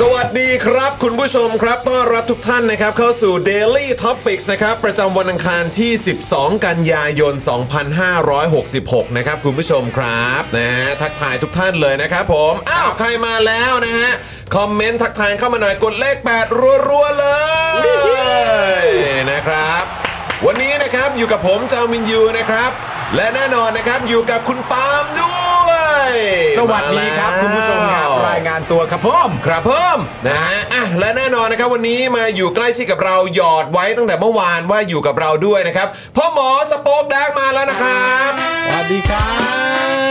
สวัสดีครับคุณผู้ชมครับ ต้อนรับทุกท่านนะครับ เข้าสู่ Daily Topics นะครับ ประจำวันอังคารที่ 12 กันยายน 2566 นะครับ คุณผู้ชมครับนะฮะทักทายทุกท่านเลยนะครับผม อ้าว ใครมาแล้วนะฮะ คอมเมนต์ทักทายเข้ามาหน่อยกดเลข 8 รัวๆ เลย นะครับ วันนี้นะครับอยู่กับผมจามินยูนะครับ และแน่นอนนะครับอยู่กับคุณปาล์มด้วย สวัสดีครับ มาแล้ว คุณผู้ชมครับ รายงานตัวครับผม ครับเพิ่มนะฮะอ่ะและแน่นอนนะครับวันนี้มาอยู่ใกล้ชิดกับเราหยอดไว้ตั้งแต่เมื่อวานว่าอยู่กับเราด้วยนะครับพ่อหมอสโป๊กดักมาแล้วนะครับ สวัสดีครับ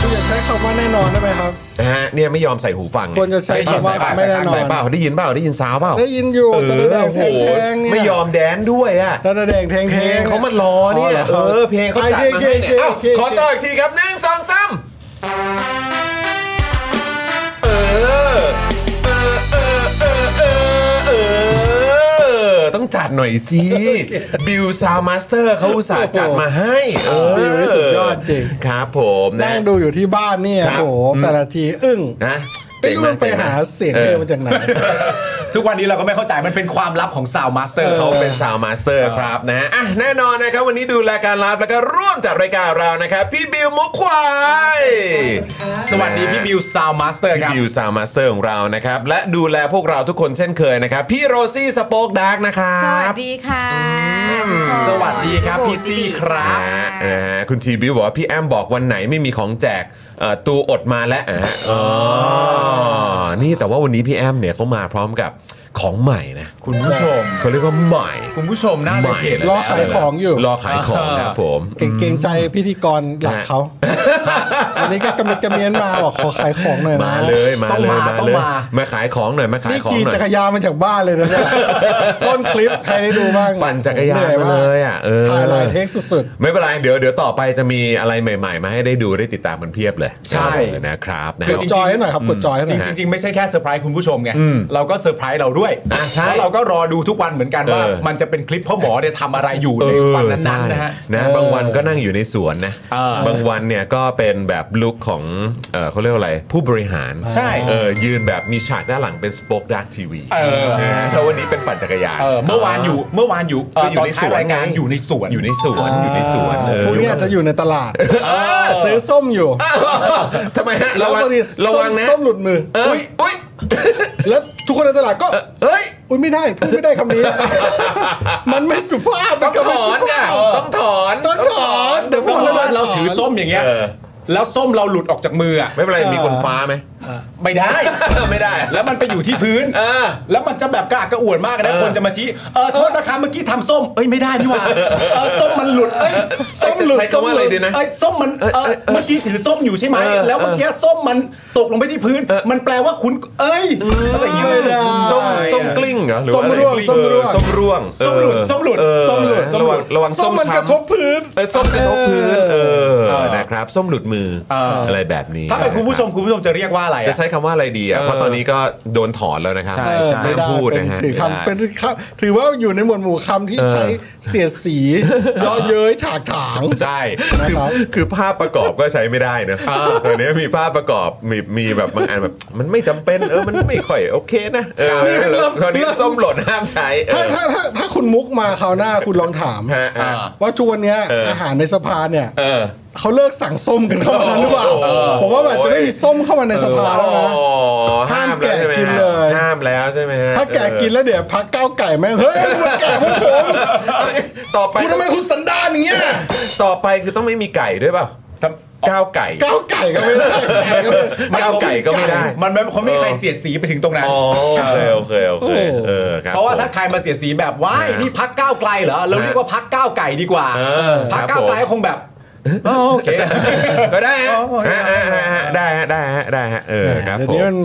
คุณอย่าใช้คำว่าแน่นอนได้ไหมครับ นะฮะเนี่ยไม่ยอมใส่หูฟังเนี่ย ควรจะใช้ ส่เปล่ คำส่เปว่าไม่ ล่ แน่นอน ใส่เปล่าได้ยินเปล่าได้ยินสาวเปล่า ได้ยินอยู่ เอ แต่ อ แดง โอ้ แท โห งแทงเนี่ย ไม่ยอมแดนด้วยอ่ะ แต่แดงแทง เพลงเขามันรอเนี่ยเออเพลงเขาจัดมาให้เนี่ยเอ้าขอต่ออีกทีครับหนึ่งสองสามเออเออเออเออเออเออ เออ ต้องจัดหน่อยสิ บิวซาวมาสเตอร์เขาอุตส่าห์จัดมาให้เออ บิวนี่สุดยอดจริง ครับผมนะ นั่งดูอยู่ที่บ้านเนี่ย ครับ โอ้โหแต่ละทีอึ้ง นะ ไม่รู้ เจ๋ง มันไปหาเสียงเพลงมาจากไหน ทุกวันนี้เราก็ไม่เข้าใจมันเป็นความลับของซาวมาสเตอร์ เขา เขา เป็ เป็น น ซาวมาสเตอร์ครับนะอ่ะแน่นอนนะครับ วันนี้ดูรายการไลฟ์แล้วก็ร่วมจัดรายการเรานะครับ พี่บิวมุกควาย สวัสดีพี่บิวซาวมาสเตอร์ พี่ ครับ บิวซาวมาสเตอร์ของเรานะครับ และดูแลพวกเราทุกคนเช่นเคยนะครับ พี่โรซี่สโป๊กดาร์กนะครั สวั บ สดีค่ะ สวัสดีครับพี่ซี่ครั นะฮะนะฮะคุณทีบิวบอกว่าพี่แอมบอกวันไหนไม่มีของแจกเอ่อตูอดมาแล้วอ่ะฮะอ๋อนี่แต่ว่าวันนี้พี่แอมเนี่ยเขามาพร้อมกับของใหม่นะ คุณผู้ชม เขาเรียกว่าใหม่ คุณผู้ชมน่าจะเห็น รอขายของอยู่ รอขายของนะครับผม เกรงใจพิธีกรหลักเขาอันนี้ก็กำลังจะเมียนมาบอกขอขายของหน่อยนะ มาเลยมา ต้อง เลย มาต้อง เลย มา มาขายของหน่อยมาขาย นี่ ของ ขี่ หน่อ จักร ย ยานมาจากบ้านเลยนะเนี่ย ต้นคลิปใครได้ดูบ้าง ปั่นจักรยาน หนื่อ มา มา เล ก ยอ่ะเออ ถ่ายหลายเทคสุด ไม่เป็นไรเดี๋ยวเดี๋ยวต่อไปจะมีอะไรใหม่ ๆ มาให้ได้ดูได้ติดตามมันเพียบเลย ใช่ นะครับนะ ๆ กดจอยให้หน่อยครับ กดจอยให้ห จ น่อย ริงๆจริงๆ ไม่ใช่แค่เซอร์ไพรส์คุณผู้ชมไง เราก็เซอร์ไพรส์เราด้วย อ่ะใช่ เพราะเราก็รอดูทุกวันเหมือนกันว่า เออ มันจะเป็นคลิปพ่อหมอเนี่ยทำอะไรอยู่ในวันนั้นๆนะฮะ ใช่บางวันก็นั่งอยู่ในสวนนะ เออบ างวันเนี่ยก็เป็นแบบลุคของเอ่อเขาเรียกว่าอะไรผู้บริหาร ใช่ เออยืนแบบมีฉากด้านหลังเป็นสป็อคดักทีวี เออ แล้ววันนี้เป็นปั่นจักรยาน เออเมื่อวานอยู่เมื่อวานอยู่เ ก็อยู่ใน ตท้า สวน รายการ ไง อยู่ในสวน อยู่ในสวนอยู่ในสวนเออ พวกนี้อาจจะอยู่ในตลาดซื้อส้มอยู่ ทำไมฮะ แล้ว ระวัง พอดี ระวังนะ ส้มหลุดมือ เอออุ้ยอุ้ย แล้วทุกคนในตลาดก็ เฮ้ย อุ้ยไม่ได้พูดไม่ได้คำนี้ มันไม่สุภาพ ต้อง มันก็ ถ ไม่ อ สุ นอ่ะ ภาพ ต้องถอน ต้องถอนเดี๋ยวพ ส ว ม กเรามติว่าเราถือส้มอย่างเงี้ย เออ แล้วส้มเราหลุดออกจากมืออะ ไม่เป็นไรมีคนคว้าไหม ไม่ได้ ไม่ได้ แล้วมันไปอยู่ที่พื้น เออ แล้วมันจะแบบกระอักกระอ่วนมากนะ เออ คนจะมาชี้เออโทษนะครับเมื่อกี้ทำส้มเอ้ยไม่ได้นี่หว่าเออส้มมันหลุดเอ้ยส้มหลุด ใช้คำว่าอะไรดีนะ เอ้ยส้มมันเออ เออเออ เมื่อกี้ถือส้มอยู่ใช่ไหม เออ แล้วเมื่อกี้ส้มมันตกลงไปที่พื้น มันแปลว่าคุณเอ้ยอะไรอย่างเงี้ย ส้มส้มกลิ้งเหรอหรือว่าอะไร ส้มร่วง เออส้มร่วง ส้มหลุดส้มหลุด เออ ส้มหลุดส้มหลุระวัง ด ระวังส้ม มันกระทบ ช้ำ พื้น เออส้มกระทบพื้นเออ เออ นะครับ ส้มหลุดมือ เอออ อะไรแบบนี้ ถ้าเป็นคุณผู้ชมคุณผู้ชมจะเรียกว่าอะไร จะ อะ ใช้คำว่าอะไรดีอ่ะเพราะตอนนี้ก็โดนถอนแล้วนะครับ ใช่ เออ ไม่ต้องพูดนะฮะ เป็นถือคำเป็นคำถือว่าอยู่ในหมวดหมู่คำที่ใช้เสียดสีย่อเย้ยถากถาง ใช่ คือคือภาพประกอบก็ใช้ไม่ได้นะตอนนี้มีภาพประกอบมีมีแบบบางอันแบบ มันไม่จำเป็นเออมันไม่ค่อยโอเคนะเออ นี่เริ่ม ตอนนี้ส้มหล่นห้ามใช้เอ ถ้า อ ถ้าถ้าถ้าคุณมุกมาคราวหน้าคุณลองถาม ฮะฮะ ว่าทุกวันเนี้ย เอออ อาหารในสภาเนี่ย เออ เขาเลิกสั่งส้มกันเข้ามาหรือเปล่า โอ้โห ผมว่าแบบจะไม่มีส้มเข้ามาในสภา อ๋ แล้วนะ อห้ามแล้วใช่ไหม ห้ามแกะกินเลฮะย ห้ามแล้วใช่ไหมฮะ ถ้าแกะกินแล้วเดี๋ยวพักก้าวไก่แม่งเฮ้ยคุณแกะพวกผม เออต่อไป คุณทำไมคุณสันดานอย่างเงี้ย ต่อไปคือต้องไม่มีไก่ด้วยเปล่าก้าวไก่ ก้าวไก่ก็ไม่ได้ไก่ก็ไม่ได้ ก้าวไก่ก็ไม่ได้ มันไม่คนไม่มีใครเสียดสีไปถึงตรงนั้น อ๋อโอเคโอเคโอเคเออครับ เพราะว่าถ้าใครมาเสียสีแบบว้าย นะ นี่พักก้าวไกลเหรอเราเรียกว่าพักก้าวไก่ดีกว่า เออ พักก้าวไกล ครับผก็คงมแบบอ๋อโอเค ก็ได้ฮะ อ๋อ ฮะฮะฮะฮะได้ฮะได้ฮะได้ฮะเออครับ เดี๋ย ผ วนี้ ม มัน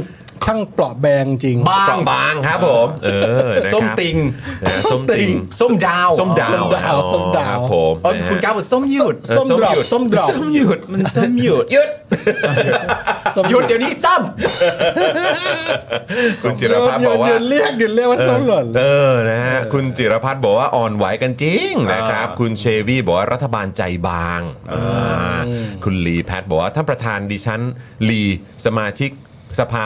ช่างเปราะแบงจริง บ้าง สองบางครับผมเออนะครับ ส้มติง นะส้มติง ส้มดาว ส้มดาว ส้มดาวส้มดาว ครับผม อ๋อคุณก้าวบอกส้มหยุด เออ ส้มดรอปส้มดรอป ส้มหยุด มันส้มหยุด หยุด หยุดเดี๋ยวนี้ส้ม คุณจิรพัฒน์ เดี๋ยวบอกว่า เดี๋ยวเรียกเดี๋ยวเรียกว่าส้มหล่น เออนะฮะคุณจิรพัฒน์บอกว่าอ่อนไหวกันจริงนะครับ อ่า คุณเชวี่บอกว่ารัฐบาลใจบางอ่าคุณลีแพทบอกว่าท่านประธานดิฉันลีสมาชิกสภา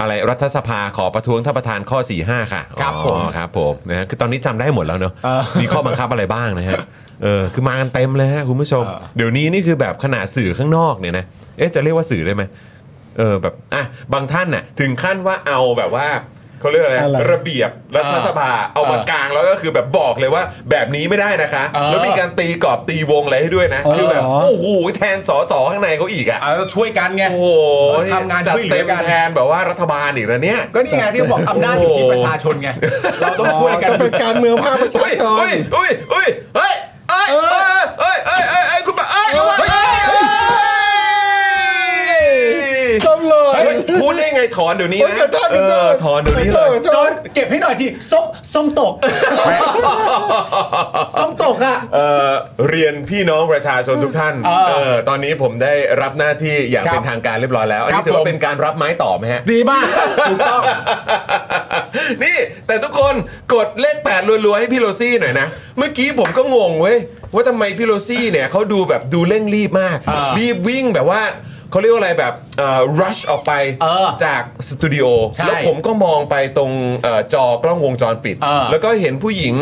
อะไรรัฐสภาขอประท้วงท่านประธานข้อ 45 ค่ะ ครับ อ๋อ ผม ครับผมนะฮะคือตอนนี้จำได้หมดแล้วเนอะมีข้อบังคับอะไรบ้างนะฮะเออคือมากันเต็มเลยฮะคุณผู้ชม เออ เดี๋ยวนี้นี่คือแบบขนาดสื่อข้างนอกเนี่ยนะเอ๊ะจะเรียกว่าสื่อได้ไหมเออแบบอ่ะบางท่านน่ะถึงขั้นว่าเอาแบบว่าเขาเรียกอะไร อะไร ระเบียบรัฐสภาเอามากลางแล้วก็คือแบบบอกเลยว่าแบบนี้ไม่ได้นะคะ เออ แล้วมีการตีกรอบตีวงอะไรให้ด้วยนะคือแบบโอ้โหแทนสอสอข้างในเขาอีกอ่ะ เอาช่วยกันไง โอ้โห ทำงาน จัด ช่วยเหลื เต็ อ ม กัน แทนแบบว่ารัฐบาลอีกแล้วเนี่ย ก็นี่ไงที่บอกอำนาจอยู่ที่ประชาชนไงเราต้องช่วยกัน ก็เป็นการเมืองภาคประชา เฮ้ย ชน เฮ้ยเฮ้ยเฮ้ยเฮ้ยเฮ้ยเฮ้ยเฮ้ยเฮ้ยเฮ้ยคุณป้าเฮ้ยระวังเฮ้ยเฮ้ย ส้มหล่น เฮ้ยพูดได้ไงถอนเดี๋ยวนี้ เฮ้ย นะ เดี๋ยวถอน เอ เดี๋ยวถอน อถอนเดี๋ยวนี้เลย จอนเก็บให้หน่อยทีส้มส้มตกส้มตกอะ เออเรียนพี่น้องประชาชนทุกท่าน เออ เออตอนนี้ผมได้รับหน้าที่อย่าง ครับ เป็นทางการเรียบร้อยแล้ว อัน ครั นี้ บ ถือ ผ ว่าม เป็นการรับไม้ต่อไหมฮะ ดีมากถูกต้อง นี่แต่ทุกคนกดเลขแปดรัวๆให้พี่โรซี่หน่อยนะ เมื่อกี้ผมก็งงเว้ยว่าทำไมพี่โรซี่เนี่ยเขาดูแบบดูเร่งรีบมาก อ่ารี รีบวิ่งแบบว่าเขาเรียกว่าอะไรแบบเอ่อ rush ออกไป เออ จากสตูดิโอ ใช่ แล้วผมก็มองไปตรงเอ่อจอกล้องวงจรปิด เออ แล้วก็เห็นผู้หญิง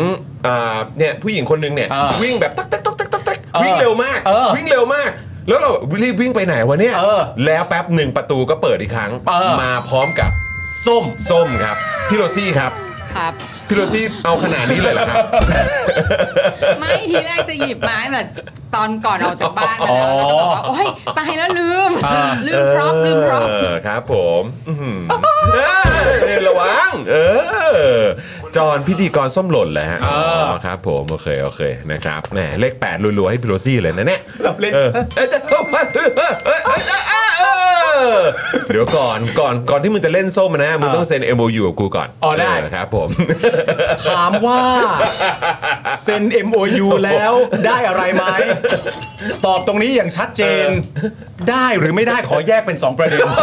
อ่าเนี่ยผู้หญิงคนหนึงเนี่ย เออ วิ่งแบบตักตักตักตักตักตัก เออ วิ่งเร็วมาก เออ วิ่งเร็วมาก แล้วเรารีบวิ่งไปไหนวะเนี่ย เออ แล้วแป๊บหนึ่งประตูก็เปิดอีกครั้ง เออ มาพร้อมกับ ส้ม ส้มครับ พี่โรซี่ครับ ครับ พี่โรซี่เอาขนาดนี้เลยเหรอครับ ไม่ทีแรกจะหยิบไม้แบบตอนก่อนออกจากบ้านนะแล้วก็บอกว่าโอ๊ยตายแล้วลืม ลืมพร็อพลืมพร็อพ เออครับผมอื้อหือเออระวัง เออ จอนพิธีกรส้มหล่นแหละฮะอ๋อครับผม โอเคโอเคนะครับแหมเลขแปดรัวๆให้พี่โรซี่เลยนะเนี่ย เราเล่น ออเออเดี๋ยวก่อนก่อนก่อนที่มึงจะเล่นส้มนะมึงต้องเซ็น MOU กับกูก่อน อ๋อได้ เครับผม ถาม ว่าเซ็น MOU แล้วได้อะไรไหม ตอบตรงนี้อย่างชัดเจน ได้หรือไม่ได้ขอแยกเป็น 2 ประเด็น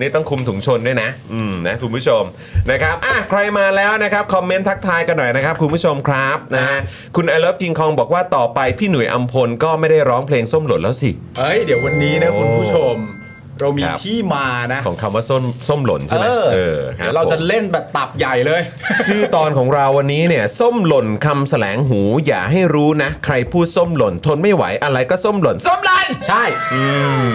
นี่ต้องคุมถุงชนด้วยนะ อืมนะคุณผู้ชมนะครับอ่ะใครมาแล้วนะครับ คอมเมนต์ทักทายกันหน่อยนะครับ คุณผู้ชมครับนะฮะคุณ I love King Kong บอกว่าต่อไปพี่หนุ่ยอัมพลก็ไม่ได้ร้องเพลงส้มหล่นแล้วสิ เอ้ย เดี๋ยววันนี้นะคุณผู้ชม เรามี ครับ ที่มานะ ของคำว่าส้มส้มหล่นใช่ไหม เออ เออคบ เดี๋ยวเราจะ ผม เล่นแบบตับใหญ่ เลย ชื่อตอนของเราวันนี้เนี่ย ส้มหล่นคำแสลงหูอย่าให้รู้นะ ใครพูดส้มหล่นทนไม่ไหวอะไรก็ส้มหล่น ส้มหล่นใช่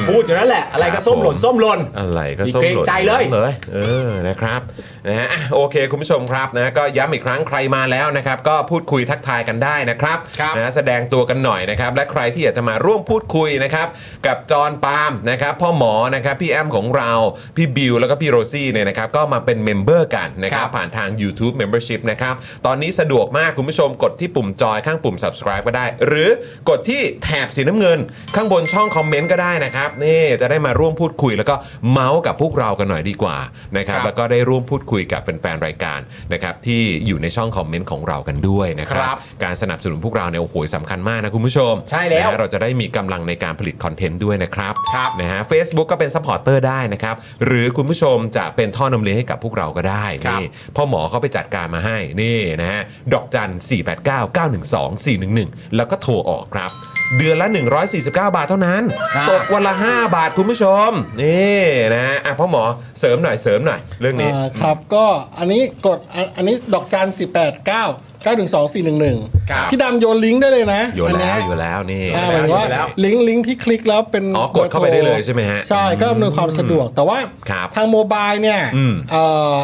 พูดอยู่นั่นแหละ อะไร ครั ก็ บ ส้มหล่น ผม ส้มหล่น อะไรก็ส้มหล่น มีเกรงใจเลย เลยเออนะครับนะฮะอ่ะโอเคคุณผู้ชมครับนะก็ย้ำอีกครั้งใครมาแล้วนะครับ ก็พูดคุยทักทายกันได้นะครับ ครับ นะแสดงตัวกันหน่อยนะครับ และใครที่อยากจะมาร่วมพูดคุยนะครับ กับจอห์นปาล์มนะครับ พ่อหมอ นะครับพี่แอมของเราพี่บิวแล้วก็พี่โรซี่เนี่ยนะครับก็มาเป็นเมมเบอร์กันนะครับ ครับ ผ่านทาง YouTube Membership นะครับตอนนี้สะดวกมากคุณผู้ชมกดที่ปุ่มจอยข้างปุ่ม subscribe ก็ได้ หรือกดที่แถบสีน้ำเงิน ข้างบนช่องคอมเมนต์ก็ได้นะครับนี่จะได้มาร่วมพูดคุยแล้วก็เมาส์กับพวกเรากันหน่อยดีกว่านะครัคบรับ แล้วก็ได้ร่วมพูดคุยกับแฟนๆรายการนะครับที่อยู่ในช่องคอมเมนต์ของเรากันด้วยนะครั ครับ การสนับสนุนพวกเราเนี่ยโอ้โหสำคัญมากนะคุณผู้ชม ใช่แล้ว นะฮะเราจะได้มีกำลังในการผลิตคอนเทนต์ด้วยนะครับครับนะฮะ Facebook ก็เป็นซัพพอร์ตเตอร์ได้นะครับ หรือคุณผู้ชมจะเป็นท่อนำเลี้ยงให้กับพวกเราก็ได้นี่พ่อหมอเขาไปจัดการมาให้นี่นะฮะดอกจัน 4 8 9 9 1 2 4 1 1 แล้วก็โทรออกครับ เดือนละ 149 บาทเท่านั้น ตกวันละ 5 บาทคุณผู้ชม นี่นะฮะอ่ะพ่อหมอเสริมหน่อยเสริมหน่อยเรื่องนี้ อ่าครับก็อันนี้กดอันอันนี้ดอกจันสิบแปดเก้าเก้าถึงสองสี่หนึ่งหนึ่ง ครับ พี่ดำโยนลิงก์ได้เลยนะ โยนแล้ว อั โยนแล้วนี่ อ่าหมายถึงว่า โยนแล้ว ลิงก์ลิงก์ที่คลิกแล้วเป็น อ๋อกดเข้าไปได้เลยใช่ไหมฮะ ใช่ก็อำนวยความสะดวก แต่ว่า ครับ ทางโมบายเนี่ย อืม เอ่อ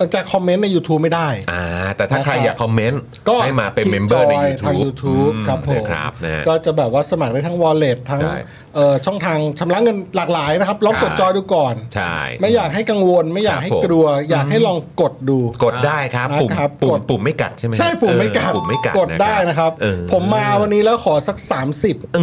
มันจะคอมเมนต์ใน YouTube ไม่ได้ อ่าแต่ถ้าใคร นะครับ อยากคอมเมนต์ ก็ ให้มาเป็น คลิ เม ก มเบอร์ใน จยทาง YouTube, YouTube อื ครับผม นะครับนะฮะ ก็จะแบบว่าสมัครได้ทั้ง wallet ทั้ง ใช่ เอ่อช่องทางชำระเงินหลากหลายนะครับลองกด ใช่ จอยดูก่อน ใช่ ไม่อยากให้กังวลไม่อยากให้ ครับผม กลัว อยากให้ลองกดดู กดได้ครับ ปุ่ม นะครับ ปุ่ม กด ปุ่มไม่กัดใช่ไหม ใช่ปุ่มไม่กัด เออปุ่มไม่กัด กดได้นะครับ เออ ผมมาวันนี้แล้วขอสัก 30 ต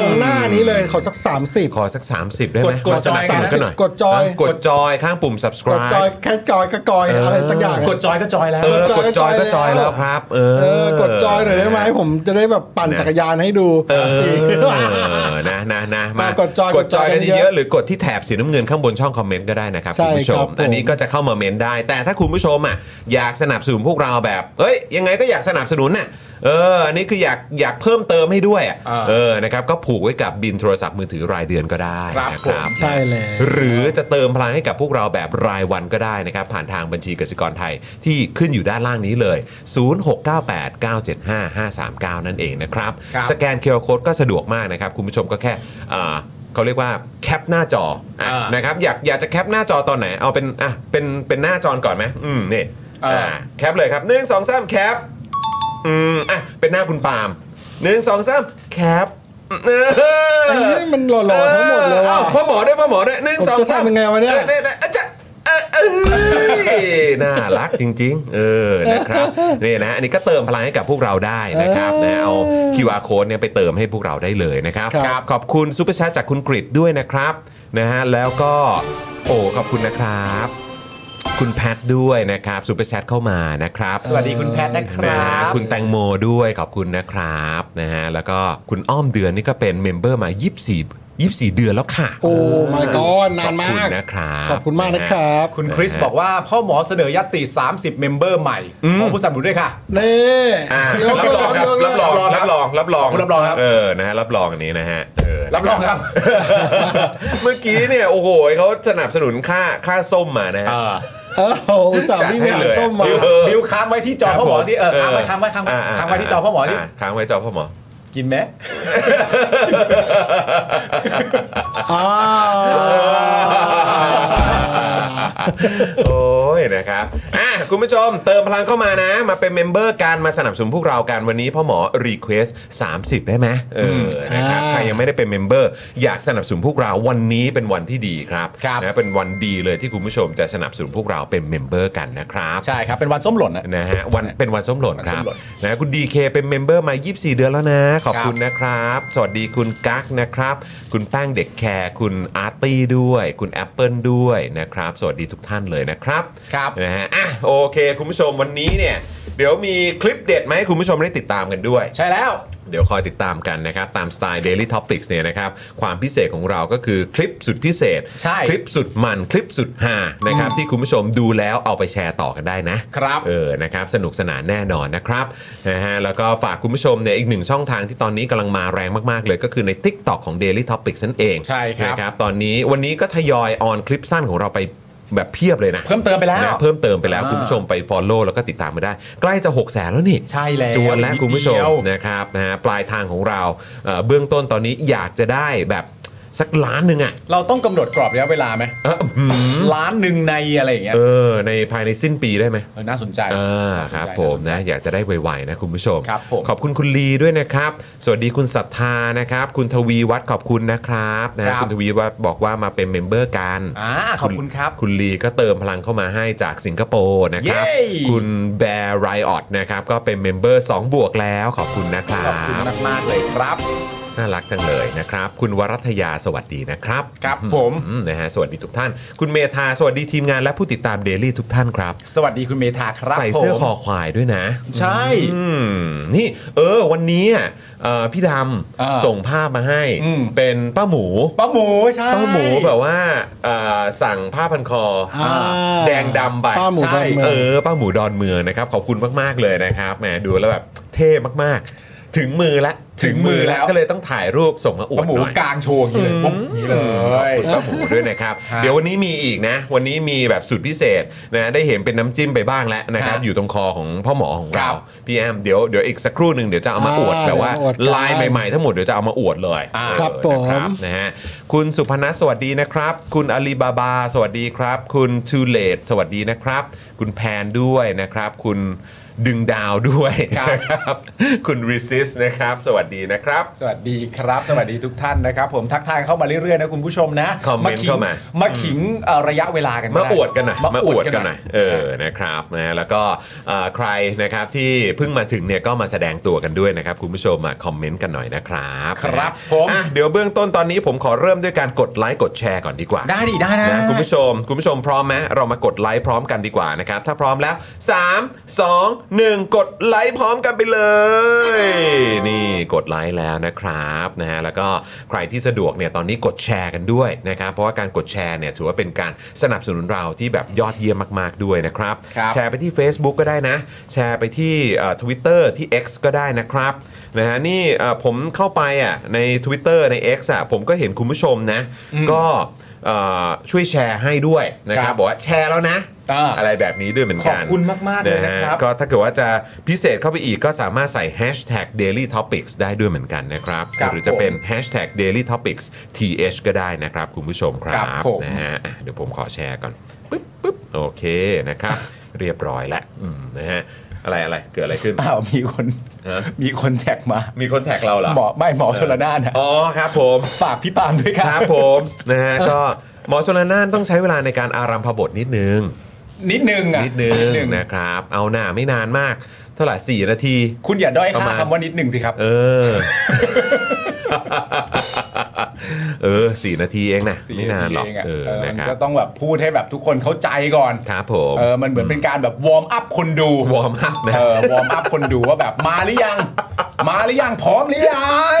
รงหน้านี้เลยขอสัก 30 ขอสัก 30 ได้ไหม กด มาสนับจอยสนุนกันหน่อย กดจอย เกดจอยข้างปุ่ม กด subscribe จอยแค่จอยก็กอยอะไรสักอย่าง กดจอยก็จอยแล้ว เออกดจอยก็จอย ย แล้วครับ เออ เออกดจอยหน่อยได้ไหมผมจะได้แบบปั่น นะ จักรยานให้ดู เออนะนะนะมาม ากดจอย กกดดจอยจอย กัน กัน เย เย อะ อะ ๆหรือกดที่แถบสีน้ำเงินข้างบนช่องคอมเมนต์ก็ได้นะครับ ใช่ คุณผู้ช ครั ม บผม อันนี้ก็จะเข้ามาเมนต์ได้ แต่ถ้าคุณผู้ชมอ่ะอยากสนับสนุนพวกเราแบบเอ้ยยังไงก็อยากสนับสนุนน่ะเอออันนี้คืออยากอยากเพิ่มเติมให้ด้วยอ่ะ อ่า เออนะครับก็ผูกไว้กับบินโทรศัพท์มือถือรายเดือนก็ได้ ครับ นะ ผ ครั ม บ ใช่แล้ว หรือจะเติมพลังให้กับพวกเราแบบรายวันก็ได้นะครับ ผ่านทางบัญชีกสิกรไทยที่ขึ้นอยู่ด้านล่างนี้เลย 0698975539 นั่นเองนะครับ ครับ สแกนเคอร์โคดก็สะดวกมากนะครับ คุณผู้ชมก็แค่อ่าเขาเรียกว่าแคปหน้าจออะ อ่าน นะครับอยากอยากจะแคปหน้าจอตอนไหน เอาเป็นอ่ะเป็นเป็นหน้าจอก่อนไหมอืมนี่ อ่า อ่าแคปเลยครับ1 2 3แคป อืมอ่ะเป็นหน้าคุณปาล์มหนึ่งสองสามแคปเอ ไอ้นี่มันหล่อๆทั้งหมดเลยว่ะ อ้าพ่อหมอด้วยพ่อหมอด้วยหนึ่ง ผม สอง จะ สาม ทำยังไงวะเนี่ย ออเนี่ยเนี่ยอาจารย์เออเอ้ยน่ารักจริง ๆ เออนะครับนี่นะอันนี้ก็เติมพลังให้กับพวกเราได้นะครับนะเอา QR code เนี่ยไปเติมให้พวกเราได้เลยนะครับ ครับ ขอบคุณซูเปอร์แชทจากคุณกริดด้วยนะครับนะฮะแล้วก็โอ้ขอบคุณนะครับ คุณแพทด้วยนะครับซูเปอร์แชทเข้ามานะครับ สวัสดีคุณแพทย์นะค นะ รั ฮะ บ คุณแตงโมด้วยขอบคุณนะครับนะฮะแล้วก็คุณอ้อมเดือนนี่ก็เป็นเมมเบอร์มา 24 24 เดือนแล้วค่ะ โอ้ my god นาน ขอบคุณ มาก นะครับ ขอบคุณมากนะค ฮ รับ คุณคริสบอกว่าพ่อหมอเสนอยัตติ 30 เมมเบอร์ใหม่ ของผู้สนับสนุนด้วยค่ะ นี่ อ่ะ ยก รับรองครับ ยก รับรอง รั รับบ ร ร อ อง ง รับรอง รับรองครับ เออนะฮะรับรองอันนี้นะฮะเออ นะ รับรองครับ เมื่อกี้เนี่ยโอ้โหเขาสนับสนุนค่าค่าส้มมานะฮะ เออโหอุตส่าห์ จัด วิ่ง ให้ หา เลย ส้มมา เออ บิวค้างไว้ที่จอพ่อหมอที่เออค้างไว้ค้างไว้ค้างไว้ค้างไว้ที่จอพ่อหมอที่ ค้างไว้จอ พ่อหมอ กินไหม อ้าว โอ้ยนะครับอ่ะคุณผู้ชมเติมพลังเข้ามานะ มาเป็นเมมเบอร์การมาสนับสนุนพวกเรากันวันนี้พ่อหมอรีเควส30 ได้ไหมเออนะครับ อ่า ใครยังไม่ได้เป็นเมมเบอร์อยากสนับสนุนพวกเราวันนี้เป็นวันที่ดีครับ ครับ นะเป็นวันดีเลยที่คุณผู้ชมจะสนับสนุนพวกเราเป็นเมมเบอร์กันนะครับ ใช่ครับ เป็นวันส้มหล่นนะ นะฮะวันเป็นวันส้มหล่นครั วันส้ บ มหล่น นะคุณดีเคเป็นเมมเบอร์มา 24 เดือนแล้วนะ ขอบคุณนะครับ สวัสดีคุณกั๊กนะครับ คุณแป้งเด็กแคร์คุณอาร์ตี้ด้วย คุณแอปเปิลด้วยนะครับ สวัสดีทุกท่านเลยนะครับ ครับ นะฮะอ่ะโอเค คุณผู้ชมวันนี้เนี่ย เดี๋ยวมีคลิปเด็ดไหมาให้คุณผู้ชมได้ติดตามกันด้วย ใช่แล้ว เดี๋ยวคอยติดตามกันนะครับ ตามสไตล์ Daily Topics เนี่ยนะครับ ความพิเศษของเราก็คือคลิปสุดพิเศษ ใช่ คลิปสุดมันคลิปสุดฮานะครับที่คุณผู้ชมดูแล้วเอาไปแชร์ต่อกันได้นะครับ เออนะครับสนุกสนานแน่นอนนะครับนะฮะแล้วก็ฝากคุณผู้ชมเนี่ยอีกหนึ่งช่องทางที่ตอนนี้กำลังมาแรงมาก ๆ เลยก็คือใน TikTok ของ Daily Topics นั่นเอง ใช่ครับ นะครับตอนนี้วันนี้ก็ทยอยออนคลิปสั้นของเราไปแบบเพียบเลยนะ เพิ่มเติมไปแล้ว นะเพิ่มเติมไปแล้ว คุณผู้ชมไป Follow แล้วก็ติดตามมาได้ ใกล้จะ6 0แสนแล้วนี่ ใช่แล้ว จวนแล้ว นิดเดียว คุณผู้ชมนะครับนะฮะปลายทางของเราเอ่อเบื้องต้นตอนนี้อยากจะได้แบบ สักล้านหนึ่งอ่ะ เราต้องกำหนดกรอบระยะเวลาไหม เอออืม ล้านหนึ่งในอะไรอย่างเงี้ย เออ ในภายในสิ้นปีได้ไหม เออน่าสนใจ อ่า น่าสนใจ ครับผม น่าสนใจ นะ อยากจะได้ไวๆนะคุณผู้ชม ครับผม ขอบคุณคุณลีด้วยนะครับ สวัสดีคุณศรัทธานะครับ คุณทวีวัฒน์ขอบคุณนะครับนะคุณทวีวัฒน์บอกว่ามาเป็นเมมเบอร์กัน อ่าขอบคุณครับ คุณลีก็เติมพลังเข้ามาให้จากสิงคโปร์นะครับ เย้ คุณแบร์ไรออตนะครับ ก็เป็นเมมเบอร์ 2 บวกแล้วขอบคุณนะครับ ขอบคุณมากๆเลยครับ น่ารักจังเลยนะครับ คุณวรัตยาสวัสดีนะครับ ครับผม อืนะฮะสวัสดีทุกท่าน คุณเมธาสวัสดีทีมงานและผู้ติดตาม Daily ทุกท่านครับ สวัสดีคุณเมธาครับ ใส่เสื้อ ผม คอควายด้วยนะ ใช่ อืมนี่เออวันนี้อ่ะเอ่อพี่ด อ่า ำส่งภาพมาให้ อืม เป็นป้าหมู ป้าหมูใช่ ป้าหมูแบบว่าเอ่อสั่งผ้าพันคออา แดงดำไป ป้าหมูดอนเมือง เออป้าหมูดอนเมืองนะครับ ขอบคุณมาก ๆ เลยนะครับแหมดูแล้วแบบเท่มาก ๆ ถึงมือละก็เลยต้องถ่ายรูปส่งมาอว ป้า ด หมู หน่อย กลางโชว์อย่างนี้เลยปุ๊บอย่างนี้เลย ขอบคุณป้าหมูด้วยนะครับ เดี๋ยววันนี้มีอีกนะ วันนี้มีแบบสุดพิเศษนะได้เห็นเป็นน้ำจิ้มไปบ้างแล้วนะครับ ฮะ อยู่ตรงคอของพ่อหมอของ ค เรา รับ พี่แอมเดี๋ยวเดี๋ยวอีกสักครู่หนึ่งเดี๋ยวจะเอามาอวด อ่า แบบว่า เดี๋ยวมาอวดกัน ลายใหม่ ๆ ทั้งหมดเดี๋ยวจะเอามาอวดเลย อ่า เออ ครับผม นะนะฮะคุณสุพนัสสวัสดีนะครับ คุณอาลีบาบา สวัสดีครับ คุณทูเลตสวัสดีนะครับ คุณแพนด้วยนะครับ คุณดึงดาวด้วยนะครับ คุณ resist นะครับ สวัสดีนะครับ สวัสดีครับ สวัสดีทุกท่านนะครับ ผมทักทายเข้ามาเรื่อยๆนะคุณผู้ชมนะ คอมเมนต์ ขิง เข้ามา มาขิงเอ่อระยะเวลากัน มา ได้ อวดกันหน่อย มาอวดกันหน่อย เออนะครับนะแล้วก็เอ่อใครนะครับที่เพิ่งมาถึงเนี่ยก็มาแสดงตัวกันด้วยนะครับ คุณผู้ชมมาคอมเมนต์กันหน่อยนะครับ ครับ นะ ผม อ่ะเดี๋ยวเบื้องต้นตอนนี้ผมขอเริ่มด้วยการกดไลค์กดแชร์ก่อนดีกว่า ได้ดิได้นะ นะคุณผู้ชม คุณผู้ชมพร้อมไหมเรามากดไลค์พร้อมกันดีกว่านะครับ ถ้าพร้อมแล้ว 3 2 1 กดไลค์พร้อมกันไปเลย นี่กดไลค์แล้วนะครับนะฮะแล้วก็ใครที่สะดวกเนี่ยตอนนี้กดแชร์กันด้วยนะครับ เพราะว่าการกดแชร์เนี่ยถือว่าเป็นการสนับสนุนเราที่แบบยอดเยี่ยมมาก ๆ ด้วยนะครับ ครับ แชร์ไปที่ Facebook ก็ได้นะ แชร์ไปที่ทวิตเตอร์ที่ X ก็ได้นะครับนะฮะนี่เอ่อผมเข้าไปอ่ะใน Twitter ใน X อ่ะผมก็เห็นคุณผู้ชมนะ ก็เอ่อช่วยแชร์ให้ด้วยนะค ค รั รั บบ บอกว่าแชร์แล้วนะ อ่า อะไรแบบนี้ด้วยเหมือนกัน ขอบคุณมากๆเลยนะครับ ฮก็ถ้าเกิดว่าจะพิเศษเข้าไปอีกก็สามารถใส่ Hashtag Daily Topics ได้ด้วยเหมือนกันนะครับ ครับ หรือจะเป็น Hashtag Daily Topics TH ก็ได้นะครับ คุณผู้ชมครั ครับ บผม นะฮะอ่ะเดี๋ยวผมขอแชร์ก่อน ปึ๊บปึ๊บโอเคนะครับ เรียบร้อยแล้วอืมนะฮะอะไรอะไรเกิดอะไรขึ้น เปล่ามีคน ฮะ มีคนแท็กมา มีคนแท็กเราเหรอ หมอไม่หมอชลนานอะ อ๋อครับผม ฝากพี่ปาล์มด้วยค ค รั รั บบ ผมนะ ฮะก็หมอชลนานต้องใช้เวลาในการอารัมพบทนิดนึง นิดนึงอะ นิดนึงนะครับ เอาหน้าไม่นานมาก เท่าไหร่ 4 นาที คุณอย่าด้อยค่า เข้ามา คำว่านิดนึงสิครับ เออ เออสี่นาทีเองนะ สี่ ไม่นานหรอก ทีเงะ เออ เออ นะ มัน ครั ก็ บ ต้องแบบพูดให้แบบทุกคนเข้าใจก่อน ครับผม เออมันเหมือนเป็นการแบบวอร์มอัพคนดู วอร์มอัพนะ เออวอร์มอัพคนดูว่าแบบมาหรือยัง มาหรือยังพร้อมหรือยัง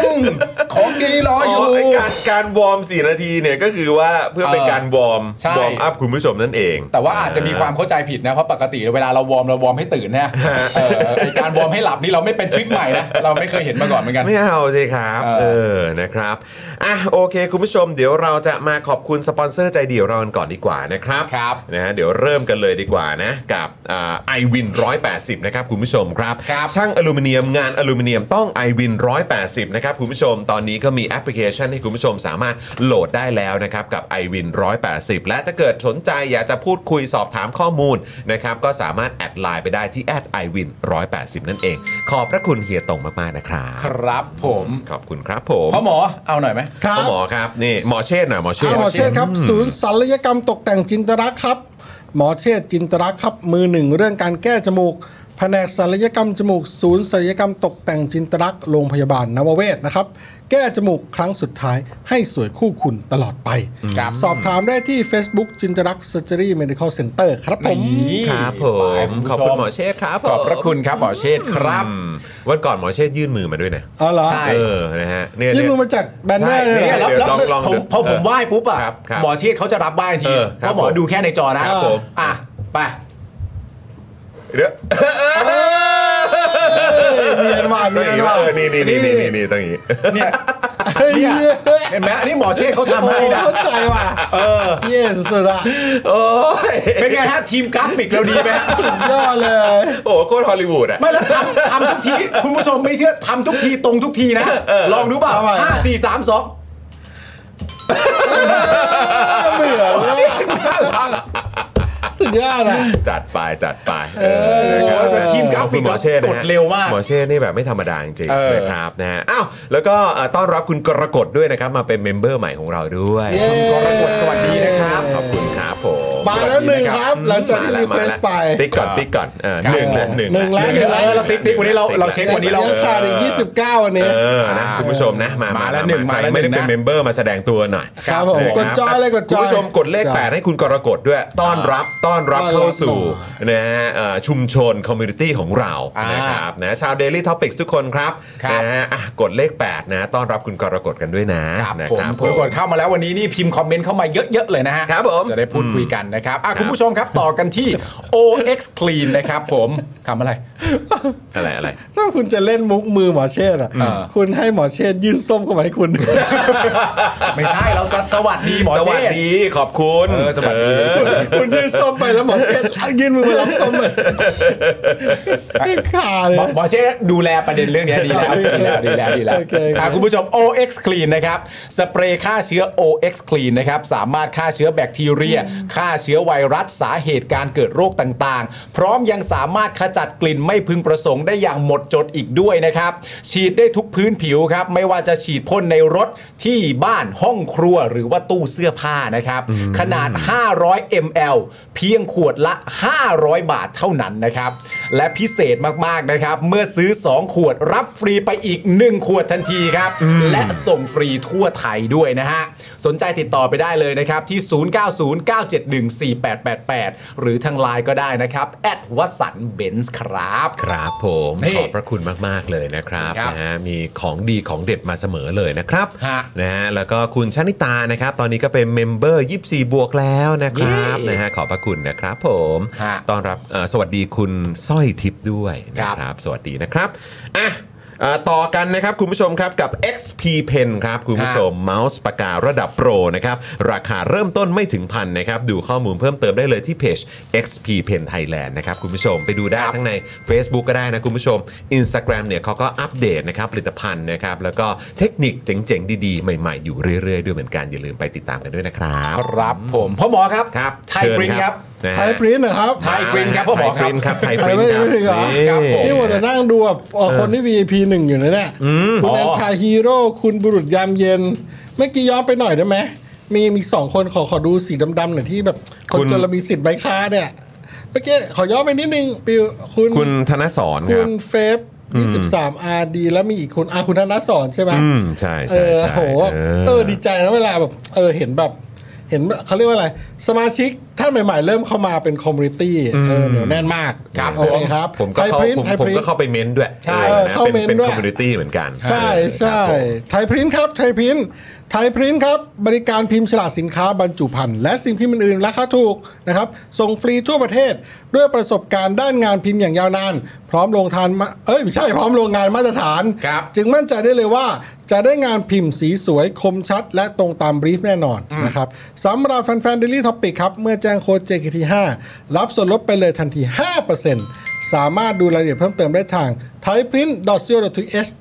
ของดีรออยู่ ไการการวอร์มสี่นาทีเนี่ยก็คือว่าเพื่อเป็น เออ การวอร์ม ใช่ วอร์มอัพคุณผู้ชมนั่นเอง แต่ว่าอาจจะมีความเข้าใจผิดนะเพราะปกติเวลาเราวอร์มเราวอร์มให้ตื่น นะเออไอ้การวอร์มให้หลับนี่เราไม่เป็นทริคใหม่นะเราไม่เคยเห็นมาก่อนเหมือนกัน ไม่เอาสิครับ เออ เออนะครับอ่ะโอเค คุณผู้ชมเดี๋ยวเราจะมาขอบคุณสปอนเซอร์ใจเดียวเรากันก่อนดีกว่านะครับ ครับ นะฮะเดี๋ยวเริ่มกันเลยดีกว่านะกับไอวินร้อยแปนะครับคุณผู้ชมครับ ครับ ช่างอลูมิเนียมงานอลูมิเนียมต้อง i w วิน180 นะครับคุณผู้ชมตอนนี้ก็มีแอปพลิเคชันให้คุณผู้ชมสามารถโหลดได้แล้วนะครับกับ i w วิน180 และถ้าเกิดสนใจอยากจะพูดคุยสอบถามข้อมูลนะครับก็สามารถแอดไลน์ไปได้ที่แอดไอวินร้นั่นเอง ขอบพระคุณเฮียตงมาก ๆ นะครับ ครับผม ขอบคุณครับผม พ่อหมอเอาหน่อยไหม ครับ พ่อหมอครับนี่หมอเชษฐ์หน่อยหมอเชษ อ้าว ฐ์ หมอเชษฐ์ครับ ศูนย์ศัลยกรรมตกแต่งจินตรักษณ์ครับ หมอเชษฐ์จินตรักษณ์ครับ มือหนึ่งเรื่องการแก้จมูก แผนกศัลยกรรมจมูก ศูนย์ศัลยกรรมตกแต่งจินตรักษณ์โรงพยาบาลนวเวศนะครับ แก้จมูกครั้งสุดท้ายให้สวยคู่คุณตลอดไป สอบถามได้ที่ Facebook จินตรักเซอร์เจอรี่เมดิคอลเซ็นเตอร์ครับผม นี่ ครับผม ขอบคุณหมอเชษฐ์ครับผม ขอบพระคุณครับหมอเชษฐ์ครับ อืมวันก่อนหมอเชษฐ์ยื่นมือมาด้วยนะ อ๋อเหรอ ใช่ เออ นะฮะ เนี่ย ยื่น เนี่ย มือมาจากแบนเนอร์ ใช่ เลย เนี่ เหรอยรับ เดี๋ยว รับ ลองลอง ผม ดู พอผมไหว้ปุ๊บอ่ะ ครับครับ หมอเชษฐ์เขาจะรับไหว้ทันที เออค เพ รับ ราะหมอ ผม ดูแค่ในจอนะครับ ผม อ่ะไป เดี๋ยว เนียนว่ะเนียนว่ะ เออนี่นี่นี่นี่นี่นี่ต้องอย่างนี้ เนี่ย เฮ้ย เนี่ยเห็นไหมอันนี่หมอเชษฐ์เขาทำให้นะ เข้าใจว่ะ เออ เยสุดๆอะ โอ้ย เป็นไงฮะ ทีมกราฟิกเราดีไหมฮะ สุดยอดเลย โอ้โหโคตรฮอลลีวูดอ่ะ ไม่แล้วทำทำทุกที คุณผู้ชมไม่เชื่อทำทุกทีตรงทุกทีนะ ลองดูเปล่า เอาไว้ ห้าสี่สามสอง สุดยอดอ่ะ จัดไปจัดไปเออนะครับ แต่ทีมกราฟิก คุณหมอเชษฐ์นะ กดเร็วมาก หมอเชษฐ์นี่แบบไม่ธรรมดาจริง เออๆนะครับนะฮะอ้าวแล้วก็เอ่อต้อนรับคุณกรกฎด้วยนะครับมาเป็นเมมเบอร์ใหม่ของเราด้วย เย้ คุณกรกฎสวัสดีนะครับขอบคุณครับผม มาแล้วหนึ่งครับหลังจากที่รีเควสไป ติ๊กก่อนติ๊กก่อนเออหนึ่งและหนึ่ง หนึ่งละ หนึ่ง เอ ละ อเราติ๊กติ๊กวันนี้เราเราเช็ควันนี้เรา ยังขาดอีก29วันนี้ เออนะคุณผู้ชมนะมา มา มา แล้วหนึ่ง ใคมารแล้ว ไม่ได้ หนึ่งนะเป็นเมมเบอร์มาแสดงตัวหน่อย ครับผม นะ กดจอยเลยกดจอย คุณผู้ชมกดเลข จ้ะ แปดให้คุณกรกฎด้วย ต้อนรับต้ต้อนรับอนรับ เข้าสู่ หน่ นะฮะเอ่อชุมชนคอมมูนิตี้ของเรา อ่าน นะครับนะชาว Daily Topics ทุกคนครับ ครับ นะฮะอ่ะกดเลข 8 นะต้อนรับคุณกรกฎกันด้วยนะครับ นะ ผม ผ คุณ ม กดเข้ามาแล้ววันนี้นี่พิมพ์คอมเมนต์เข้ามาเยอะ ๆ เลยนะฮะ ครับผม จะได้พูดคุยกันนะครับอ่ะคุณผู้ชมครับต่อกันที่ OX Clean นะครับผมคำอะไร อะไรอะไร ถ้าคุณจะเล่นมุกมือหมอเชษฐ์อ่ะ อ่า คุณให้หมอเชษฐ์ยื่นส้มเข้ามาให้คุณ ไม่ใช่เราจะสวัสดีหมอ ส เช วัส ษฐ์ ดีขอบคุณ เออสวัสดี เออ คุณยื่นส้มไปแล้วหมอเชษฐ์ยื่นมือมารับส้มเลยไม่ขาดเล หมอย หมอเชษฐ์ดูแลประเด็นเรื่องเนี้ยดีแล้วดีแล้วดีแล้วดีแล้ว โอเคครับ อ่ะคุณผู้ชม OX Clean นะครับสเปรย์ฆ่าเชื้อ OX Clean นะครับสามารถฆ่าเชื้อแบคทีเรียฆ่าเชื้อไวรัสสาเหตุการเกิดโรคต่างๆ พร้อมยังสามารถขจัดกลิ่นไม่พึงประสงค์ได้อย่างหมดจดอีกด้วยนะครับ ฉีดได้ทุกพื้นผิวครับ ไม่ว่าจะฉีดพ่นในรถที่บ้านห้องครัวหรือว่าตู้เสื้อผ้านะครับ ขนาด 500 ml เพียงขวดละ 500 บาทเท่านั้นนะครับ และพิเศษมากๆนะครับ เมื่อซื้อ 2 ขวดรับฟรีไปอีก 1 ขวดทันทีครับ และส่งฟรีทั่วไทยด้วยนะฮะ สนใจติดต่อไปได้เลยนะครับ ที่ 0909714888 หรือทางไลน์ก็ได้นะครับแอดวสันเบนซ์ครับ ครับผม นี่ ขอบพระคุณมาก ๆ เลยนะครับ ครับ นะฮะมีของดีของเด็ดมาเสมอเลยนะครับ ฮะ นะฮะแล้วก็คุณชนิตานะครับ ตอนนี้ก็เป็นเมมเบอร์ 24 บวกแล้วนะครับ เย้ นะฮะขอบพระคุณนะครับ ผม ฮะ ต้อนรับเอ่อสวัสดีคุณสร้อยทิพย์ด้วยนะค ครั รับ บ สวัสดีนะครับอ่ะเอ่อต่อกันนะครับคุณผู้ชมครับกับ XP Pen ครับคุณผู้ชม เมาส์ปากการะดับโปรนะครับ ราคาเริ่มต้นไม่ถึงพันนะครับ ดูข้อมูลเพิ่มเติมได้เลยที่เพจ XP Pen Thailand นะครับ คุณผู้ชมไปดูได้ ครับ ทั้งใน Facebook ก็ได้นะคุณผู้ชม Instagram เนี่ยเขาก็อัปเดตนะครับผลิตภัณฑ์นะครับ แล้วก็เทคนิคเจ๋งๆ ดีๆ ใหม่ๆ อยู่เรื่อยๆ ด้วยเหมือนกัน อย่าลืมไปติดตามกันด้วยนะครับ ครับผมพ่อหมอครับ ครับ ไทย เชิญ ปรินครับ นะฮะ ไทยปริ้นนะครับ ไทยปริ้นครับพ่อหมอครับ ไทยปริ้นครับไทยปริ้นคไทยรับปริ้นเหรอ ครับผม นี่หมดแต่นั่งดูแบบเอ่อคนที่ VIP หนึ่งอยู่นะเนี่ยคุณ อ๋อ แอนทาฮีโร่คุณบุรุษยามเย็น เมื่อกี้ย้อนไปหน่อยได้ไหม มีมีสองคนขอขอดูสีดำๆหน่อยที่แบบ คน คุณ จนเรามีสิทธิ์ใบค้าเนี่ย เมื่อกี้ขอย้อนไปนิดนึงปิวคุณ คุณธนสรค คุ รับ ณเฟฟ23 RD แล้วมีอีกคนอาคุณธนสอนใช่ไหม อืมใช่ใช่ เออ ใช่ โห เออ เออดีใจนะเวลาแบบ เออเห็นแบบ เห็นเขาเรียกว่าอะไร สมาชิกท่านใหม่ๆ เริ่มเข้ามาเป็นคอมมูนิตี้เออเหนียวแน่นมาก ครับ โอเคครับ ผมก็เข้า ไทยพริ้น ผม ไทย ผ พ ม ริ้น ก็เข้าไปเม้นด้วย ใช่ ออนะ เข้า เป็เม้นน เป็น ด้วคย อมมูนิตี้เหมือนกัน ใช่ใช่ เออครับผม ไทยพริ้นท์ครับไทยพริ้นท์ไทยพริ้นท์ครับ บริการพิมพ์ฉลากสินค้าบรรจุภัณฑ์และสิ่งพิมพ์อื่นๆราคาถูกนะครับ ส่งฟรีทั่วประเทศ ด้วยประสบการณ์ด้านงานพิมพ์อย่างยาวนาน พร้อมลงทานมาเอ้ยไม่ใช่พร้อมโรงงานมาตรฐาน ครับ จึงมั่นใจได้เลยว่าจะได้งานพิมพ์สีสวยคมชัด และตรงตามบรีฟแน่นอนนะครับสำหรับแฟนๆ Daily Topic ครับ เมื่อแจ้งโค้ด JKT5 รับส่วนลดไปเลยทันที 5%สามารถดูรายละเอียดเพิ่มเติมได้ทาง thaiprint.co.th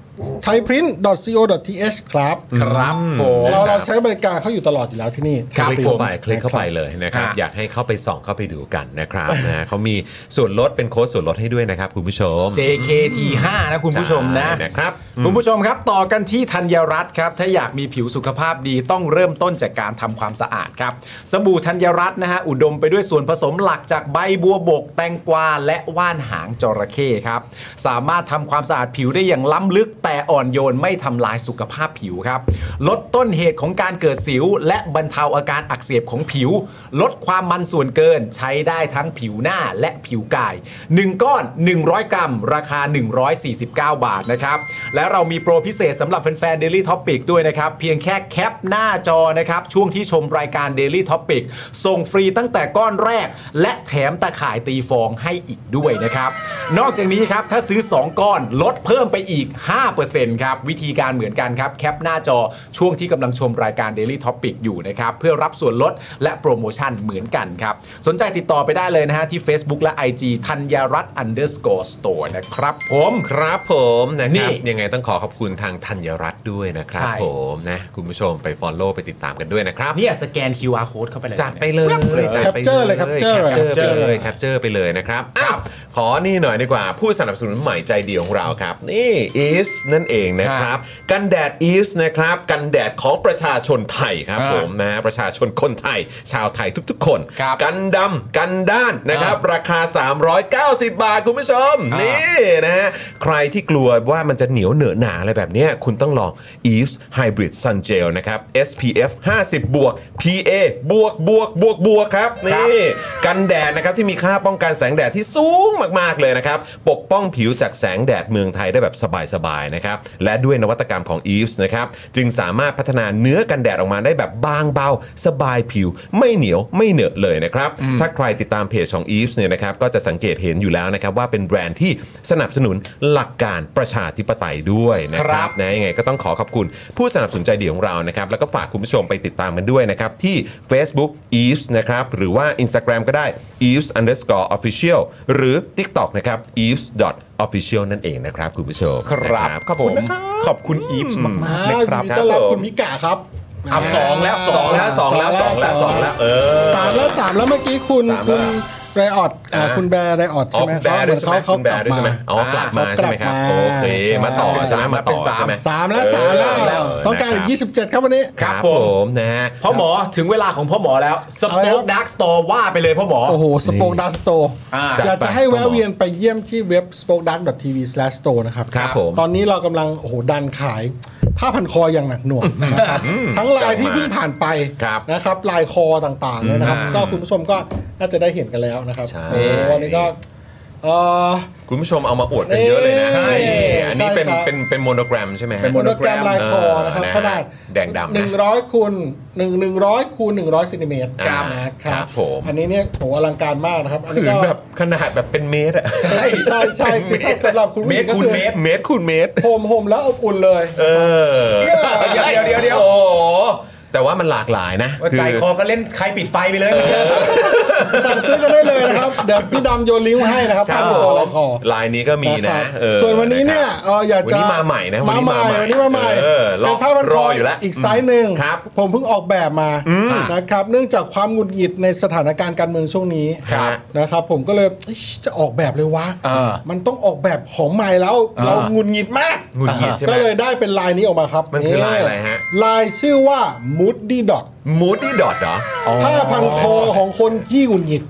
thaiprint.co.th ครับ ครับผม เราเราใช้บริการเขาอยู่ตลอดอยู่แล้วที่นี่ ครับ คลิกเข้าไปคลิกเข้าไปเลยนะครับ ฮะ อยากให้เข้าไปส่องเข้าไปดูกันนะครับนะเขามีส่วนลดเป็นโค้ดส่วนลดให้ด้วยนะครับคุณผู้ชม JKT 5นะคุณผู้ชมนะ ใช่นะครับ คุณผู้ชมครับ ต่อกันที่ธัญรัตน์ครับ ถ้าอยากมีผิวสุขภาพดีต้องเริ่มต้นจากการทำความสะอาดครับ สบู่ธัญรัตน์นะฮะ อุดมไปด้วยส่วนผสมหลักจากใบบัวบก แตงกวา และว่านหางจระเข้ครับ สามารถทำความสะอาดผิวได้อย่างล้ำลึกแต่อ่อนโยนไม่ทำลายสุขภาพผิวครับ ลดต้นเหตุของการเกิดสิว และบรรเทาอาการอักเสบของผิว ลดความมันส่วนเกินใช้ได้ทั้งผิวหน้าและผิวกาย 1 ก้อน 100 กรัม ราคา 149 บาทนะครับ และเรามีโปรพิเศษสำหรับแฟนๆ Daily Topic ด้วยนะครับ เพียงแค่แคปหน้าจอนะครับ ช่วงที่ชมรายการ Daily Topic ส่งฟรีตั้งแต่ก้อนแรก และแถมตะข่ายตีฟองให้อีกด้วยนะครับ นอกจากนี้ครับ ถ้าซื้อ 2 ก้อนลดเพิ่มไปอีก 5% 15%ครับ วิธีการเหมือนกันครับ แคปหน้าจอช่วงที่กำลังชมรายการ Daily Topic อยู่นะครับ เพื่อรับส่วนลดและโปรโมชั่นเหมือนกันครับ สนใจติดต่อไปได้เลยนะฮะ ที่ Facebook และ IG ธัญรัตน์ underscore store นะครับผม ครับผมนะ นี่ ครับยังไงต้องขอขอบคุณทางธัญรัตน์ด้วยนะครับ ใช่ ผมนะคุณผู้ชมไป Follow ไปติดตามกันด้วยนะครับ เนี่ยสแกน QR code เข้าไปเลย จัดไปเลยจัดไป Capture เลย Capture แคปเจอร์ไป เล เลย ย แคปเจอร์ไปเลยนะครับอ้าวขอนี่หน่อยดีกว่า ผู้สนับสนุนใหม่ใจเดียวของเราครับ นี่ Eves นั่นเองนะค ครั รับ บ กันแดด Eves นะครับ กันแดดของประชาชนไทยครับ อ่า ผมนะประชาชนคนไทย ชาวไทยทุกๆ คน ครับ กันดำกันด้านนะครับ อ่า ราคา 390 บาท คุณผู้ชม อ่านี่ นี่นะฮะใครที่กลัวว่ามันจะเหนียวเหนอะหนาอะไรแบบเนี้ยคุณต้องลอง Eves Hybrid Sun Gel นะครับ SPF 50บวก PA บวกบวกบวกบวกครับ ครับ นี่ กันแดดนะครับ ที่มีค่าป้องกันแสงแดดที่สูงมาก ๆ เลยนะครับ ปกป้องผิวจากแสงแดดเมืองไทยได้แบบสบาย ๆ นะครับ และด้วยนวัตกรรมของ Eves นะครับ จึงสามารถพัฒนาเนื้อกันแดดออกมาได้แบบบางเบา สบายผิวไม่เหนียวไม่เหนอะเลยนะครับ ถ้าใครติดตามเพจของ Eves เนี่ยนะครับ ก็จะสังเกตเห็นอยู่แล้วนะครับ ว่าเป็นแบรนด์ที่สนับสนุนหลักการประชาธิปไตยด้วยนะค ครั รับ บ นะยังไงก็ต้องขอขอบคุณผู้สนับสนุนใจเดียวของเรานะครับ แล้วก็ฝากคุณผู้ชมไปติดตามกันด้วยนะครับ ที่ Facebook Eves นะครับ หรือว่า Instagram ก็ได้ Eves underscore official หรือ TikTok นะครับ Eves dot official นั่นเองนะครับคุณผู้ชม ครับ นะ ขอบคุณนะครับขอบคุณอีฟมากมากๆนะ อ้าว ครั ยิ บ นดีต้อนรับ ครับผม คุณมิกาครับ เอาสองแล้วส ส อ องง แล้ แล้ว วสองแล้วสองแล้วสองแล้วเออ สามแล้วสามแล้วเมื่อกี้คุณ สามคุแล้ว ณไรออดอ่า อ่า คุณแบร์ไรออดใช่ไหม อ๋อ เขาเหมือนเขาเขา คุณ ก แบ ลับ ร์ด้วย มา ใช่ไหมอ๋อกลับมาใช่ไหมครับ เขากลับมา โอเคมาต่อใช่ไหมมาต่อใช่ไหม สามแล้วสามแล้ว เ ต้องการอีก 27 ครับวันนี้ ค ครั รั บบ ผ ผม มนะฮะ พ่อหมอถึงเวลาของพ่อหมอแล้วส เอาแล้ ปอ ว คดักสตอว่าไปเลยพ่อหมอ โอ้โหสป o อ e ดักสโตร์ อ่า อยากจะจัดไป ให้แวะเวียนไปเยี่ยมที่เว็บ spoke dark tv store นะครับ ครับผม ตอนนี้เรากำลังโอ้โหดันขายผ้าพันคออย่างหนักหน่วงนะครับทั้งลายที่เพิ่งผ่านไป ครับ นะครับลายคอต่างๆเนี่ยนะครับ ก็คุณผู้ชมก็น่าจะได้เห็นกันแล้วนะครับโอ้โหอันนี้ก็เอ่อ คุณผู้ชมเอามาอวดกันเยอะเลยนะ ใช่ อันนี้เป็น ใช่ครับ เป็นเป็นโมโนแกรมใช่ไหมฮะ เป็นโมโนแกรมลายคอนะครับ เออนะฮะ ขนาด แดงดำนะ หนึ่งร้อยคูณหนึ่งหนึ่งร้อยคูณหนึ่งร้อยเซนติเมตร ครับ นะค ครั รับบ ผม อันนี้เนี่ยโหอลังการมากนะครับอัน ผื นี้ น ก็ แบบขนาดแบบเป็นเมตรอะ ใช่ใช่ใช่คือถ้าสำหรับคุณผู้หญิงก็อ เมตรคูณเมตร โฮมโฮมแล้วอบอุ่นเลย เออ เดี๋ยวเดี๋ยวเดี๋ยวเดี๋ยว โอ้โหแต่ว่ามันหลากหลายนะ ว่าใจคอก็เล่นใครปิดไฟไปเลยมันเยอะครับ สั่งซื้อกันได้เลยนะครับ เดี๋ยวพี่ดำโยนลิงก์มาให้นะครับ ครับ ภาพ ผ โปรไล ม น์คอ ลายนี้ก็มี ค นะ รับ เออ ส่วนวันนี้เนี่ย ะค เอ รัอบอยากจะ วันนี้มาใหม่นะวันนี้ มาใหม่ มาใหม่ วันนี้มาใหม่ เออรอ เป็นภาพพันค ร อ ออยู่แล้ว อีกไซส์หนึ่ง ครับ ผมเพิ่งออกแบบมานะครับ เนื่องจากความหงุดหงิดในสถานการณ์การเมืองช่วงนี้ ครับ นะครับ ผมก็เลยเอ้ยจะออกแบบเลยวะ เออ มันต้องออกแบบของใหม่แล้วเราหงุดหงิดมาก หงุดหงิดใช่ไหม ก็เลยได้เป็นลายนี้ออกมาครับ มันคือลายอะไรฮะ ลายชื่อว่า Moody Dot มูดดี้ดอทเหรอ ผ้าพันคอของคนขี้หงุด หงิด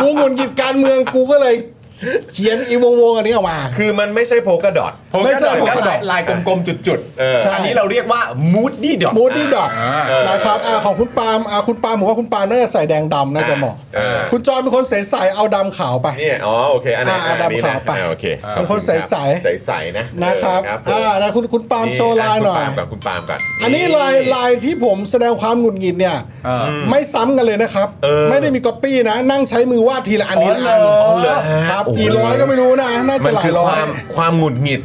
กูหงุดหงิดการเมืองกูก็เลย เขียนอีวงวงๆอันนี้ออกมา คือมันไม่ใช่โพกระดอท ผม ไม่ ก็ ใช่ เดินผก็มก็เดิ ลาย น ลายกลมๆจุด เออ ๆอันนี้เราเรียกว่า moody dot มูดดี้ดอกนะครับอ่าของคุณปาล์มอ่าคุณปาล์มผมว่าคุณปาล์มน่าจะใส่แดงดำน่าจะเหมาะ เออ คุณจอยเป็นคนใสๆเอาดำขาวไป เนี่ยอ๋อโอเคอันไหน อ่า อันนี้ ดำขา นะ วไป อ่าโอเค บางคนใสๆ ใสๆนะ นะครับ เผม อ่านะคุณคุณปาล์มโชว์ลายหน่อย คุณปล์มกับคุณปาล์มก่อน อันนี้ลายลายที่ผมแสดงความหงุดหงิดเนี่ยไม่ซ้ำกันเลยนะครับ เออ ไม่ได้มีก๊อปปี้นะ นั่งใช้มือวาดทีละอันนี้ละอัน อ๋อเหรอ ครับกี่ร้อยก็ไม่รู้นะน่า มั จะ น หลา คื ย อ ร้อยวคามความหงุดหงิด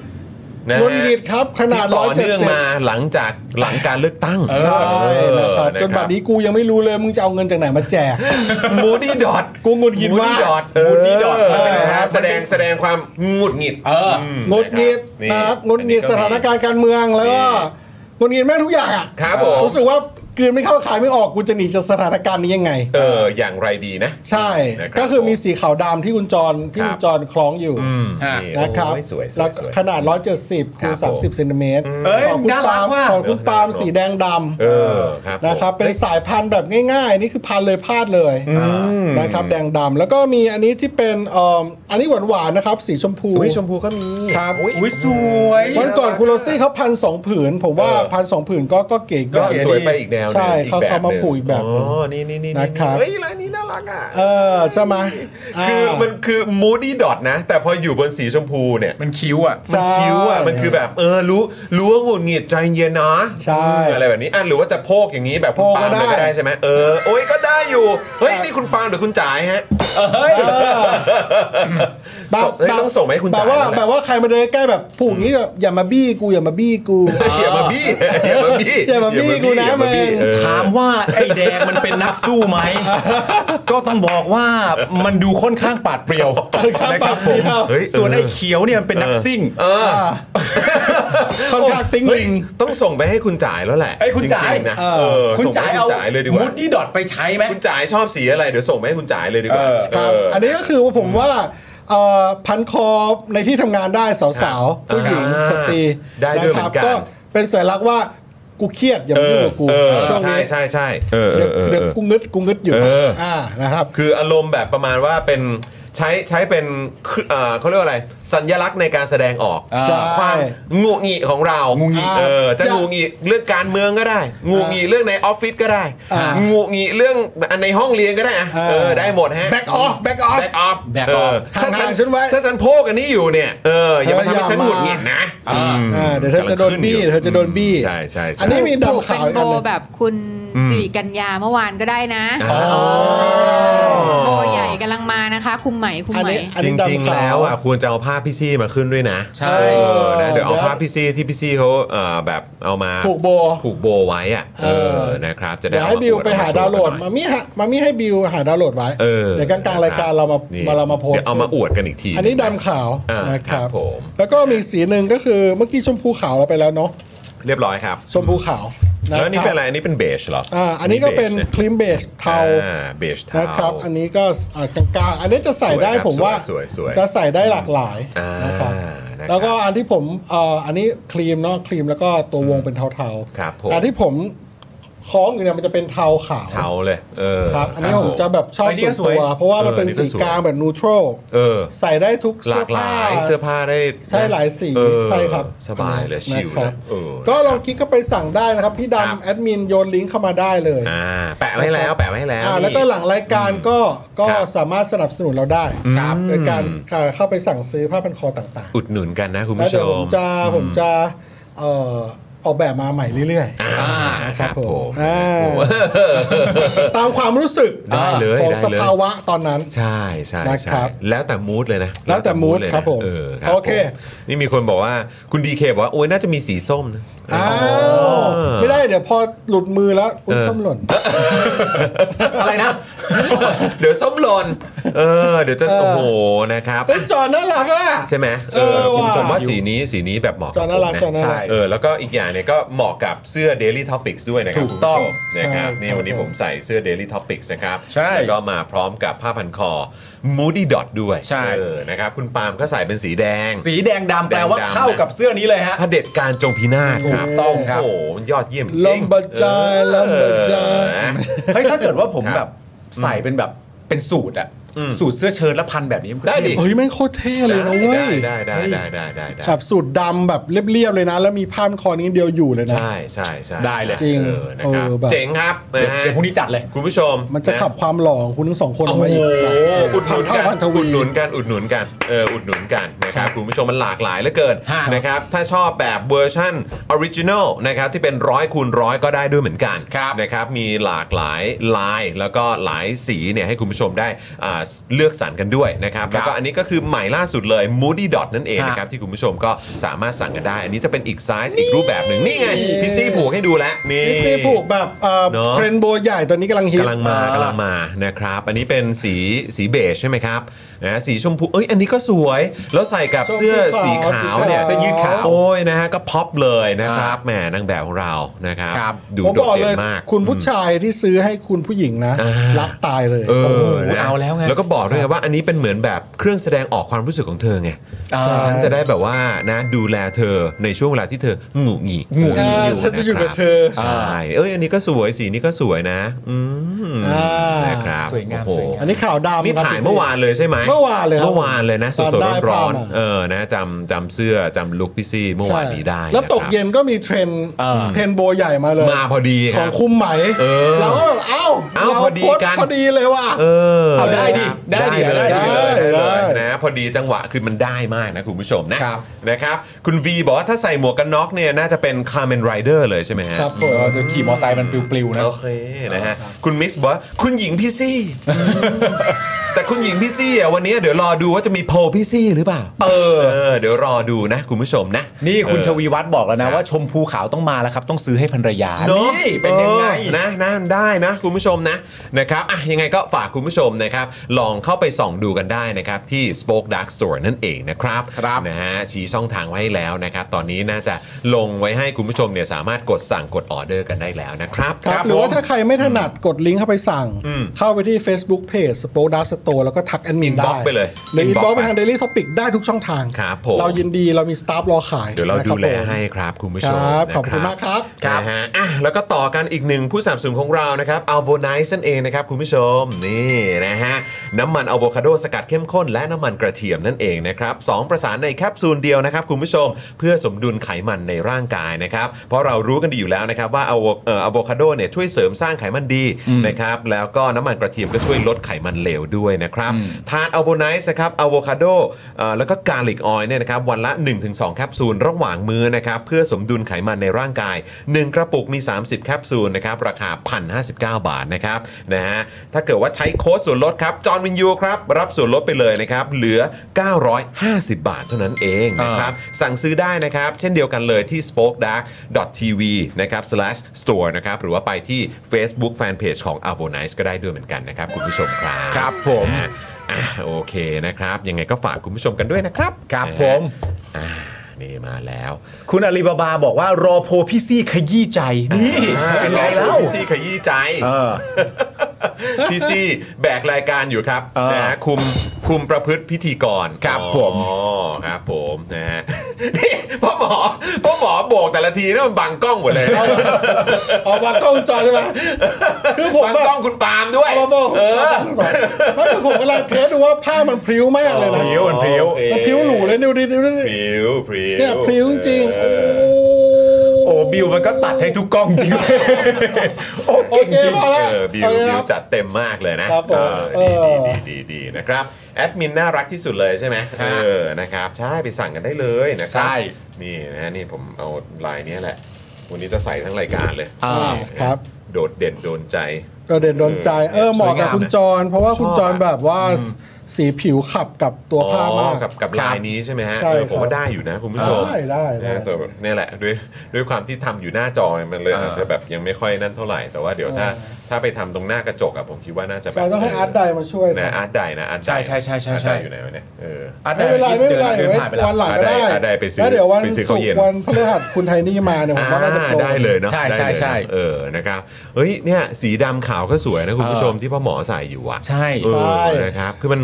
นะฮะ หงุดหงิดครับ ขนาด ที่ ร้ ต่ อ อย เจ็ด เนื่อง สิบ มาหลังจากหลังการเลือกตั้ง ใช่นะครับจนบัดนี้กูยังไม่รู้เลยมึงจะเอาเงินจากไหนมาแจก มูดี้ดอท กูหงุดหงิดมาก ดอทมูดี้ดอทแสดงแสดงความหงุดหงิด เออหมงุดหงิดนะครับหงุดหงิดสถานการณ์การเมืองแล้วก็หงุดหงิดแม่งทุกอย่างอ่ะ ครับผม รู้สึกว่ากลืนไม่เข้าคายไม่ออกกูจะหนีจากสถานการณ์นี้ยังไง เอออย่างไรดีนะ ใช่ นะครับ ก็คือมีสีขาวดำที่คุณจรที่ ค คุ รั ณ บ จรคล้องอยู่ อืม นะครับ โอ้ยสวยสว แล้ ยว สวย ขนาด 170 ครั คู บ ณ ผม 30เซนติเมตร เอ้ย ของคุณ น่ารั ปาก ล์ม ว่ะ ของคุณปาล์ม เออ สีแดงดำเออครับผม นะครับเป็นสายพันธุ์แบบง่ายๆ นี่คือพันธุ์เลยพาดเลย ม นะครับแดงดำแล้วก็มีอันนี้ที่เป็นเอิ่มอันนี้หวานๆนะครับ สีชมพู อุ้ยชมพูก็มี ครับ อุ้ยสวย วันก่อนคุณโรซี่เขาพันสองผืน ผมว่า เออ พันสองผืนก็ก็เก๋ ก็ ไก่ สวยไปอีกแนว วหนึ่ ใช่ งอีก เขา แบบ เขามา หนึ่ง ผูกอีกแบบหนึ่ง อ๋อนี่นี่นี่นี่ นะครับ เฮ้ยร้านนี้น่ารักอ่ะ เออใช่ไหมอ่า คือมันคือ moody dot นะ แต่พออยู่บนสีชมพูเนี่ย มันคิ้วอ่ะ มันคิ้วอ่ะ ใช่ มันคือแบบ เออ รู้รู้ว่าหงุดหงิดใจเย็นนะ ใช่ อะไรแบบนี้อ่ะหรือว่าจะโพกอย่างนี้แบบ โพก คุณปาล์มเลย ก็ ก็ ได้ ได้ใช่ไหมเออ โอ้ยก็ได้อยู่ เฮ้ย นี่คุณปาล์มหรือคุณจ๋ายฮะส่งเฮ้ยต้องส่งไปให้คุณ แบ จ๋า บว่า แล้วแห แบ ละ บว่าใครมาเดินใกล้แบบผูกอย่างนี้แบบอย่ามาบี้กูอย่ามาบี้กู อย่ามาบี้อย่ามาบี้ อย่ามาบี้กูนะ อย่าาบี้ มึง เออ ถามว่าไอ้แดงมันเป็นนักสู้ไหม ก็ต้องบอกว่ามันดูค่อนข้างปาดเปรียวนะครับผม เฮ้ยเออ ส่วนไอ้เขียวเนี่ยมันเป็นนักซิ่ง ค่อนข้างติ๊ง เฮ้ย ลิง ต้องส่งไปให้คุณจ๋ายแล้วแหละ ไอ้ยคุณจ๋าย ริงๆนะ เอ เอ อ อ คุณ ส่งไป จ๋าย ให้ เอา คุณจ๋ายเลยดีกว่า มูดดี้ดอทไปใช้ไหม คุณจ๋ายชอบสีอะไร เดี๋ยวส่งไปให้คุณจ๋ายเลยดีกว่า เออ ครับ เ อันนี้ก็คือว่าผมว่าเอ่อพันคอในที่ทำงานได้สาวๆ ครับ ผู้หญิง อ่า สตรี ได้ด้วย ะครับ เหมือนกัน ก็เป็นสัญลักษณ์ว่ากูเครียดอย่า เอ มายุ่ อง กับกู เออ ช่วง ใช่ นี้ ใช่ใช่เออเอ เดี๋ยว อเออ เดี๋ยว เออ กูงึดกูงึดอยู่ เอออ่ ่านะครับ คืออารมณ์แบบประมาณว่าเป็นใช้ใช้เป็นคือเอ่อเขาเรียกว่าอะไร สัญลักษณ์ในการแสดงออก ใช่ ความงุงิของเรางุงิเออจะ อย่าง งุงิเรื่องการเมืองก็ได้งุงิเรื่องในออฟฟิศก็ได้ อ่าง ุงิเรื่องในห้องเรียนก็ได้อะ อ่า เออได้หมดฮะ back off back off back off back เออ off ถ้า ห่างๆ ฉัน ฉันไว้ ถ้าฉันโพกอันนี้อยู่เนี่ยเอออย่ามา เออ ทำอย่าให้ฉันหงุด มา หงิดนะม อ่าเดี๋ยวเธอจะโดนบี้ กำลังขึ้อยู่ เธอจะโดนบี้ ใช่ใช่ อั ใช่ นนี้มี ปลูกเป็ดำขาน วอีก โบ อันหนึง แบบคุณสิริกัญญาเมื่อวานก็ได้นะ อ๋อ โบใหญ่กำลังมานะคะ คุมไหมคุม อัน ไหม นี้อัน จ นี้ ริง ดำ ๆ ขาว แล้วอ่ะควรจะเอาภาพพี่ซี่มาขึ้นด้วยนะ ใช่ เออนะเดี๋ยวเอา เดี๋ยว ภาพพี่ซี่ที่พี่ซี่เขาเอ่อแบบเอามา ผูกโบ ผูกโบไว้อ่ะเอ เออ อนะครับ จะได้ เดี๋ยวให้ เอม บิวไปหา เอมโช ดาวน์โหลด กัน มา น่อย มิฮะมามิให้บิวหาดาวน์โหลดไว้ เออ เดี๋ยวกลางๆรายการเรามา นี่ มาเรามาโพสต์ ดี๋ยวเอามาอวดกันอีกที อันนี้ดำขาว อ่ นะค ครั รั บบ ผม แล้วก็มีอีกสีหนึ่งก็คือเมื่อกี้ชมพูขาวเราไปแล้วเนาะ เรียบร้อยครับ ชมพูขาวะ แล้วอันนี่ คบ เป็นอะไรอันนี้เป็นเบจเหรอ อ่า อ่า อันนี้ก็เป็นครีมเบจเทา เบจเทา นะครับ อันนี้ก็อ่ากลางๆอันนี้จะใส่ได้ สวยครับ ผมว่า สวยสวย จะใส่ได้หลากหลาย อ่าน นะครับ นะครับ แล้วก็อันที่ผมเอ่ออันนี้ครีมเนาะครีมแล้วก็ตัววงเป็นเทาๆ ครับผม อันที่ผมคล้องอยู่เนี่ยมันจะเป็นเทาขาว เทาเลยเออ ครับ อันนี้ ครับ ผมจะแบบชอบ อันนี้ ส่วนก็สวย ตัว เพราะว่ามัน เออ เป็น นี่ก็ สี สวย กลางแบบนูโตร เออ ใส่ได้ทุก ห เสื้อกผ้าลาหลายเสื้อผ้าได้ ใช่หลายสี เออ ใช่ครับ สบายเลยชิล นะค เล รั ย บ เออ ก็ลองคลิกเข้าไปสั่งได้นะครับ พี่ ครับ ดำแอดมินโยนลิงก์เข้ามาได้เลย อ่าแปะไว้ให้แล้วแปะไว้ให้แล้ว อ่า นี่ แล้วก็หลังรายการก็ก็ ครับ สามารถสนับสนุนเราได้ ครับ โดยการเอ่อเข้าไปสั่งซื้อผ้าพันคอต่าง อุดหนุนกันนะคุณ ๆ แล้ว ผู้ช เดี๋ยวผม มจะผมจะเอ่อออกแบบมาใหม่เรื่อยๆ อ่า นะ ค ค รั รั บบ ผ ผม มอ่าตามความรู้สึก ได้เลย ของ ได้เลย สภาวะตอนนั้น ใช่ใช่ นะค ใช่ รับ แล้วแต่มูดเลยนะ แล้วแต่ mood เลยนะครับ ผม เออรับ โอเค ผมนี่มีคนบอกว่าคุณดีเคบอกว่าโอ้ยน่าจะมีสีส้มนะ อ้าวไม่ได้เดี๋ยวพอหลุดมือแล้วอุ้ย เออ ส้มหล่น อะไรนะ เดี๋ยวส้มหล่นเออ เดี๋ยวจะ เออ โอ้โหนะครับ เป็นจอน่ารักอ่ะ ใช่ไหมเออ เออ ผม ว่ะ ผมว่าสีนี้สีนี้แบบเหมาะกับ จอน่ารัก ผมะ จอน่ารัก ใช่เออแล้วก็อีกอย่างเนี่ยก็เหมาะกับเสื้อ Daily Topics ด้วยนะครับ ถูกต้อง คุณผู้ชมนะครับ ใช่ นี่วันนี้ ครับ ผมใส่เสื้อ Daily Topics นะครับ ใช่ แล้วก็มาพร้อมกับผ้าพันคอ Moody Dot ด้วย ใช่ เออนะครับคุณปาล์มก็ใส่เป็นสีแดง สีแดงดำแปลว่า แดงดำ เข้ากับเสื้อนี้เลยฮะ พระเผด็จการจงพินาศครับ ถูกต้องครับ โอ้โหมันยอดเยี่ยมจริง ลำบากใจลำบากใจ เออ เฮ้ยถ้าเกิดว่าผม ครับ แบบใส่เป็นแบบเป็นสูตรอะ อืม สูตรเสื้อเชิ้ตและพันแบบนี้มันก็ ได้ดิ เท่ เฮ้ยแม่งโคตรเท่เลยนะเว้ ได้ ย ได้ได้ได้ได้ได้ได้ แบบสูตรดำแบบเรียบๆเลยนะ แล้วมีผ้าพันคอนี้เดียวอยู่เลยนะ ใช่ใช่ใช่ ได้เลย จริง เออนะครับ เออแบบ เจ๋งครับ เดี๋ยว นะฮะ เดี๋ยวพรุ่งนี้จัดเลย คุณผู้ชม มันจะขับความหล่อของคุณทั้งสองคนอ โอ้ อก โห มาอีก อุดหนุน เท่า กัน พันท อุ วี ดหนุนกันอุดหนุนกันเอออุดหนุนกันนะครับคุณผู้ชมมันหลากหลายเหลือเกิน ฮะ นะครับถ้าชอบแบบเวอร์ชั่นออริจินอลนะครับที่เป็นร้อยคูณร้อยก็ได้ด้วยเหมือนกัน ครับ นะครับมีหลากหลายลายแล้วก็หลายสีเนี่ยให้คุณผู้ชมได้อ่าเลือกสรรกันด้วยนะครับ ครับ แล้วก็อันนี้ก็คือใหม่ล่าสุดเลย Moody Dot นั่นเอง ฮะ นะครับที่คุณผู้ชมก็สามารถสั่งกันได้ อันนี้จะเป็นอีกไซส์อีกรูปแบบหนึ่งนี่ไงพี่ซี่ผูกให้ดูแล้วนี่ นี่ซีผูกแบบเอ่อ เนอะ เทรนด์โบใหญ่ตอนนี้กำลังฮิต กำลังมา อ่าก กำลังมานะครับ อันนี้เป็นสีสีเบจใช่ไหมครับนะสีชมพูเอ้ยอันนี้ก็สวย แล้วใส่กับเสื้อสีขาวเนี่ย เสื้อยืดขาว โอ้ยนะฮะก็พ็อปเลยนะครับ อ่า แหมนางแบบของเรานะครับ ครับ ดู ผม โด บ ด อก เด่ เลย นมาก คุณผู้ชายที่ซื้อให้คุณผู้หญิงนะ อ่ารั รักตายเลย เออ โอ้โห นะ เอาแล้วไง แล้วก็บอกด้วยไงว่าอันนี้เป็นเหมือนแบบเครื่องแสดงออกความรู้สึกของเธอไง อ่า ฉันจะได้แบบว่านะดูแลเธอในช่วงเวลาที่เธอหงุดหงิด อ่าฉันจะอยู่กับเธอ ใช่เอ้ยอันนี้ก็สวยสีนี้ก็สวยนะอืม อ่า นะครับ สวยงาม โอ้โห สวยงาม อันนี้ข่าวดำ นี่ ครับ ถ่าย พี่ เมื่อวานเลยใช่ไหม เมื่อวานเลยครับ เมื่อวานเลยนะสด จำได้ ๆร้อน ภาพ ๆ อะ เออนะจำจำเสื้อจำลุคพี่ซี่เมื่อวานนี้ได้ ใช่แล้วตกเย็นก็มีเทรนด์ เออ เทรนด์โบใหญ่มาเลย มาพอดีค ข รั อบ งคุมไหม เออ เราก็แบบเอ้า เอ้า เรา พอดี โพสต์ กัน พอดีเลยว่ะ เออ เอาได้ดิได้ดิ ได้เลยได้เลย ได้ ได้ ได้ เลยนะพอดีจังหวะคือมันได้มากนะคุณผู้ชมนะครับ นะครับ คุณวีบอกว่าถ้าใส่หมวกกันน็อกเนี่ยน่าจะเป็นคาร์เมนไรเดอร์เลยใช่ไหมฮะ ครับ เออจะขี่มอไซค์มันปลิวๆนะ โอเคนะฮะคุณมิกซ์บอกว่าคุณหญิงพี่ ซี่ แต่คุณหญิงพี่ซี่อ่ะวันนี้เดี๋ยวรอดูว่าจะมีโพลพี่ซี่หรือเปล่า เออ เออ เดี๋ยวรอดูนะคุณผู้ชมนะ นี่คุณ เออ ชวีวัฒน์บอกแล้วนะว่าชมพูขาวต้องมาแล้วครับ ต้องซื้อให้ภรรยา อะ นี่เป็นยังไง ออนะนะได้นะคุณผู้ชมนะนะครับอ่ะยังไงก็ฝากคุณผู้ชมนะครับ ลองเข้าไปส่องดูกันได้นะครับที่ Spoke Dark Store นั่นเองนะครับ ครับ นะฮะชี้ช่องทางไว้ให้แล้วนะครับ ตอนนี้น่าจะลงไว้ให้คุณผู้ชมเนี่ยสามารถกดสั่งกดออเดอร์กันได้แล้วนะครับ ครับหรือว่าถ้าใครไม่ถนัดกดลิงก์เข้าไปสั่ง อืม เข้าไปที่ Facebook Page Spoke Dark Store แล้วก็ทักแอดมิน Inbox ได้ ไปเลย หรือ Inbox inbox ไป ไป ทาง Daily Topic ได้ทุกช่องทาง ครับผม เรายินดีเรามีสตาฟรอขาย เดี๋ยวเรา นะค ดู บ แล ผม ให้ครับคุณผู้ชม ครับ นะ ขอบคุณมากครับ นะฮะอ่ะแล้วก็ต่อกันอีกหนึ่งผู้สนับสนุนของเรานะครับอัลโบไนซ์นั่นเองนะครับคุณผู้ชมนี่นะฮะน้ำมันอะโวคาโดสกัดเข้มข้นและน้ำมันกระเทียมนั่นเองนะครับสองประสานในแคปซูลเดียวนะครับคุณผู้ชมเพื่อสมดุลไขมันในร่างกายนะครับเพราะเรารู้กันดีอยู่แล้วนะครับว่าอะโวเอ่ออะโวคาโดเนี่ยช่วยเสริมสร้างไขมันดีนะครับแล้วก็น้ำมันกระเทียมก็ช่วยลดไขมันเหลวด้วยนะครับทานอัลโบไนซ์นะครับอะโวคาโด เอ่อแล้วก็กาลิกออยเนี่ยนะครับวันละ 1-2 แคปซูลระหว่างมื้อนะครับเพื่อสมดุลไขมันในร่างกาย 1 กระปุกมี 30 แคปซูลนะครับราคา 1,059 บาทนะครับนะฮะถ้าเกิดว่าใช้โค้ดส่วนลดครับจอห์นวินยูครับ รับส่วนลดไปเลยนะครับ เหลือ 950 บาทเท่านั้นเองนะครับสั่งซื้อได้นะครับ เช่นเดียวกันเลยที่ spoke dark tv นะครับ slash store นะครับหรือว่าไปที่ Facebook Fanpage ของ a v o n i c e ก็ได้ด้วยเหมือนกันนะครับคุณผู้ชมครับ ครับผม นะฮะอ่ะโอเคนะครับ ยังไงก็ฝากคุณผู้ชมกันด้วยนะครับ ครับ นะฮะ ผม อ่านี่มาแล้ว คุณอาลีบาบาบอกว่ารอโพลพี่ซี่ขยี้ใจนี่เป็นไงเล่า พี่ซี่ขยี้ใจพี่ซี่แบกรายการอยู่ครับ เออ นะฮะคุมคุมประพฤติพิธีกร ครับผม อ๋อครับผมนะฮะ นี่พ่อหมอพ่อหมอโบกแต่ละทีนี่มันบังกล้องหมดเลยนะ เอามากล้องวงจอใช่ไหมคือผม บัง แบบ กล้องคุณปาล์มด้วย เอามาบอก เออ ถ้าเกิดผมกำลังเทสดูว่าผ้ามันพริ้วมากเลยนะ พริ้วมันพริ้ว มันพริ้วหนูเลยดูดิดูดิ พริ้วพริ้ว เนี่ยพริ้วจริง เออ โอ้บิวมันก็ตัดให้ทุกกล้องจริง โอ้ โอ เก่ง เค จริง พอแล้ว เออบิว โอเค บิ คว รับ จัดเต็มมากเลยนะครับ ผม เออดีดีดีดีนะครับแอดมินน่ารักที่สุดเลยใช่ไหมเออนะครับใช่ไปสั่งกันได้เลยนะครับ ใช่ นี่นะฮะนี่ผมเอาลายเนี้ยแหละ วันนี้จะใส่ทั้งรายการเลย อ่า นี่นะครับ โดดเด่นโดนใจ โดดเด่นโดนใจเออเหมาะกับ สวยงาม คุณ นะ จร เพราะว่าคุณ ชอบ จร อะ แบบว่าสีผิวขับกับตัวผ้ามาก กับกับลายนี้ใช่ไหมฮะ ใช่ เออผมคว่ารับ ได้อยู่นะคุณผู้ชม ได้ได้ได้ นะแต่แบบเนี่ยแหละด้วยด้วยความที่ทำอยู่หน้าจอมันเลย อ่า อาจจะแบบยังไม่ค่อยนั่นเท่าไหร่แต่ว่าเดี๋ยวถ้าถ้าไปทำตรงหน้ากระจกอะผมคิดว่าน่าจะแบ เรา บ ต้องให้อาร์ตไดมาช่วย นะอาร์ตไดนะอาร์ตได ใช่ใช่ใช่ใช่ อาร์ต ใช่ ไดอยู่ไหนวะเนี่ยเออ อ่ะ ไม่เป็นไรไม่เป็นไร ดิ ไว้ ผ่านไปแล้ว วันหลัง อาร์ ก็ ตได ได้ อาร์ตไดไปซื้อ แล้วเดี๋ยววัน ไปซื้อ ศุ ข้าว ก เย็น ร์วันพฤหัสคุณไทนี่มาเนี่ยผมว่าน่าจะโปร ได้เลยเนาะ ใช่ใช่ ได้เลยเนอะ ใช่ เออนะครับเฮ้ยเนี่ยสีดำขาวก็สวยนะคุณผู้ชม เออ ที่พ่อหมอใส่อยู่อ่ะ ใช่ เอ ใช่ อนะครับคือมัน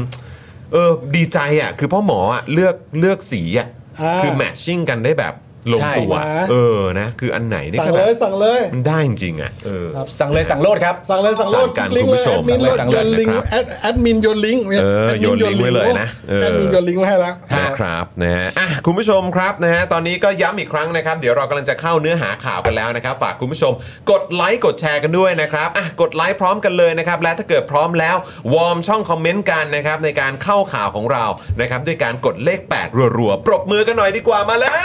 เออดีใจอ่ะคือพ่อหมออ่ะเลือกเลือกสีอ่ะ อ่า คือแมทชิ่งกันได้แบบลงตัว ใช่นะ เออนะคืออันไหนนี่ สั่ง ก็แบ เล บ ยสั่งเลย มันได้จริงๆอ่ะเออ สั่งเลยสั่งโลดครับ สั่งเลยสั่งเลย สั่งกัน ลิงก์เลย คุณผู้ชม แอดมิน สั่งเลยสั่งเลย ลิงก์ นะครับ แอดแอดมินโยนลิงก์ เออ แดมิ โยนลิงก์ไว้เลยนะเออ แอดมินโยนลิงก์ไว้ให้แล้ว นะครับนะฮะอ่ะคุณผู้ชมครับนะฮะตอนนี้ก็ย้ำอีกครั้งนะครับ เดี๋ยวเรากำลังจะเข้าเนื้อหาข่าวกันแล้วนะครับ ฝากคุณผู้ชม กดไลค์กดแชร์กันด้วยนะครับอ่ะกดไลค์พร้อมกันเลยนะครับ และถ้าเกิดพร้อมแล้ว วอร์มช่องคอมเมนต์กันนะครับ ในการเข้าข่าวของเรานะครับ ด้วยการกดเลข 8 รัวๆ ปรบมือกันหน่อยดีกว่ามาแล้ว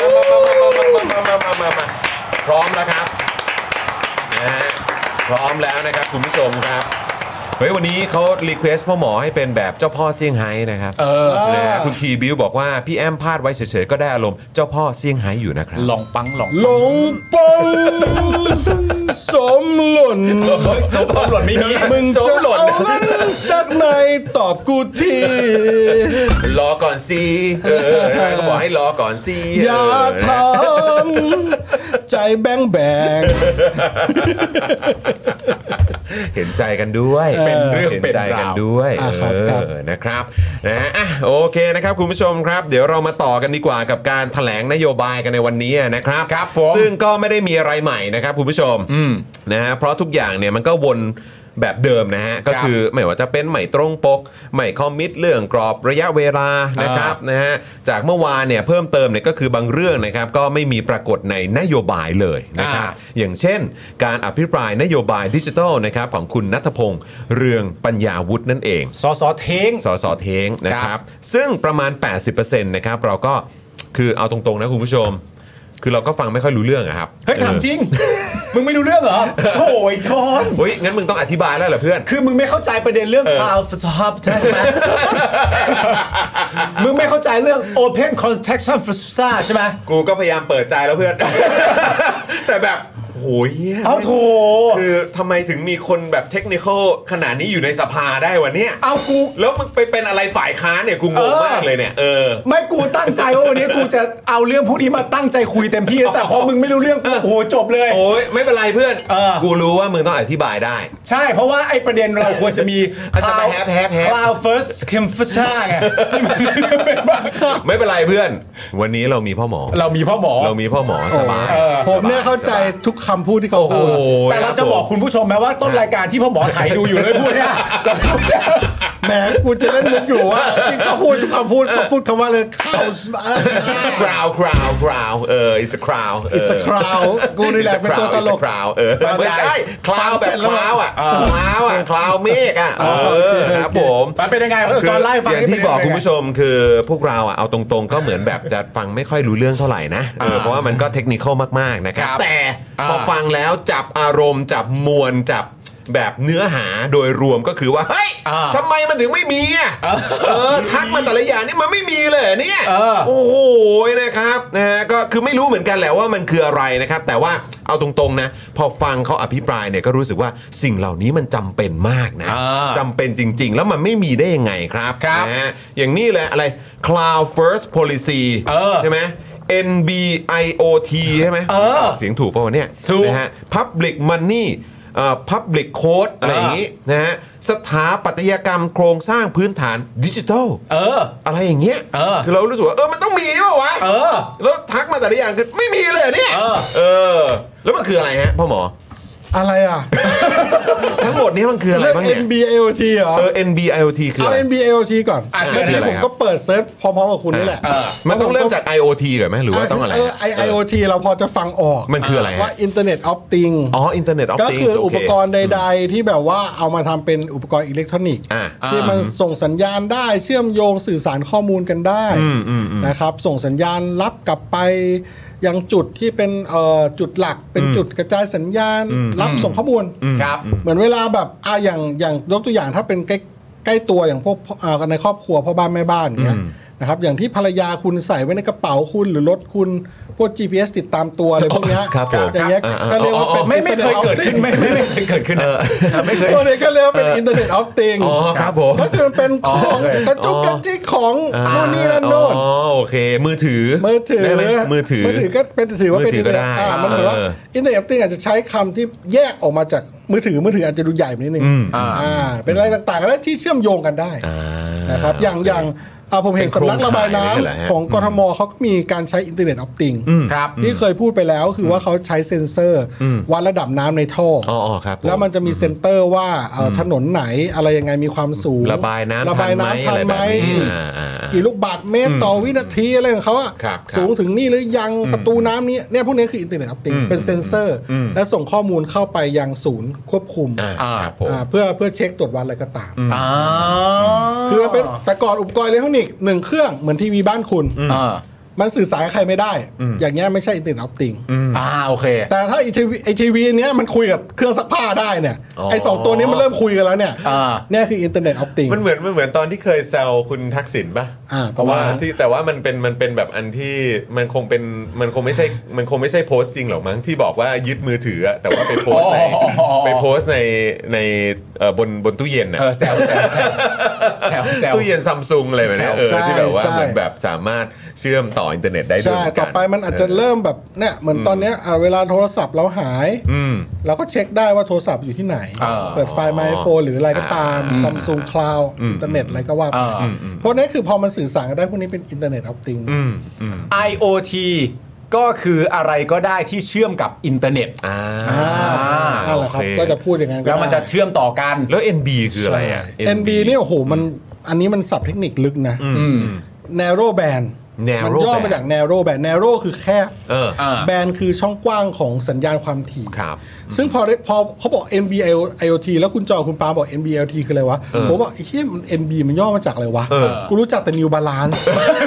มามามามามามามามามาพร้อมแล้วครับนะฮะพร้อมแล้วนะครับคุณผู้ชมครับเฮ้ยวันนี้เขารีเควสพ่อหมอให้เป็นแบบเจ้าพ่อเซี่ยงไฮ้นะครับ เออ นะฮะคุณทีบิวบอกว่าพี่แอมพลาดไว้เฉยๆ ก็ได้อารมณ์เจ้าพ่อเซี่ยงไฮ้อยู่นะครับ ลองปังลอง หลงปง สมหล่น สมสมหล่นไม่มี มึง ส จะ มหล่น เอาเงินจากไหนตอบกูที รอก่อนสิเออเขาบอกให้รอก่อนสิ อย่า เออนะ ท ฮะ ำใจแบงแบง เห็นใจกันด้วย เออ เป็นเรื่อง เป็น เป็นใจกันด้วย อ่ะครับ เอ ครับ อนะครับนะฮะอ่ะโอเคนะครับคุณผู้ชมครับ เดี๋ยวเรามาต่อกันดีกว่ากับการแถลงนโยบายกันในวันนี้นะครับ ครับผม ซึ่งก็ไม่ได้มีอะไรใหม่นะครับคุณผู้ชม อืม นะฮะเพราะทุกอย่างเนี่ยมันก็วน แบบเดิมนะฮะ ก็คือไม่ว่าจะเป็นไม่ตรงปกไม่คอมมิตเรื่องกรอบระยะเวลานะครับนะฮะจากเมื่อวานเนี่ยเพิ่มเติมเนี่ยก็คือบางเรื่องนะครับก็ไม่มีปรากฏในนโยบายเลยนะครับ อ่า อย่างเช่น การอภิปรายนโยบายดิจิทัลนะครับของคุณนัทพงษ์เรืองปัญญาวุฒินั่นเอง สสเทง สสเทงนะคครั รับ บ ซึ่งประมาณ 80%นะครับเราก็คือเอาตรงๆนะคุณผู้ชม คือเราก็ฟังไม่ค่อยรู้เรื่องอะครับ เฮ้ยถามจ เอ ริง มึงไม่รู้เรื่องเหรอโถยชอน อเฮ้ยงั้นมึงต้องอธิบายแล้วเหรอเพื่อน คือมึงไม่เข้าใจประเด็นเรื่องคาวชอบใช่ไห ม มึงไม่เข้าใจเรื่อง Open Contraction f r a ใช่ไหม กูก็พยายามเปิดใจแล้วเพื่อน แต่แบบโหยเหี้ย เอาโถ คือทำไมถึงมีคนแบบเทคนิคอลขนาดนี้อยู่ในสภาได้วะเนี่ย เอากู แล้วมึงไปเป็นอะไรฝ่ายค้านเนี่ยกูงงมากเลยเนี่ยเออ ไม่กูตั้งใจว่าวันนี้กูจะเอาเรื่องพวกนี้มาตั้งใจคุยเต็มที่ แต่พอมึงไม่รู้เรื่องกูโอ้โหจบเลย โอ้ยไม่เป็นไรเพื่อน เออ กูรู้ว่ามึงต้องอธิบายได้ ใช่เพราะว่าไอ้ประเด็นเราควรจะมี อาจจะมาแฮปแฮปแฮป Cloud First c o n f e s s i o n ไงที่มันเป็นบ้า ไม่เป็นไรเพื่อน วันนี้เรามีพ่อหมอ เรามีพ่อหมอ เรามีพ่อหมอสบาย ผมเนี่ยเข้าใจทุกคำพูดที่เขา โอ้ พูด โห แต่เราจะบอกคุณผู้ชมไหมว่าต้นรายการที่พ่อหมอไถดูอยู่เลยพูดเนี่ยเราไม่พูดนะ แหมกูจะเล่นมุกอยู่ว่าที่เขาพูดทุกคำพูดเขาพูดคำว่าเลยเข้าสมาร์ คราวคราวคราวเออ it's a crowd เอ อิ อ สคราวกูนี่แหละเป็นตัวตลก คราวเออ เข้าใจ ไม่ใช่คลาวแบ ฟังเสร็ บ จ ค แล้วมั้ ลาง วอ่ะคลาวอ่ะคลาวเมฆอ่ะเออครับผม มันเป็นยังไงวะ คือ จอห์นไล่าให้ฟัง อย่างที่ เป็น บ ยั อก งไง คุณผู้ชมคือพวกเราอ่ะเอาตรงๆ ก็เหมือนแบบจะฟังไม่ค่อยรู้เรื่องเท่าไหร่นะเออเพราะว่ามันก็เทคนิคอลมากๆนะครับ ครับ แต่ อ่า พอฟังแล้วจับอารมณ์จับมวลจับแบบเนื้อหาโดยรวมก็คือว่าเฮ้ยทำไมมันถึงไม่มีอ่ะเออทักมาแต่ละอย่างนี่มันไม่มีเลยเหรอเนี่ย โอ้โหนะครับนะฮะก็คือไม่รู้เหมือนกันแหละว่ามันคืออะไรนะครับ แต่ว่าเอาตรงๆนะ พอฟังเขาอภิปรายเนี่ยก็รู้สึกว่าสิ่งเหล่านี้มันจำเป็นมากนะ อ่า จำเป็นจริง ๆ แล้วมันไม่มีได้ยังไงครับ ครับ นะฮะอย่างนี้เลยอะไร cloud first policy เออ ใช่ไหม NBIOT ใช่ไหม เออ เสียงถูกป่าวะเนี่ย ถูก นะฮะ public money เอ่อ public code อะไรอย่างนี้นะฮะสถาปัตยกรรมโครงสร้างพื้นฐานดิจิทัล เออ อะไรอย่างเงี้ย เออ คือเรารู้สึกว่า เออ มันต้องมีเปล่าวะ เออ แล้วทักมาแต่ละอย่างคือไม่มีเลยเนี่ย เออ เออ แล้วมันคืออะไรฮะพ่อหมอ อะไรอ่ะ ทั้งหมดนี้มันคืออะไร เรื่อง บ้างเนี่ย NBLT เหรอ เออ NBIOT คือ เอา อะไร NBLT ก่อน อ่ะเชิญ เมื่อกี้ เลย ผม ครับ ก็เปิดเซิร์ชพร้อมๆกับคุณนี่แหละ เออ มันต้องเริ่มจาก IoT ก่อนไหมหรือว่าต้องอะไร เออ ฮะ IoT เราพอจะฟังออก มันคืออะไรฮะ ว่า Internet of Things อ๋อ Internet of ก็ Things คือ โ อุปกรณ์ใด ๆ ที่แบบว่าเอามาทำเป็นอุปกรณ์อิเล็กทรอนิกส์ อ่ะ ที่มันส่งสัญญาณได้เชื่อมโยงสื่อสารข้อมูลกันได้นะครับ ส่งสัญญาณรับกลับไป ยังจุดที่เป็นเอ่อจุดหลักเป็นจุดกระจายสัญญาณ รับส่งข้อมูล ครับ เหมือนเวลาแบบอ่ะอย่างอย่างยกตัวอย่างถ้าเป็นใกล้ใกล้ตัวอย่างพวกพ่ออ่าในครอบครัวพ่อบ้านแม่บ้านอย่างเงี้ยนะครับอย่างที่ภรรยาคุณใส่ไว้ในกระเป๋าคุณหรือรถคุณพวก GPS ติดตามตัวอะไรพวกเนี้ย ครับผม อย่างเงี้ย อ่าอ่า ก็เรียกว่าเป็น ไม่ไม่เคยเกิดขึ้น ไม่ไม่ไม่เคยเกิดขึ้นนะไม่เคย ตัวนี้ก็เรียกว่าเป็นอินเทอร์เน็ตออฟติง อ๋อครับผม ก็คือมันเป็นของ โอเค กระจุกกระจิกของ อ่า นู่นนี่นั่นโน่น อ๋อโอเค มือถือ มือถือ ได้ไหมมือถือ มือถือก็เป็นถือว่าเป็น มือถือก็ได้ อ่ามันเหมือนว่า เออ อินเทอร์เน็ตออฟติงอาจจะใช้คำที่แยกออกมาจากมือถือมือถืออาจจะดูใหญ่ไปนิดนึง อืม อ่าเป็นอะไรต่างๆก็ได้ที่เชื่อมโยงกันได้ อ่า นะครับอย่างอย่างอ่าผมเห็น เป็นโครง สำนักระบาย ข่ายเลยเหรอฮะ น้ำของกทมเขาก็มีการใช้อินเทอร์เน็ตออฟติง ครับ ที่เคยพูดไปแล้วคือว่าเขาใช้เซ็นเซอร์วัดระดับน้ำในท่ออ อ๋ออ๋อครับผ แล้วมันจะมีเซ็นเตอร์ว่าเอ่ออถนนไหนอะไรยังไงมีความสูง ระบายน้ำ ระบายน้ำ ทั ทั น น ไหม ไหม อะไรแบบนี้อ่าอ่าอ่ากี่ กี่ลูกบาทเมตรต่อวินาทีอะไรของเขาอะ ครับครับ สูงถึงนี่หรือยังประตูน้ำนี้เนี่ยพวกนี้คืออินเทอร์เน็ตอัพติงเป็นเซ็นเซอร์ และส่งข้อมูลเข้าไปยังศูนย์ควบคุม อ่าครับผม อ่าเพื่อเพื่อเช็คตรวจวัดอะไรก็ตาม อ่า คือมันเป็นแต่ก่อนอุปกรณ์อิเล็กทรอนิกส์หนึ่งเครื่องเหมือนทีวีบ้านคุณ อ่า มันสื่อสารกับใครไม่ได้ อย่างเงี้ยไม่ใช่อินเทอร์เน็ตอัพติง อ่าโอเค แต่ถ้าไอทีวีไอทีวีเนี้ยมันคุยกับเครื่องซักผ้าได้เนี่ย อ๋อ ไอสองตัวนี้มันเริ่มคุยกันแล้วเนี่ย อ่า เนี่ยคืออินเทอร์เน็ตออฟติง มันเหมือนมันเหมือนตอนที่เคยแซวคุณทักษิณป่ะ อ่า เพราะว่าที่แต่ว่ามันเป็นมันเป็นแบบอันที่มันคงเป็นมันคงไม่ใช่มันคงไม่ใช่โพสต์จริงหรอกมั้งที่บอกว่ายึดมือถืออะแต่ว่าไปโพสต์ใน อ๋อ ไปโพสต์ในในเอ่อบนบนตู้เย็นอะ เออแซวแซวแซวแซวแซว ตู้เย็นซัมซุงอะไรแบบเนี้ยเออ ใช่ ที่แบบว่า ใช่ เหมือนแบบสามารถเชื่อมต่ออินเทอร์เน็ตได้ด้วย ใช่ เหมืนกัน ต่อไปมันอาจจะเริ่มแบบเนี่ยเหมือนตอนเนี้ยอ่าเวลาโทรศัพท์เราหาย อืม เราก็เช็คได้ว่าโทรศัพท์อยู่ที่ไหน อ่า เปิดไฟล์ My Phone หรืออะไรก็ตามซัมซุงคลาวอินเทอร์เน็ตอะไรก็ว่าไป อ่าอืม พวกนี้คือพอมันสื่อสารกันได้พวกนี้เป็นอินเทอร์เน็ตออฟติง IoT ก็คืออะไรก็ได้ที่เชื่อมกับอินเทอร์เน็ต อ่า อ่า อ่ นั่นแหละครับ โอเค ก็จะพูดอย่างนั้นก็ แล้วมันจะ ได้ เชื่อมต่อกัน แล้ว NB คืออะไรอ่ะ ใช่ NB เนี่ยโอ้โหมันอันนี้มันสับเทคนิคลึกนะ narrow band มัน narrow ย่อมา band จาก narrow band narrow คือแคบ เออ อ่า band คือช่องกว้างของสัญญาณความถี่ ครับ ซึ่งพอได้พอเขาบอก NB IoT แล้วคุณจอคุณปาบอก NB IoT คืออะไรวะ ผมบอกไอ้เหี้ยมัน NB มันย่อมาจากอะไรวะ เออ กูรู้จักแต่ New Balance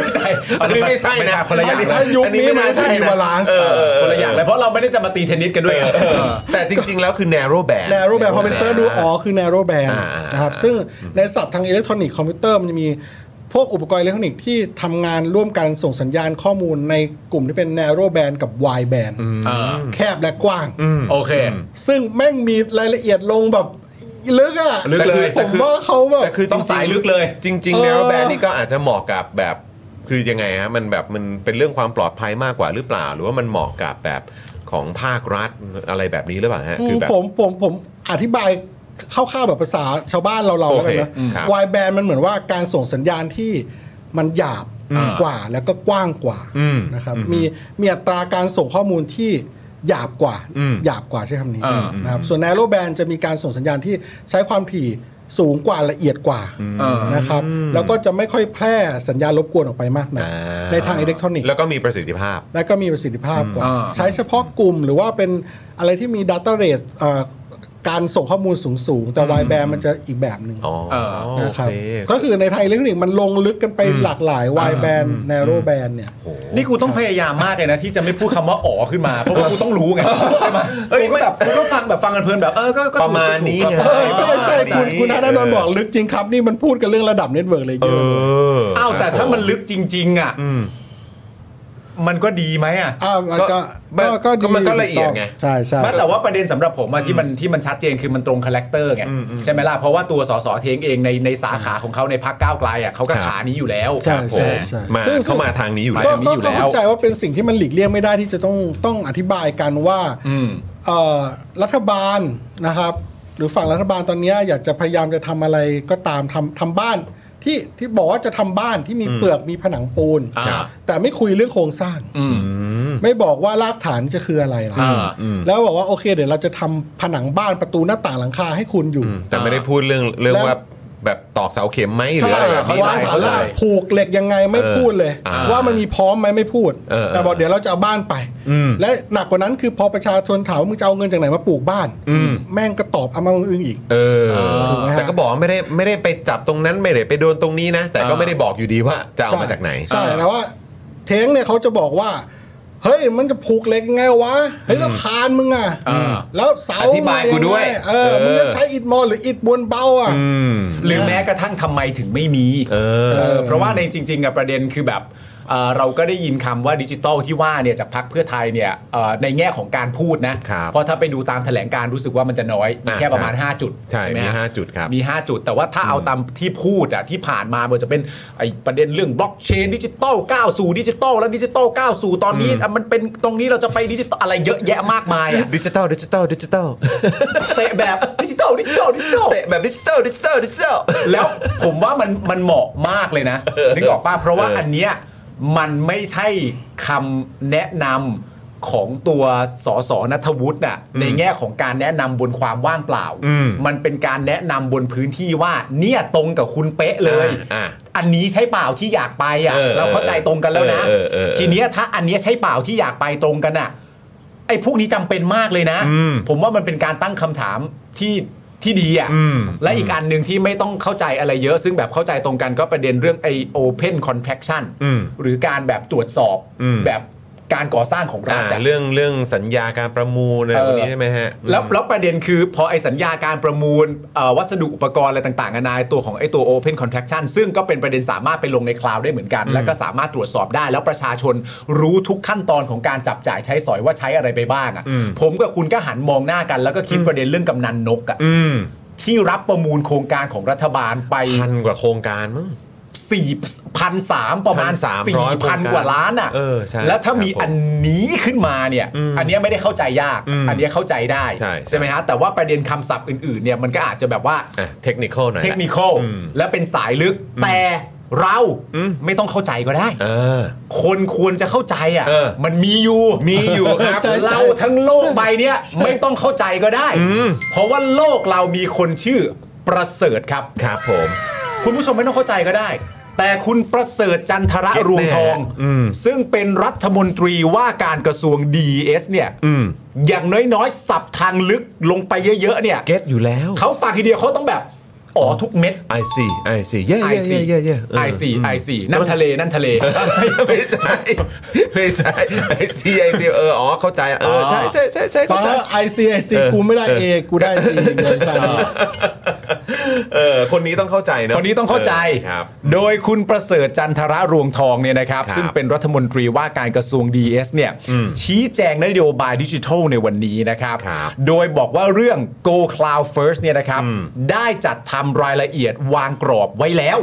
ไม่ใช่อันนี้ไม่ใช่นะคนละอย่าอันงนี้ เลย ถ้ายุคนี้มันไม่ใช่ New นะ Balance เออเออ คนละอย่างเลยเพราะเราไม่ได้จะมาตีเทนนิสกันด้วยไง แต่จริง ๆ แล้วคือ narrow band narrow band พอเป็นเซิร์ชดูอ๋อคือ narrow band อ่าๆ นะครับซึ่งในศัพท์ทางอิเล็กทรอนิกส์คอมพิวเตอร์มันจะมีพวกอุปกรณ์อิเล็กทรอนิกส์ที่ทำงานร่วมกันส่งสัญญาณข้อมูลในกลุ่มที่เป็น narrow band กับ wide band อ่า แคบและกว้าง โอเค ซึ่งแม่งมีรายละเอียดลงแบบลึกอะ ลึกเลย ผมว่าเขาแบบ แต่คือจริๆ ต้องสายลึกเลย จริง เอ ๆ อ narrow band นี่ก็อาจจะเหมาะกับแบบ คือยังไงฮะมันแบบมันเป็นเรื่องความปลอดภัยมากกว่าหรือเปล่า หรือว่ามันเหมาะกับแบบของภาครัฐอะไรแบบนี้หรือเปล่าฮะคือแบบ ผมผมผมอธิบายคร่าวๆแบบภาษาชาวบ้านเราเรา โอ แล้ว เค กันนะครับ วายแบนมันเหมือนว่าการส่งสัญญาณที่มันหยาบ อืม กว่าแล้วก็กว้างกว่า อืม นะครับมีมีอัตราการส่งข้อมูลที่หยาบกว่า อืม หยาบกว่าใช้คำนี้ อ่า นะครับส่วนแนโรแบนจะมีการส่งสัญญาณที่ใช้ความถี่สูงกว่าละเอียดกว่า เออ นะครับแล้วก็จะไม่ค่อยแพร่สัญญาณรบกวนออกไปมากนะ อ่า ในทางอิเล็กทรอนิกส์ แล้วก็มีประสิทธิภาพ และก็มีประสิทธิภาพกว่า อ่า ใช้เฉพาะกลุ่มหรือว่าเป็นอะไรที่มี Data Rate เอ่อการส่งข้อมูลสูงๆ แต่ w แบนมันจะอีกแบบหนึ่ง อ๋อ เออ โอ นะค เครับ ก็คือในไทยเรื่องนี้มันลงลึกกันไปหลากหลาย w แบน narrow band เนี่ย นี่กูต้องพยายามมากเลยนะ ที่จะไม่พูดคำว่าอ๋อขึ้นมาเพราะว่ากูต้องรู้ไงใช่ไหมเอ้ยไม่แบบกูก็ฟังแบบฟังกันเพลินแบบเออก็ก็ ป ถูก ระมาณนี้ ก็ ไง ถูกก็ถูก ใช่ใช่ ประ คุณมาณนี้ คุณธนาโดนบอกลึกจริงครับ นี่มันพูดกันเรื่องระดับเน็ตเวิร์กเลยเย เอ อะ อ อ้าวแต่ถ้ามันลึกจริง ๆ อ่ะ อืม มันก็ดีไหมอ่ะ อ้าวมันก็ ก็ ก็ก็ดี มันก็ละเอียดไง ใช่ใช่ ไม่แต่ว่าประเด็นสำหรับผมอะที่มันที่มันชัดเจนคือมันตรงคาแรคเตอร์ไงใช่ไหมล่ะ เพราะว่าตัวสสเทงเองในในสาขาของเขาในพักก้าวไกลอะเขาก็ ครับ ขานี้อยู่แล้ว ใช่ โอ้โหมา ซึ่ง เข้ามาทางนี้อยู่ ไป แล้ ก็ ว ทางนี้ ก็ อยู่แล้ว เข้าใจว่าเป็นสิ่งที่มันหลีกเลี่ยงไม่ได้ที่จะต้องต้องอธิบายกันว่า อืม เอ่อรัฐบาลนะครับ หรือฝั่งรัฐบาลตอนเนี้ยอยากจะพยายามจะทำอะไรก็ตามทำทำบ้าน ที่ที่บอกว่าจะทำบ้านที่มีเปลือกมีผนังปูน อ่า แต่ไม่คุยเรื่องโครงสร้าง อืม ไม่บอกว่ารากฐานจะคืออะไรล่ะ อ่า แล้วบอกว่าโอเค เดี๋ยวเราจะทำผนังบ้านประตูหน้าต่างหลังคาให้คุณอยู่ แต่ไม่ได้พูดเรื่องเรื่องว่าแบบตอกเสาเข็มไหมหรือ ใช่ อะไรแบบ เขา นี้ วางฐาน เล ราก ย ผูกเหล็กยังไงไม่ เออ พูดเลย อ่า ว่ามันมีพร้อมไหมไม่พูด เออ แต่บอกเดี๋ยวเราจะเอาบ้านไป อืม และหนักกว่านั้นคือพอประชาชนถามว่ามึงจะเอาเงินจากไหนมาปลูกบ้าน อืม แม่งก็ตอบเอามาอึ้งอีก เออ ถูกไหมฮะ แต่ก็บอกว่าไม่ได้ไม่ได้ไปจับตรงนั้นไม่ได้ไปโดนตรงนี้นะ แต่ก็ไม่ได้บอกอยู่ดีว่าจะเอามาจากไหน ใช่แล้วว่าเท้งเนี่ยเขาจะบอกว่า เฮ้ยมันจะผูกเหล็กยังไงวะเฮ้ยแล้วคานมึงอ่ะ เออ แล้วเสา อธิบายกูด้วย มึงอะเออ เออ มึงจะใช้อิฐมอลหรืออิฐบวนเบาอ่ะ อืม หรือแม้กระทั่งทำไมถึงไม่มี เออ เออเพราะว่าในจริงๆอะประเด็นคือแบบเอ่อเราก็ได้ยินคำว่าดิจิตอลที่ว่าเนี่ยจากพักเพื่อไทยเนี่ยเอ่อในแง่ของการพูดนะครับเพราะถ้าไปดูตามแถลงการรู้สึกว่ามันจะน้อยมีแค่ อ่าใช่ ประมาณ 5 จุด ใช่ ไห มี ฮะ ห้าจุดครับ มี 5 จุด แต่ว่าถ้าเอาตามที่พูดอะที่ผ่านมาไมันจะเป็นไอประเด็นเรื่องบล็อกเชนดิจิตอลก้าวสู่ดิจิตอลแล้วดิจิตอลก้าวสู่ตอนนี้อะมันเป็นตรงนี้เราจะไปดิจิตอลอะไรเยอะแยะมากมาย อะ ดิจิตอลดิจิตอลดิจิตอล เตะแบบดิจิตอลดิจิตอลดิจิตอล เตะแบบดิจิตอลดิจิตอลดิจิตอล แล้วผมว่ามันมันเหมาะมากเลยนะนึกออกป่ะเพราะว่า เอออั อันเนี้ยมันไม่ใช่คำแนะนำของตัวสสนัทวุฒิน่ะในแง่ของการแนะนำบนความว่างเปล่า อืม มันเป็นการแนะนำบนพื้นที่ว่า เนี่ยตรงกับคุณเป๊ะเลย อ่าอ่า อันนี้ใช่เปล่าที่อยากไปอ่ะ เออ เราเข้าใจตรงกันแล้วนะ เออเออเออเออ ทีเนี้ยถ้าอันเนี้ยใช่เปล่าที่อยากไปตรงกันอ่ะ ไอ้พวกนี้จำเป็นมากเลยนะ อืม ผมว่ามันเป็นการตั้งคำถามที่ที่ดีอ่ะ อืม และอีก อันหนึ่งที่ไม่ต้องเข้าใจอะไรเยอะ ซึ่งแบบเข้าใจตรงกันก็ประเด็นเรื่องไอโอเพนคอนแทคชั่น อืม หรือการแบบตรวจสอบ อืม แบบการก่อสร้างของรั อ่า ฐอะ เรื่องเรื่องสัญญาการประมูลอะไร เออ พวกนี้ใช่ไหมฮะ แล้วแล้วประเด็นคือพอไอสัญญาการประมูลเอ่อวัสดุอุปกรณ์อะไรต่างๆนานาตัวของไอตัว Open Contraction ซึ่งก็เป็นประเด็นสามารถไปลงในคลาวด์ได้เหมือนกัน แล้วก็สามารถตรวจสอบได้ แล้วประชาชนรู้ทุกขั้นตอนของการจับจ่ายใช้สอยว่าใช้อะไรไปบ้างอะ อืม ผมกับคุณก็หันมองหน้ากัน แล้วก็คิดประเด็นเรื่องกำนันนกอะ อืม ที่รับประมูลโครงการของรัฐบาลไป พันกว่าโครงการมั้ง สี่พันสามประมาณ 1,300 สี่พันกว่าล้านอ่ะ เออใช่ แล้วถ้ามี ครับผม อันนี้ขึ้นมาเนี่ย อืม อันเนี้ยไม่ได้เข้าใจยาก อืม อันเนี้ยเข้าใจได้ ใช่ ไหมฮะ แต่ว่าประเด็นคำศัพท์อื่นๆเนี่ยมันก็อาจจะแบบว่า อ่ะเทคนิคหน่อยละ เทคนิคอล อืม และเป็นสายลึก แต่ เราไม่ต้องเข้าใจก็ได้ เออ คนควรจะเข้าใจอ่ะ เออ มันมีอยู่ มีอยู่ครับ เราทั้งโลกใบเนี้ยไม่ต้องเข้าใจก็ได้ เพราะว่าโลกเรามีคนชื่อประเสริฐครับ ครับผม คุณผู้ชมไม่ต้องเข้าใจก็ได้ แต่คุณประเสริฐจันทระ เก็ตแน่ รวงทอง อืม ซึ่งเป็นรัฐมนตรีว่าการกระทรวง DES เนี่ย อืม อย่างน้อยๆ สับทางลึกลงไปเยอะ ๆ เนี่ย เก็ตอยู่แล้ว เขาฝากทีเดียวเขาต้องแบบ อ๋อทุกเม็ด I see I see เย่ ไอ เย่ ซี เย่เย่เย่เ ไอซีไอซีนั่นทะเลนั่นทะเล ไม่ใช่ไม่ใช่ I see I see เอออ๋อเข้าใจเออใช่ใช่ใช่ใช่ ฟั เข้าง ใจ แล้วไอซีไอซีกูไม่ได้เอกูได้ซีเงินใช่ไหม เออคนนี้ต้องเข้าใจนะ คนนี้ต้องเข้าใจ ออครับ โดยคุณประเสริฐจันทระรวงทองเนี่ยนะครับ ครับ ซึ่งเป็นรัฐมนตรีว่าการกระทรวง DS เนี่ยชี้แจงนโยบายดิจิทัลในวันนี้นะครับ ครับ โดยบอกว่าเรื่อง Go Cloud First เนี่ยนะครับ ได้จัดทำรายละเอียดวางกรอบไว้แล้ว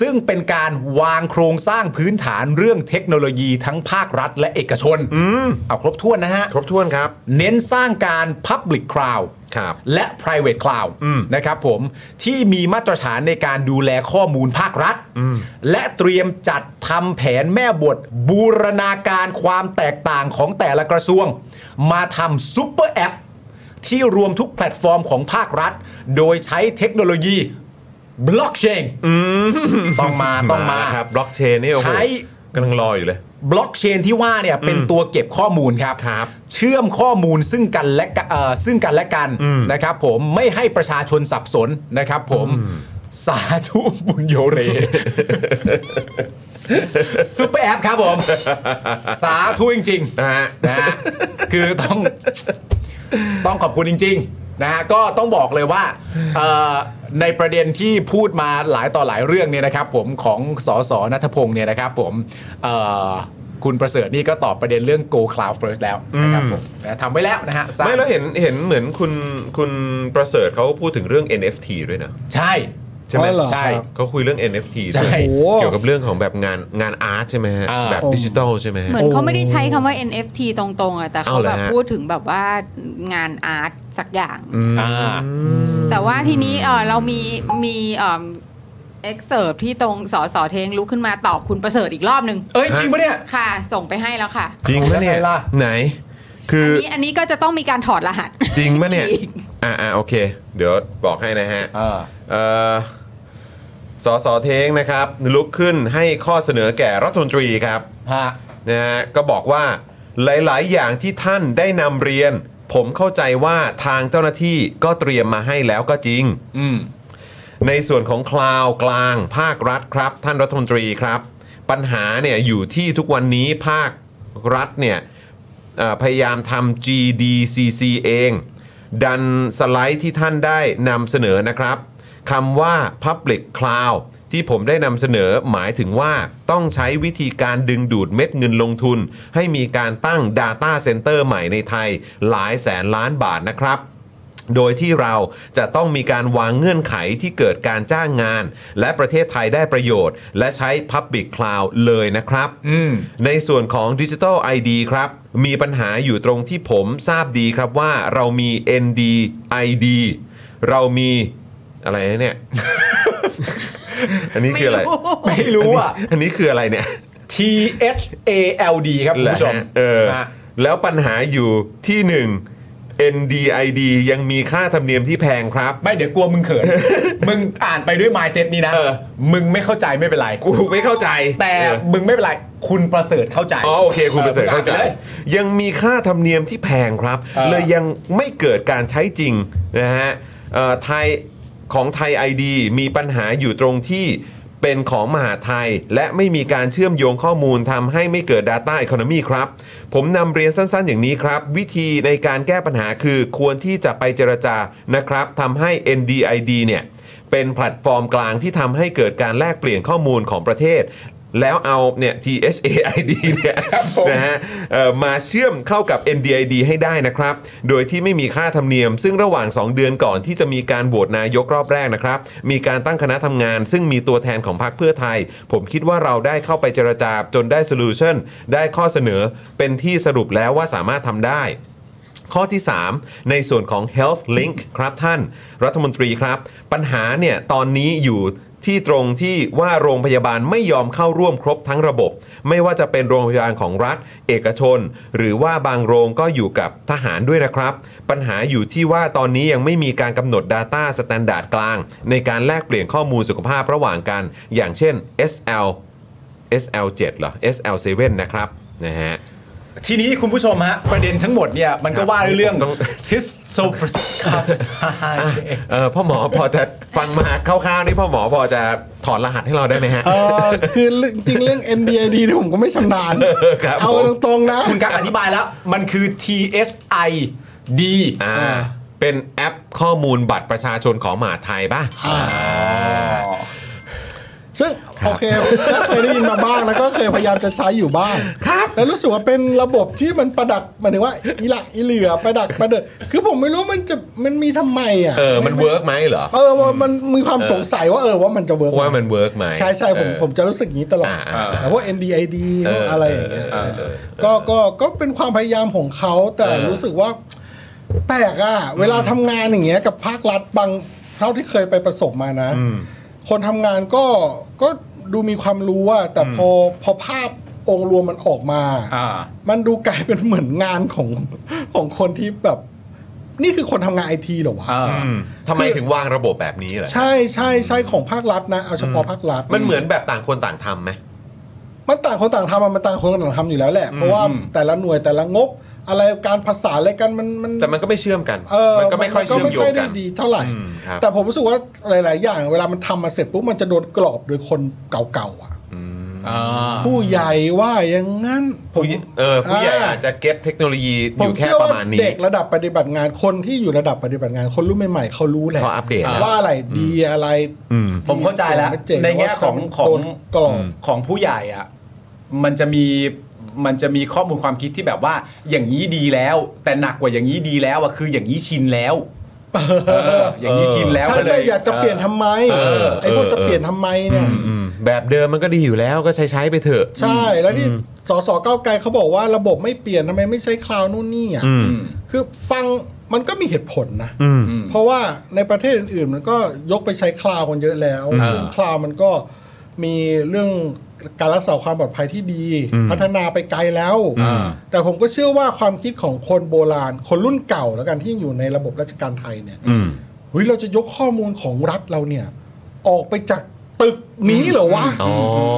ซึ่งเป็นการวางโครงสร้างพื้นฐานเรื่องเทคโนโลยีทั้งภาครัฐและเอกชนเอาครบถ้วนนะฮะ ครบถ้วนครับ เน้นสร้างการ Public Cloud ครับ และ Private Cloud นะครับผมที่มีมาตรฐานในการดูแลข้อมูลภาครัฐ และเตรียมจัดทำแผนแม่บท บูรณาการความแตกต่างของแต่ละกระทรวง มาทำซุปเปอร์แอป ที่รวมทุกแพลตฟอร์มของภาครัฐ โดยใช้เทคโนโลยีบล็อกเชนต้องมาต้องมา ครับบล็อกเชนนี่โอ้โห ใช้ กำลังรออยู่เลย บล็อกเชนที่ว่าเนี่ยเป็นตัวเก็บข้อมูลครับ ครับ เชื่อมข้อมูลซึ่งกันและกะเอ่อซึ่งกันและกันนะครับผมไม่ให้ประชาชนสับสนนะครับผม สาธุบุญโย เร ซุปเปอร์แอปครับผม สาธุจริงๆ นะฮะ นะฮะคือต้องต้องขอบคุณจริง ๆ นะฮะก็ต้องบอกเลยว่าเอ่อในประเด็นที่พูดมาหลายต่อหลายเรื่องเนี่ยนะครับ ผมของสสนัทพงศ์เนี่ยนะครับ ผมเอ่อคุณประเสริฐนี่ก็ตอบประเด็นเรื่อง Go Cloud First แล้วนะครับผมนะทำไว้แล้วนะฮะสร้าง ไม่เราเห็นเห็นเหมือนคุณคุณประเสริฐเขาพูดถึงเรื่อง NFT ด้วยนะ ใช่ ใช่ไหม อ๋อเหรอ ใช่ ครับ เขาคุยเรื่อง NFT ใช่ ด้วย โอ้ เกี่ยวกับเรื่องของแบบงานงานอาร์ตใช่ไหมฮะ อ่า แบบดิจิตอลใช่ไหมฮะ เหมือนเขาไม่ได้ใช้คำว่า NFT ตรงๆอะแต่เขา เอาเหรอ แบบ ฮะ พูดถึงแบบว่างานอาร์ตสักอย่าง อ่า แต่ว่าทีนี้เอ่อเรามีมีเอ็กเซิร์ที่ตรงสสเทงลุกขึ้นมาตอบคุณประเสริฐอีกรอบหนึ่ง เอ้ย จริงปะเนี่ย ค่ะ ส่งไปให้แล้วค่ะ จริงไหมเนี่ย แล้วไงล่ะ ไหน คือ อัน อ นี้อันนี้ก็จะต้องมีการถอดรหัส จริงไหมเนี่ย จริง อ่าอ่าโอเค เดี๋ยวบอกให้นะฮะ อ่า เอ่อสอสอเทงนะครับ ลุกขึ้นให้ข้อเสนอแก่รัฐมนตรีครับ ฮะ นะฮะก็บอกว่าหลาย ๆ อย่างที่ท่านได้นำเรียน ผมเข้าใจว่าทางเจ้าหน้าที่ก็เตรียมมาให้แล้วก็จริง อืม ในส่วนของคลาวกลางภาครัฐครับ ท่านรัฐมนตรีครับ ปัญหาเนี่ยอยู่ที่ทุกวันนี้ภาครัฐเนี่ยเอ่อพยายามทำ GDCC เอง ดันสไลด์ที่ท่านได้นำเสนอนะครับคำว่า Public Cloud ที่ผมได้นำเสนอหมายถึงว่าต้องใช้วิธีการดึงดูดเม็ดเงินลงทุน ให้มีการตั้ง Data Center ใหม่ในไทยหลายแสนล้านบาทนะครับ โดยที่เราจะต้องมีการวางเงื่อนไขที่เกิดการจ้างงาน และประเทศไทยได้ประโยชน์ และใช้ Public Cloud เลยนะครับ อืม ในส่วนของ Digital ID ครับ มีปัญหาอยู่ตรงที่ผมทราบดีครับว่าเรามี NDID เรามีอะไรนะเนี่ย อันนี้คืออะไร ไม่รู้อ่ะ อันนี้คืออะไรเนี่ย T H A L D ครับคุณผู้ชม แหละฮะเออ ฮะ แล้วปัญหาอยู่ที่หนึ่ง NDID ยังมีค่าธรรมเนียมที่แพงครับ ไม่เดี๋ยวกลัวมึงเขิ น มึงอ่านไปด้วย mindset นี้นะ เออ มึงไม่เข้าใจไม่เป็นไร กูไม่เข้าใจ แต่ เออ มึงไม่เป็นไร คุณประเสริฐเข้าใจ อ๋อโอเคคุณประเสริฐเข้าใจ ออมึงอ่นไปล ย ยังมีค่าธรรมเนียมที่แพงครับ เออ เลยยังไม่เกิดการใช้จริงนะฮะเอ่อไทยของไทย ID มีปัญหาอยู่ตรงที่เป็นของมหาไทย และไม่มีการเชื่อมโยงข้อมูลทำให้ไม่เกิด Data Economy ครับ ผมนำเรียนสั้นๆ อย่างนี้ครับ วิธีในการแก้ปัญหาคือควรที่จะไปเจรจานะครับทำให้ NDID เนี่ยเป็นแพลตฟอร์มกลางที่ทำให้เกิดการแลกเปลี่ยนข้อมูลของประเทศ แล้วเอาเนี่ย THAID เนี่ย ครับผม นะฮะเอ่อมาเชื่อมเข้ากับ NDID ให้ได้นะครับ โดยที่ไม่มีค่าธรรมเนียม ซึ่งระหว่าง 2 เดือนก่อนที่จะมีการโหวตนายกรอบแรกนะครับ มีการตั้งคณะทำงาน ซึ่งมีตัวแทนของพรรคเพื่อไทย ผมคิดว่าเราได้เข้าไปเจรจาจนได้โซลูชันได้ข้อเสนอเป็นที่สรุปแล้วว่าสามารถทำได้ ข้อที่ 3 ในส่วนของ Health Link ครับท่าน รัฐมนตรีครับ ปัญหาเนี่ยตอนนี้อยู่ ที่ตรงที่ว่าโรงพยาบาลไม่ยอมเข้าร่วมครบทั้งระบบ ไม่ว่าจะเป็นโรงพยาบาลของรัฐ เอกชน หรือว่าบางโรงก็อยู่กับทหารด้วยนะครับ ปัญหาอยู่ที่ว่าตอนนี้ยังไม่มีการกำหนด Data Standard กลาง ในการแลกเปลี่ยนข้อมูลสุขภาพระหว่างกัน อย่างเช่น SL SL7 เหรอ SL7 นะครับนะฮะ ทีนี้คุณผู้ชมฮะ ประเด็นทั้งหมดเนี่ย มันก็ว่าด้วยเรื่อง ต้อง histopathology เออพ่อหมอพอจะฟังมาคร่าวๆนี่พ่อหมอพอจะถอนรหัสให้เราได้ไหมฮะ เออคือเรื่องจริงเรื่อง NDID ที่ยผมก็ไม่ชำนาญ ครับ เอา ผม ตรงๆนะ คุณกักอธิบายแล้ว มันคือ TSI D อ่าเป็นแอปข้อมูลบัตรประชาชนของมหาดไทยป่ะ ซึ่งโอเคก็เคยได้ยินมาบ้างแล้วก็เคยพยายามจะใช้อยู่บ้าง ครับ แล้วรู้สึกว่าเป็นระบบที่มันประดักหมายถึงว่าอีหลักอีเหลือประดักประเดิดคือผมไม่รู้ว่ามันจะมันมีทำไมอ่ะ เออ มันเวิร์กไหมเหรอ เออว่ามันมีความสงสัยว่าเออว่ามันจะเวิร์ก ว่ามันเวิร์กไหม ใช่ใช่ผม เออ ผมจะรู้สึกอย่างนี้ตลอด อ่าอ่า แต่ว่า NDID เออ อะไรอย่างเงี้ย เออเออ ก็ก็ก็เป็นความพยายามของเขาแต่รู้สึกว่าแปลกอ่ะเวลาทำงานอย่างเงี้ยกับภาครัฐบางเท่าที่เคยไปประสบมานะ คนทำงานก็ก็ดูมีความรู้อะแต่พอพอภาพองค์รวมมันออกมา อ่า มันดูกลายเป็นเหมือนงานของของคนที่แบบ นี่คือคนทำงานไอทีเหรอวะ อ่า อืมทำไมถึงวางระบบแบบนี้เหรอ ใช่ใช่ใช่ของภาครัฐนะ เอาเฉพาะภาครัฐ มันเหมือนแบบต่างคนต่างทำไหม มันต่างคนต่างทำอะมันต่างคนต่างทำอยู่แล้วแหละ เพราะว่าแต่ละหน่วยแต่ละงบ อะไรการภาษานอะไรกันมันมัน แต่มันก็ไม่เชื่อมกัน เออ มันก็ไม่ค่อยเชื่อมโยงกัน ได้ดีเท่าไหร่ อืมครับ แต่ผมรู้สึกว่าหลาย ๆ อย่าง เวลามันทำมาเสร็จปุ๊บมันจะโดนกรอบโดยคนเก่า ๆ อ่ะ อ่า ผู้ใหญ่ว่าอย่างงั้นผม ผู้ใหญ่เออผู้ใหญ่ อ่า อาจจะเก็ตเทคโนโลยีอ ผม ยู่แค่ เชื่อ ประ ว่า มาณนี้ เด็กระดับปฏิบัติงานคนที่อยู่ระดับปฏิบัติงานคนรุ่นใหม่ๆเขารู้แหละ เขาอัปเดตนะ ว่าอะไรดีอะไร อืม ผมเข้าใจแล้ว ไม่เจ๋ ในแง่ของ ว่า ของ โดนกรอบ ของผู้ใหญ่อะมันจะมีมันจะมีข้อมูลความคิดที่แบบว่าอย่างนี้ดีแล้ว แต่หนักกว่าอย่างนี้ดีแล้วอะคืออย่างนี้ชินแล้วเอออย่างนี้ชินแล้ว ใช่ เล ใช่อยากจะเปลี่ยนทำไม เออ ไอ้พวกจะเปลี่ยนทำไมเนี่ย อืมแบบเดิมมันก็ดีอยู่แล้วก็ใช้ใช้ๆไปเถอะ ใช่แล้วที่สสก้าวไกลเขาบอกว่าระบบไม่เปลี่ยนทำไมไม่ใช้คลาวนู่นนี่อ่ะ อืม คือฟังมันก็มีเหตุผลนะ อืม เพราะว่าในประเทศอื่นๆ มันก็ยกไปใช้คลาวด์กันเยอะแล้วซึ่งคลาวด์มันก็มีเรื่องการรักษาความปลอดภัยที่ดี พัฒนาไปไกลแล้ว แต่ผมก็เชื่อว่าความคิดของคนโบราณ คนรุ่นเก่าแล้วกันที่อยู่ในระบบราชการไทยเนี่ย อืม เฮ้ยเราจะยกข้อมูลของรัฐเราเนี่ย ออกไปจากตึกนี้เหรอวะ อ๋อ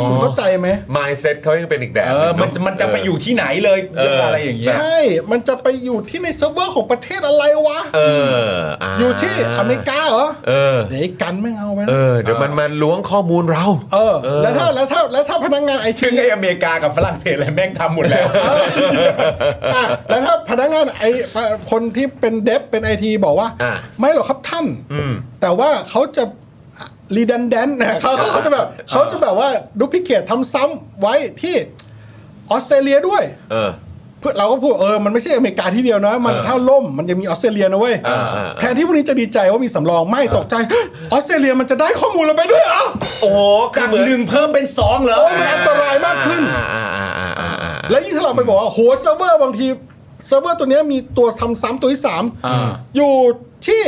คุณเข้าใจไหม mindset เขายังเป็นอีกแบบ เออ หงเ มันมันจะไปอยู่ที่ไหนเลย เอออ อะไรอย่างเงี้ย ใช่ มันจะไปอยู่ที่ในเซิร์ฟเวอร์ของประเทศอะไรวะ เออา อยู่ที่อเมริกาเหรอ เออ เดี๋ยวไอ้กันไม่งเอาไปนะ เออ เดี๋ยวมันมันล้วงข้อมูลเรา เออแล้วถ้าแล้วถ้าแล้วถ้าพนักงานไอซี ซึ่งไออเมริกากับฝรั่งเศสอะไรแม่งทำหมดแล้ว อ่ะแล้วถ้าพนักงานไอคนที่เป็นเดฟเป็นไอทีบอกว่า อ่ะ ไม่หรอกครับท่าน แต่ว่าเขาจะรีดันแดนนะเขาเขาเขาจะแบบเขาจะแบบว่าดูพิเกตทำซ้ำไว้ที่ออสเตรเลียด้วย เออ เพื่อเราก็พูดเออมันไม่ใช่อเมริกาที่เดียวนะ มันถ้าล่มมันจะมีออสเตรเลียนะเว้ย อ่าอ่า แทนที่พวกนี้จะดีใจว่ามีสำรองไม่ตกใจออสเตรเลียมันจะได้ข้อมูลเราไปด้วยเหรอ โอ้โหคื จา อก เหมือน หนึ่งเพิ่มเป็นสองเหรอ โอ้ยมันอันตรายมากขึ้น อ่าอ่าอ่าอ่าอ่าอ่า แล้วยิ่งถ้าเราไปบอกว่าโหเซิร์ฟเวอร์บางทีเซิร์ฟเวอร์ตัวเนี้ยมีตัวทำซ้ำตัวที่สาม อ่า อยู่ที่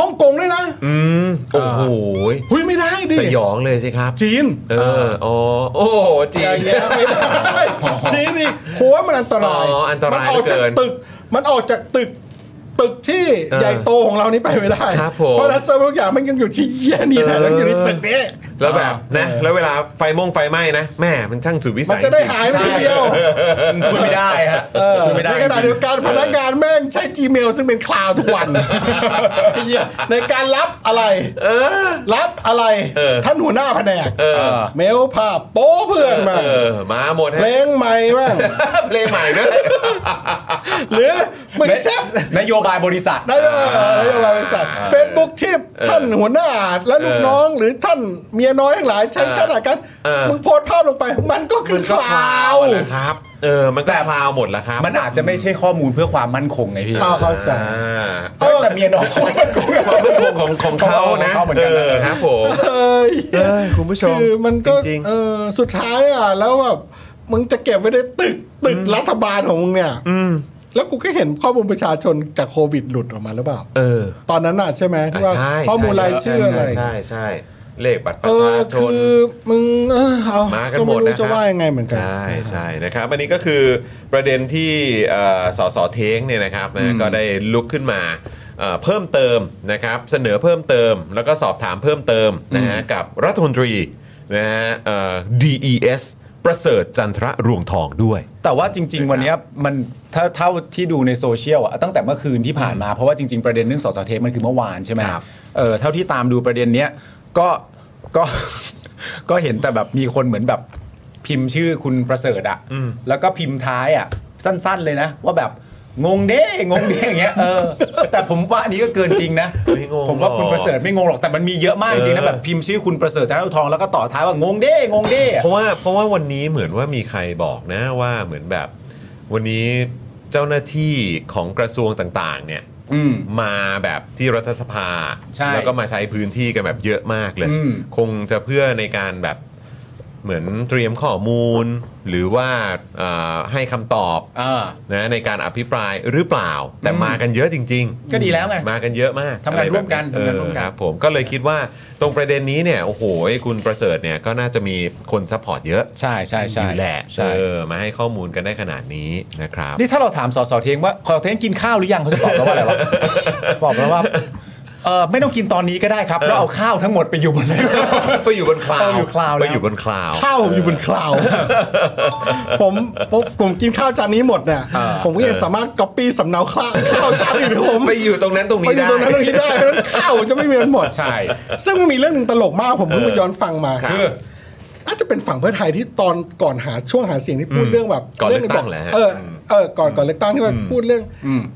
ฮ่องกงด้วยนะ อืมโอ้โห หุยไม่ได้ดิ สยองเลยสิครับ จีน เอออ๋อโอ้โหจริง อย่างเงี้ยไม่ได้จีนนี่โหมันอันตราย อ๋ออันตราย มัออกจาก เหลือเกิน ตึก มันออกจากตึกตึกที่ เออ ใหญ่โตของเรานี้ไปไม่ได้ ครับผม เพราะฉะนั้นเซิร์ฟเวอร์ทุกอย่างมันยังอยู่ที่เยี่ยนี่แหละยังอยู่ในตึกนี้ แล้วแบบนะแล้วเวลาไฟมงไฟไหม้นะแม่มันช่างสุดวิสัย มันจะได้หายไป จริง ทีเดียว ช่วยไม่ได้ฮะ เออ ช่วยไม่ได้ ในขณะเดียวกันพนักงานแม่งใช้ Gmail ซึ่งเป็นคลาวด์ทุก วันไอ้เหี้ยในการรับอะไรรับอะไร ท่านหัวหน้าแผนกเมลภาพโป้เพื่อนมา เออมาหมด เพล ฮะ งใหม่บ้าง เพลงใหม่ด้วย หรือมึงแชท นโยบายบริษัท นายกนายกบริษัทเฟซบุ๊กที่ท่านหัวหน้าและลูกน้องหรือท่านเมียน้อยทั้งหลายใช้แชทหากัน เออ มึงโพสต์ภาพลงไป มันก็คือคลาว แหละครับ เออ มันก็คลาวหมดแล้วครับ มันอาจจะไม่ใช่ข้อมูลเพื่อความมั่นคงไงพี่ อ้าวเข้าใจ อ่า เอ้ยแต่เมียน้อยความมั่นคง ความมั่นคงของของเขาขนะองเขาเหมือน เอ กันนะ อครับผม เอ้ย เออคุณผู้ชม คือมันก็ จริงๆ เออสุดท้ายอ่ะ แล้วแบบมึงจะเก็บไว้ในตึกตึกรัฐบาลของมึงเนี่ยแล้วกูก็เห็นข้อมูลประชาชนจากโควิดหลุดออกมาหรือเปล่า เออ ตอนนั้นน่ะใช่ไหมที่ว่า ใช่ ข้อมูลรายชื่ออะไร ใช่ใช่ใช่ เลขบัตรป เอ ระชา อ ชน คือมึงเออเอา มา มา กันหมดนะค จะ รับ ว่ายังไงเหมือนกัน ใช่ใช่นะครับอันนี้ก็คือประเด็นที่เอ่อสสเท้งเนี่ยนะครับนะก็ได้ลุกขึ้นมาเอ่อเพิ่มเติมนะครับเสนอเพิ่มเติม แล้วก็สอบถามเพิ่มเติมนะฮะกับรัฐมนตรีนะฮะเอ่อ DES ประเสริฐจันทระรวงทองด้วย แต่ว่าจริง ๆ วันเนี้ยมันถ้าเท่าที่ดูในโซเชียลอะตั้งแต่เมื่อคืนที่ผ่านมา เพราะว่าจริง ๆ ประเด็นเรื่องสสเทปมันคือเมื่อวานใช่ไหม ครับ เออเท่าที่ตามดูประเด็นเนี้ยก็ก็ ก็เห็นแต่แบบมีคนเหมือนแบบพิมพ์ชื่อคุณประเสริฐอะ อืม แล้วก็พิมพ์ท้ายอะสั้น ๆ เลยนะ ว่าแบบงงเด้ งงเด้อย่างเงี้ยเออ แต่ผมว่าอันนี้ก็เกินจริงนะ ไม่งง ผมว่าคุณ หอ ประเสริฐไม่งงหรอกแต่มันมีเยอะมากจริงๆนะแบบพิมพ์ชื่อคุณประเสริฐจันทร์ทองแล้วก็ต่อท้ายว่างงเด้งงเด้อะ เพราะว่าเพราะว่าวันนี้เหมือนว่ามีใครบอกนะว่าเหมือนแบบ วันนี้เจ้าหน้าที่ของกระทรวงต่างๆเนี่ย อืม มาแบบที่รัฐสภา ใช่ แล้วก็มาใช้พื้นที่กันแบบเยอะมากเลย อืม คงจะเพื่อในการแบบเหมือนเตรียมข้อมูล หรือว่าเอ่อให้คำตอบ อ่า นะในการอภิปรายหรือเปล่า แต่ อืม มากันเยอะจริงๆ ก็ดีแล้วไง มากันเยอะมาก ทำงาน อะไ ร่วมกัน แบบ ทำงานร่วมกัน เออครับผมก็เลยคิดว่าตรงประเด็นนี้เนี่ยโอ้โหคุณประเสริฐเนี่ยก็น่าจะมีคนซัพพอร์ตเยอะ ใช่ใช่ใช่ อยู่แหละ ใช่ เออมาให้ข้อมูลกันได้ขนาดนี้นะครับ นี่ถ้าเราถามสสเทงว่าขอเทงกินข้าวหรือยังเขาจะตอบเราว่าอะไรว ะ บอกเราว่าเออไม่ต้องกินตอนนี้ก็ได้ครับแล้วเอาข้าวทั้งหมดไปอยู่บนเลย ไปอยู่บนคลาว ไปอยู่ cloud แล้ว ไปอยู่บนคลาว ข้าวผมอยู่บนคลาวด์ผมผมผมกินข้าวจานนี้หมดเนี่ยผมก็ยังสามารถก๊อปปี้สำเนาข้าวข้าวจานอื่นของผม ไปอยู่ตรงนั้นตรง ไป นี้ อยู่ได้ตรงนั้นตรงนี้ได้เพราะฉะนั้นข้าวผมจะไม่มีวันหมด ใช่ ซึ่งมันมีเรื่องหนึ่งตลกมากผมเพิ่งมาย้อนฟังมา ครับ น่าจะเป็นฝั่งเพื่อไทยที่ตอนก่อนหาช่วงหาเสียงที่พูดเรื่องแบบ ก่อนเลื รื่ อกตั้งแหละฮะ เออเออก่อนก่อนเลือกตั้งที่ว่าพูดเรื่อง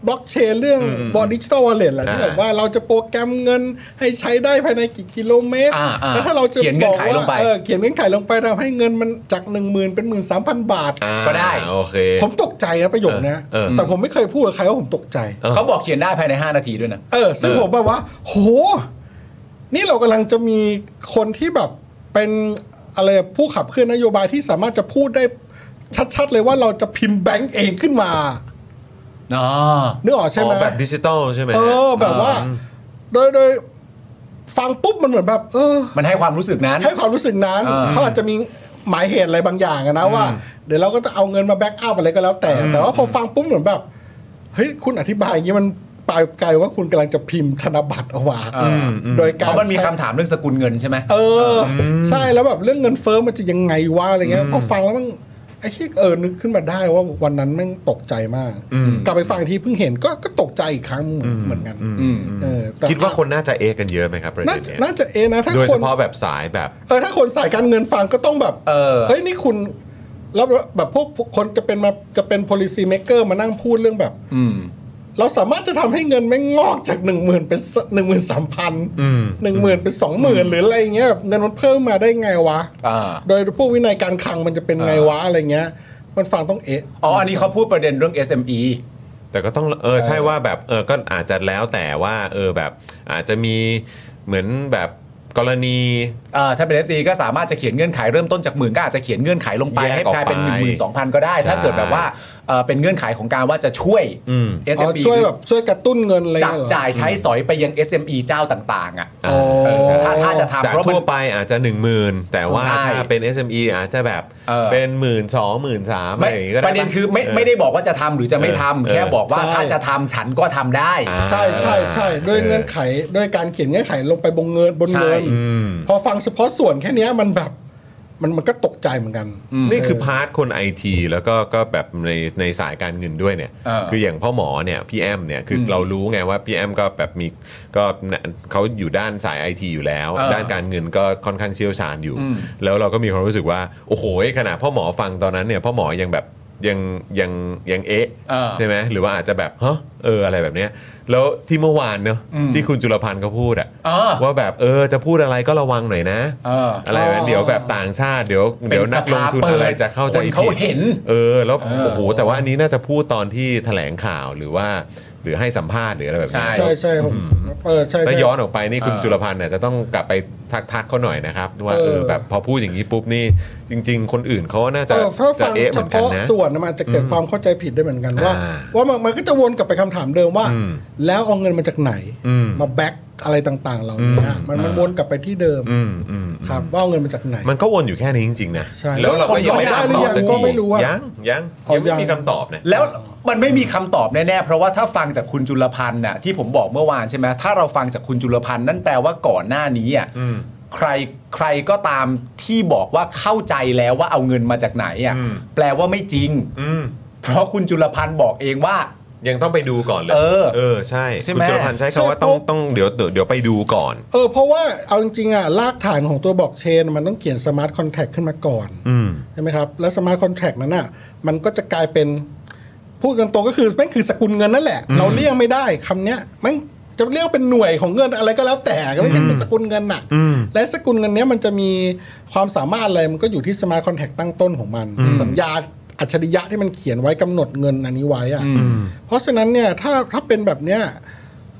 บล็อกเชนเรื่องบอดดิจิตอลวอลเล็ตแหละที่ อ่า แบบว่าเราจะโปรแกรมเงินให้ใช้ได้ภายในกี่กิโลเมตร อ่าอ่า แล้วถ้าเราจะ เขียนบเงื่อ อน ก ไขลงไป ว่าเออ เขียนเงื่อนไขลงไปทำให้เงินมันจาก 1 0,000ื่นเป็น 1 3 0 0 0 บาท อ่า ก็ได้ โอเค ผมตกใจนะประโยคเนี้ย เออเออ แต่ผมไม่เคยพูดกับใครว่าผมตกใจ เออ เขาบอกเขียนได้ภายใน 5 นาทีด้วยนะ เออ ซึ่งผมแบบว่า โห นี่เรากำลังจะมีคนที่แบบเป็นอะไรอะผู้ขับเคลื่อนนโยบายที่สามารถจะพูดได้ชัดๆ เลยว่าเราจะพิมพ์แบงก์เองขึ้นมา อ๋อ นึกออกใช่ไหม อ๋อแบบดิจิตอลใช่ไหม เออ แบบว่า โดยโดยฟังปุ๊บมันเหมือนแบบ เออ มันให้ความรู้สึกนั้น ให้ความรู้สึกนั้น อ่า เขาอาจจะมีหมายเหตุอะไรบางอย่างอะนะว่า เดี๋ยวเราก็จะเอาเงินมาแบ็กอัพอะไรก็แล้วแต่ แต่ว่าพอฟังปุ๊บเหมือนแบบเฮ้ยคุณอธิบายอย่างนี้มันปลายไกลว่าคุณกำลังจะพิมพ์ธนบัตรออกมา อืม โดยการเพราะมันมีคำถามเรื่องสกุลเงินใช่ไหม เอออ ใช่แล้วแบบเรื่องเงินเฟ้อมันจะยังไงวะอะไรเงี้ยพอฟังแล้วมันไอ้ที่เออนึกขึ้นมาได้ว่าวันนั้นแม่งตกใจมาก กลับไปฟังอีกทีเพิ่งเห็นก็ก็ตกใจอีกครั้งเหมือนกัน อืม เออแต่ คิดว่าคนน่าจะเอะกันเยอะไหมครับประเด็ น่าน จะ เนี้ย น่าจะเอะนะถ้า โดย ค เฉ น พาะแบบสายแบบ เออถ้าคนสายการเงินฟังก็ต้องแบบ เออ ยนี่คุณแล้วแบบพวกคนจะเป็นมาจะเป็น policy maker มานั่งพูดเรื่องแบบ อืม เราสามารถจะทำให้เงินไม่งงอกจากหนึ่งหมื่นเป็นหนึ่งหมื่นสามพัน อืม หนึ่งหมื่นเป็นสองหมื่นหรืออะไรเงี้ยแบบเงินมันเพิ่มมาได้ไงวะ อ่า โดยพวกวินัยการคลังมันจะเป็นไงวะอะไรเงี้ย มันฟังต้องเอะ อ๋อ อันนี้เขาพูดประเด็นเรื่อง SME แต่ก็ต้องเออใช่ว่าแบบเออก็อาจจะแล้วแต่ว่าเออแบบอาจจะมีเหมือนแบบกรณี อ่าถ้าเป็น FC ก็สามารถจะเขียนเงื่อนไขเริ่มต้นจากหมื่นก็อาจจะเขียนเงื่อนไขลงไป แย ให้ กออก กลายเป็น ไป 1 2 0 0 0 ก็ได้ ใช่ ถ้าเกิดแบบว่าเอ่อเป็นเงื่อนไขของการว่าจะช่วย อืม เอา SME ช่วยแบบช่วยกระตุ้นเงินอะไร จับ เงี้ยเหรอ จ่ายใช้สอยไปยัง SME เจ้าต่างๆ อ่ะ อ๋อ เออถ้าถ้าจะทำ จาก เพราะมัน ทั่วไปอาจจะ 1 0,000 แต่ว่า ใช่ ถ้าเป็น SME อาจจะแบบ เออ เป็นหมื่นสองหมื่นสามอะ ไม่ ไรอย่างงี้ก็ได้ ประเด็น ป คือไม่ไม่ได้บอกว่าจะทำหรือจะไม่ทำ เออ แค่บอกว่า ใช่ ถ้าจะทำฉันก็ทำได้ อ่า ใช่ใช่ใช่ด้วยเงื่อนไขด้วยการเขียนเงื่อนไขลงไปบนเงินบนเงิน ใช่ อืม พอฟังเฉพาะส่วนแค่เนี้ยมันแบบ มันมันก็ตกใจเหมือนกัน นี่คือพาร์ทคนไอทีแล้วก็ก็แบบในในสายการเงินด้วยเนี่ย เออ คืออย่างพ่อหมอเนี่ยพี่แอมเนี่ยคือเรารู้ไงว่าพี่แอมก็แบบมีก็เนี่ยเขาอยู่ด้านสายไอทีอยู่แล้ว เออ ด้านการเงินก็ค่อนข้างเชี่ยวชาญอยู่ อืม แล้วเราก็มีความรู้สึกว่า โอ้โหขนาดพ่อหมอฟังตอนนั้นเนี่ยพ่อหมอยังแบบยังยังยังเอ๊ะ เออ ใช่ไหมหรือว่าอาจจะแบบฮะเอออะไรแบบเนี้ยแล้วที่เมื่อวานเนอะ อืม ที่คุณจุลพันธ์เขาพูดอะ เออ ว่าแบบเออจะพูดอะไรก็ระวังหน่อยนะ เอออ ไรแบบนั้นเดี๋ยวแบบต่างชาติเดี๋ยวเดี๋ยวนักลงทุนอะไรจะเข้าใจ คนเขา ผิด เห็น เออแล้ว เออ โอ้โหแต่ว่าอันนี้น่าจะพูดตอนที่แถลงข่าวหรือว่า หรือให้สัมภาษณ์หรืออะไรแบบ ใช่ นี้ ใช่ใช่ผมเออใช่ ถ้า ใช่ ย้อนออกไปนี่คุณ เออ จุลพันธ์เนี่ยจะต้องกลับไปทักทักเขาหน่อยนะครับว่าเออแบบพอพูดอย่างนี้ปุ๊บนี่ จริง ๆ คนอื่นเขาน่าจะ เออถ้า จะ ฟัง เอ๊ะเห เฉ มือนกัน พาะ นะ ส่วนน่ะมันอาจจะเกิดความเข้าใจผิดได้เหมือนกันว่า อ่า ว่ามันมันก็จะวนกลับไปคำถามเดิมว่า อืม แล้วเอาเงินมาจากไหน อืม มาแบ็กอะไรต่างๆ เหล่านี้ อืม มันมัน อ่า วนกลับไปที่เดิม อืมอืม ครับว่าเอาเงินมาจากไหน มันก็วนอยู่แค่นี้จริงๆนะ ใช่ แล้วเราก็ยังไม่ แล้ว ได้ คน คำตตอบอบได้หรือยังก็ไม่จากที่รู้อะ ยังยัง เอายัยังไม่ง มีคำตอบเนี่ย แล้วมันไม่มีคำตอบแน่ๆ เพราะว่าถ้าฟังจากคุณจุลพันธ์น่ะที่ผมบอกเมื่อวานใช่ไหมถ้าเราฟังจากคุณจุลพันธ์นั่นแปลว่าก่อนหน้านี้อ่ะ อืม ใครใครก็ตามที่บอกว่าเข้าใจแล้วว่าเอาเงินมาจากไหนอ่ะ อืม แปลว่าไม่จริง อืม เพราะคุณจุลพันธ์บอกเองว่า ยังต้องไปดูก่อนเลย เออ เออใช่ ใช่ไหม คุณจุลพันธ์ใช้คำว่าต้องต้องเดี๋ยวเดี๋ยวเดี๋ยวไปดูก่อน เออเพราะว่าเอาจริงๆอ่ะรากฐานของตัวบล็อกเชน มันต้องเขียนสมาร์ทคอนแท็กขึ้นมาก่อน อืม ใช่ไหมครับ แล้วสมาร์ทคอนแท็กนั้นอ่ะมันก็จะกลายเป็น พูดกันตรงก็คือแม่งคือสกุลเงินนั่นแหละ เราเรียกไม่ได้คำเนี้ยแม่งจะเรียกเป็นหน่วยของเงินอะไรก็แล้วแต่ก็ไม่ใช่เป็นสกุลเงินน่ะ อืม และสกุลเงินเนี้ยมันจะมีความสามารถอะไรมันก็อยู่ที่สมาร์ทคอนแท็กตั้งต้นของมัน สัญญาอัจฉริยะที่มันเขียนไว้กำหนดเงินอันนี้ไว้อะเพราะฉะนั้นเนี่ยถ้าถ้าเป็นแบบเนี้ย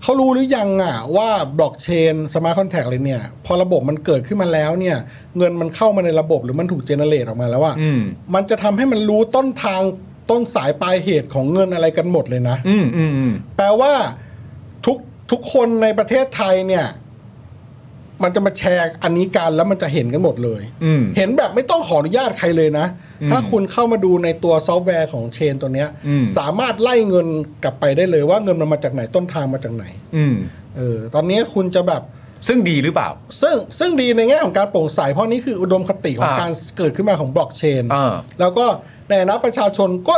เขารู้หรือยังอ่ะว่าบล็อกเชนสมาร์ทคอนแท็กเลยเนี่ย พอระบบมันเกิดขึ้นมาแล้วเนี่ย เงินมันเข้ามาในระบบหรือมันถูกเจเนเรตออกมาแล้วว่า อืม มันจะทำให้มันรู้ต้นทางต้นสายปลายเหตุของเงินอะไรกันหมดเลยนะ อืมอืมอืม แปลว่าทุกทุกคนในประเทศไทยเนี่ย มันจะมาแชร์อันนี้กันแล้วมันจะเห็นกันหมดเลย อืม เห็นแบบไม่ต้องขออนุญาตใครเลยนะ อืม ถ้าคุณเข้ามาดูในตัวซอฟต์แวร์ของเชนตัวเนี้ย อืม สามารถไล่เงินกลับไปได้เลยว่าเงินมันมาจากไหนต้นทางมาจากไหน อืม เออ ตอนนี้คุณจะแบบ ซึ่งดีหรือเปล่า ซึ่งซึ่งดีในแง่ของการโปร่งใสเพราะนี่คืออุดมคติของ อ่า การเกิดขึ้นมาของบล็อกเชน อ่า แล้วก็ในฐานะประชาชนก็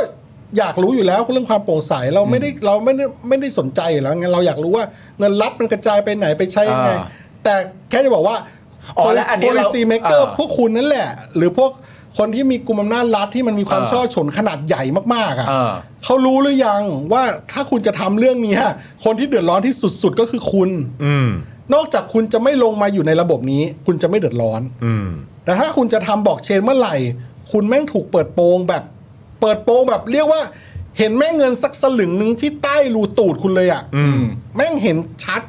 อยากรู้อยู่แล้วเรื่องความโปร่งใสเราไม่ได้เราไม่ได้ไม่ได้สนใจอยู่แล้วงั้นเราอยากรู้ว่าเงินรับมันกระจายไปไหนไปใช้ยังไง อ่า แต่แค่จะบอกว่า อ๋อและอันนี้เรา policy maker อ่า พวกคุณนั่นแหละ หรือพวกคนที่มีกลุ่มอำนาจรัฐที่มันมีความ อ่า ช่อฉนขนาดใหญ่มากๆอ่ะ อ่า เขารู้หรือยังว่าถ้าคุณจะทำเรื่องเนี้ยคนที่เดือดร้อนที่สุดๆก็คือคุณ อืม นอกจากคุณจะไม่ลงมาอยู่ในระบบนี้ คุณจะไม่เดือดร้อน อืม แต่ถ้าคุณจะทำบล็อกเชนเมื่อไหร่ คุณแม่งถูกเปิดโปงแบบ เปิดโปงแบบเรียกว่า เห็นแม่งเงินสักสลึงหนึ่งที่ใต้รูตูดคุณเลยอะ่ะ อืม แม่งเห็นชัด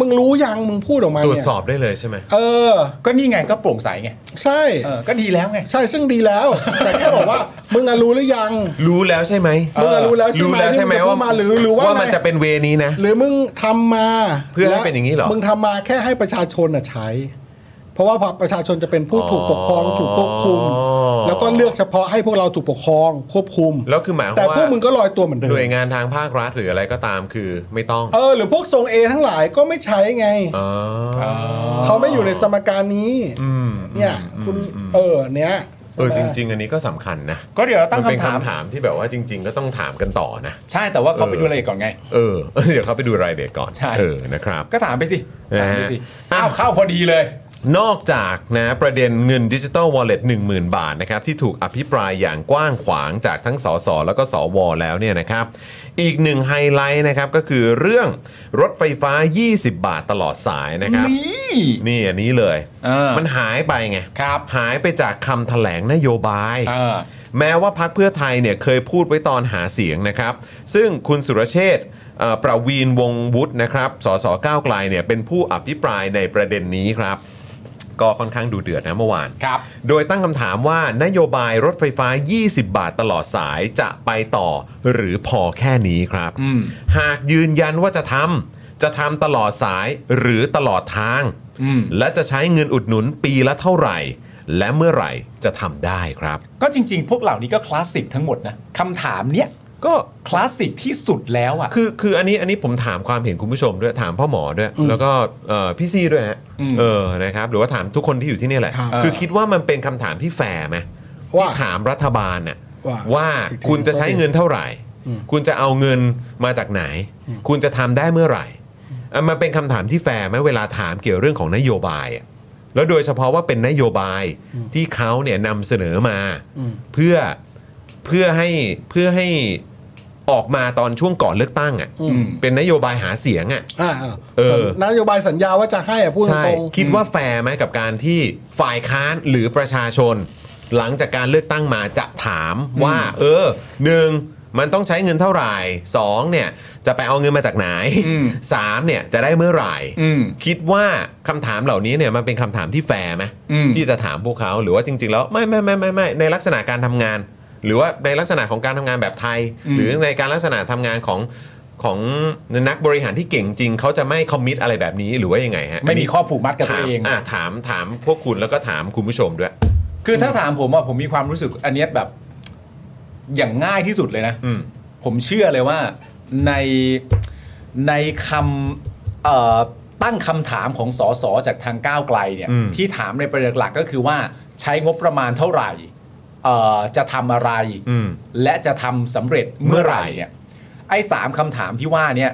มึงรู้ยังมึงพูดออกมา ตรวจ เนี่ย สอบได้เลยใช่ไหม เออ ก็นี่ไงก็โปร่งใสไง ใช่ เออก็ดีแล้วไง ใช่ซึ่งดี แล้ว แต่แค่บอกว่า มึงอะรู้หรือยัง รู้แล้วใช่ไหม มึงอะรู้แล้วใช่ รู้ ไหม แล้วใช่ไหม ที่งจะพู ว่า ดมาหรือหรือว่า ว่ามัน ไง จะเป็นเวนี้นะ หรือมึงทำมา เพื่อให้เป็นอย่างนี้เหรอ มึงทำมาแค่ให้ประชาชนน่ะใช้ เพราะว่าประชาชนจะเป็นผู้ถูกปกครองถูกควบคุม แล้วก็เลือกเฉพาะให้พวกเราถูกปกครองควบคุม แล้วคือหมายความ แต่ ว่า พวกมึงก็ลอยตัวเหมือนเดิม หน่วยงานทางภาครัฐหรืออะไรก็ตามคือไม่ต้อง เออหรือพวกทรงเอทั้งหลายก็ไม่ใช้ไง อ๋อ เขาไม่อยู่ในสมการนี้ ม เนี่ยคุณเออเนี้ย เออจริง ๆ อันนี้ก็สำคัญนะ ก็เดี๋ยวเราตั้ง มันเป็น คำถาม คำถามที่แบบว่าจริง ๆ ก็ต้องถามกันต่อนะ ใช่แต่ว่าเขาไป เออ ดูอะไรายละเอียดก่อนไง เออ เดี๋ยวเขาไปดูรายละเอียดก่อน ใช่ เออนะครับ ก็ถามไปสิ นะถามฮะไปสิอ้าวเข้าพอดีเลย นอกจากนะประเด็นเงินดิจิ t a ลวอลเล็ต10,000 บาทนะครับที่ถูกอภิปรายอย่างกว้างขวางจากทั้งสสแล้วก็สวแล้วเนี่ยนะครับ อีกหนึ่งไฮไลท์นะครับก็คือเรื่องรถไฟฟ้า 20 บาทตลอดสายนะครับ นี่ นี่อันนี้เลย เออ มันหายไปไง ครับ หายไปจากคำแถลงนโยบาย เออ แม้ว่าพักเพื่อไทยเนี่ยเคยพูดไว้ตอนหาเสียงนะครับ ซึ่งคุณสุรเชษฐ์เอ่อประวีนวงศ์วุฒินะครับ สสก้าวไกลเนี่ยเป็นผู้อภิปรายในประเด็นนี้ครับ ก็ค่อนข้างดูเดือดนะเมื่อวาน ครับ โดยตั้งคำถามว่านโยบายรถไฟฟ้า 20 บาทตลอดสายจะไปต่อหรือพอแค่นี้ครับ อืม หากยืนยันว่าจะทำจะทำตลอดสายหรือตลอดทาง อืม และจะใช้เงินอุดหนุนปีละเท่าไหร่ และเมื่อไหร่จะทำได้ครับ ก็จริง ๆ พวกเหล่านี้ก็คลาสสิกทั้งหมดนะคำถามเนี้ย ก็ คลาสสิกที่สุดแล้วอ่ะ คือคืออันนี้อันนี้ผมถามความเห็นคุณผู้ชมด้วยถามพ่อหมอด้วย แล้วก็เอ่อพี่ซีด้วยฮะ อืม เออนะครับหรือว่าถามทุกคนที่อยู่ที่นี่แหละ ครับ คือคิดว่ามันเป็นคำถามที่แฟร์ไหม ว่า ที่ถามรัฐบาลน่ะ ว่า ว่า อีกที คุณจะใช้เงินเท่าไหร่ อืม คุณจะเอาเงินมาจากไหน คุณจะทำได้เมื่อไหร่อ่ะมันเป็นคำถามที่แฟร์ไหมเวลาถามเกี่ยวเรื่องของนโยบายอ่ะแล้วโดยเฉพาะว่าเป็นนโยบายที่เขาเนี่ยนำเสนอมา อืม เพื่อเพื่อให้เพื่อให้ออกมาตอนช่วงก่อนเลือกตั้งอ่ะ อืม เป็นนโยบายหาเสียงอ่ะ อ่า เออ นโยบายสัญญาว่าจะให้อะพูดต ใช่ รง คิดว่าแฟร์ไหมกับการที่ฝ่ายค้านหรือประชาชน หลังจากการเลือกตั้งมาจะถามว่า เออหนึ่ง มันต้องใช้เงินเท่าไหร่สองเนี่ยจะไปเอาเงินมาจากไหน อืม สามเนี่ยจะได้เมื่อไหร่ อืม คิดว่าคำถามเหล่านี้เนี่ยมันเป็นคำถามที่แฟร์ไหม อืม ที่จะถามพวกเขาหรือว่าจริง ๆ แล้วไม่ไม่ไม่ไม่ไม่ในลักษณะการทำงาน หรือว่าในลักษณะของการทำงานแบบไทย หรือในการลักษณะทำงานของของนักบริหารที่เก่งจริงเขาจะไม่คอมมิตอะไรแบบนี้หรือว่ายังไงฮะ ไม่มีข้อผูกมัดกับตัวเอง ถามอ่ะถามถามพวกคุณแล้วก็ถามคุณผู้ชมด้วย คือถ้าถามผมว่าผมมีความรู้สึกอันเนี้ยแบบ อย่างง่ายที่สุดเลยนะ อืม ผมเชื่อเลยว่าในในคำเอ่อตั้งคำถามของสสจากทางก้าวไกลเนี่ย อืม ที่ถามในประเด็นหลักก็คือว่าใช้งบประมาณเท่าไหร่เอ่อจะทำอะไร อืม และจะทำสำเร็จเมื่อไหร่เนี่ยไอ้สามคำถามที่ว่าเนี่ย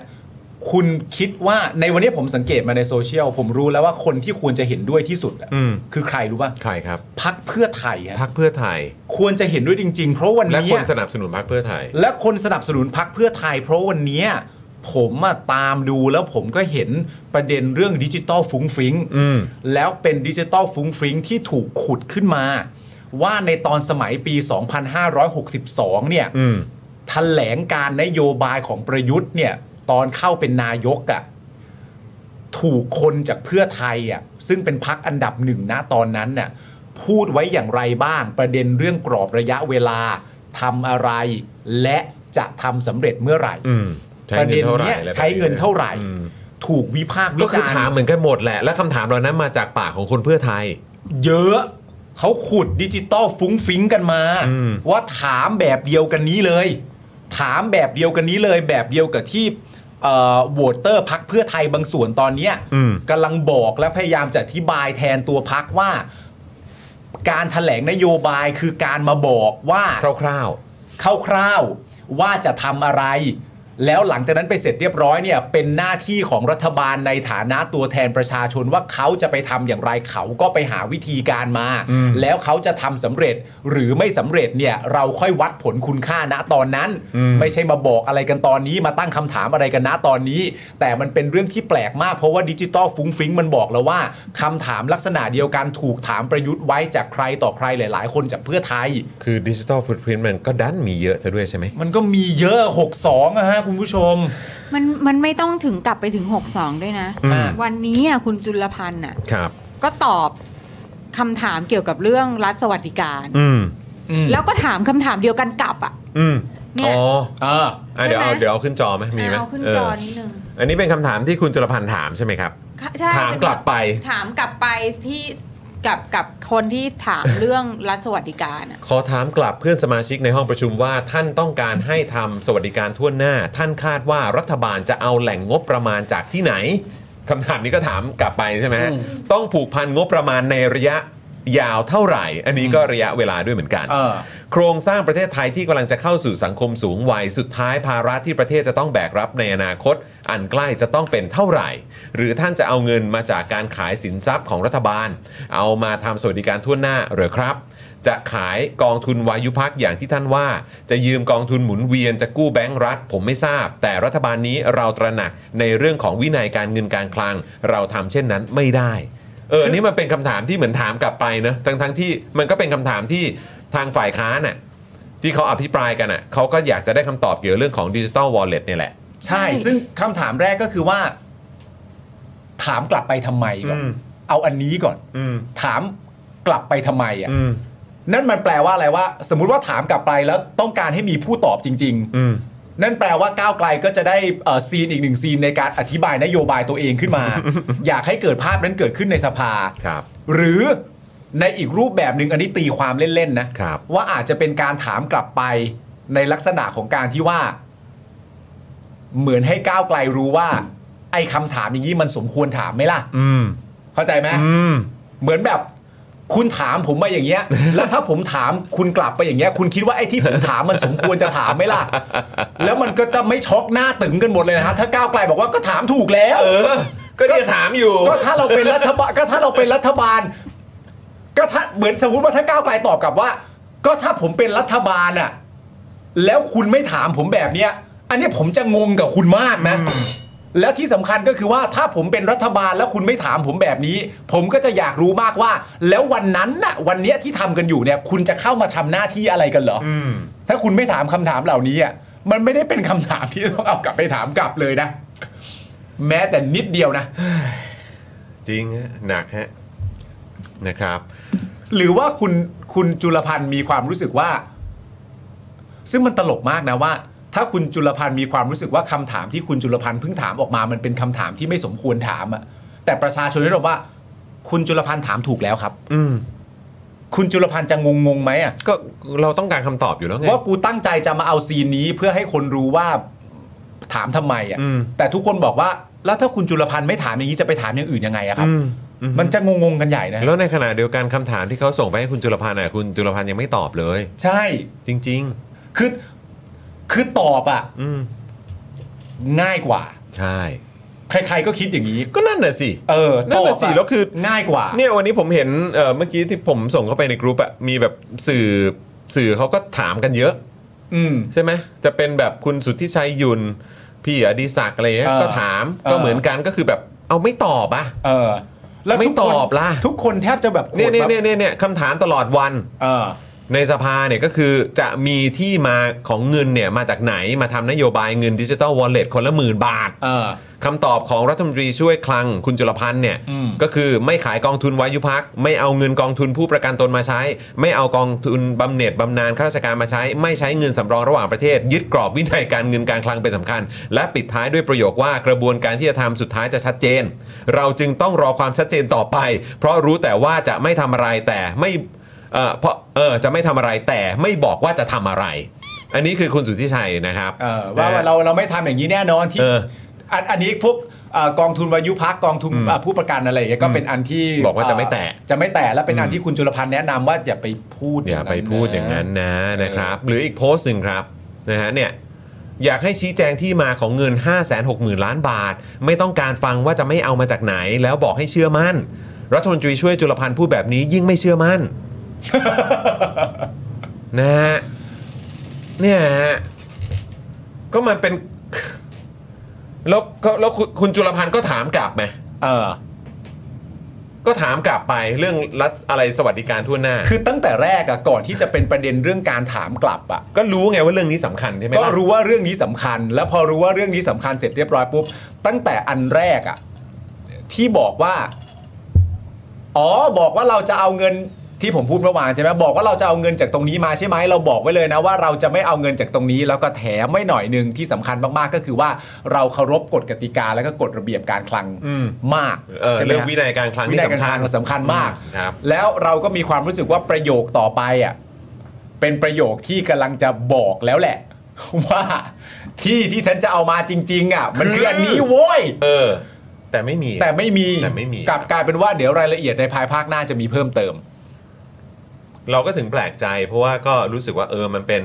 คุณคิดว่าในวันนี้ผมสังเกตมาในโซเชียล ผมรู้แล้วว่าคนที่ควรจะเห็นด้วยที่สุดอะ อืม คือใครรู้ป่ะ ใครครับ พักเพื่อไทยฮะ พักเพื่อไทย ควรจะเห็นด้วยจริง ๆ เพราะวัน และ นี้ คนสนับสนุนพักเพื่อไทย และคนสนับสนุนพักเพื่อไทย เพราะวันเนี้ยผมอะตามดูแล้วผมก็เห็นประเด็นเรื่องดิจิตอลฟุ้งฟิ้ง อืม แล้วเป็นดิจิตอลฟุ้งฟิ้งที่ถูกขุดขึ้นมา ว่าในตอนสมัยปี 2562 เนี่ย อืม ถแถลงการนโยบายของประยุทธ์เนี่ย ตอนเข้าเป็นนายกอะ่ะถูกคนจากเพื่อไทยอะ่ะซึ่งเป็นพักอันดับหนึ่งนะตอนนั้นน่ะพูดไว้อย่างไรบ้าง ประเด็นเรื่องกรอบระยะเวลาทำอะไร และจะทำสำเร็จเมื่อไหร่ อืม ใช้ ประ เงิ เด็ น น เท่าไหร่ เนี้ย อะไรแบบ ใช้เงินเท่าไหร่ อืม ถูกวิพากษ์วิ ก็คือ จาร ถาม ณ์ เหมือนกันหมดแหละ และคำถามเหล่านั้นมาจากปากของคนเพื่อไทย เยอะเขาขุดดิจิตอลฟุ้งฟิ้งกันมา อืม ว่าถามแบบเดียวกันนี้เลย ถามแบบเดียวกันนี้เลยแบบเดียวกับที่เอ่อโหวตเตอร์พักเพื่อไทยบางส่วนตอนเนี้ย อืม กำลังบอกและพยายามจะอธิบายแทนตัวพักว่า การถแถลงนโยบายคือการมาบอกว่า คร่าว คร่าวๆว่าจะทำอะไร แล้วหลังจากนั้นไปเสร็จเรียบร้อยเนี่ยเป็นหน้าที่ของรัฐบาลในฐานะตัวแทนประชาชนว่าเขาจะไปทำอย่างไรเขาก็ไปหาวิธีการมา แล้วเขาจะทำสำเร็จหรือไม่สำเร็จเนี่ยเราค่อยวัดผลคุณค่าณตอนนั้น ไม่ใช่มาบอกอะไรกันตอนนี้มาตั้งคำถามอะไรกันณตอนนี้ แต่มันเป็นเรื่องที่แปลกมากเพราะว่าดิจิตอลฟุ้งฟิ้งมันบอกแล้วว่าคำถามลักษณะเดียวกันถูกถามประยุทธ์ไว้จากใครต่อใครหลาย ๆ คนจากเพื่อไทย ๆ คือดิจิทัลฟุตพิ้นมันก็ดันมีเยอะซะด้วยใช่ไหม มันก็มีเยอะ 62อะฮะ คุณผู้ชม มันมันไม่ต้องถึงกลับไปถึง 62 ด้วยนะ อืม วันนี้อ่ะคุณจุลพันธ์อ่ะ ครับ ก็ตอบคำถามเกี่ยวกับเรื่องรัฐสวัสดิการ อืม แล้วก็ถามคำถามเดียวกันกลับอ่ะ อืม เนี่ย อ๋อ เออ อ่ะเดี๋ยวเอา ใช่ไหม เดี๋ยวเอาขึ้นจอไหมมีไหม เอาขึ้น เออ จอนิดนึง อันนี้เป็นคำถามที่คุณจุลพันธ์ถามใช่ไหมครับ ค่ะใช่ ถามกลับไป ถามกลับไปที่กับกับคนที่ถามเรื่องรัฐสวัสดิการอ่ะ ขอถามกลับเพื่อนสมาชิกในห้องประชุมว่าท่านต้องการให้ทำสวัสดิการทั่วหน้า ท่านคาดว่ารัฐบาลจะเอาแหล่งงบประมาณจากที่ไหนคำถามนี้ก็ถามกลับไปใช่ไหมฮะต้องผูกพันงบประมาณในระยะยาวเท่าไหร่ อันนี้ก็ระยะเวลาด้วยเหมือนกัน เออ โครงสร้างประเทศไทยที่กำลังจะเข้าสู่สังคมสูงวัยสุดท้ายภาระที่ประเทศจะต้องแบกรับในอนาคต อันใกล้จะต้องเป็นเท่าไหร่ หรือท่านจะเอาเงินมาจากการขายสินทรัพย์ของรัฐบาล เอามาทำสวัสดิการทั่วหน้าหรือครับ จะขายกองทุนวายุพักอย่างที่ท่านว่า จะยืมกองทุนหมุนเวียนจะกู้แบงก์รัฐ ผมไม่ทราบ แต่รัฐบาลนี้เราตระหนักในเรื่องของวินัยการเงินการคลัง เราทำเช่นนั้นไม่ได้ เออ นี่มันเป็นคำถามที่เหมือนถามกลับไปเนอะทั้งทั้งที่มันก็เป็นคำถามที่ทางฝ่ายค้านน่ะที่เขาอภิปรายกันน่ะเขาก็อยากจะได้คำตอบเกี่ยวเรื่องของดิจิ t a ลวอลเล็ตเนี่ยแหละ ใช่ ซึ่งคำถามแรกก็คือว่า ถามกลับไปทำไมก่อน อืม เอาอันนี้ก่อน อืม ถามกลับไปทำไมอ่ะ อืม นั่นมันแปลว่าอะไรว่า สมมุติว่าถามกลับไปแล้วต้องการให้มีผู้ตอบจริง อืม ๆ นั่นแปลว่าก้าวไกลก็จะได้เอ่อซีนอีกหนึ่งซีนในการอธิบายนโยบายตัวเอง ขึ้นมา อยากให้เกิดภาพนั้นเกิดขึ้นในสภา ครับ หรือในอีกรูปแบบหนึ่งอันนี้ตีความเล่น ๆ นะ ครับ ว่าอาจจะเป็นการถามกลับไปในลักษณะของการที่ว่า เหมือนให้ก้าวไกลรู้ว่า ไอ้คำถามอย่างนี้มันสมควรถามไหมล่ะ อืม เข้าใจไหม อืม เหมือนแบบ คุณถามผมมาอย่างเงี้ย แล้วถ้าผมถามคุณกลับไปอย่างเงี้ย คุณคิดว่าไอ้ที่ผมถามมันสมควรจะถามไหมล่ะ แล้วมันก็จะไม่ช็อกหน้าตึงกันหมดเลยนะฮะถ้าก้าวไกลบอกว่าก็ถามถูกแล้ว เออ ก็เนี่ยถามอยู่ ก็ถ้าเราเป็นรัฐบาลก็ถ้าเราเป็นรัฐบาล ก็ถ้าเหมือนสมมติว่าถ้าก้าวไกลตอบกลับว่า ก็ถ้าผมเป็นรัฐบาลอะแล้วคุณไม่ถามผมแบบเนี้ย อันเนี้ยผมจะงงกับคุณมากนะ แล้วที่สำคัญก็คือว่าถ้าผมเป็นรัฐบาลแล้วคุณไม่ถามผมแบบนี้ ผมก็จะอยากรู้มากว่า แล้ววันนั้นน่ะ วันเนี้ยที่ทำกันอยู่เนี่ย คุณจะเข้ามาทำหน้าที่อะไรกันเหรอ ถ้าคุณไม่ถามคำถามเหล่านี้อะ มันไม่ได้เป็นคำถามที่ต้องเอากลับไปถามกลับเลยนะ แม้แต่นิดเดียวนะ จริงฮะหนักฮะนะครับ หรือว่าคุณคุณจุลพันธ์มีความรู้สึกว่า ซึ่งมันตลกมากนะว่า ถ้าคุณจุลพันธ์มีความรู้สึกว่าคำถามที่คุณจุลพันธ์เพิ่งถามออกมามันเป็นคำถามที่ไม่สมควรถามอะแต่ประชาชนได้บอกว่า คุณจุลพันธ์ถามถูกแล้วครับ อืม คุณจุลพันธ์จะงงงงๆไหมอะ ก็เราต้องการคำตอบอยู่แล้วไง ว่ากูตั้งใจจะมาเอาซีนนี้เพื่อให้คนรู้ว่าถามทำไมอะ อืม แต่ทุกคนบอกว่า แล้วถ้าคุณจุลพันธ์ไม่ถามอย่างนี้จะไปถามอย่างอื่นยังไงอะครับ อืมอื มันจะงงงๆกันใหญ่นะ แล้วในขณะเดียวกันคำถามที่เขาส่งไปให้คุณจุลพันธ์อ่ะคุณจุลพันธ์ยังไม่ตอบเลย ใช่ จริง คือคือตอบอะ ๆ อืม ง่ายกว่า ใช่ ใครๆก็คิดอย่างนี้ ก็นั่นน่ะสิ เออ นั่นน่ะสิ ตบะ แล้วคือ ง่ายกว่า เนี่ยวันนี้ผมเห็นเอ่อเมื่อกี้ที่ผมส่งเข้าไปในกรุ๊ปอะมีแบบสื่อสื่อเขาก็ถามกันเยอะ อืม ใช่ไหมจะเป็นแบบคุณสุทธิชัยยุนพี่อดีศักดิ์อะไรเงี้ย เออ ก็ถาม เออ ก็เหมือนกันก็คือแบบเอาไม่ตอบอะ เออ ไม่ ทุกคน ตอบล่ะ ทุกคนแทบจะแบบโกร เนี่ย ธ เนี่แบยบ เนี่ยเนี่ยเนี่ยคำถามตลอดวัน เออ ในสภาเนี่ยก็คือจะมีที่มาของเงินเนี่ยมาจากไหนมาทำนโยบายเงินดิจิ t a ลวอลเล็ตคนละหมื่นบาท เออ คำตอบของรัฐมนตรีช่วยคลังคุณจุลพันธ์เนี่ย อืม ก็คือไม่ขายกองทุนไว้ยุพัก ไม่เอาเงินกองทุนผู้ประกันตนมาใช้ ไม่เอากองทุนบำเหน็จบำนาญข้าราชการมาใช้ ไม่ใช้เงินสำรองระหว่างประเทศ ยึดกรอบวินัยการเงินการคลังเป็นสำคัญ และปิดท้ายด้วยประโยคว่ากระบวนการที่จะทำสุดท้ายจะชัดเจน เราจึงต้องรอความชัดเจนต่อไป เพราะรู้แต่ว่าจะไม่ทำอะไรแต่ไม่ เอ่อเพราะเออจะไม่ทำอะไรแต่ไม่บอกว่าจะทำอะไร อันนี้คือคุณสุทธิชัยนะครับ เออว่าว่า นะ เราเราไม่ทำอย่างนี้แน่นอนที่ เออ อันอันนี้พวกเอ่อกองทุนวายุพักกองทุนอ่ะผู้ประกันอะไรอย่างเงี้ยก็เป็นอันที่ บอกว่าจะไม่แตะ เอ่อจะไม่แตะและเป็นอันที่คุณจุลพันธ์แนะนำว่าอย่าไปพูด อย่าไปพูดอย่างนั้นนะนะครับ หรืออีกโพสต์หนึ่งครับนะฮะเนี่ยอยากให้ชี้แจงที่มาของเงิน 560,000 ล้านบาท ไม่ต้องการฟังว่าจะไม่เอามาจากไหน แล้วบอกให้เชื่อมั่น รัฐมนตรีช่วยจุลพันธ์พูดแบบนี้ยิ่งไม่เชื่อมั่น นะฮะเนี่ยฮะก็มันเป็น แล้วก็แล้วคุณคุณจุลพันธ์ก็ถามกลับไหม เออ ก็ถามกลับไปเรื่องรัฐอะไรสวัสดิการทั่วหน้า คือตั้งแต่แรกอะก่อนที่จะเป็นประเด็นเรื่องการถามกลับอะ ก็รู้ไงว่าเรื่องนี้สำคัญใช่ไหม ก็ ล่ะ รู้ว่าเรื่องนี้สำคัญ แล้วพอรู้ว่าเรื่องนี้สำคัญเสร็จเรียบร้อยปุ๊บ ตั้งแต่อันแรกอะที่บอกว่า อ๋อบอกว่าเราจะเอาเงินที่ผมพูดเมื่อวานใช่ไหมบอกว่าเราจะเอาเงินจากตรงนี้มาใช่ไหมเราบอกไว้เลยนะว่าเราจะไม่เอาเงินจากตรงนี้ แล้วก็แถมไม่หน่อยหนึ่งที่สำคัญมากๆก็คือว่าเราเคารพกฎกติกาและก็กฎระเบียบการคลัง อืม มาก เออ ใช่ไหม เรื่อง ฮะ วินัยการคลัง วิ นี่ นัยการคสำคั ลั ญ งสำคัญมาก ครับ แล้วเราก็มีความรู้สึกว่าประโยคต่อไปอ่ะเป็นประโยคที่กำลังจะบอกแล้วแหละ ว่าที่ที่ฉันจะเอามาจริง ๆ อ่ะ มันคืออันนี้โว้ย เออ แต่ไม่มี แต่ไม่มี แต่ไม่มี กลับกลายเป็นว่าเดี๋ยวรายละเอียดในภายภาคหน้าจะมีเพิ่มเติม เราก็ถึงแปลกใจ เพราะว่าก็รู้สึกว่าเออมันเป็น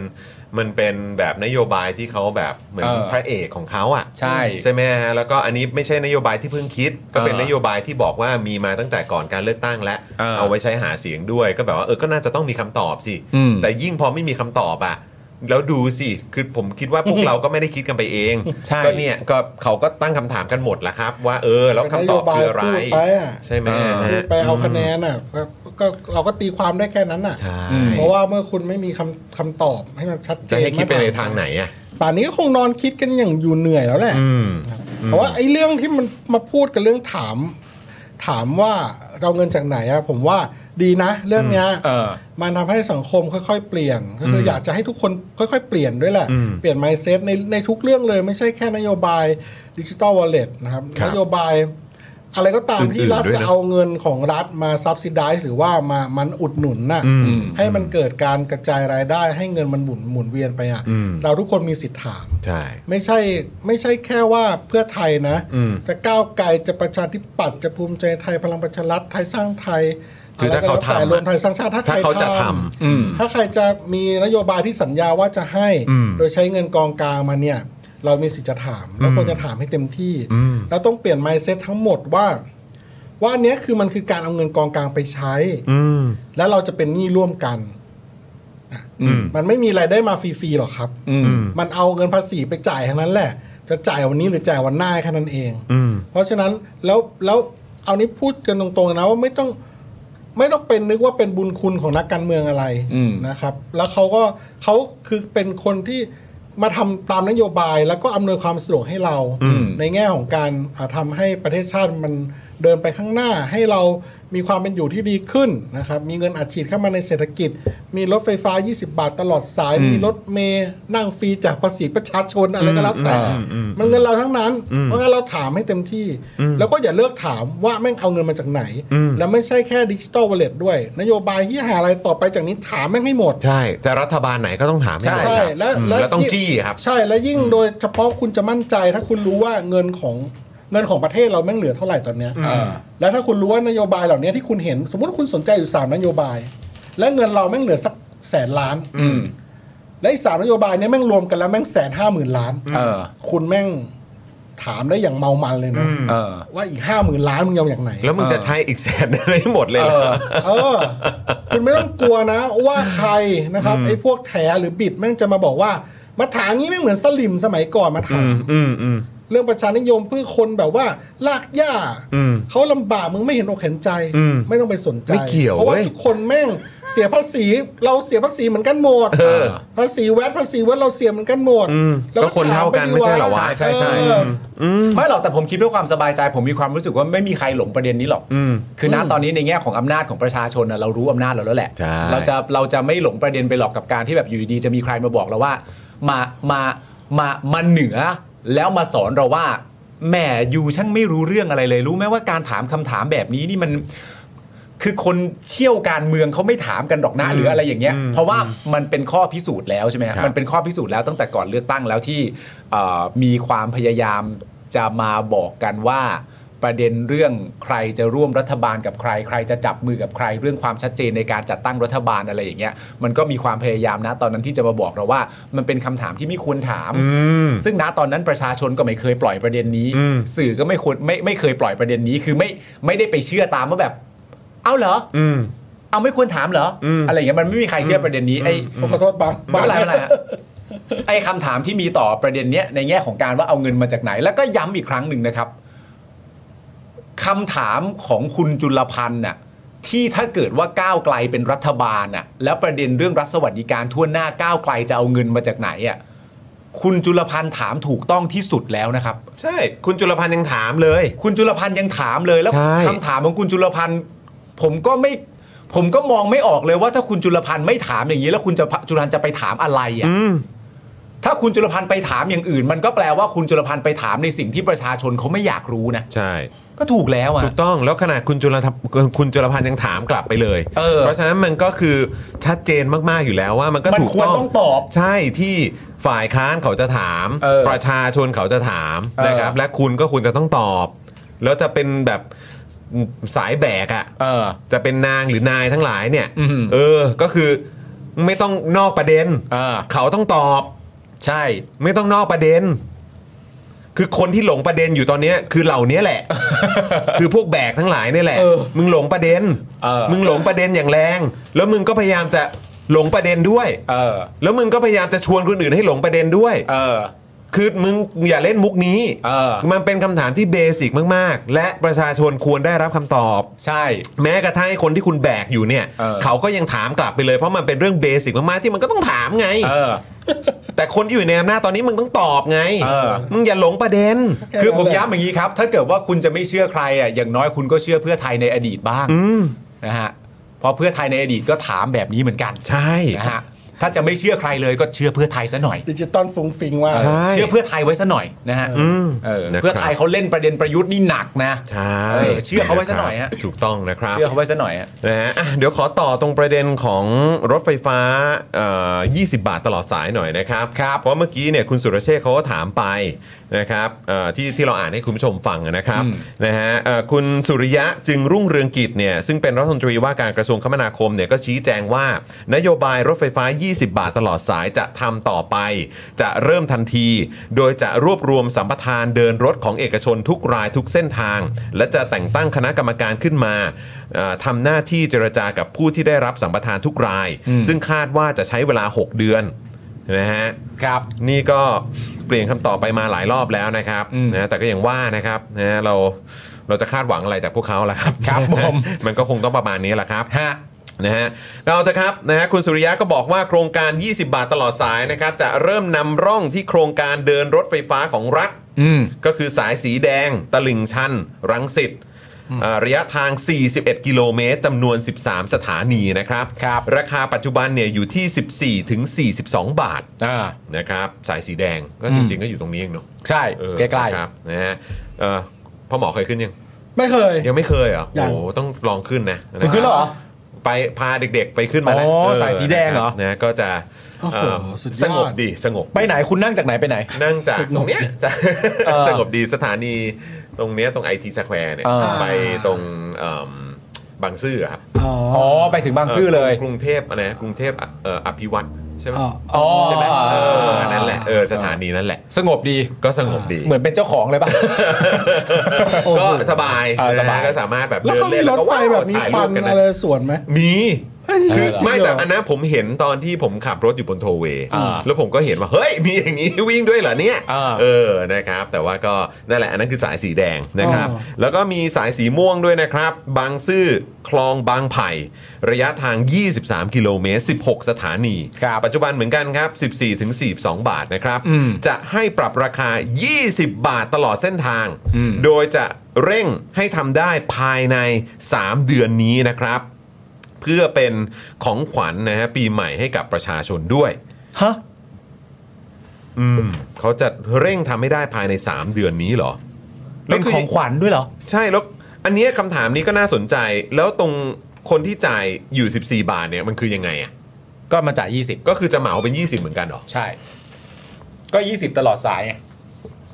มันเป็นแบบนโยบายที่เขาแบบเหมือน เออ พระเอกของเขาอ่ะ ใช่ ใช่ไหมฮะแล้วก็อันนี้ไม่ใช่นโยบายที่เพิ่งคิด ก็เป็น เออน โยบายที่บอกว่ามีมาตั้งแต่ก่อนการเลือกตั้งและ เออ เอาไว้ใช้หาเสียงด้วย ก็แบบว่าเออก็น่าจะต้องมีคำตอบสิ อืม แต่ยิ่งพอไม่มีคำตอบอ่ะแล้วดูสิคือผมคิดว่าพวกเราก็ไม่ได้คิดกันไปเอง ใช่ ก็เนี่ยก็เขาก็ตั้งคำถามกันหมดแล้วครับ ว่าเออแล้วคำตอบคืออะไร เป็นนโยบายพูดไปอะ ใช่ไหมฮะ พูดไปเอาคะแนนอ่ะก็ก็เราก็ตีความได้แค่นั้นอ่ะ ใช่ เพราะว่าเมื่อคุณไม่มีคำคำตอบให้มันชัดเจน จะให้คิดไปในทางไหนอ่ะ ป่านนี้ก็คงนอนคิดกันอย่างอยู่เหนื่อยแล้วแหละ อืม เพราะว่าไอ้เรื่องที่มันมาพูดกันเรื่องถาม ถามว่าเราเงินจากไหนอะผมว่าดีนะ เรื่องเนี้ย เออ มันทำให้สังคมค่อยๆ เปลี่ยนก็คืออ ม อยากจะให้ทุกคนค่อย ๆ เปลี่ยนด้วยแหละ อืม เปลี่ยน mindset ในในทุกเรื่องเลย ไม่ใช่แค่นโยบายดิจิตอลวอลเล็ตนะครับ คนรับโยบาย อะไรก็ตามที่ อื่นๆ รัฐ ด้วย จะ นะ เอาเงินของรัฐมาซับซิ d i ด e หรือว่ามามันอุดหนุนน่ะ อืม ให้มันเกิดการกระจายรายได้ให้เงินมันหมุนหมุนเวียนไปอ่ะ อืม เราทุกคนมีสิทธิ์ถาม ใช่ ไม่ใช่ไม่ใช่แค่ว่าเพื่อไทยนะ อืม จะก้าวไกลจะประชาธิปัตย์จะภูมิใจไทยพลังประชารัฐไทยสร้างไทย คือถ้าเขาทำ อะไรก็แล้วแต่ อะ รวมไทยสร้างชาติถ้าใคร ถ้าเขาจะท อืม ถ้าใครจะมีนโยบายที่สัญญาว่าจะให้ อืม โดยใช้เงินกองกลางมาเนี่ย เรามีสิทธิ์จะถามแล้วควรจะถามให้เต็มที่ อืม แล้วต้องเปลี่ยน mindset ทั้งหมดว่า ว่าอันเนี้ยคือมันคือการเอาเงินกองกลางไปใช้ อืม แล้วเราจะเป็นหนี้ร่วมกันอ่ะ อืม มันไม่มีรายได้มาฟรีๆหรอกครับ อืม มันเอาเงินภาษีไปจ่ายทั้งนั้นแหละ จะจ่ายวันนี้หรือจ่ายวันหน้าแค่นั้นเอง อืม เพราะฉะนั้นแล้วแล้วเอานี้พูดกันตรงๆนะว่าไม่ต้องไม่ต้องเป็นนึกว่าเป็นบุญคุณของนักการเมืองอะไร อืม นะครับ แล้วเขาก็เขาคือเป็นคนที่ มาทำตามนโยบายแล้วก็อำนวยความสะดวกให้เรา ในแง่ของการอ่าทำาให้ประเทศชาติมันเดินไปข้างหน้า ให้เรามีความเป็นอยู่ที่ดีขึ้นนะครับ มีเงินอัดฉีดเข้ามาในเศรษฐกิจ มีรถไฟฟ้า 20 บาทตลอดสาย มีรถเมย์นั่งฟรีจากภาษีประชาชนอะไรก็แล้วแต่ มันเงินเราทั้งนั้น เพราะงั้นเราถามให้เต็มที่ แล้วก็อย่าเลือกถามว่าแม่งเอาเงินมาจากไหน แล้วไม่ใช่แค่ดิจิตอลวอลเล็ตด้วย นโยบายที่หาอะไรต่อไปจากนี้ถามแม่งให้หมด ใช่ จะรัฐบาลไหนก็ต้องถามให้หมด ใช่ ครับ และ อืม และ แล้วต้องจี้ครับ ใช่และยิ่งโดยเฉพาะคุณจะมั่นใจถ้าคุณรู้ว่าเงินของเงินของประเทศเราแม่งเหลือเท่าไหร่ตอนเนี้ยแล้วถ้าคุณรู้ว่านโยบายเหล่านี้ที่คุณเห็น สมมติคุณสนใจอยู่สามนโยบาย และเงินเราแม่งเหลือสักแสนล้านและอีกสามนโยบายเนี้แม่งรวมกันแล้วแม่งแสนห้าหมื่นล้าน เออ คุณแม่งถามได้อย่างเมามันเลยนะ เออ ว่าอีกห้าหมื่นล้านมึงยอาอย่างไหน แล้วมึงจะใช้อีกแสนอะไรหมดเลยเหรอ เออ คุณไม่ต้องกลัวนะ ว่าใครนะครับไอ้พวกแถหรือบิดแม่งจะมาบอกว่า มาถามงี้ไม่งเหมือนสลิมสมัยก่อนมาถาม อืมอืม เรื่องประชานิยมเพื่อคนแบบว่าลากย่าเขาลำบากมึงไม่เห็นอกเห็นใจ อืม ไม่ต้องไปสนใจ ไม่เกี่ยว เพราะว่า เว้ย ทุกคนแม่งเสียภาษีเราเสียภาษีเหมือนกันหมด อ ภาษีแวดภาษีวัดเราเสียเหมือนกันหมด อืม แล้ว ก็คนเท่ากันไม่ใช่เหรอวะ ใช่ใช่ เออ ไม่หรอกแต่ผมคิดเพื่อความสบายใจ ผมมีความรู้สึกว่าไม่มีใครหลงประเด็นนี้หรอกคือณตอนนี้ในแง่ของอำนาจของประชาชนน่ะเรารู้อำนาจเราแล้วแหละ ใช่ เราจะเราจะไม่หลงประเด็นไปหรอกกับการที่แบบอยู่ดีๆจะมีใครมาบอกเราว่า มามามามาเหนือ แล้วมาสอนเราว่าแหมอยู่ช่างไม่รู้เรื่องอะไรเลย รู้ไหมว่าการถามคำถามแบบนี้นี่มัน คือคนเชี่ยวการเมืองเขาไม่ถามกันดอกนะหรืออะไรอย่างเงี้ย เพราะว่ามันเป็นข้อพิสูจน์แล้วใช่ไหมฮะ ครับ มันเป็นข้อพิสูจน์แล้วตั้งแต่ก่อนเลือกตั้งแล้วที่เอ่อมีความพยายามจะมาบอกกันว่า ประเด็นเรื่องใครจะร่วมรัฐบาลกับใคร ใครจะจับมือกับใคร เรื่องความชัดเจนในการจัดตั้งรัฐบาลอะไรอย่างเงี้ยมันก็มีความพยายามนะตอนนั้นที่จะมาบอกเราว่า มันเป็นคำถามที่ไม่ควรถาม อืม ซึ่งณตอนนั้นประชาชนก็ไม่เคยปล่อยประเด็นนี้ อืม สื่อก็ไม่ควรไม่ไม่เคยปล่อยประเด็นนี้ คือไม่ไม่ได้ไปเชื่อตามว่าแบบ เอาเหรอ อืม เอาไม่ควรถามเหรออ ม อะไรอย่างเงี้ยมันไม่มีใครเชื่อประเด็นนี้ไอ้ ผมขอโทษบาง ไม่เป็นไรไม่เป็นไรฮะไอ้คำถามที่มีต่อประเด็นเนี้ยในแง่ของการว่าเอาเงินมาจากไหน แล้วก็ย้ำอีกครั้งหนึ่งนะครับคำถามของคุณจุลพันธ์น่ะที่ถ้าเกิดว่าก้าวไกลเป็นรัฐบาลน่ะแล้วประเด็นเรื่องรัฐสวัสดิการทั่วหน้าก้าวไกลจะเอาเงินมาจากไหนอ่ะคุณจุลพันธ์ถามถูกต้องที่สุดแล้วนะครับ ใช่ คุณจุลพันธ์ยังถามเลย คุณจุลพันธ์ยังถามเลยแล้ว ใช่ คำถามของคุณจุลพันธ์ผมก็ไม่ ผมก็มองไม่ออกเลยว่าถ้าคุณจุลพันธ์ไม่ถามอย่างนี้ แล้วคุณจะจุลพันธ์จะไปถามอะไรอ่ะถ้าคุณจุลพันธ์ไปถามอย่างอื่น มันก็แปลว่าคุณจุลพันธ์ไปถามในสิ่งที่ประชาชนเขาไม่อยากรู้นะ ใช่ ก็ถูกแล้วอ่ะ ถูกต้องแล้วขนาดคุณจุลธรรมคุณจุลพันธ์ยังถามกลับไปเลย เออ ราะฉะนั้นมันก็คือชัดเจนมาก ๆ อยู่แล้วว่ามันก็ มัน ถูก ควร ต้อง ต้องตอบ ใช่ที่ฝ่ายค้านเขาจะถาม เออ ประชาชนเขาจะถาม เออ นะครับ และคุณก็ควรจะต้องตอบ แล้วจะเป็นแบบสายแบกอะ เออ จะเป็นนางหรือนายทั้งหลายเนี่ย อืม เออก็คือไม่ต้องนอกประเด็น เออ เขาต้องตอบ ใช่ ไม่ต้องนอกประเด็น คือคนที่หลงประเด็นอยู่ตอนเนี้ยคือเหล่านี้ แหละ คือพวกแบกทั้งหลายเนี่ยแหละ มึงหลงประเด็น เออ มึงหลงประเด็นอย่างแรง แล้วมึงก็พยายามจะหลงประเด็นด้วย เออ แล้วมึงก็พยายามจะชวนคนอื่นให้หลงประเด็นด้วย เออ คือมึงอย่าเล่นมุกนี้ เออ มันเป็นคำถามที่เบสิกมาก ๆ และประชาชนควรได้รับคำตอบ ใช่ แม้กระทั่งให้คนที่คุณแบกอยู่เนี่ย เออ ก็ยังถามกลับไปเลยเพราะมันเป็นเรื่องเบสิกมากๆที่มันก็ต้องถามไง เออ แต่คนที่อยู่ในอำนาจตอนนี้มึงต้องตอบไง เออ มึงอย่าหลงประเด็น คือผมย้ำอย่างนี้ครับ ถ้าเกิดว่าคุณจะไม่เชื่อใครอ่ะอย่างน้อยคุณก็เชื่อเพื่อไทยในอดีตบ้างนะฮะเพราะเพื่อไทยในอดีตก็ถามแบบนี้เหมือนกัน ใช่ นะฮะถ้าจะไม่เชื่อใครเลยก็เชื่อเพื่อไทยซะหน่อย ดิจิตอลฟงฟิงว่า ใช่ เชื่อเพื่อไทยไว้ซะหน่อยนะฮะเออ นะครับ เพื่อไทยเขาเล่นประเด็นประยุทธ์นี่หนักนะ ใช่ เออเชื่อเขาไว้ซะหน่อยฮะ ถูกต้องนะครับ เชื่อเขาไว้ซะหน่อยฮะ นะฮะอ่ะเดี๋ยวขอต่อตรงประเด็นของรถไฟฟ้าเอ่อ20 บาทตลอดสายหน่อยนะครับครับเพราะเมื่อกี้เนี่ยคุณสุรเชษฐ์เขาก็ถามไปนะครับเอ่อที่ที่เราอ่านให้คุณผู้ชมฟังนะครับ อืม นะฮะเอ่อคุณสุริยะจึงรุ่งเรืองกิจเนี่ยซึ่งเป็นรัฐมนตรีว่าการกระทรวงคมนาคมเนี่ยก็ชี้แจงว่า นโยบายรถไฟฟ้า 20 บาทตลอดสายจะทำต่อไป จะเริ่มทันที โดยจะรวบรวมสัมปทานเดินรถของเอกชนทุกรายทุกเส้นทาง และจะแต่งตั้งคณะกรรมการขึ้นมาเอ่อทำหน้าที่เจรจากับผู้ที่ได้รับสัมปทานทุกราย ซึ่งคาดว่าจะใช้เวลา 6 เดือนนะฮะ ครับ นี่ก็เปลี่ยนคำตอบไปมาหลายรอบแล้วนะครับ อืม นะแต่ก็อย่างว่านะครับนะเราเราจะคาดหวังอะไรจากพวกเขาล่ะครับ ครับผม มันก็คงต้องประมาณนี้แหละครับ ฮะ นะฮะเอาเถอะครับนะฮะคุณสุริยะก็บอกว่าโครงการ 20 บาทตลอดสายนะครับจะเริ่มนำร่องที่โครงการเดินรถไฟฟ้าของรัฐ อืม ก็คือสายสีแดง ตลิ่งชัน รังสิตอ่าระยะทาง 41 กิโลเมตรจำนวน 13 สถานีนะครับ ครับ ราคาปัจจุบันเนี่ยอยู่ที่ 14ถึง42 บาท อ่า นะครับ สายสีแดงก็ อืม จริง ๆ ก็อยู่ตรงนี้เองเนาะ ใช่ เออ ใกล้ ครับนะฮะเออพ่อหมอเคยขึ้นยัง ไม่เคย ยังไม่เคยเหรอ ยั โอ้ ง โหต้องลองขึ้นนะ ๆคุณขึ้นแล้วเหรอ ไปพาเด็กๆ ไปขึ้นมาแล้ว อ๋อ เออ สายสีแดงเหรอ นะคบนะก็จะ โอ้โห เอ่อ สุดยอด สงบดีสงบ ไปไหนคุณนั่งจากไหนไปไหน นั่งจากตรงเนี้ยจะ เออ สงบดีสถานีตรงเนี้ยตรงไอทีสแควร์เนี่ย เออ ไปตรงเอิ่มบางซื่อครับ อ๋อ อ๋อไปถึงบางซื่อเลย กรุงเทพอะไรนะกรุงเทพอ่ะเอ่ออภิวัตรใช่ไหม อ๋อ อ๋อ ใช่ไหมเออ เออ นั่นแหละเออสถานีนั่นแหละ สงบดี ก็สงบดี เหมือนเป็นเจ้าของเลยป่ะ ก็สบาย เออสบาย นะก็สามารถแบบ แล้ว เดิน เขา เล่ มี น รถไฟแบบมี ถ่าย ควั รู น ปกัน อะไร นะ สวนไหม มีคือ เออ ไม่แต่อันนั้นผมเห็นตอนที่ผมขับรถอยู่บนโทเวย์ อ่า แล้วผมก็เห็นว่าเฮ้ยมีอย่างนี้วิ่งด้วยเหรอเนี่ย อ่า เออ นะครับ แต่ว่าก็นั่นแหละ อันนั้นคือสายสีแดงนะครับ อ๋อ แล้วก็มีสายสีม่วงด้วยนะครับ บางซื่อ คลองบางไผ่ ระยะทาง 23 กิโลเมตร 16 สถานี ครับ ปัจจุบันเหมือนกันครับ 14ถึง42 บาทนะครับ อืม จะให้ปรับราคา 20 บาทตลอดเส้นทาง อืม โดยจะเร่งให้ทำได้ภายใน 3 เดือนนี้นะครับ เพื่อเป็นของขวัญนะฮะปีใหม่ให้กับประชาชนด้วย ฮะ อืมเขาจะเร่งทำให้ได้ภายใน 3 เดือนนี้เหรอ เป็น แล้วคื ของขวัญด้วยเหรอ ใช่แล้วอันเนี้ยคำถามนี้ก็น่าสนใจ แล้วตรงคนที่จ่ายอยู่ 14 บาทเนี่ยมันคือยังไงอ่ะ ก็มาจ่ายยี่สิบ ก็คือจะเหมาเป็น 20 เหมือนกันเหรอ ใช่ ก็ยี่สิบตลอดสายไง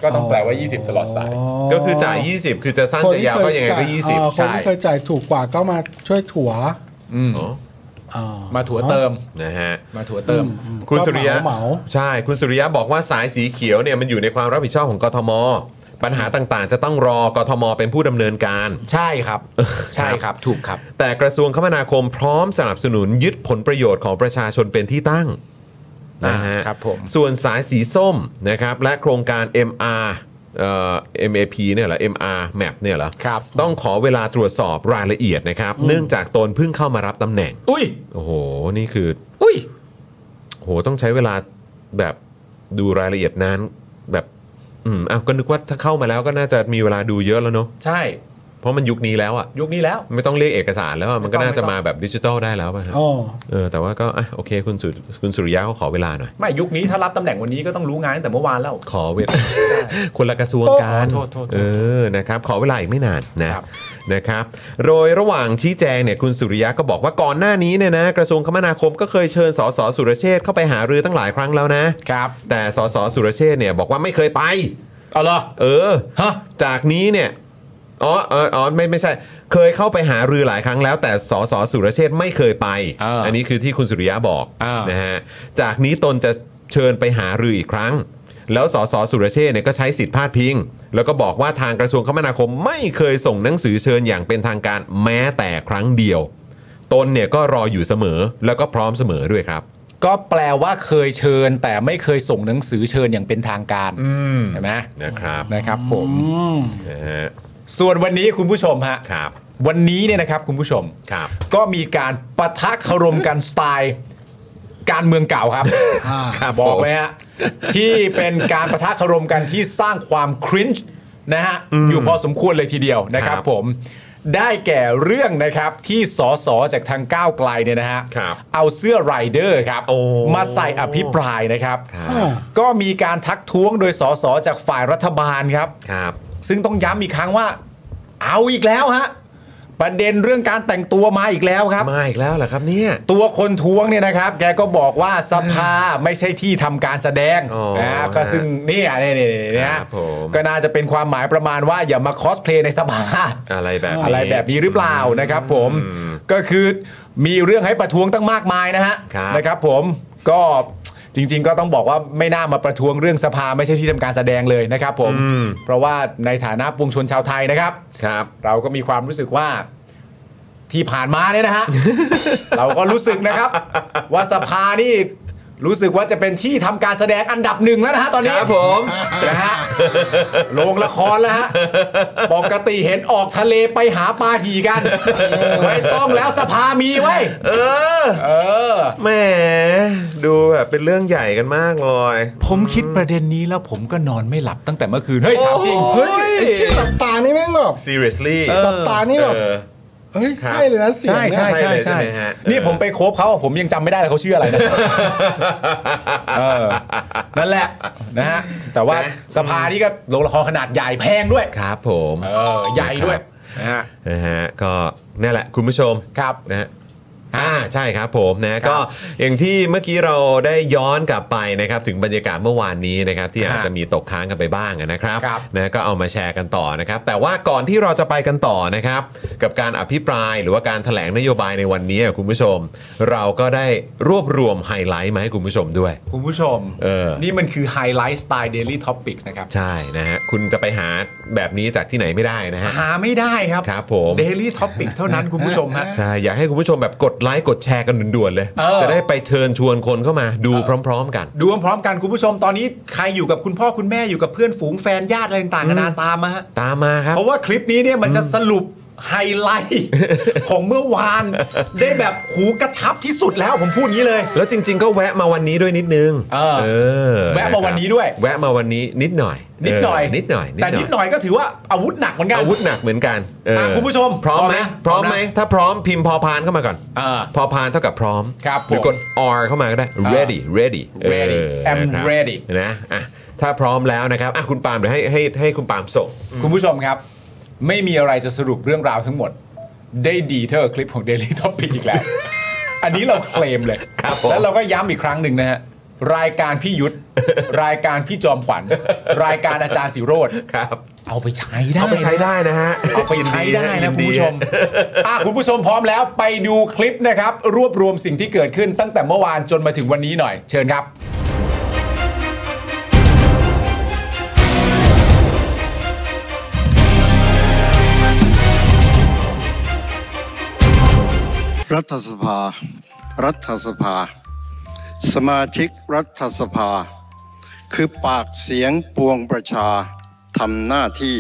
ก็ต้องแปลว่ายี่สิบตลอดสาย ก็คือจ่าย 20 คือจะสั้นจะยาวก็ยังไงก็ อ๋อ 20 คนที่เคยจ่ายถูกกว่าก็มาช่วยถั่ว อืม อ๋อ อ๋อ มาถั่วเติม นะฮะ มาถั่วเติม คุณ ก็ สุริยะ เหมา ใช่ คุณสุริยะบอกว่าสายสีเขียวเนี่ยมันอยู่ในความรับผิดชอบของกทม ปัญหาต่างๆ จะต้องรอกทม เป็นผู้ดำเนินการ ใช่ครับ ใช่ครับ ถูกครับ แต่กระทรวงคมนาคมพร้อมสนับสนุนยึดผลประโยชน์ของประชาชนเป็นที่ตั้งนะฮะ อ่าครับผม ส่วนสายสีส้มนะครับและโครงการ MR เอ่อ MAP เนี่ยเหรอ MR Map เนี่ยเหรอ ครับ ต้องขอเวลาตรวจสอบรายละเอียดนะครับ เนื่องจากตนเพิ่งเข้ามารับตำแหน่ง อุ้ย โอ้โห นี่คือ อุ้ย โหต้องใช้เวลาแบบดูรายละเอียดนานแบบอืมอ้าวก็นึกว่าถ้าเข้ามาแล้วก็น่าจะมีเวลาดูเยอะแล้วเนาะ ใช่ เพราะมันยุคนี้แล้วอะ ยุคนี้แล้ว ไม่ต้องเรียกเอกสารแล้วอะมันก็ ไม่ต้อง น่าจะมาแบบดิจิทัลได้แล้วป่ะฮะ อ๋อ เออแต่ว่าก็อ่ะโอเคคุณสุคุณสุริยะก็ขอเวลาหน่อย ไม่ยุคนี้ถ้ารับตำแหน่งวันนี้ก็ต้องรู้งานตั้งแต่เมื่อวานแล้ว ขอเวลา คนละกระทรวงการ โทษโทษโทษ เออนะครับ ขอเวลาอีกไม่นานนะครับ นะครับ โดยระหว่างชี้แจงเนี่ยคุณสุริยะก็บอกว่าก่อนหน้านี้เนี่ยนะกระทรวงคมนาคมก็เคยเชิญสสสุรเชษฐ์เข้าไปหารือตั้งหลายครั้งแล้วนะ ครับ แต่สสสุรเชษฐ์เนี่ยบอกว่าไม่เคยไป เอาเหรอ เออ ฮะ จากนี้เนี่ยอ๋อเอออ๋อไม่ไม่ใช่ เคยเข้าไปหารือหลายครั้งแล้ว แต่สสสุรเชษฐ์ไม่เคยไป อ่าน นี้คือที่คุณสุริยะบอก อ่าน นะฮะจากนี้ตนจะเชิญไปหารืออีกครั้ง แล้วสสสุรเชษฐ์เนี่ยก็ใช้สิทธิพาดพิง แล้วก็บอกว่าทางกระทรวงคมนาคมไม่เคยส่งหนังสือเชิญอย่างเป็นทางการแม้แต่ครั้งเดียว ตนเนี่ยก็รออยู่เสมอแล้วก็พร้อมเสมอด้วยครับ ก็แปลว่าเคยเชิญ แต่ไม่เคยส่งหนังสือเชิญอย่างเป็นทางการ อืม ใช่ไหม นะครับ นะครับผม อืม นะฮะ ส่วนวันนี้คุณผู้ชมฮะ ครับ วันนี้เนี่ยนะครับคุณผู้ชม ครับ ก็มีการปะทะคารมกันสไตล์การเมืองเก่าครับ อ่า ครับ บอก ผม เลยฮะ ที่เป็นการปะทะคารมกันที่สร้างความคริ้นนะฮะ อยู่พอสมควรเลยทีเดียวนะครับ ครับ ผมได้แก่เรื่องนะครับที่สสจากทางก้าวไกลเนี่ยนะฮะ ครับ เอาเสื้อไรเดอร์ครับ โอ้ มาใส่อภิปรายนะครับ ครับ ก็มีการทักท้วงโดยสสจากฝ่ายรัฐบาลครับ ครับ ซึ่งต้องย้ำอีกครั้งว่า เอาอีกแล้วฮะ ประเด็นเรื่องการแต่งตัวมาอีกแล้วครับ มาอีกแล้วเหรอครับเนี่ย ตัวคนท้วงเนี่ยนะครับ แกก็บอกว่าสภาไม่ใช่ที่ทำการแสดง อ๋อ นะฮะก็ซึ่งนี่อ่ะนี่นี่นี่นะฮะ ครับผม ก็น่าจะเป็นความหมายประมาณว่าอย่ามาคอสเพลย์ในสภา อะไรแบบนี้ อะไรแบบนี้หรือเปล่านะครับผม อืม ก็คือมีเรื่องให้ประท้วงตั้งมากมายนะฮะ ครับ นะครับผมก็จริง ๆ ก็ต้องบอกว่าไม่น่ามาประท้วงเรื่องสภาไม่ใช่ที่ทำการแสดงเลยนะครับผมเพราะว่าในฐานะปวงชนชาวไทยนะครับ ครับ เราก็มีความรู้สึกว่า ที่ผ่านมาเนี่ยนะฮะ เราก็รู้สึกนะครับ ว่าสภานี่ รู้สึกว่าจะเป็นที่ทำการแสดงอันดับหนึ่งแล้วนะฮะตอนนี้ ครับผม นะฮะโรงละครแล้วฮะปกติเห็นออกทะเลไปหาปลาหีกันไม่ต้องแล้วสภามีไว้ย เออ เออ แหมดูแบบเป็นเรื่องใหญ่กันมากเลย ผมคิดประเด็นนี้แล้วผมก็นอนไม่หลับตั้งแต่เมื่อคืนเฮ้ยถามจริง เฮ้ย ไอ้เชี่ยหลับตานี่แม่งแบบ seriously หลับตานี่แบบ เออ เฮ้ยใช่เลยนะเสียง ใช่ เนี่ย ใช่ ใช่ ใช่ เลยใช่ ใช่ ไหมฮะ นี่ผมไปโคบเขาอะผมยังจำไม่ได้เลยเขาชื่ออะไรนะเออนั่นแหละนะฮะแต่ว่าสภานี่ก็โรงละครขนาดใหญ่แพงด้วย ครับผม เออใหญ่ด้วยนะฮะ นะฮะก็นี่นแหละคุณผู้ชม ครับ นะฮะอ่าใช่ครับผมนะก็อย่างที่เมื่อกี้เราได้ย้อนกลับไปนะครับถึงบรรยากาศเมื่อวานนี้นะครับที่อาจจะมีตกค้างกันไปบ้างนะครับ ครับ นะก็เอามาแชร์กันต่อนะครับ แต่ว่าก่อนที่เราจะไปกันต่อนะครับกับการอภิปรายหรือว่าการแถลงนโยบายในวันนี้อะคุณผู้ชม เราก็ได้รวบรวมไฮไลท์มาให้คุณผู้ชมด้วย คุณผู้ชม เออ นี่มันคือไฮไลท์สไตล์เดลี่ท็อปิกนะครับ ใช่นะฮะคุณจะไปหาแบบนี้จากที่ไหนไม่ได้นะฮะ หาไม่ได้ครับ ครับผม เดลี่ท็อปิกเท่านั้นคุณผู้ชมฮะ ใช่ อยากให้คุณผู้ชมแบบกดไลค์กดแชร์กันด่วนๆเลย เออ จะได้ไปเชิญชวนคนเข้ามาดูพร้อม ๆ กัน ดูพร้อมๆกันคุณผู้ชมตอนนี้ใครอยู่กับคุณพ่อคุณแม่อยู่กับเพื่อนฝูงแฟนญาติอะไรต่างๆกันานาตามมาฮะ ตามมาครับ เพราะว่าคลิปนี้เนี่ยมันจะสรุปไฮไล ท์ ของเมื่อวาน ได้แบบหูกระชับที่สุดแล้วผมพูดอย่างนี้เลย แล้วจริง ๆ ก็แวะมาวันนี้ด้วยนิดนึง เออ อ แวะมาวันนี้ด้วย แวะมาวันนี้นิดหน่อย นิดหน่อย เนิดหน่อย แต่นิดหน่อยก็ถือว่าอาวุธหนักเหมือนกัน อาวุธหนักเหมือนกันเออ มาคุณผู้ชม พร้อมไหมพ พร้ ร้อ อ ม มนะ ไหมถ้าพร้อมพิมพ์พอพานเข้ามาก่อน อ่า พอพานเท่ากับพร้อม ครับ หรือกด R เข้ามาก็ได้ ready ready เอ ready อ I'm นะครับ ready นะอ่ะถ้าพร้อมแล้วนะครับอ่ะคุณปาล์มเดี๋ยวให้ให้ให้คุณปาล์มส่ง คุณผู้ชมครับ ไม่มีอะไรจะสรุปเรื่องราวทั้งหมด ได้ดีเท่ากับคลิปของ Daily Topic อีกแล้ว อันนี้เราเคลมเลย ครับผม แล้วเราก็ย้ำอีกครั้งหนึ่งนะฮะ รายการพี่ยุทธ รายการพี่จอมขวัญ รายการอาจารย์สิโรธ ครับ เอาไปใช้ได้ เอาไปใช้ นะ ได้นะฮะ เอาไปใช้ได้นะคุณผู้ชม อ่ะคุณผู้ชมพร้อมแล้วไปดูคลิปนะครับ รวบรวมสิ่งที่เกิดขึ้นตั้งแต่เมื่อวานจนมาถึงวันนี้หน่อย เชิญครับ รัฐสภา รัฐสภา สมาชิกรัฐสภา คือปากเสียงปวงประชาทำหน้าที่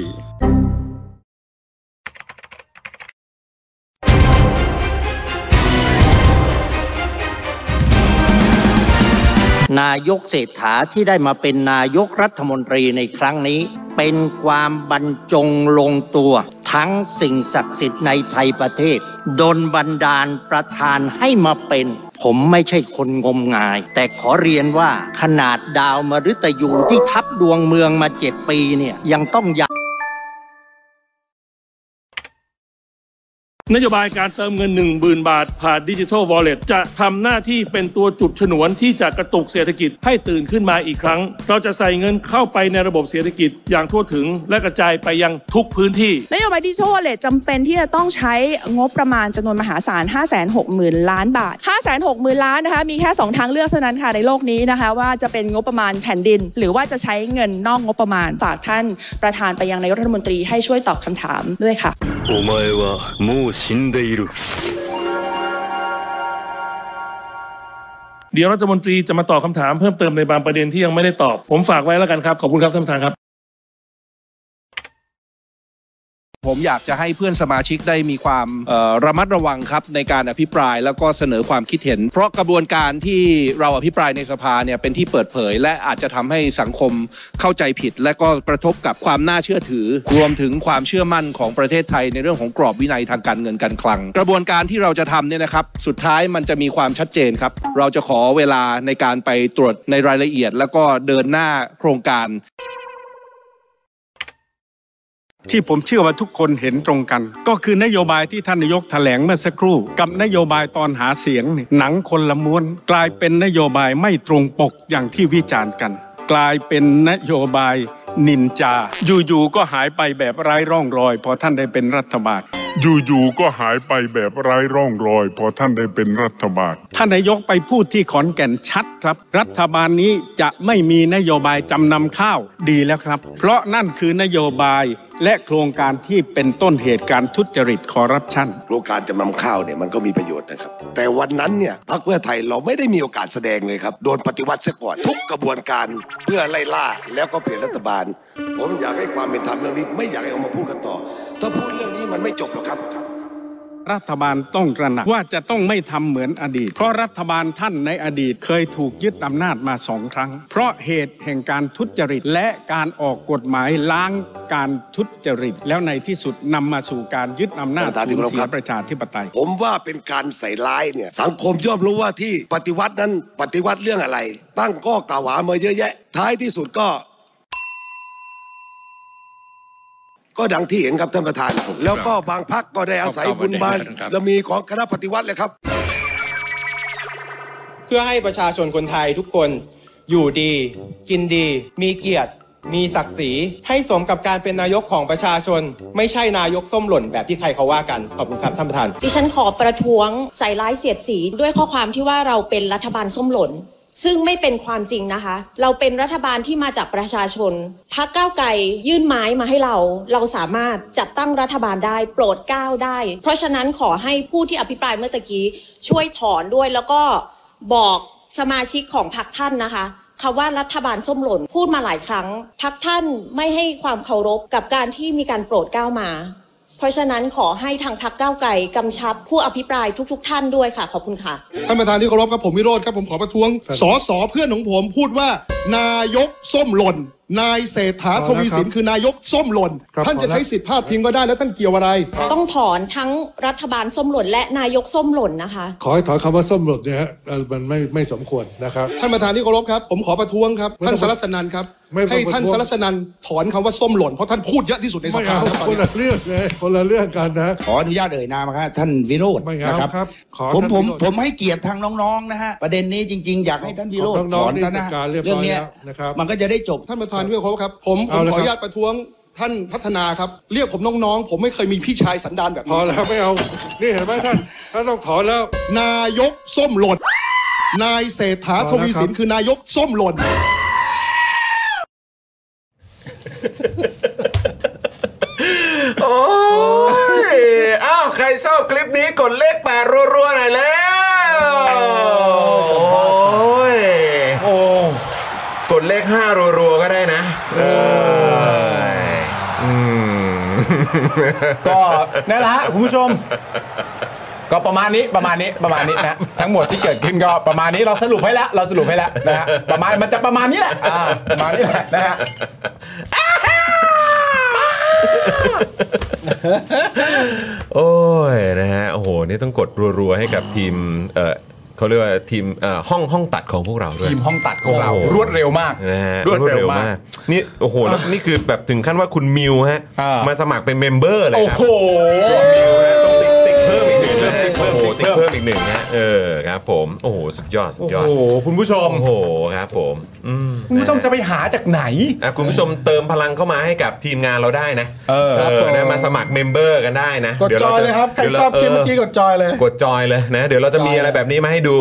นายกเศรษฐาที่ได้มาเป็นนายกรัฐมนตรีในครั้งนี้ เป็นความบรรจงลงตัว ทั้งสิ่งศักดิ์สิทธิ์ในไทยประเทศดนบันดาลประธานให้มาเป็น ผมไม่ใช่คนงมงาย แต่ขอเรียนว่าขนาดดาวมฤตยูที่ทับดวงเมืองมาเจ็ดปีเนี่ยยังต้องย นโยบายการเติมเงิน 1 0,000 บาท ผ่านดิจิทัลวอลเล็ตจะทำหน้าที่เป็นตัวจุดฉนวนที่จะกระตุกเศรษฐกิจให้ตื่นขึ้นมาอีกครั้ง เราจะใส่เงินเข้าไปในระบบเศรษฐกิจอย่างทั่วถึง และกระจายไปยังทุกพื้นที่ นโยบายดิจิทัลวอลเล็ตจำเป็นที่จะต้องใช้งบประมาณจำนวนมหาศาล 560,000 ล้านบาท 560,000 ล้านนะคะ มีแค่ 2 ทางเลือกเท่านั้นค่ะในโลกนี้นะคะ ว่าจะเป็นงบประมาณแผ่นดิน หรือว่าจะใช้เงินนอกงบประมาณ ฝากท่านประธานไปยังนายกรัฐมนตรีให้ช่วยตอบคำถามด้วยค่ะ お前はもう死んでいる。 เดี๋ยวรัฐมนตรีจะมาตอบคำถามเพิ่มเติมในบางประเด็นที่ยังไม่ได้ตอบ ผมฝากไว้แล้วกันครับ ขอบคุณครับท่านประธานครับ ผมอยากจะให้เพื่อนสมาชิกได้มีความเอ่อระมัดระวังครับในการอภิปรายแล้วก็เสนอความคิดเห็น เพราะกระบวนการที่เราอภิปรายในสภาเนี่ยเป็นที่เปิดเผย และอาจจะทำให้สังคมเข้าใจผิด และก็กระทบกับความน่าเชื่อถือ รวมถึงความเชื่อมั่นของประเทศไทยในเรื่องของกรอบวินัยทางการเงินการคลัง กระบวนการที่เราจะทำเนี่ยนะครับสุดท้ายมันจะมีความชัดเจนครับเราจะขอเวลาในการไปตรวจในรายละเอียด แล้วก็เดินหน้าโครงการ ที่ผมเชื่อว่าทุกคนเห็นตรงกัน ก็คือนโยบายที่ท่านนายกแถลงเมื่อสักครู่ กับนโยบายตอนหาเสียงนี่หนังคนละม้วน กลายเป็นนโยบายไม่ตรงปกอย่างที่วิจารณ์กัน กลายเป็นนโยบายนินจา อยู่ๆก็หายไปแบบไร้ร่องรอย พอท่านได้เป็นรัฐบาล อยู่ๆก็หายไปแบบไร้ร่องรอย พอท่านได้เป็นรัฐบาล ท่านนายกไปพูดที่ขอนแก่นชัดครับ รัฐบาลนี้จะไม่มีนโยบายจำนำข้าวดีแล้วครับ เพราะนั่นคือนโยบายและโครงการที่เป็นต้นเหตุการทุจริตคอร์รัปชัน โครงการจำนำข้าวเนี่ยมันก็มีประโยชน์นะครับ แต่วันนั้นเนี่ยพรรคเพื่อไทยเราไม่ได้มีโอกาสแสดงเลยครับ โดนปฏิวัติเสียก่อนทุกกระบวนการเพื่อไล่ล่าแล้วก็เปลี่ยนรัฐบาล ผมอยากให้ความเป็นธรรมเรื่องนี้ ไม่อยากให้เอามาพูดกันต่อ ถ้าพูดเรื่องนี้มันไม่จบหรอกครับ รัฐบาลต้องตระหนักว่าจะต้องไม่ทำเหมือนอดีต เพราะรัฐบาลท่านในอดีตเคยถูกยึดอำนาจมาสองครั้ง เพราะเหตุแห่งการทุจริตและการออกกฎหมายล้างการทุจริต แล้วในที่สุดนำมาสู่การยึดอำนาจ ท่านประธานที่เคารพ สูญเสี ครั ย บ ประชาธิปไตย ผมว่าเป็นการใส่ร้ายเนี่ยสังคมย่อมรู้ว่าที่ปฏิวัตินั้นปฏิวัติเรื่องอะไร ตั้งข้อกล่าวหามาเยอะแยะ ท้ายที่สุดก็ ก็ดังที่เห็นครับท่านประธาน แล้วก็บางพักก็ได้อาศัยบุญบารมีของคณะปฏิวัติเลยครับ เพื่อให้ประชาชนคนไทยทุกคนอยู่ดี กินดี มีเกียรติ มีศักดิ์ศรีให้สมกับการเป็นนายกของประชาชน ไม่ใช่นายกส้มหล่นแบบที่ใครเขาว่ากัน ขอบคุณครับท่านประธาน ดิฉันขอประท้วงใส่ร้ายเสียดสีด้วยข้อความที่ว่าเราเป็นรัฐบาลส้มหล่น ซึ่งไม่เป็นความจริงนะคะ เราเป็นรัฐบาลที่มาจากประชาชนพักก้าวไกลยื่นไม้มาให้เรา เราสามารถจัดตั้งรัฐบาลได้ โปรดก้าวได้ เพราะฉะนั้นขอให้ผู้ที่อภิปรายเมื่อตะกี้ ช่วยถอนด้วยแล้วก็บอกสมาชิกของพรรคท่านนะคะคำว่ารัฐบาลส้มหล่นพูดมาหลายครั้งพรรคท่านไม่ให้ความเคารพกับการที่มีการโปรดก้าวมา เพราะฉะนั้นขอให้ทางพักเก้าวไก่กำชับผู้อภิปรายทุก ๆ ท่านด้วยค่ะ ขอบคุณค่ะ ท่านประธานที่เคารพครับผมวิโรธครับผมขอประท้วงสอสอเพื่อนของผมพูดว่า นายกส้มหล่น นายเศรษฐา พอแล้ว ทวีสิน ครับ คือนายกส้มหล่น ครับ ท่าน พอแล้ จะ ว ใช้สิทธิพาดพิงก็ได้แล้วท่านเกี่ยวอะไร ต้องถอนทั้งรัฐบาลส้มหล่นและนายกส้มหล่นนะคะ ขอให้ถอนคำว่าส้มหล่นเนี่ยฮะเอ่อมันไม่ไม่สมควรนะครับ ท่านประธานที่เคารพครับผมขอประท้วงครับท่านสรัสนันครับ ไม่ต้อง ให้ท่าน ประท้วง สรัสนันถอนคำว่าส้มหล่นเพราะท่านพูดเยอะที่สุดในส ไม่ ภา เอา ครับตอน คน นี้ ละเรื่องเลยคนละเรื่องกันนะ ขออนุญาตเอ่ยนามครับท่านวิโรจน์ ไม่เอา นะครับ ครับขอ ผม ท่าน ผม วิโรจน์ ผมให้เกียรติทางน้องๆนะฮะประเด็นนี้จริง ๆ อยากให้ท่านวิโรจน์ ของน้ ถ องๆ อนซะ นี่ นะ จัดการเรียบร้อย เรื่องเนี้ย แล้วนะครับ มันก็จะได้จบ ท่านประธานที่เคารพครับผมผ เอา ม เลย ขออนุ ครับ ญาตประท้วงท่านพัฒนาครับเรียกผมน้องๆ ผมไม่เคยมีพี่ชายสันดานแบบนี้ พอแล้วไม่เอา นี่เห็นไหมท่านท่านต้องถอนแล้ว นายกส้มหล่นนายเศรษฐาทวีสิน พอแล้วครับ คือนายกส้มหล่น โอ้ยอ้าวใครชอบคลิปนี้กดเลขแปดรัวๆหน่อยแล้ว โอ้ยโอ้กดเลขห้ารัวๆก็ได้นะเอออืม ก็นั่นแหละฮะคุณผู้ชม ก็ประมาณนี้ประมาณนี้ประมาณนี้นะทั้งหมดที่เกิดขึ้นก็ประมาณนี้เราสรุปให้แล้วเราสรุปให้แล้วนะฮะประมาณมันจะประมาณนี้แหละอ่าประมาณนี้แหละนะฮะ โอ้ยนะฮะ โอ้โห นี่ต้องกดรัวๆให้กับทีม เออเขาเรียกว่าทีมเอ่อห้องห้องตัดของพวกเราด้วย ทีมห้องตัดของเรา โโห รวดเร็วมาก นะฮะ รวดเร็วมาก นี่โอ้โหแล้วนี่คือแบบถึงขั้นว่าคุณมิวฮะ มาสมัครเป็นเมมเบอร์เลย โอ้ ครับ โห โอ้โหติดเพิ่มอีกหนึ่งนะเออครับผม โอ้โห สุดยอดสุดยอด โอ้โหคุณผู้ชม โอ้โหครับผมอืม คุณผู้ชมจะไปหาจากไหน อ่ะคุณผู้ชมเติมพลังเข้ามาให้กับทีมงานเราได้นะ เออ ครับผม นะมาสมัครเมมเบอร์กันได้นะ กด ดี๋ว จ รา อย จะ เลยครับ ใคร ดี๋ยวา ชอบคลิปเมื่อกี้กดจอยเลย กดจอยเลยนะ เดี๋ยวเราจะมีอะไรแบบนี้มาให้ดู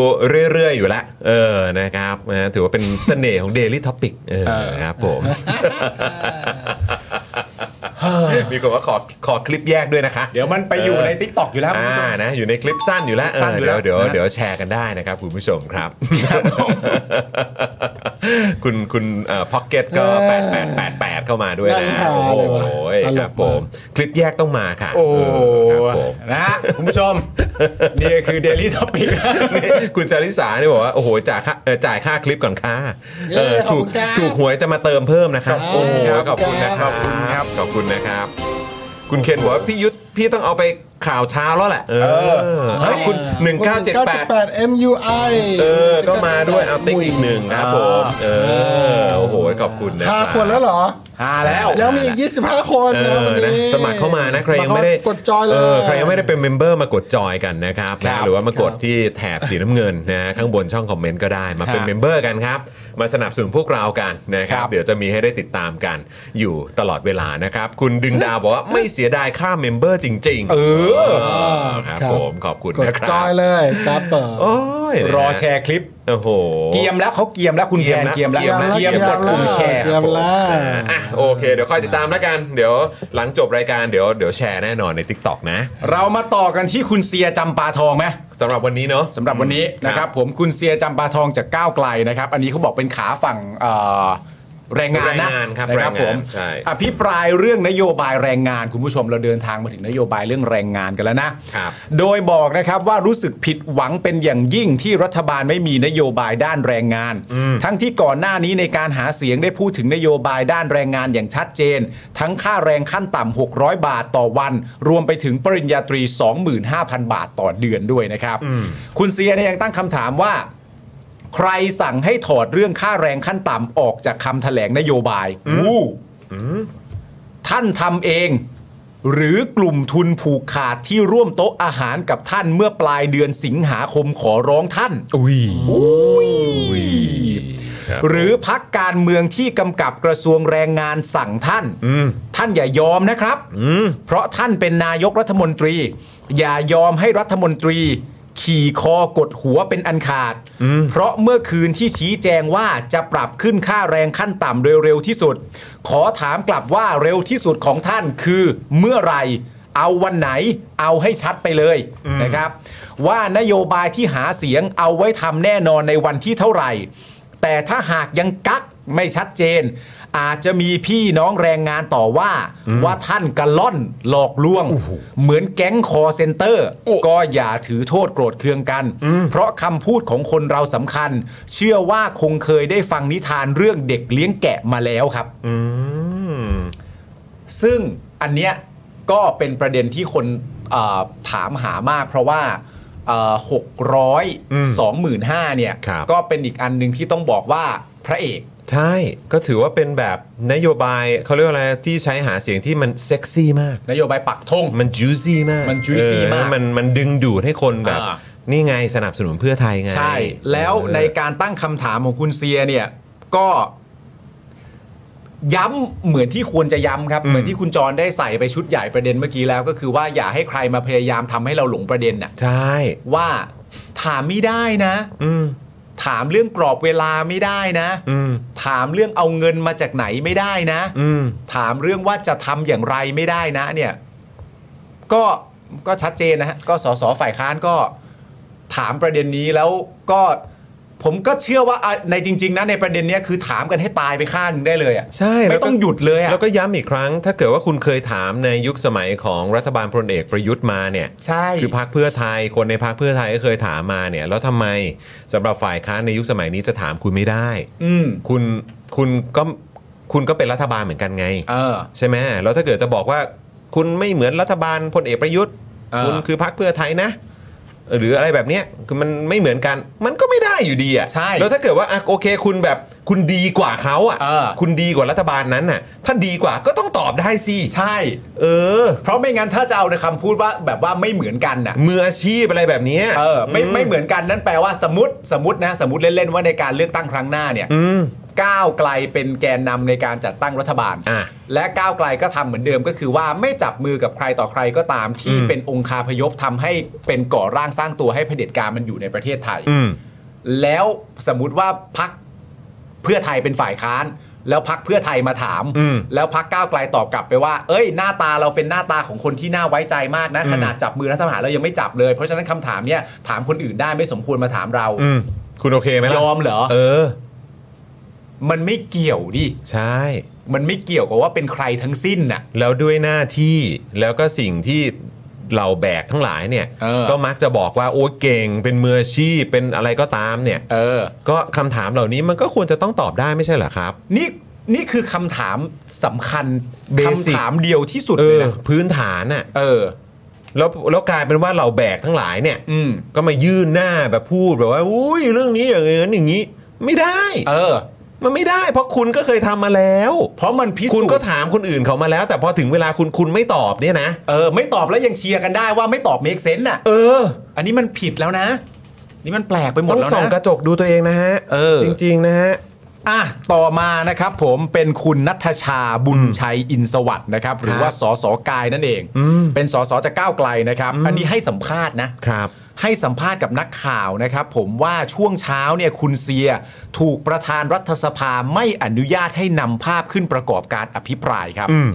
เรื่อย ๆ อยู่แล้วเออนะครับนะถือว่าเป็นเสน่ห์ของ Daily Topic เออครับผม มีคนว่าขอขอคลิปแยกด้วยนะคะ เดี๋ยวมันไป อยู่ใน TikTok อยู่แล้วคุณผู้ชม อ่านะอยู่ในคลิปสั้นอยู่แล้วเอ สั้น อ อยู่แล้ เดี๋ยว วนะเดี๋ยวเดี๋ยวแชร์กันได้นะครับคุณผู้ชมครับ คุณคุณพ็อกเก็ตก็ 8888 เข้ามาด้วยนะ โอ้โหครับผมคลิปแยกต้องมาค่ะ โอ้ ครับผม นะฮะคุณผู้ชม นี่คือ Daily Topic นี่ คุณจาริสาเนี่ยบอกว่า โอ้โหจ่ายค่าเอ่อจ่ายค่าคลิปก่อนค่ะ เย้ เออ ขอบ ถู คุ ก ณครับ ถูกหวยจะมาเติมเพิ่มนะครับ ครับ โอ้โหขอบคุณนะค ขอรับบ คุณครับ ขอบคุณนะครับ คุณเคนบอกว่าพี่ยุทธพี่ต้องเอาไปข่าวเช้าแล้วแหละ เออเอาคุณ 1978 1978 MUI เออ ก็มาด้วยเอาติ๊กอีกหนึ่งครับผม เออ โอ้โห ขอบคุณนะ ห้าคนแล้วเหรอ หาแล้ว แล้วมีอีก 25 คน เอ นะ อ วัน นะ นี้ สมัครเข้ามานะใครยังไม่ได้ สครเข้ากดจอยเล เอย อใครยังไม่ได้เป็นเมมเบอร์มากดจอยกันนะครับนะหรือว่ามากดที่แถบสีน้ำเงินนะข้างบนช่องคอมเมนต์ก็ได้มาเป็คนรับ เมมเบอร์กันครับมาสนับสนุนพวกเรากันนะครับ เดี๋ยวจะมีให้ได้ติดตามกันอยู่ตลอดเวลานะครับ คุณดึงดาวบอกว่าไม่เสียดายค่าเมมเบอร์จริงๆ เออ ครับ ครับ ผมขอบคุณ กด นะค จ รั อบ ยเลยครับเปิด โอ้ยนะฮะ รอแชร์คลิป โอ้โห เกียมแล้วเขาเกียมแล้วคุณแกนเกียมแล้ว เกียมแล้ว เกียมกดปุ่มแชร์ เกียมแล้ว อ่ะโอเค เดี๋ยวคอยติดตามแล้วกัน เดี๋ยวหลังจบรายการเดี๋ยวเดี๋ยวแชร์แน่นอนใน t ิ k t o k นะ เรามาต่อกันที่คุณเซียจำปาทองไหม สำหรับวันนี้เนาะ สำหรับวันนี้นะครับผมคุณเซียจำปาทองจากก้าวไกลนะครับ อันนี้เขาบอกเป็นขาฝั่งเอ่อแรงงาน แรง นะ งานครับ นะ แรงงาน ผม ใช่ อภิปรายเรื่องนโยบายแรงงานคุณผู้ชมเราเดินทางมาถึงนโยบายเรื่องแรงงานกันแล้วนะ ครับ โดยบอกนะครับว่ารู้สึกผิดหวังเป็นอย่างยิ่งที่รัฐบาลไม่มีนโยบายด้านแรงงาน ทั้งที่ก่อนหน้านี้ในการหาเสียงได้พูดถึงนโยบายด้านแรงงานอย่างชัดเจน ทั้งค่าแรงขั้นต่ำ600 บาทต่อวัน รวมไปถึงปริญญาตรี 25,000 บาทต่อเดือนด้วยนะครับ คุณเซียเนี่ยยังตั้งคำถามว่า ใครสั่งให้ถอดเรื่องค่าแรงขั้นต่ำออกจากคำแถลงนโยบายอู้ท่านทำเอง หรือกลุ่มทุนผูกขาดที่ร่วมโต๊ะอาหารกับท่านเมื่อปลายเดือนสิงหาคมขอร้องท่าน อุ้ย หรือพักการเมืองที่กำกับกระทรวงแรงงานสั่งท่าน ท่านอย่ายอมนะครับ เพราะท่านเป็นนายกรัฐมนตรี อย่ายอมให้รัฐมนตรี ขี่คอกดหัวเป็นอันขาด เพราะเมื่อคืนที่ชี้แจงว่าจะปรับขึ้นค่าแรงขั้นต่ำโดยเร็วที่สุด ขอถามกลับว่าเร็วที่สุดของท่านคือเมื่อไหร่ เอาวันไหนเอาให้ชัดไปเลยนะครับ ว่านโยบายที่หาเสียงเอาไว้ทำแน่นอนในวันที่เท่าไหร่ แต่ถ้าหากยังกักไม่ชัดเจน อาจจะมีพี่น้องแรงงานต่อว่า ว่าท่านกะล่อนหลอกลวง เหมือนแก๊งคอเซนเตอร์ ก็อย่าถือโทษโกรธเคืองกัน เพราะคำพูดของคนเราสำคัญ เชื่อว่าคงเคยได้ฟังนิทานเรื่องเด็กเลี้ยงแกะมาแล้วครับ ซึ่งอันเนี้ยก็เป็นประเด็นที่คนเอ่อถามหามาก เพราะว่าหกร้อยสองหมื่นห้าเนี่ย ก็เป็นอีกอันหนึ่งที่ต้องบอกว่าพระเอก ใช่ก็ถือว่าเป็นแบบนโยบายเขาเรียกว่าอะไรที่ใช้หาเสียงที่มันเซ็กซี่มาก นโยบายปักธง มันจูซี่มาก มัน juicy เออ มาก มันมันดึงดูดให้คนแบบ อ่า นี่ไงสนับสนุนเพื่อไทยไง ใช่ แล้วในการตั้งคำถามของคุณเซียเนี่ย ก็ ย้ำเหมือนที่ควรจะย้ำครับ เหมือนที่คุณจรได้ใส่ไปชุดใหญ่ประเด็นเมื่อกี้แล้ว ก็คือว่าอย่าให้ใครมาพยายามทำให้เราหลงประเด็นน่ะ ใช่ ว่าถามไม่ได้นะ อืม ถามเรื่องกรอบเวลาไม่ได้นะ อืม ถามเรื่องเอาเงินมาจากไหนไม่ได้นะ อืม ถามเรื่องว่าจะทำอย่างไรไม่ได้นะ เนี่ย ก็ก็ชัดเจนนะฮะก็สสฝ่ายค้านก็ถามประเด็นนี้แล้วก็ผมก็เชื่อว่าอ่ะในจริง ๆ นะในประเด็นเนี้ยคือถามกันให้ตายไปข้างหนึงได้เลยอ่ะ ใช่ ไม่ต้องหยุดเลยอ่ะ แล้วก็ย้ำอีกครั้ง ถ้าเกิดว่าคุณเคยถามในยุคสมัยของรัฐบาลพลเอกประยุทธ์มาเนี่ย ใช่ คือพักเพื่อไทยคนในพักเพื่อไทยก็เคยถามมาเนี่ย แล้วทำไมสำหรับฝ่ายค้านในยุคสมัยนี้จะถามคุณไม่ได้ อืม คุณคุณก็คุณก็เป็นรัฐบาลเหมือนกันไง เออ ใช่ไหมแล้วถ้าเกิดจะบอกว่าคุณไม่เหมือนรัฐบาลพลเอกประยุทธ์ เออ คุณคือพักเพื่อไทยนะ หรืออะไรแบบเนี้ยคือมันไม่เหมือนกัน มันก็ไม่ได้อยู่ดีอ่ะ ใช่ แล้วถ้าเกิดว่าอ่ะโอเค คุณแบบคุณดีกว่าเขาอ่ะ เออ คุณดีกว่ารัฐบาลนั้นน่ะ ถ้าดีกว่าก็ต้องตอบได้สิ ใช่ เออ เพราะไม่งั้นถ้าจะเอาในคำพูดว่าแบบว่าไม่เหมือนกันน่ะ มืออาชีพอะไรแบบเนี้ย เออไม่ไม่เหมือนกันนั่นแปลว่าสมมติสมมตินะสมมติเล่นๆว่าในการเลือกตั้งครั้งหน้าเนี่ย อืม ก้าวไกลเป็นแกนนำในการจัดตั้งรัฐบาล อ่ะ และก้าวไกลก็ทำเหมือนเดิมก็คือว่าไม่จับมือกับใครต่อใครก็ตามที่ อืม เป็นองคาพยพทำให้เป็นก่อร่างสร้างตัวให้เผด็จการมันอยู่ในประเทศไทย อืม แล้วสมมุติว่าพักเพื่อไทยเป็นฝ่ายค้าน แล้วพักเพื่อไทยมาถาม อืม แล้วพักก้าวไกลตอบกลับไปว่า เอ้ย หน้าตาเราเป็นหน้าตาของคนที่น่าไว้ใจมากนะ อืม ขนาดจับมือรัฐประหารเรายังไม่จับเลย เพราะฉะนั้นคำถามเนี่ยถามคนอื่นได้ไม่สมควรมาถามเรา อืมคุณโอเคไหม ย ล่ะ อมเหรอ เออ มันไม่เกี่ยวดิ ใช่ มันไม่เกี่ยวกับว่าเป็นใครทั้งสิ้นน่ะ แล้วด้วยหน้าที่แล้วก็สิ่งที่เราแบกทั้งหลายเนี่ย เออ ก็มักจะบอกว่าโอ้เก่งเป็นมืออาชีพเป็นอะไรก็ตามเนี่ย เออ ก็คำถามเหล่านี้มันก็ควรจะต้องตอบได้ไม่ใช่เหรอครับ นี่นี่คือคำถามสำคัญ Basic คำถามเดียวที่สุด เอ เลย อ นะ พื้นฐานน่ะ เออ แล้วแล้วกลายเป็นว่าเราแบกทั้งหลายเนี่ย อืม ก็มายื่นหน้าแบบพูดแบบว่าอุ้ยเรื่องนี้อย่างนั้นอย่างนี้ ไม่ได้ เออ มันไม่ได้เพราะคุณก็เคยทำมาแล้ว เพราะมันพิสูจน์คุณก็ถามคนอื่นเขามาแล้ว แต่พอถึงเวลาคุณคุณไม่ตอบเนี่ยนะ เออไม่ตอบแล้วยังเชียร์กันได้ว่าไม่ตอบเมคเซนต์น่ะ เออ อันนี้มันผิดแล้วนะ นี่มันแปลกไปหมด ต้อง แล้วนะ ส่องกระจกดูตัวเองนะฮะ เออ จริงๆนะฮะ อ่ะต่อมานะครับผมเป็นคุณนัทชาบุญชัยอินสวัสด์นะครับ หรือว่าสสกายนั่นเอง เป็นสสจากก้าวไกลนะครับ อันนี้ให้สัมภาษณ์นะ ให้สัมภาษณ์กับนักข่าวนะครับ ผมว่าช่วงเช้าเนี่ยคุณเซียถูกประธานรัฐสภาไม่อนุญาตให้นำภาพขึ้นประกอบการอภิปรายครับ อืม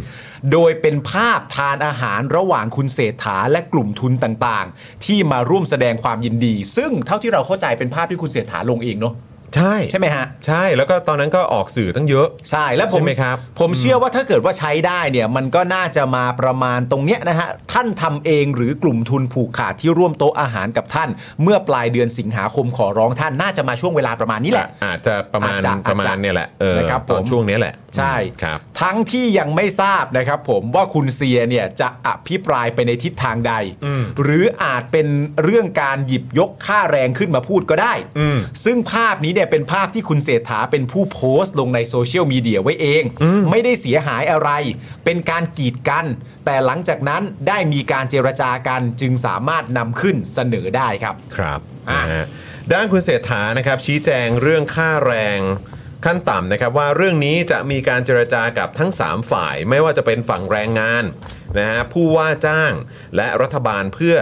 โดยเป็นภาพทานอาหารระหว่างคุณเศรษฐาและกลุ่มทุนต่างๆ ที่มาร่วมแสดงความยินดี ซึ่งเท่าที่เราเข้าใจเป็นภาพที่คุณเศรษฐาลงเองเนาะ ใช่ ใช่ไหมฮะ ใช่แล้วก็ตอนนั้นก็ออกสื่อตั้งเยอะ ใช่แล้วผม ใช่ไหมครับ ผมเชื่อว่าถ้าเกิดว่าใช้ได้เนี่ยมันก็น่าจะมาประมาณตรงเนี้ยนะฮะท่านทำเองหรือกลุ่มทุนผูกขาดที่ร่วมโต๊ะอาหารกับท่าน เมื่อปลายเดือนสิงหาคมขอร้องท่านน่าจะมาช่วงเวลาประมาณนี้แหละ อาจจะประมาณ อาจจะ ประมา อา ณ จจะ เนี่ยแหละเออ นะครับ ตอผนม ช่วงเนี้ยแหละ ใช่ ครับ ทั้งที่ยังไม่ทราบนะครับผมว่าคุณเซียเนี่ยจะอภิปรายไปในทิศทางใด อืม หรืออาจเป็นเรื่องการหยิบยกค่าแรงขึ้นมาพูดก็ได้ อืม ซึ่งภาพนี้เนี่ยเป็นภาพที่คุณเศรษฐาเป็นผู้โพสต์ลงในโซเชียลมีเดียไว้เอง ไม่ได้เสียหายอะไร เป็นการกีดกัน แต่หลังจากนั้นได้มีการเจรจากันจึงสามารถนำขึ้นเสนอได้ครับ ครับนะฮะด้านคุณเศรษฐานะครับชี้แจงเรื่องค่าแรงขั้นต่ำนะครับว่าเรื่องนี้จะมีการเจรจากับทั้ง 3 ฝ่าย ไม่ว่าจะเป็นฝั่งแรงงานนะฮะผู้ว่าจ้างและรัฐบาลเพื่อ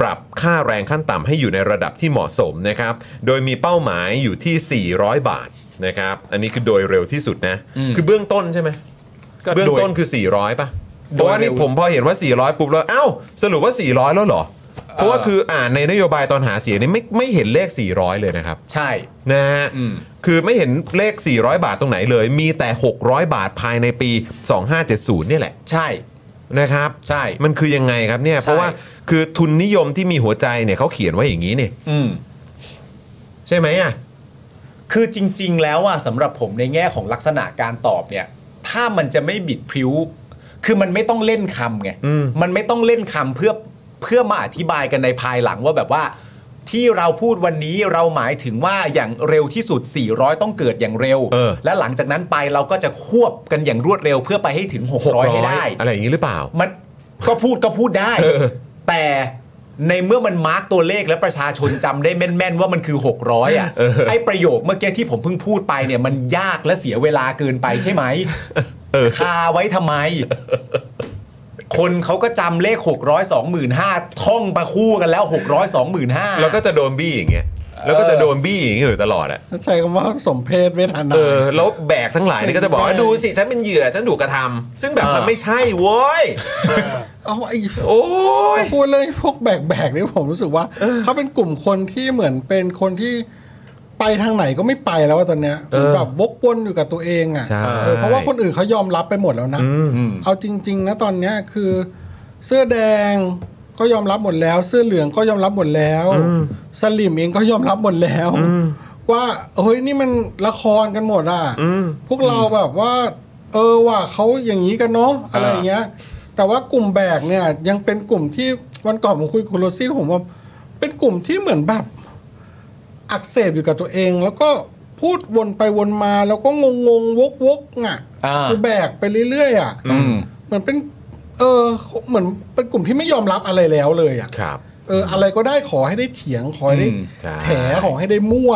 ปรับค่าแรงขั้นต่ำให้อยู่ในระดับที่เหมาะสมนะครับโดยมีเป้าหมายอยู่ที่ 400 บาทนะครับอันนี้คือโดยเร็วที่สุดนะ อืม คือเบื้องต้นใช่ไหม ก็โดย เบื้องต้นคือ 400ป่ะเพ โดย ราะว่านี่ เร็ว ผมพอเห็นว่า 400 ปุ๊บแล้วเอ้าสรุปว่า 400 แล้วเหรอ เพราะว่าคืออ่านในนโยบายตอนหาเสียงนี่ไม่ไม่เห็นเลข 400 เลยนะครับ ใช่ นะฮะคือไม่เห็นเลข 400 บาทตรงไหนเลย มีแต่ 600 บาทภายในปี 2570 เนี่ยแหละ ใช่ นะครับ ใช่ มันคือยังไงครับเนี่ย เพราะว่าคือทุนนิยมที่มีหัวใจเนี่ยเขาเขียนไว้อย่างนี้นี่ อืม ใช่ไหมอ่ะ คือจริง ๆ แล้วอ่ะสำหรับผมในแง่ของลักษณะการตอบเนี่ย ถ้ามันจะไม่บิดพริ้ว คือมันไม่ต้องเล่นคำไง อืม มันไม่ต้องเล่นคำเพื่อเพื่อมาอธิบายกันในภายหลังว่าแบบว่า ที่เราพูดวันนี้เราหมายถึงว่าอย่างเร็วที่สุด 400 ต้องเกิดอย่างเร็ว และหลังจากนั้นไปเราก็จะควบกันอย่างรวดเร็วเพื่อไปให้ถึง 600 ให้ได้ อะไรอย่างนี้หรือเปล่า มันก็พูดก็พูดได้ แต่ในเมื่อมันมาร์กตัวเลขและประชาชนจำได้แม่น ๆ ว่ามันคือ 600 อ่ะ เออ ไอ้ประโยคเมื่อกี้ที่ผมเพิ่งพูดไปเนี่ยมันยากและเสียเวลาเกินไปใช่ไหมคาไว้ทำไม คนเขาก็จำเลข 600 25,000ท่องประคู่กันแล้ว 600 25,000 แล้วก็จะโดนบี้อย่างเงี้ย แล้วก็จะโดนบี้อย่างเงี้ยอยู่ตลอดอ่ะ ใช้คำว่าสมเพศเวทนา เออแล้วแบกทั้งหลายนี่ก็จะบอกว่าดูสิฉันเป็นเหยื่อฉันถูกกระทำซึ่งแบบมันไม่ใช่โว้ย เอาไอ้ โอ้ ยพูดเรื่องพวกแบกๆนี่ผมรู้สึกว่าเขาเป็นกลุ่มคนที่เหมือนเป็นคนที่ไปทางไหนก็ไม่ไปแล้วว่าตอนเนี้ย เออ แบบวกวนอยู่กับตัวเองอ่ะ ใช่ เออเพราะว่าคนอื่นเขายอมรับไปหมดแล้วนะ อืม เอาจริง ๆ นะตอนเนี้ยคือ เสื้อแดงก็ยอมรับหมดแล้ว เสื้อเหลืองก็ยอมรับหมดแล้ว อืม สลิมเองก็ยอมรับหมดแล้ว ว่าเฮ้ยนี่มันละครกันหมดอ่ะพวกเราแบบว่า เออว่ะเขาอย่างนี้กันเนาะอะไรอย่างเงี้ย แต่ว่ากลุ่มแบกเนี่ย ยังเป็นกลุ่มที่วันก่อนผมคุยกับคุณโรซี่ผมว่าเป็นกลุ่มที่เหมือนแบบ อักเสบอยู่กับตัวเอง แล้วก็พูดวนไปวนมาแล้วก็งงงๆวกวกๆอ่ะ อ่า คือแบกไปเรื่อยๆอ่ะ อืม เหมือนเป็น เออ เหมือนเป็นกลุ่มที่ไม่ยอมรับอะไรแล้วเลยอ่ะ ครับ เออ อะไรก็ได้ขอให้ได้เถียง ขอให้ได้ อืมใช่ แถขอให้ได้มั่ว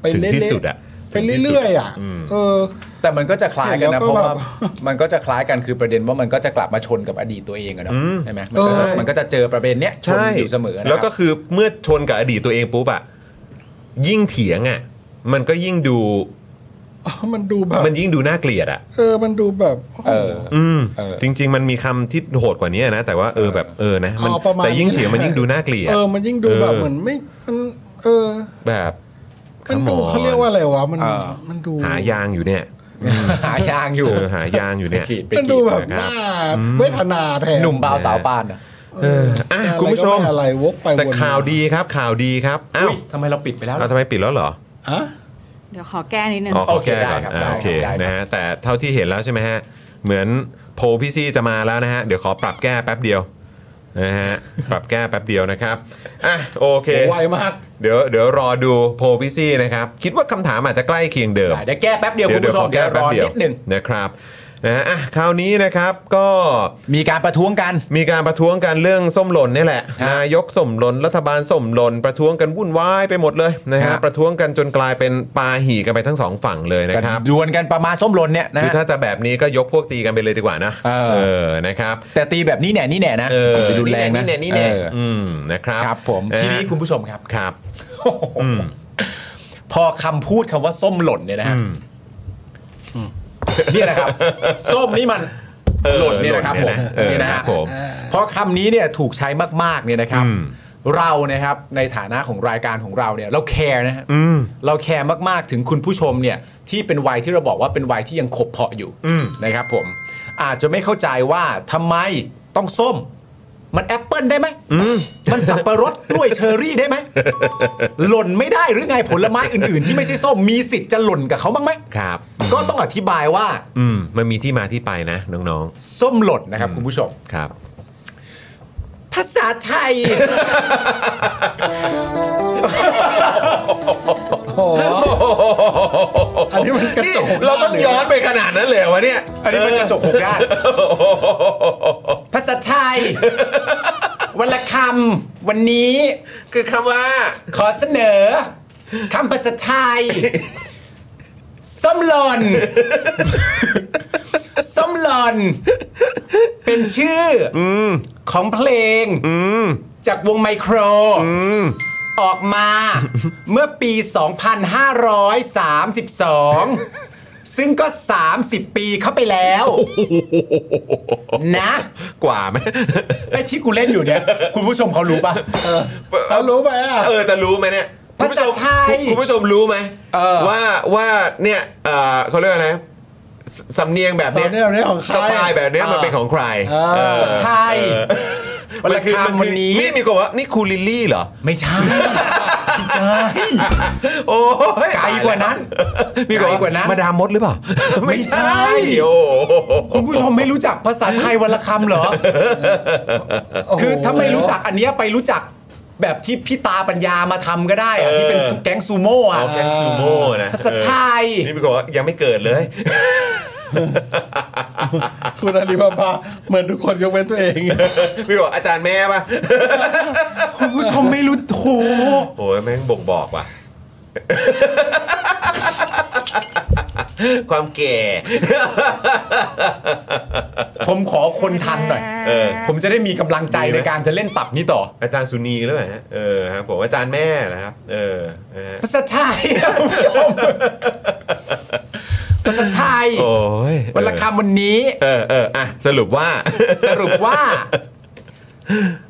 ไป ถึง เรื่ ที่ อย สุดอะ ๆ ถึ ไป งที่สุด เรื่อยๆอ่ะ อืม เออ แต่มันก็จะคล้ายกันนะ เห็นแล้วก็ เพราะว่า แบบ มันก็จะคล้ายกันคือประเด็นว่ามันก็จะกลับมาชนกับอดีตตัวเองอะเนาะ อืม ใช่ไหมมันก็จะ เออ มันก็จะเจอประเด็นเนี้ยชน ใช่ อยู่เสมอนะครับ แล้วก็คือเมื่อชนกับอดีตตัวเองปุ๊บอะยิ่งเถียงอะมันก็ยิ่งดู มันดูแบบ มันยิ่งดูน่าเกลียดอะ เออ มันดูแบบ เออ อืมจริง ๆ มันมีคำที่โหดกว่านี้นะ แต่ว่าเออแบบเออนะมัน เอาประมาณ แต่ยิ่ง นี้ เถียงมันยิ่งดูน่าเกลียด เออ มันยิ่งดูแบบ อ เหมือนไม่ มัน เออ แบบ มันดู ขม เขาเรียกว่าอะไรวะ มัน เออ มันดู หายางอยู่เนี่ย หายางอยู่ เหายางอยู่เนี่ย มันดูแบบ นะครั บ้า บ เวทนาแทน หนุ่มบ่าวสาวปานอะ เอออ่ะ แต่อะไร คุณผู้ชม ก็ไอะไรวกไปวนม แต่ข่าวดีครับข่าวดีครับอ้าว ทำไมเราปิดไปแล้ว ทำไมปิดแล้วเหรอ เดี๋ยวขอแก้นิดนึง อ๋อขอแก้ก่อนอ่าโอเคนะฮะแต่เท่าที่เห็นแล้วใช่ไหมฮะ เหมือนโพลพี่ซี่จะมาแล้วนะฮะ เดี๋ยวขอปรับแก้แป๊บเดียวนะฮะ ปรับแก้แป๊บเดียวนะครับอ่ะโอเค ไวมาก เดี๋ยวเดี๋ยวรอดูโพลพี่ซี่นะครับ คิดว่าคำถามอาจจะใกล้เคียงเดิม เดี๋ยวแก้แป๊บเดียวคุณผู้ชม เดี๋ เดี๋ ย ยว ว เดี๋ยวขอแก้แป๊ ร บ อ เดียว นิดหนึ่ง นะครับนะฮะอ่ะคราวนี้นะครับก็ มีการประท้วงกัน มีการประท้วงกันเรื่องส้มหล่นเนี่ยแหละนายกส้มหล่นรัฐบาลส้มหล่นประท้วงกันวุ่นวายไปหมดเลยนะฮะ ครับ ประท้วงกันจนกลายเป็นปาหี่กันไปทั้งสองฝั่งเลยนะครับ ดวลกันประมาณส้มหล่นเนี่ยนะ คือถ้าจะแบบนี้ก็ยกพวกตีกันไปเลยดีกว่านะ เออ นะครับ แต่ตีแบบนี้แหน่นี่แหน่นะ เออ จะดูแรงนะ นี่แหละนี่แหละ เอออ อืม นะครับ ครับผม นะฮะ ทีนี้คุณผู้ชมครับ ครับ พอคำพูดคำว่าส้มหล่นเนี่ยนะฮะเนี่ยนะครับ ส้มนี่มันหล่นเนี่ยนะครับผม เออ เนี่ยนะ ครั ฮะ บผม เพราะคำนี้เนี่ยถูกใช้มาก ๆ เนี่ยนะครับ เรานะครับในฐานะของรายการของเราเนี่ย เราแคร์นะฮะ อืม เราแคร์มาก ๆ ถึงคุณผู้ชมเนี่ยที่เป็นวัยที่เราบอกว่าเป็นวัยที่ยังขบเพาะอยู่ อืม นะครับผม อาจจะไม่เข้าใจว่าทำไมต้องส้ม มันแอปเปิลได้ไหมมันสับปะรด กล้วยเชอรี่ได้ไหมหล่นไม่ได้หรือไงผลไม้อื่น ๆ ที่ไม่ใช่ส้มมีสิทธิ์จะหล่นกับเขาบ้างไหม ครับ ก็ต้องอธิบายว่า อืม มันมีที่มาที่ไปนะ น้อง ส้มหล่นนะครับ คุณผู้ชม ๆ ครับ ภาษาไทย อันนี้มันกระจกเราต้องย้อนไปขนาดนั้นเลยเหรอวะเนี่ย อันนี้มันกระจกหกด้าน ภาษาไท ย วันละคำวันนี้ คือคำว่า ขอเสนอคำภาษาไทย ส้มหล่นส้มหล่นเป็นชื่ออของเพลงจากวงไมโคร ออกมาเมื่อปี 2532 ซึ่งก็ 30 ปีเข้าไปแล้ว นะ กว่าไหม ไอ้ที่กูเล่นอยู่เนี่ย คุณผู้ชมเขารู้ป่ะ เขารู้ไหมอ่ะ เออ แต่รู้ไหมเนี่ยคุณผู้ชม ภาษาไทย คุณผู้ชมรู้ไหมว่าว่าเนี่ยเอ่อเขาเรียกว่าอะไรสสำเนียงแบบเนี้ย สำเนียงแบบเนี้ยของใคร สไตล์แบบเนี้ยมัน อ่า เป็นของใคร เออ เออ สไตล์ เออ วัน มั ละ นคือ คำ มัน วั คือน นี้ นี่มีคนว่านี่คูลิลลี่เหรอ ไม่ใช่ ไม่ใช่ โอ้ย ไกลกว่านั้น มีคน ไกลกว่านั้น มาดามมดหรือเปล่า ไม่ใช่ โอ้โห คุณผู้ชมไม่รู้จักภาษาไทยวันละคำเหรอ คือถ้าไม่รู้จักอันเนี้ยไปรู้จักแบบที่พี่ตาปัญญามาทำก็ได้อะที่เป็นซุแก๊งซูโม่อะ อ๋อแกงซูโม่นะ ภาษาไทย เออนี่มีคนว่ายังไม่เกิด เลย คุณอาลีบาบาเหมือนทุกคนยกเว้นตัวเอง มีคนบอกอาจารย์แม่ป่ะ คุณผู้ชมไม่รู้โห โอ้ยแม่งบ่งบอก ว่ะ ความแก่ ผมขอคนทันหน่อย เออ ผมจะได้มีกำลังใจ มีไหม ในการจะเล่นตับนี้ต่อ อาจารย์สุนีหรือเปล่าฮะเออครับผมอาจารย์แม่นะครับ เออนะฮะ ภาษาไทย คุณผู้ชมภาษาไทย โอ้ย วันละคำวันนี้ เออเอออ่ะสรุปว่า สรุปว่า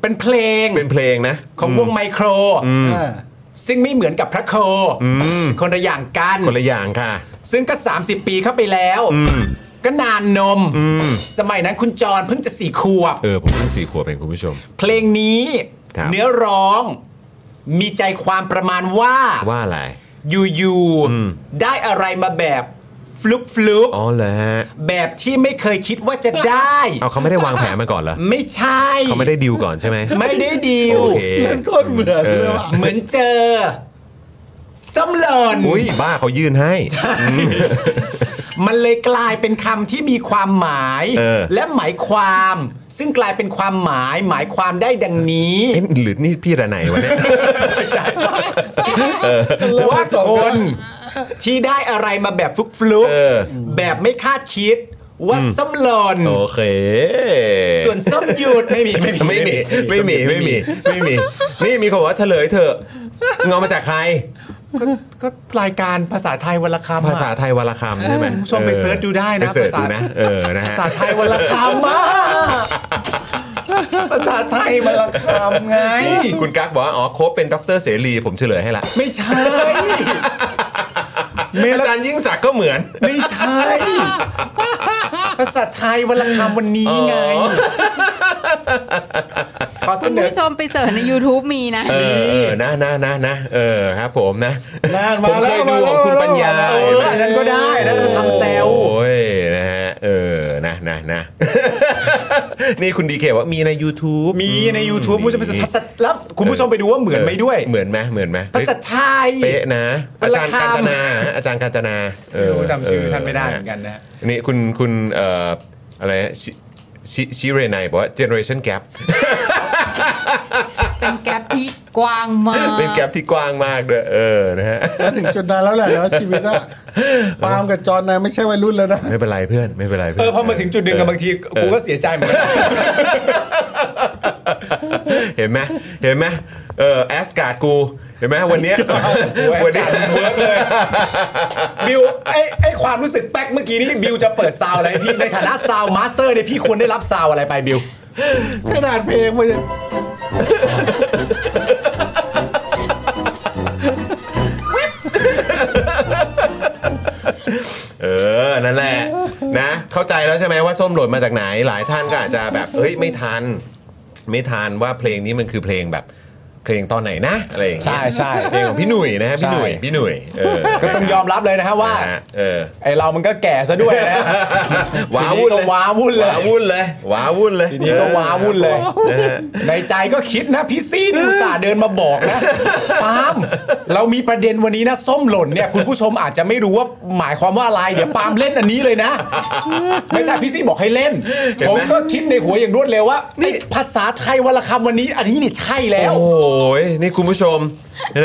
เป็นเพลง เป็นเพลงนะ ของวงไมโคร อืม ซึ่งไม่เหมือนกับพระโคร อืม คนละอย่างกัน คนละอย่างค่ะ ซึ่งก็ 30 ปีเข้าไปแล้ว อืม ก็นานนม อืม สมัยนั้นคุณจรเพิ่งจะสี่ขวบ เออ ผมเพิ่งสี่ขวบเองคุณผู้ชม เพลงนี้ ครับ เนื้อร้อง มีใจความประมาณว่า ว่าอะไร อยู่ๆได้อะไรมาแบบฟลุกฟลุก อ๋อเหรอฮะ แบบที่ไม่เคยคิดว่าจะได้ เอาเขาไม่ได้วางแผนมาก่อนเหรอ ไม่ใช่ เขาไม่ได้ดิวก่อนใช่ไหม ไม่ได้ดีล โอเค มันก็เหมือน เออ เลยว่ะเหมือนเจอส้มหล่น อุ้ยบ้าเขายื่นให้ มันเลยกลายเป็นคำที่มีความหมาย เออ และหมายความ ซึ่งกลายเป็นความหมาย หมายความได้ดังนี้ เอ๊ะหรือนี่พี่ระไหนวะเนี่ย ว่าคนที่ได้อะไรมาแบบฟลุกฟลุกๆ เออ แบบไม่คาดคิด ว่าส้มหล่น โอเค ส่วนส้มหยุดไม่มี ไม่มีไม่มีไม่มีไม่มี นี่มีคนบอกว่าเฉลยเถอะเงามาจากใคร ก็ก็รายการภาษาไทยวันละคำอะ ภาษาไทยวรรณคำใช่ไหม คุณผู้ชมไป ออ เสิร์ชดูได้นะ ไปเสิร์ชดูนะ ภาษา เออนะฮะ ภาษาไทยวันละคำ อะภาษาไทยวันละคำไง คุณกั๊กบอกว่าอ๋อโคบเป็นด็อกเตอร์เสรีผมเฉลยให้ละ ไม่ใช่ เมล อาจารย์ยิ่งศักดิ์ก็เหมือน ไม่ใช่ ภาษาไทยวันละคำวันนี้ ไงขอเส คุณ นอ ผู้ชมไปเสิร์ชใน YouTube มีนะ เออเออนะนะนะนะเออครับผมนะ นาผมนาม แล้ว เคยดูของคุณปัญญา เอออันนั้นก็ได้อันนั้นก็ทำแซว โอ้ยนะฮะเออนะ นะนะ นี่คุณดีเคว่ามีใน YouTube มีใน YouTube คุณผู้ชมไปสั แล้วคุณผู้ชมไปดูว่าเหมือนไหมด้วย เหมือนไหมเหมือนไหม ภาษาไทย เป๊ะนะ อาจารย์กาญจนาอาจารย์กาญจนา ไม่รู้จำชื่อท่านไม่ได้ เ เหมือนกันนะ นี่คุณคุณเอ่ออะไรชิชิชิเรไนบอกว่า generation gap เป็นแก๊ปที่กว้างมาก เป็นแกลบที่กว้างมากด้วยเออนะฮะ ถึงจุดนั้นแล้วแหละแล้วชีวิตอะปาล์มกับจอห์นนะไม่ใช่วัยรุ่นแล้วนะ ไม่เป็นไรเพื่อนไม่เป็นไรเพื่ เอ อ อน พอมาถึงจุดหนึ่งกับบางทีกูก็เสียใจเหมือนกัน เห็นไหมเห็นไหมเออแอสการ์ดกูเห็นไหมวันเนี้ย วันเนี้ย บิวไอ้ไอ้ความรู้สึกแป๊กเมื่อกี้นี้บิวจะเปิดซาวอะไรให้พี่ในฐานะซาวมาสเตอร์เนี่ยพี่ควรได้รับซาวอะไรไปบิว ขนาดเพลงมันยัง เออ นั่นแหละ นะ เข้าใจแล้วใช่ไหมว่าส้มหล่นมาจากไหน หลายท่านก็อาจจะแบบ เอ้ย ไม่ทัน ไม่ทันว่าเพลงนี้มันคือเพลงแบบ เพลงตอนไหนนะ อะไรอย่างเงี้ย ใช่ใช่ เพลงของพี่หนุ่ยนะฮะพี่หนุ่ย ใช่ พี่หนุ่ยเออ ก็ต้องยอมรับเลยนะฮะว่า นะฮะเอ อ ไอเรามันก็แก่ซะด้วยนะ ว้าวุ่นเลย ว้าวุ่นเลย ว้าวุ่นเลยว้าวุ่นเลย ทีนี้ก็ว้าวุ่นเลย นะฮะ ในใจก็คิดนะพี่ซี่นี่อุตส่าห์เดินมาบอกนะปาล์มเรามีประเด็นวันนี้นะ ส้มหล่นเนี่ยคุณผู้ชมอาจจะไม่รู้ว่าหมายความว่าอะไร เดี๋ยวปาล์มเล่นอันนี้เลยนะ ไม่ใช่พี่ซี่บอกให้เล่น เห็น ผ ไหม มก็คิดในหัวอย่างรวดเร็วว่านี่ภาษาไทยวรรณคำวันนี้ อันนี้นี่ใช่แล้ว โอ้ยนี่คุณผู้ชม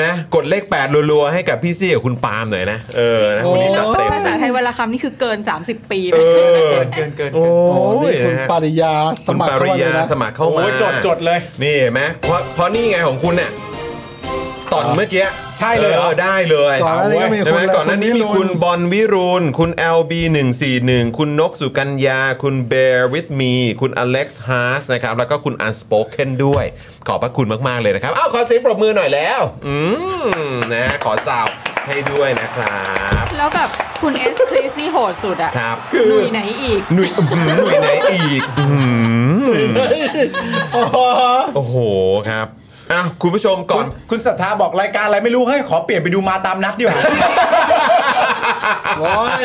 นะกดเลข 8 รัวๆ ให้กับพี่ซี่กับคุณปาล์มหน่อยนะ เออนะวันนี้จัดเต็ม ภาษาไทยวรรณคำนี่คือเกิน 30 ปีไหม เออ เกินเกิน โอ้ นี่ ย คุณ นะฮะ ปริยาส คุณ มัคร ปา เข้า ริ มาเลย ยา นะ สมัครเข้ามา โอ้ยจดจดเลย นี่เห็นไหมเพราะเพราะนี่ไงของคุณเนี่ยตอนเมื่อกี้ ใช่เลยเหรอ ออได้เลย ก่อนหน้านี้ก็มี ใช่ไห คุณอะไร ก่อนหน้านี้ คุณวิ มี รุณ คุณบอลวิรุณ คุณ LB 141คุณนกสุกัญญา คุณ Bear with me คุณ Alex h a r s นะครับ แล้วก็คุณ Unspoken ด้วย ขอบพระคุณมาก ๆ เลยนะครับอ้าวขอเสียงปรบมือหน่อยแล้ว อืมนะขอสาวให้ด้วยนะครับ แล้วแบบคุณเอสคริสนี่โหดสุดอะ ครับ หนุ่ยไหนอีก หนุ่ยอื้อหือหนุ่ยไหนอีกอื้อหือ โอ้โหครับอ่ะคุณผู้ชมก่อน คุณศรัทธาบอกรายการอะไรไม่รู้เฮ้ยขอเปลี่ยนไปดูมาตามนัดดีกว่า โอ้ย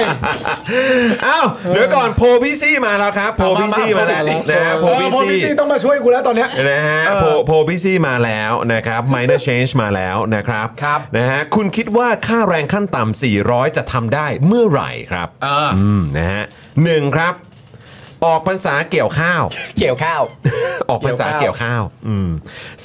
อ้าวเดี๋ยวก่อนโพลพี่ซี่มาแล้วครับโพลพี่ซี่มาแล้วนะฮะโพล เออ พี่ โพล ซี่ พี่ซี่ต้องมาช่วยกูแล้วตอนเนี้ย นะฮะโพลโพลพี่ซี่มาแล้วนะครับ minor change มาแล้วนะครับครับนะฮะคุณคิดว่าค่าแรงขั้นต่ำ400 จะทำได้เมื่อไหร่ครับอืมนะฮะหนึ่งครับ ออกพรรษาเกี่ยวข้าว เกี่ยวข้าว ออกพรรษาเกี่ยวข้าวอืม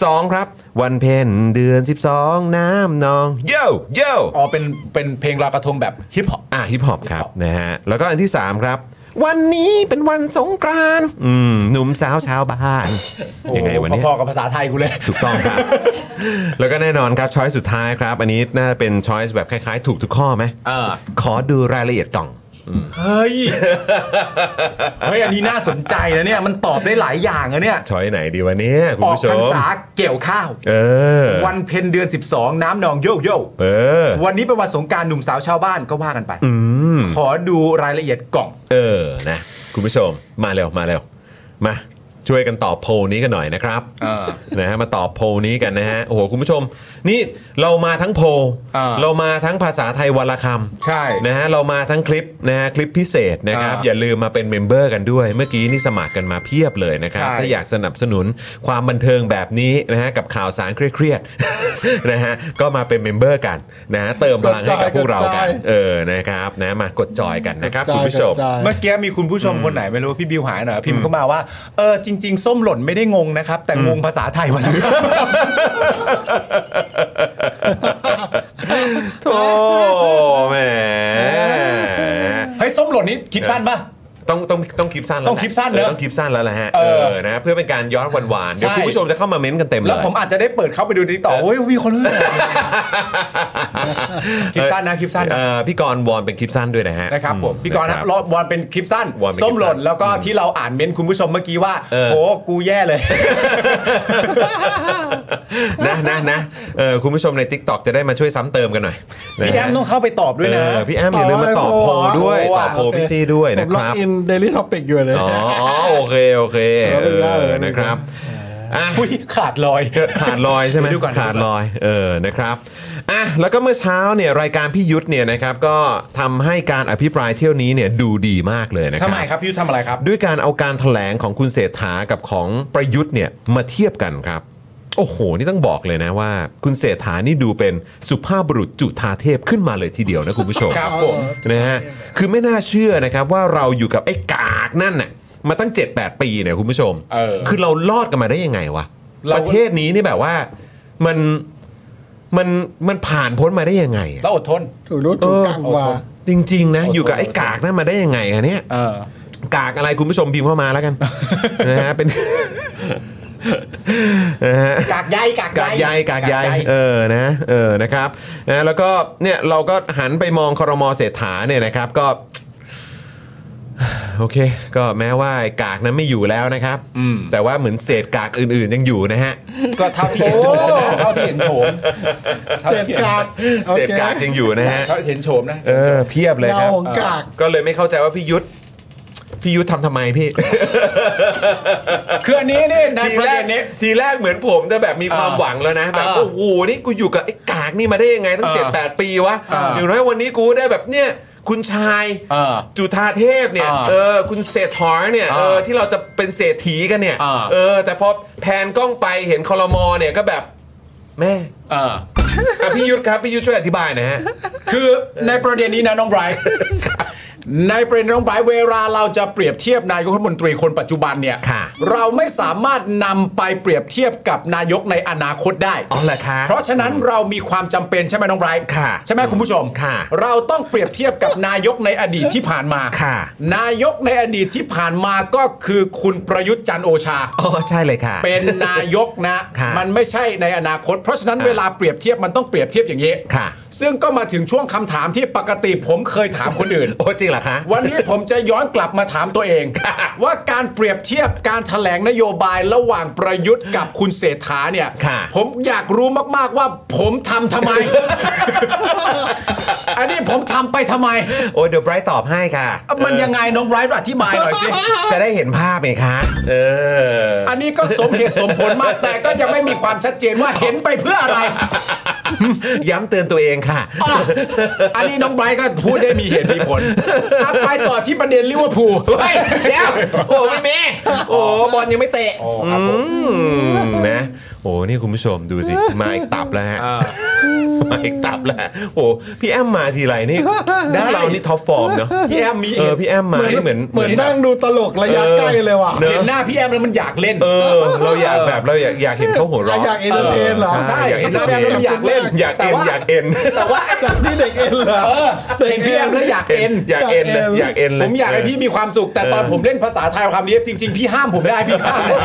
สองครับ วันเพ็ญเดือน 12 น้ำนอง โยโย อ๋อเป็นเป็นเพลงลอยกระทงแบบ ฮิปฮอปอ่ะฮิปฮอปครับนะฮะแล้วก็อันที่ 3 ครับ วันนี้เป็นวันสงกรานต์อืมหนุ่มสาวชาวบ้านยังไงวันเนี้ย พอๆกับภาษาไทยกูเลย ถูกต้องครับ แล้วก็แน่นอนครับช้อยสุดท้ายครับ อันนี้น่าจะเป็นช้อยแบบคล้ายๆ ถูกทุกข้อไหมขอดูรายละเอียดกล่อง เฮ้ย เฮ้ย อันนี้น่าสนใจนะเนี่ย มันตอบได้หลายอย่างนะเนี่ย ช้อยไหนดีวะเนี่ยคุณ ออก ผู้ช พรร ม ษาเกี่ยวข้าว เออ วันเพ็ญเดือน 12 น้ำนองโยโย่ เออ วันนี้เป็นวันสงกรารหนุ่มสาวชาวบ้านก็ว่ากันไป อืม ขอดูรายละเอียดกล่อง เออ นะ คุณผู้ชม มาเร็ว มาเร็ว มา ช่วยกันตอบโพลนี้กันหน่อยนะครับนะฮะ มาตอบโพลนี้กันนะฮะ โอ้โห คุณผู้ชม นี่เรามาทั้งโพลเรามาทั้งภาษาไทยวรรณคำ ใช่ นะฮะ เรามาทั้งคลิปนะฮะ คลิปพิเศษนะครับ อ่า อย่าลืมมาเป็นเมมเบอร์กันด้วย เมื่อกี้นี่สมัครกันมาเพียบเลยนะครับ ใช่ ถ้าอยากสนับสนุนความบันเทิงแบบนี้นะฮะ กับข่าวสารเครียดๆ นะฮะ ก็มาเป็นเมมเบอร์กันนะฮะ เติมพลังให้กับพวกเรากัน เออ นะครับ นะ มากดจอยกันนะครับคุณผู้ชม เมื่อกี้มีคุณผู้ชมคนไหนไม่รู้พี่บิวหายหน่อยพิมพ์เข้ามาว่า เออจริง ๆ ส้มหล่นไม่ได้งงนะครับ แต่งงภาษาไทยวันละค โธ่แหม ำเฮ้ยส้มหล่นนี่คิดสั้นปะ ต้องต้องต้องคลิปสั้นแล้ว ต้องคลิปสั้นเนอะ ออต้องคลิปสั้นแล้วแหละฮะ เอ เอ อ อนะเพื่อเป็นการย้อนหวานๆเดี๋ยว ใช่ คุณผู้ชมจะเข้ามาเม้นต์กันเต็มเลย แล้วผมอาจจะได้เปิดเข้าไปดูในต่อโอ้ยมีคนเล่น คลิปสั้นนะคลิปสั้นนะ เออพี่กรณ์วอนเป็นคลิปสั้นด้วยนะฮะ นะครับผม อื พี่กรณ์นะรอบวอนเป็นคลิปสั้น วอนเป็นค ส้ ลิ ม ป ห สั้ ล่นแล้วก็ที่เราอ่านเม้นต์คุณผู้ชมเมื่อกี้ว่าโหกูแย่เลย นะนะนะเออคุณผู้ชมใน TikTok จะได้มาช่วยซ้ำเติมกันหน่อย พี่แอมต้องเข้าไปตอบด้วย เอ นะ อพี่แอมอย่าลืมมาตอบโพลด้วยตอบโพลพี่ซี่ด้วยนะ ผม ค ล็อก รับ อินเดลิทอปิกอยู่เลย อ๋อ โอเค โอเค เราไม่ได้ เอ เลย อ ไม่ได้ นะครับ อุ้ยขาดลอย ขาดลอยใช่ไหม เดี๋ยวดูก่อน ขาดลอยเออนะครับอ่ะแล้วก็เมื่อเช้าเนี่ยรายการพี่ยุทธเนี่ยนะครับก็ทำให้การอภิปรายเที่ยวนี้เนี่ยดูดีมากเลยนะครับ ทำไมครับพี่ยุทธทำอะไรครับ ด้วยการเอาการแถลงของคุณเศรษฐากับของประยุทธ์เนี่ยมาเทียบกันครับ โอ้โห นี่ต้องบอกเลยนะว่า คุณเศรษฐานี่ดูเป็นสุภาพบุรุษจุฑาเทพขึ้นมาเลยทีเดียวนะคุณผู้ชม ครับผม นะฮะคือไม่น่าเชื่อนะครับว่าเราอยู่กับไอ้กากนั่นน่ะมาตั้ง 7-8 ปีเนี่ยคุณผู้ชม เออ คือเรารอดกันมาได้ยังไงวะ เรา ประเทศนี้นี่แบบว่ามันมันมันผ่านพ้นมาได้ยังไง แล้วอดทน ถูกรู้ถูกกังวาจริง ๆ นะ อยู่กับไอ้กากนั่นมาได้ยังไงอันเนี้ยกากอะไรคุณผู้ชมพิมพ์เข้ามาแล้วกัน นะฮะเป็น นะฮะ กากใยกาก กาก ใย ใยกากใยเออนะเออนะครับนะแล้วก็เนี่ยเราก็หันไปมองครมเศรษฐาเนี่ยนะครับก็ โอเค ก็แม้ว่ากากนั้นไม่อยู่แล้วนะครับ แต่ว่าเหมือนเศษกากอื่นๆยังอยู่นะฮะ ก็เท่าที่เห็นโฉมนะเท่าที่เห็นโฉม เศษกาก โอค เศษกากยังอยู่นะฮะ เท่าที่เห็นโฉมนะ เออเพียบเลยครับ เงาของกาก เออก็เลยไม่เข้าใจว่าพี่ยุทธพี่ยุทธทำทำไมพี่ คืออันนี้นี่ใน ที ประ แร เด็ ก นนี้ ทีแรกเหมือนผมจะแบบมีความหวังแล้วนะ แบบ อ่า โอ้โหนี่กูอยู่กับไอ้กากนี่มาได้ยังไงตั้ง อ่า เจ็ดแปดปีวะ อ่า อย่างน้อยวันนี้กูได้แบบเนี่ย คุณชายจุธาเทพเนี่ย อ่า เออคุณเศรษฐาเนี่ย อ่า เออที่เราจะเป็นเศรษฐีกันเนี่ย อ่า เออ แต่พอแพนกล้องไปเห็นคอรมอเนี่ยก็แบบแม่ อ่า อ่ะพี่ยุทธครับพี่ยุทธช่วยอธิบายหนะฮะ คือในประเด็นนี้นะน้องไบรท์ ในประเด็นน้องไบรท์เวลาเราจะเปรียบเทียบนายกรัฐมนตรีคนปัจจุบันเนี่ยเราไม่สามารถนำไปเปรียบเทียบกับนายกใน อนาคตได้ อ๋อเหรอคะ เพราะฉะนั้นเรามีความจำเป็นใช่ไหมน้องไบรท์ ค่ะ ใช่ไหมคุณผู้ชม ค่ะ เราต้องเปรียบเทียบกับนายกในอดีตที่ผ่านมา ค่ะ นายกในอดีตที่ผ่านมาก็คือคุณประยุทธ์จันทร์โอชา อ๋อใช่เลยค่ะ เป็นนายกนะ ค่ะ มันไม่ใช่ในอนาคต เพราะฉะนั้น อ่า เวลาเปรียบเทียบมันต้องเปรียบเทียบอย่างนี้ ค่ะ ซึ่งก็มาถึงช่วงคำถามที่ปกติผมเคยถามคนอื่น โอ้จริงเหรอคะ วันนี้ผมจะย้อนกลับมาถามตัวเอง ว่าการเปรียบเทียบการแถลงนโยบายระหว่างประยุทธ์กับคุณเศรษฐาเนี่ย ค่ะ ผมอยากรู้มาก ๆ ว่าผมทำทำ ไม อันนี้ผมทำไปทำไม โอ้เดี๋ยวไบรท์ตอบให้ค่ะ มันยังไงน้องไบรท์อธิบายหน่อยสิ จะได้เห็นภาพไหมคะเออ อั อั นนี้ก็สมเหตุสมผลมาก แต่ก็ยังไม่มีความชัดเจนว่าเห็นไปเพื่ออะไร ย้ำเตือนตัวเองค่ะ อันนี้น้องไบรท์ก็พูดได้มีเหตุมีผลอ่ะไปต่อที่ประเด็นลิเวอร์พูล เฮ้ยเดี๋ยวโอ้ไม่มีโอ้บอลยังไม่เตะอืมนะโอ้นี่คุณผู้ชมดูสิ มาอีกตับแล้วฮะมาอีกตับแล้วฮะโอ้พี่แอมมาทีไรนี่ ได้ เรานี่ท็อปฟอร์มเนาะ พี่แอมมี เออพี่แอมมานี่เหมือน เหมือนนั่งดูตลกระยะใกล้เลยว่ะ เห็นหน้าพี่แอมแล้วมันอยากเล่น เออเราอยากแบบเราอยากอยากเห็นเขาหัวเราะ อยาก entertain เหรอ ใช่อยากเอ็นเตอร์เทน เราอยากเล่น อยาก แต่ เอ็น ว่า อยากเอ็น แต่ว่า จากที่เด็กเอ็นเหรอ เออเห็นพี่แอมแล้วอยากเอ็น อยากเอ็นเลยอยากเอ็นเลย ผมอยากให้พี่มีความสุข แต่ตอนผมเล่นภาษาไทยคำนี้จริง ๆ พี่ห้ามผมได้พี่ห้าม เลย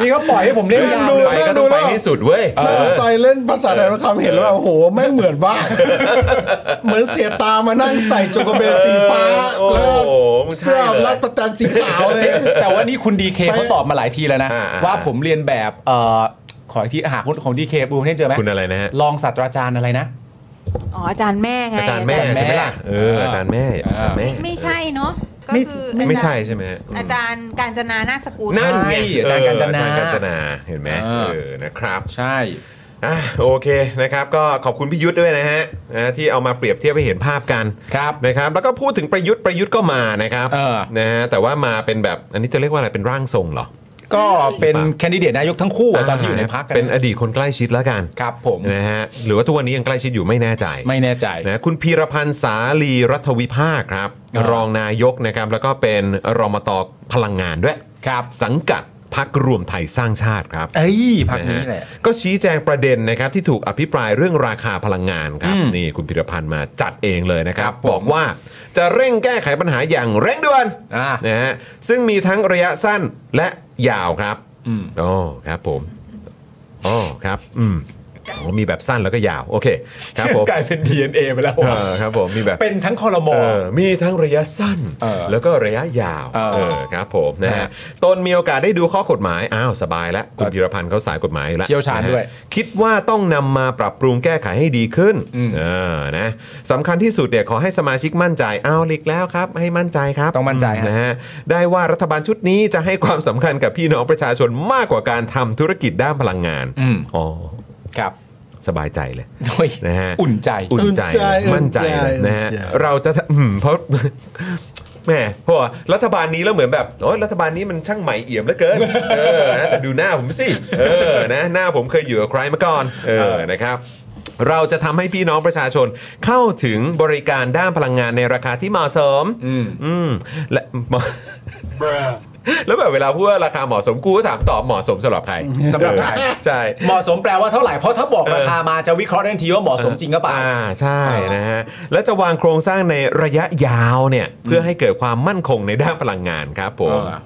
พี่ก็ปล่อยให้ผมเล่นยาวเลย ไปก็ต้องไปให้สุดเว้ย นั่งจอยเล่นภาษาไทยคำเห็นแล้วแบบโอ้โหแม่งเหมือนว่า เหมือนเสียตามานั่งใส่จงกระเบนสีฟ้า เออ แล้ว โอ้โหมึงใช่ เสื้อ เลย รัดประจันสีขาวเลย แต่ว่านี่คุณดีเคเขาตอบมาหลายทีแล้วนะ ว่าผมเรียนแบบเอ่อขออีกที่หาคนของดีเคบูมให้เจอไหม คุณอะไรนะฮะ รองศาสตราจารย์อะไรนะ อ๋ออาจารย์แม่ไง อาจารย์แม่ใช่ไหมล่ะเอออาจารย์แม่อาจารย์แม่ ไม่ใช่เนาะก็คืออาจารย์ ไม่ใช่ใช่ไหมฮะ อาจารย์การจนานาคสกุล นั่นไง อาจารย์กาญจนา เอออาจารย์กาญจนาเห็นไหม เออ เออนะครับ ใช่ อ่ะโอเคนะครับก็ขอบคุณพี่ยุทธด้วยนะฮะนะที่เอามาเปรียบเทียบให้เห็นภาพกัน ครับ นะครับ แล้วก็พูดถึงประยุทธ์ประยุทธ์ก็มานะครับนะฮะแต่ว่ามาเป็นแบบอันนี้จะเรียกว่าอะไรเป็นร่างทรงเหรอ ก็เป็นแคนดิเดตนายกทั้งคู่อะตอนที่อยู่ในพักกั เป็นอดีตคนใกล้ชิดแล้วกัน ครับผม นะฮะหรือว่าทุกวันนี้ยังใกล้ชิดอยู่ไม่แน่ใจ ไม่แน่ใจ นะคุณพีรพันธ์สาลีรัฐวิภาคครับ อ่าร ร องนายกนะครับ แล้วก็เป็นรมตพลังงานด้วย ครับ สังกัดพักรวมไทยสร้างชาติครับ เอ้ยพรรคนี้ ฮ แหละ ก็ชี้แจงประเด็นนะครับที่ถูกอภิปรายเรื่องราคาพลังงานครับ นี่คุณพิรพันธ์มาจัดเองเลยนะครับ บอกว่าจะเร่งแก้ไขปัญหาอย่างเร่งด่วนนะฮะซึ่งมีทั้งระยะสั้นและยาวครับอ๋อครับผมอ๋อครับ อืมโอ้ มีแบบสั้นแล้วก็ยาว โอเคครับผม กลายเป็น DNA ไปแล้ว เออครับผมมีแบบ เป็นทั้งคอรม อมีทั้งระยะสั้น แล้วก็ระยะยาวเออครับผมนะฮะตนมีโอกาสได้ดูข้อกฎหมาย อ้าวสบายแล้วคุณพีรพันธ์เขาสายกฎหมายอยู่แล้ว เชี่ยวชาญ นะฮะ ด้วย คิดว่าต้องนำมาปรับปรุงแก้ไขให้ดีขึ้นเออนะสำคัญที่สุดเนี่ยขอให้สมาชิกมั่นใจอ้าวหลีกแล้วครับ ให้มั่นใจครับต้องมั่นใจนะฮะได้ว่ารัฐบาลชุดนี้จะให้ความสำคัญกับพี่น้องประชาชนมากกว่าการทำธุรกิจด้านพลังงาน อืม อ๋อ ครับ สบายใจเลยนะฮะ อุ่นใจ อุ่นใจอุ่เลยนใจ มั่นใจเลย อุ่นใจ นะฮะเราจะอืม เพราะ แหม่เพราะว่ารัฐบาลนี้แล้วเหมือนแบบโอ้ยรัฐบาลนี้มันช่างใหม่เอี่ยมเหลือเกิน เออนะแต่ดูหน้าผมสิเออนะหน้าผมเคยอยู่กับใครมาก่อนเออนะครับ เราจะทำให้พี่น้องประชาชนเข้าถึงบริการด้านพลังงานในราคาที่เหมาะสม อืมและ เหมาะ แล้วแบบเวลาพูดว่าราคาเหมาะสมกูก็ถามตอบเหมาะสมสำหรับใคร สำหรับ ใคร เออใช่ เหมาะสมแปลว่าเท่าไหร่ เพราะถ้าบอกราคามาจะวิเคราะห์ได้ทันทีว่าเหมาะสมจริงก็เปล่า อ่าใช่นะฮะและจะวางโครงสร้างในระยะยาวเนี่ยเพื่อให้เกิดความมั่นคงในด้านพลังงานครับผม อ่า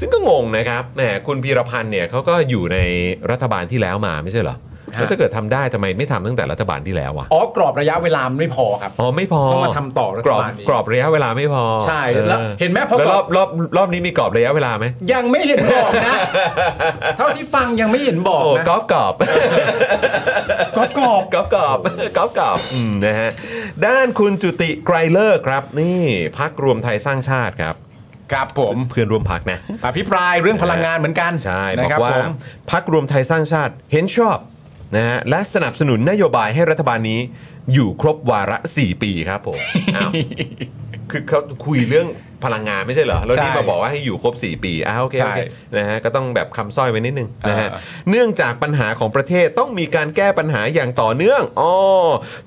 ซึ่งก็งงนะครับแหมคุณพีรพันธ์เนี่ยเขาก็อยู่ในรัฐบาลที่แล้วมาไม่ใช่เหรอแล้วถ้าเกิดทำได้ทำไมไม่ทำตั้งแต่รัฐบาลที่แล้ววะ อ๋อกรอบระยะเวลามันไม่พอครับ อ๋อไม่พอ ต้องมาทำต่อรัฐ กรอบบ าลนี้ กรอบระยะเวลาไม่พอ ใช่แล้ว ออ เห็นไหมพอ แล้วรอบรอบรอบนี้มีกรอบระยะเวลาไหม ยังไม่เห็นบอกนะ เท่าที่ฟังยังไม่เห็นบอก โอ้ นะ กรอบกรอบ กรอบกรอบ กรอบกรอบกรอบกรอบอืมนะฮะด้านคุณจุติไกรเลิกครับ นี่พักรวมไทยสร้างชาติครับ ครับผม เพื่อนร่วมพักนะ อภิปรายเรื่องพลังงานเหมือนกัน ใช่บ นะ อ ครับ กว่า ผม พักรวมไทยสร้างชาติเห็นชอบนะฮะและสนับสนุนนโยบายให้รัฐบาลนี้ อยู่ครบวาระ 4 ปีครับผม อ้าวคือเขาคุยเรื่องพลังงานไม่ใช่เหรอแล้วนี่ ใช่ มาบอกว่าให้อยู่ครบ 4 ปีอ้าวโอเคโอเค ใช่ นะฮะก็ต้องแบบคำสร้อยไว้นิดนึง นะฮะเนื่องจากปัญหาของประเทศต้องมีการแก้ปัญหาอย่างต่อเนื่องอ๋อ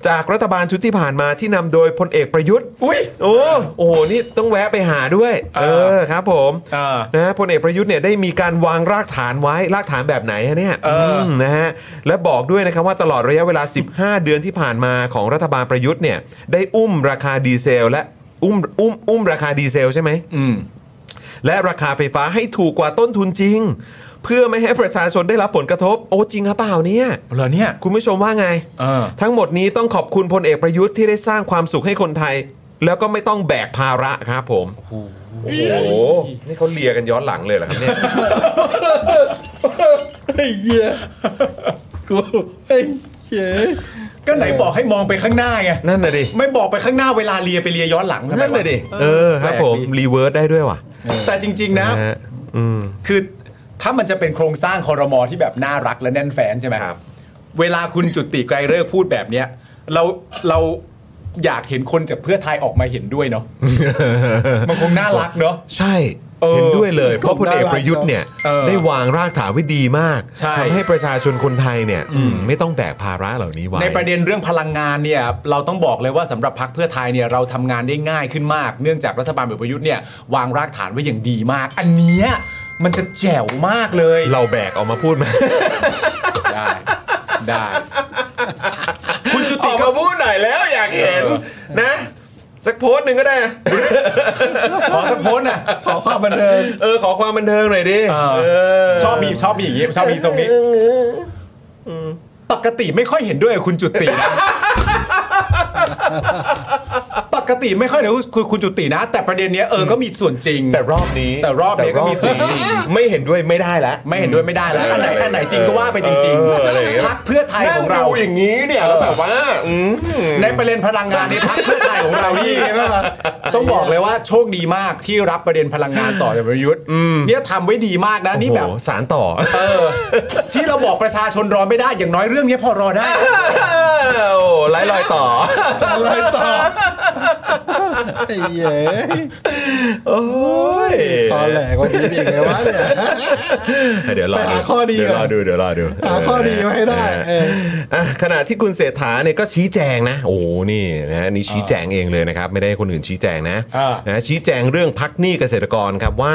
จากรัฐบาลชุดที่ผ่านมาที่นำโดยพลเอกประยุทธ์ อุ้ย โอ้โอ้โหนี่ต้องแวะไปหาด้วย เออครับผมนะฮะพลเอกประยุทธ์เนี่ยได้มีการวางรากฐานไว้รากฐานแบบไหนฮะเนี่ยมนะฮะและบอกด้วยนะครับว่าตลอดระยะเวลา 15 เดือนที่ผ่านมาของรัฐบาลประยุทธ์เนี่ยได้อุ้มราคาดีเซล และอุ้มอุ้มอุ้มราคาดีเซลใช่ไหม อืม และราคาไฟฟ้าให้ถูกกว่าต้นทุนจริง เพื่อไม่ให้ประชาชนได้รับผลกระทบ โอ้จริงหรือเปล่าเนี่ย เหรอเนี่ย คุณผู้ชมว่าไง เออ ทั้งหมดนี้ต้องขอบคุณพลเอกประยุทธ์ที่ได้สร้างความสุขให้คนไทย แล้วก็ไม่ต้องแบกภาระครับผม โอ้โห นี่เขาเลียกันย้อนหลังเลยเหรอครับเนี่ย ไอ้เหี้ย กูไอ้เหี้ย ก็ไหนบอกให้มองไปข้างหน้าไง นั่นน่ะดิ ไม่บอกไปข้างหน้าเวลาเลียไปเลียย้อนหลังทำไม นั่นเล วะ ยดิ เออครับผม รีเวิร์สได้ด้วยว่ะ แต่จริง ๆ นะ นะฮะอืม คือถ้ามันจะเป็นโครงสร้างคอรมอที่แบบน่ารักและแน่นแฟนใช่ไหมครับ เวลาคุณจุติไกรเลิกษ์พูดแบบเนี้ยเราเราอยากเห็นคนจากเพื่อไทยออกมาเห็นด้วยเนาะ มันคงน่ารัก เนาะ ใช่ เออ เห็นด้วยเลย ก็ เพราะพลเอกประยุทธ์เนี่ย เออ ได้วางรากฐานไว้ดีมาก ใช่ ทำให้ประชาชนคนไทยเนี่ยอืมไม่ต้องแบกภาระเหล่านี้ไว้ ในประเด็นเรื่องพลังงานเนี่ยเราต้องบอกเลยว่าสำหรับพักเพื่อไทยเนี่ยเราทำงานได้ง่ายขึ้นมาก เนื่องจากรัฐบาลแบบประยุทธ์เนี่ยวางรากฐานไว้อย่างดีมาก อันเนี้ยมันจะแจ๋วมากเลย เราแบกออกมาพูดไหม ได้ ได้ คุณจุ ติออกมาพูดหน่อยแล้วอยากเห็นนะ สักโพสต์หนึ่งก็ได้ ขอสักโพสต์น่ะขอความบันเทิง เออขอความบันเทิงหน่อยดิเออ ชอบมีชอบมีอย่างนี้ชอบมีทรงนี้ปกติไม่ค่อยเห็นด้วยกับคุณจุติ นะ ปกติไม่ค่อยเห็นด้วยคุณคุณจุตินะ แต่ประเด็นเนี้ยเออก็มีส่วนจริง แต่ รอบนี้ แต่รอบเนี้ยก็มีส่วนจริง ไม่เห็นด้วยไม่ได้ละ ไม่เห็นด้วยไม่ได้แล้วอันไหนอันไหนจริงก็ว่าไปจริง เอออะไรอย่างเงี้ย ๆพักเพื่อไทยของเรา นั่งดูอย่างนี้เนี่ยแล้วแบบว่า ในประเด็นพลังงานในพักเพื่อไทยของเรานี่ ต้องบอกเลยว่าโชคดีมากที่รับประเด็นพลังงานต่อจากประยุทธ์เนี่ยทำไว้ดีมากนะนี่แบบ โอ้โหสารต่อ เออ ที่เราบอกประชาชนรอไม่ได้อย่างน้อยเรื่องเนี้ยพอรอได้ โอ้ไล่รอยต่อ อะไรต่อ ไอ้เหี้ย โอ้ย ตอนแหลกกว่านี้อีกเลยวะเนี่ย เดี๋ยวรอ ไป ดู หาข้อดี เดี๋ยวรอดูเดี๋ยวรอดู หาข้อดีมาให้ได้ เอออ่ะขณะที่คุณเศรษฐาเนี่ยก็ชี้แจงนะ โอ้โหนี่นะนี่ชี้แจงเองเลยนะครับ ไม่ได้ให้คนอื่นชี้แจงนะนะชี้แจงเรื่องพักหนี้เกษตรกรครับว่า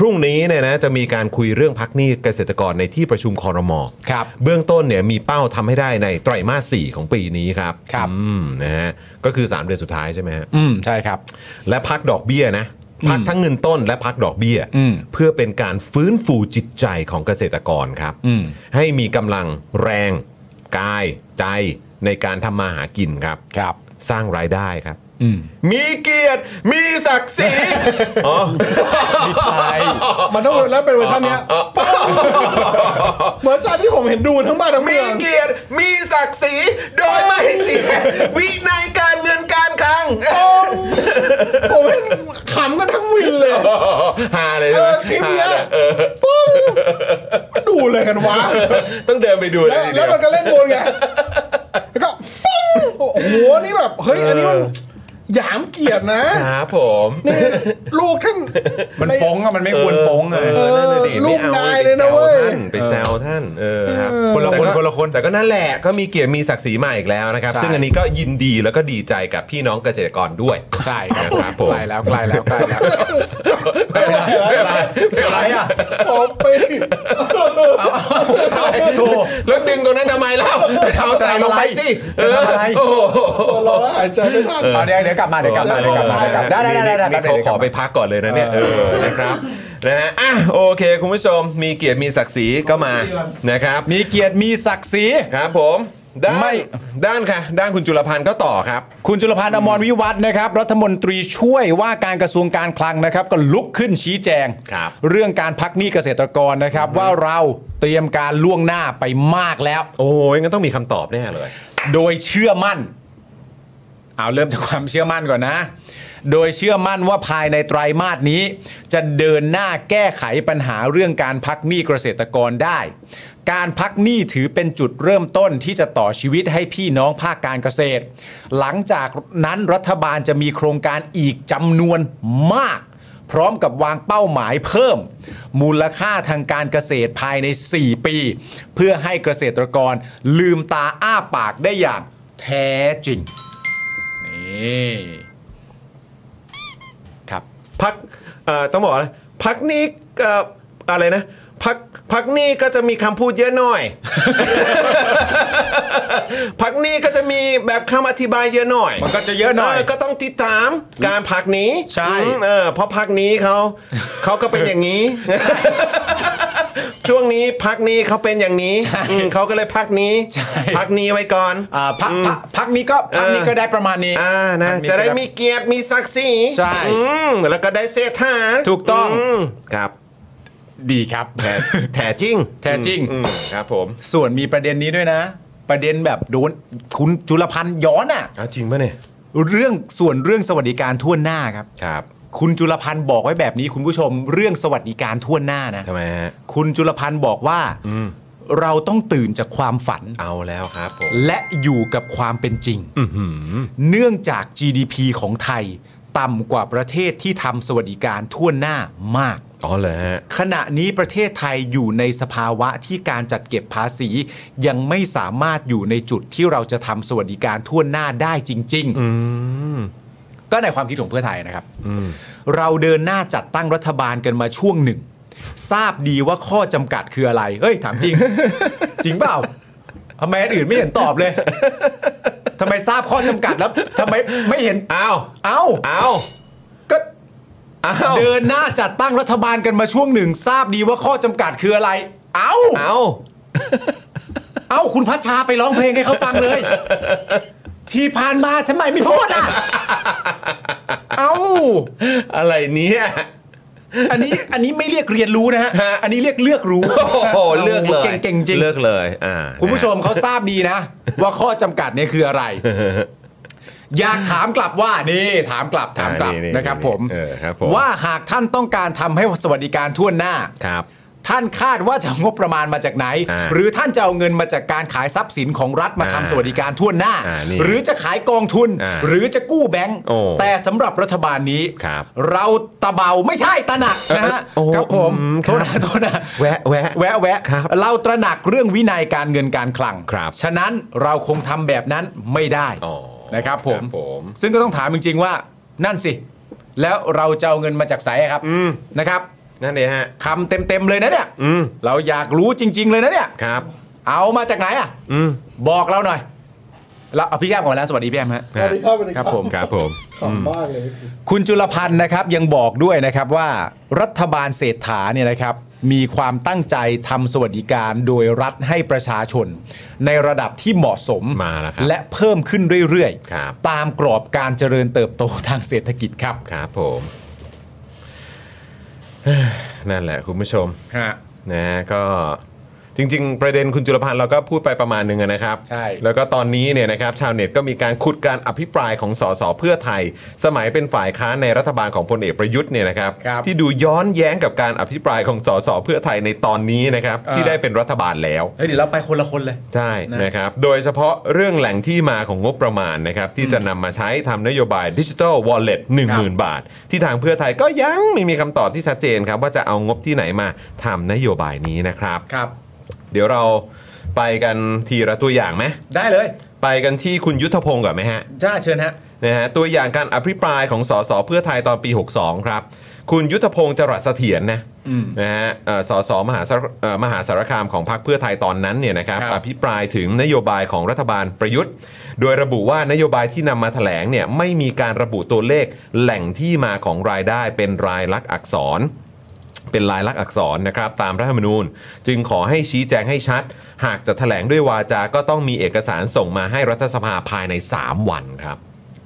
พรุ่งนี้เนี่ยนะจะมีการคุยเรื่องพักหนี้เกษตรกรในที่ประชุมคอรมอ ครับ เบื้องต้นเนี่ยมีเป้าทำให้ได้ในไตรมาสสี่ของปีนี้ครับครับนะฮะก็คือ 3 เดือนสุดท้ายใช่ไหมฮะ อืมใช่ครับ และพักดอกเบี้ยนะพักทั้งเงินต้นและพักดอกเบี้ย อืม เพื่อเป็นการฟื้นฟูจิตใจของเกษตรกรครับ อืม ให้มีกำลังแรง กายใจในการทำมาหากินครับ ครับ สร้างรายได้ครับ อืม มีเกียรติ มีศักดิ์ ศรีอ๋อ ไม่ใช่ มันต้องแล้วเป็นเวอร์ชันเนี้ยเวอร์ชันที่ผมเห็นดูทั้งบ้านทั้งเมื มี อง เกียรติ มีศักดิ์ศรีโดยไม่เสียวินัยการเงินการคลัง ผมเห็นขำกันทั้งวินเลย ฮาเลยใช่ไหม เออคลิปเนี้ย ฮาลเออ ดูเลยกันวะ ต้องเดินไปดูเลยทีเดี แล้ ยว ว มันก็เล่นบนไงแล้วก็ปิ้งโอ้โหนี่แบบเฮ้ยอันนี้มัน เออ หยามเกียรตินะ ครับผม ลูกท่าน มันโป้งอะมันไม่ควรโป้งอะ เออนั่นน่ะดิ ลู ไม่ ก เอา นาย ไป เลย แซ นะ ว เว้ย ท่านไปแซวท่านเออครับ คนละคน แต่ก็ คนละคน แต่ก็นั่นแหละก็มีเกียรติมีศักดิ์ศรีมาอีกแล้วนะครับ ใช่ ซึ่งอันนี้ก็ยินดีแล้วก็ดีใจกับพี่น้องเกษตรกรด้วย ใช่ครับ นะครับผม ใกล้แล้วใกล้แล้วใกล้แล้ว ไม่เป็นไรอ่ะ ผมไป โทร แล้วดึงตัวนั้นทำไมเล่าไปเอาใส่ลงไปสิเออ จะทำอะไร โอ้โห รอแล้วหายใจไม่ทัน เอาเดี๋ยวเดี๋ยวกลับมาเดี๋ยวกลับมาเดี๋ยวกลับมาเดี๋ยวกลับมาได้ได้ได้ได้ นี่ ได้ เขา ได้ ขอไปพักก่อนเลยนะเนี่ยเออนะครับนะฮะอ่ะโอเค คุณผู้ชมมีเกียรติมีศักดิ์ศรีก็มานะครับ มีเกียรติมีศักดิ์ศรี ครับผมด้าน ไม่ ด้านค่ะ ด้านคุณจุลพันธ์ก็ต่อครับ คุณจุลพันธ์อมรวิวัฒน์นะครับรัฐมนตรีช่วยว่าการกระทรวงการคลังนะครับ ก็ลุกขึ้นชี้แจง ครับ เรื่องการพักหนี้เกษตรกรนะครับ ว่าเราเตรียมการล่วงหน้าไปมากแล้ว โอ้ยงั้นต้องมีคำตอบแน่เลย โดยเชื่อมั่น เอาเริ่มจากความเชื่อมั่นก่อนนะ โดยเชื่อมั่นว่าภายในไตรมาสนี้ จะเดินหน้าแก้ไขปัญหาเรื่องการพักหนี้เกษตรกรได้ การพักหนี้ถือเป็นจุดเริ่มต้นที่จะต่อชีวิตให้พี่น้องภาคการเกษตร หลังจากนั้นรัฐบาลจะมีโครงการอีกจำนวนมาก พร้อมกับวางเป้าหมายเพิ่ม มูลค่าทางการเกษตรภายใน 4 ปี เพื่อให้เกษตรกรลืมตาอ้าปากได้อย่างแท้จริง นี่ ครับ พักเอ่อต้องบอกนะพักนี้เอ่ออะไรนะพักพักนี้ก็จะมีคำพูดเยอะหน่อย พักนี้ก็จะมีแบบคำอธิบายเยอะหน่อย มันก็จะเยอะหน่อย ก็ต้องติดตามการพักนี้ ใช่ อืมเออเพราะพักนี้เขาเขาก็เป็นอย่างนี้ ช่วงนี้พักนี้เขาเป็นอย่างนี้อืมเขาก็เลยพักนี้พักนี้ไว้ก่อน อ่าพักพักพักนี้ก็พักนี้ก็ได้ประมาณนี้ อ่านะ พักนี้ จะได้ ก็ มีเกียรติมีศักดิ์ศรี ใช่ อืมแล้วก็ได้เสถา ถูกต้อง มครับ ดีครับ แท้แท้จริง แท้จริง อืมอืมครับผม ส่วนมีประเด็นนี้ด้วยนะ ประเด็นแบบโดนคุณจุลพันธ์ย้อนอ่ะ เอาจริงป่ะเนี่ย เรื่องส่วนเรื่องสวัสดิการทั่วหน้าครับ ครับ คุณจุลพันธ์บอกไว้แบบนี้คุณผู้ชม เรื่องสวัสดิการทั่วหน้านะ ทำไมฮะ คุณจุลพันธ์บอกว่า อืม เราต้องตื่นจากความฝัน เอาแล้วครับผม และอยู่กับความเป็นจริง อื้อหือ เนื่องจาก GDP ของไทย ต่ำกว่าประเทศที่ทำสวัสดิการทั่วหน้ามาก อ๋อเหรอฮะ ขณะนี้ประเทศไทยอยู่ในสภาวะที่การจัดเก็บภาษี ยังไม่สามารถอยู่ในจุดที่เราจะทำสวัสดิการทั่วหน้าได้จริง ๆ อืม ก็ในความคิดของเพื่อไทยนะครับ อืม เราเดินหน้าจัดตั้งรัฐบาลกันมาช่วงหนึ่ง ทราบดีว่าข้อจำกัดคืออะไร เฮ้ย ถามจริง จริงเปล่าทำไมอันอื่นไม่เห็นตอบเลยทำไมทราบข้อจำกัดแล้วทำไมไม่เห็น อ้าว เอ้า อ้าว ก็ อ้าว เดินหน้าจัดตั้งรัฐบาลกันมาช่วงหนึ่ง ทราบดีว่าข้อจำกัดคืออะไร เอ้า เอา เอ้าคุณพัชชาไปร้องเพลงให้เขาฟังเลย ที่ผ่านมาทำไมไม่พูด อ่ะ เอ้า อะไรเนี่ย อันนี้อันนี้ไม่เรียกเรียนรู้นะฮะ ฮะ อันนี้เรียกเลือกรู้ โอ้โหเลือกเลย เก่งๆจริง เลือกเลยอ่า คุณผู้ชมเขาทราบดีนะ ว่าข้อจำกัดเนี่ยคือ อะไร อยากถามกลับว่านี่ถามกลับถามกลับ อ่ นะครับผม เออครับผม ว่าหากท่านต้องการทำให้สวัสดิการทั่วหน้า ครับ ท่านคาดว่าจะเอางบประมาณมาจากไหน อ่า หรือท่านจะเอาเงินมาจากการขายทรัพย์สินของรัฐมาทำ อ่า สวัสดิการทั่วหน้า อ่านี่ หรือจะขายกองทุน อ่า หรือจะกู้แบงก์ โอ้ แต่สำหรับรัฐบาลนี้ ครับ เราตะเบาไม่ใช่ตระหนักนะฮะ เออโอ้ ครับผม อืม โทษนะโทษนะ แวะแวะ แวะแวะ ครับ เราตระหนักเรื่องวินัยการเงินการคลัง ครับ ฉะนั้นเราคงทำแบบนั้นไม่ได้ อ๋อ นะครับผม ผม ซึ่งก็ต้องถามจริงๆว่า นั่นสิ แล้วเราจะเอาเงินมาจากไหนครับ อืม นะครับ นั่นเองฮะ คำเต็มๆเลยนะเนี่ย อืม เราอยากรู้จริง ๆ เลยนะเนี่ย ครับ เอามาจากไหนอ่ะ อืม บอกเราหน่อย เราเอาพี่แก้มก่อนแล้วสวัสดีพี่แก้มฮะ สวัสดีครับสวัสดี ครับผม ครับผม ขำมากเลย คุณจุลพันธ์นะครับยังบอกด้วยนะครับว่ารัฐบาลเศรษฐาเนี่ยนะครับ มีความตั้งใจทำสวัสดิการโดยรัฐให้ประชาชน ในระดับที่เหมาะสมและเพิ่มขึ้นเรื่อยๆ ตามกรอบการเจริญเติบโตทางเศรษฐกิจครับ ครับผม นั่นแหละคุณผู้ชมนะฮะก็จริง ๆ ประเด็นคุณจุลพันธ์เราก็พูดไปประมาณหนึงอะนะครับ ใช่ แล้วก็ตอนนี้เนี่ยนะครับ ชาวเน็ตก็มีการขุดการอภิปรายของสสเพื่อไทย สมัยเป็นฝ่ายค้านในรัฐบาลของพลเอกประยุทธ์เนี่ยนะครับ ที่ดูย้อนแย้งกับการอภิปรายของสสเพื่อไทยในตอนนี้นะครับที่ได้เป็นรัฐบาลแล้ว เฮ้ยเดี๋ยวเราไปคนละคนเลย ใช่ นะ นะครับ โดยเฉพาะเรื่องแหล่งที่มาของงบประมาณนะครับ ที่จะนำมาใช้ทำนโยบายดิจิทัลวอลเล็ตหนึ่งหมื่นบาท ที่ทางเพื่อไทยก็ยังไม่มีคำตอบที่ชัดเจนครับ ว่าจะเอางบที่ไหนมาทำนโยบายนี้นะครับ ครับ เดี๋ยวเราไปกันทีละตัวอย่างไหม ได้เลย ไปกันที่คุณยุทธพงศ์ก่อนไหมฮะ จ้าเชิญฮะ นะฮะตัวอย่างการอภิปรายของสสเพื่อไทยตอนปี 62 ครับ คุณยุทธพงศ์จรัสเสถียรนะนะฮะเอ่อสสมหาสารเอ่อมหาสารคามของพรรคเพื่อไทยตอนนั้นเนี่ยนะครับอภิปรายถึงนโยบายของรัฐบาลประยุทธ์ โดยระบุว่านโยบายที่นำมาแถลงเนี่ยไม่มีการระบุตัวเลขแหล่งที่มาของรายได้เป็นรายลักษณ์อักษร เป็นลายลักษณ์อักษรนะครับตามรัฐธรรมนูญ จึงขอให้ชี้แจงให้ชัด หากจะแถลงด้วยวาจาก็ต้องมีเอกสารส่งมาให้รัฐสภาภายใน 3 วันครับ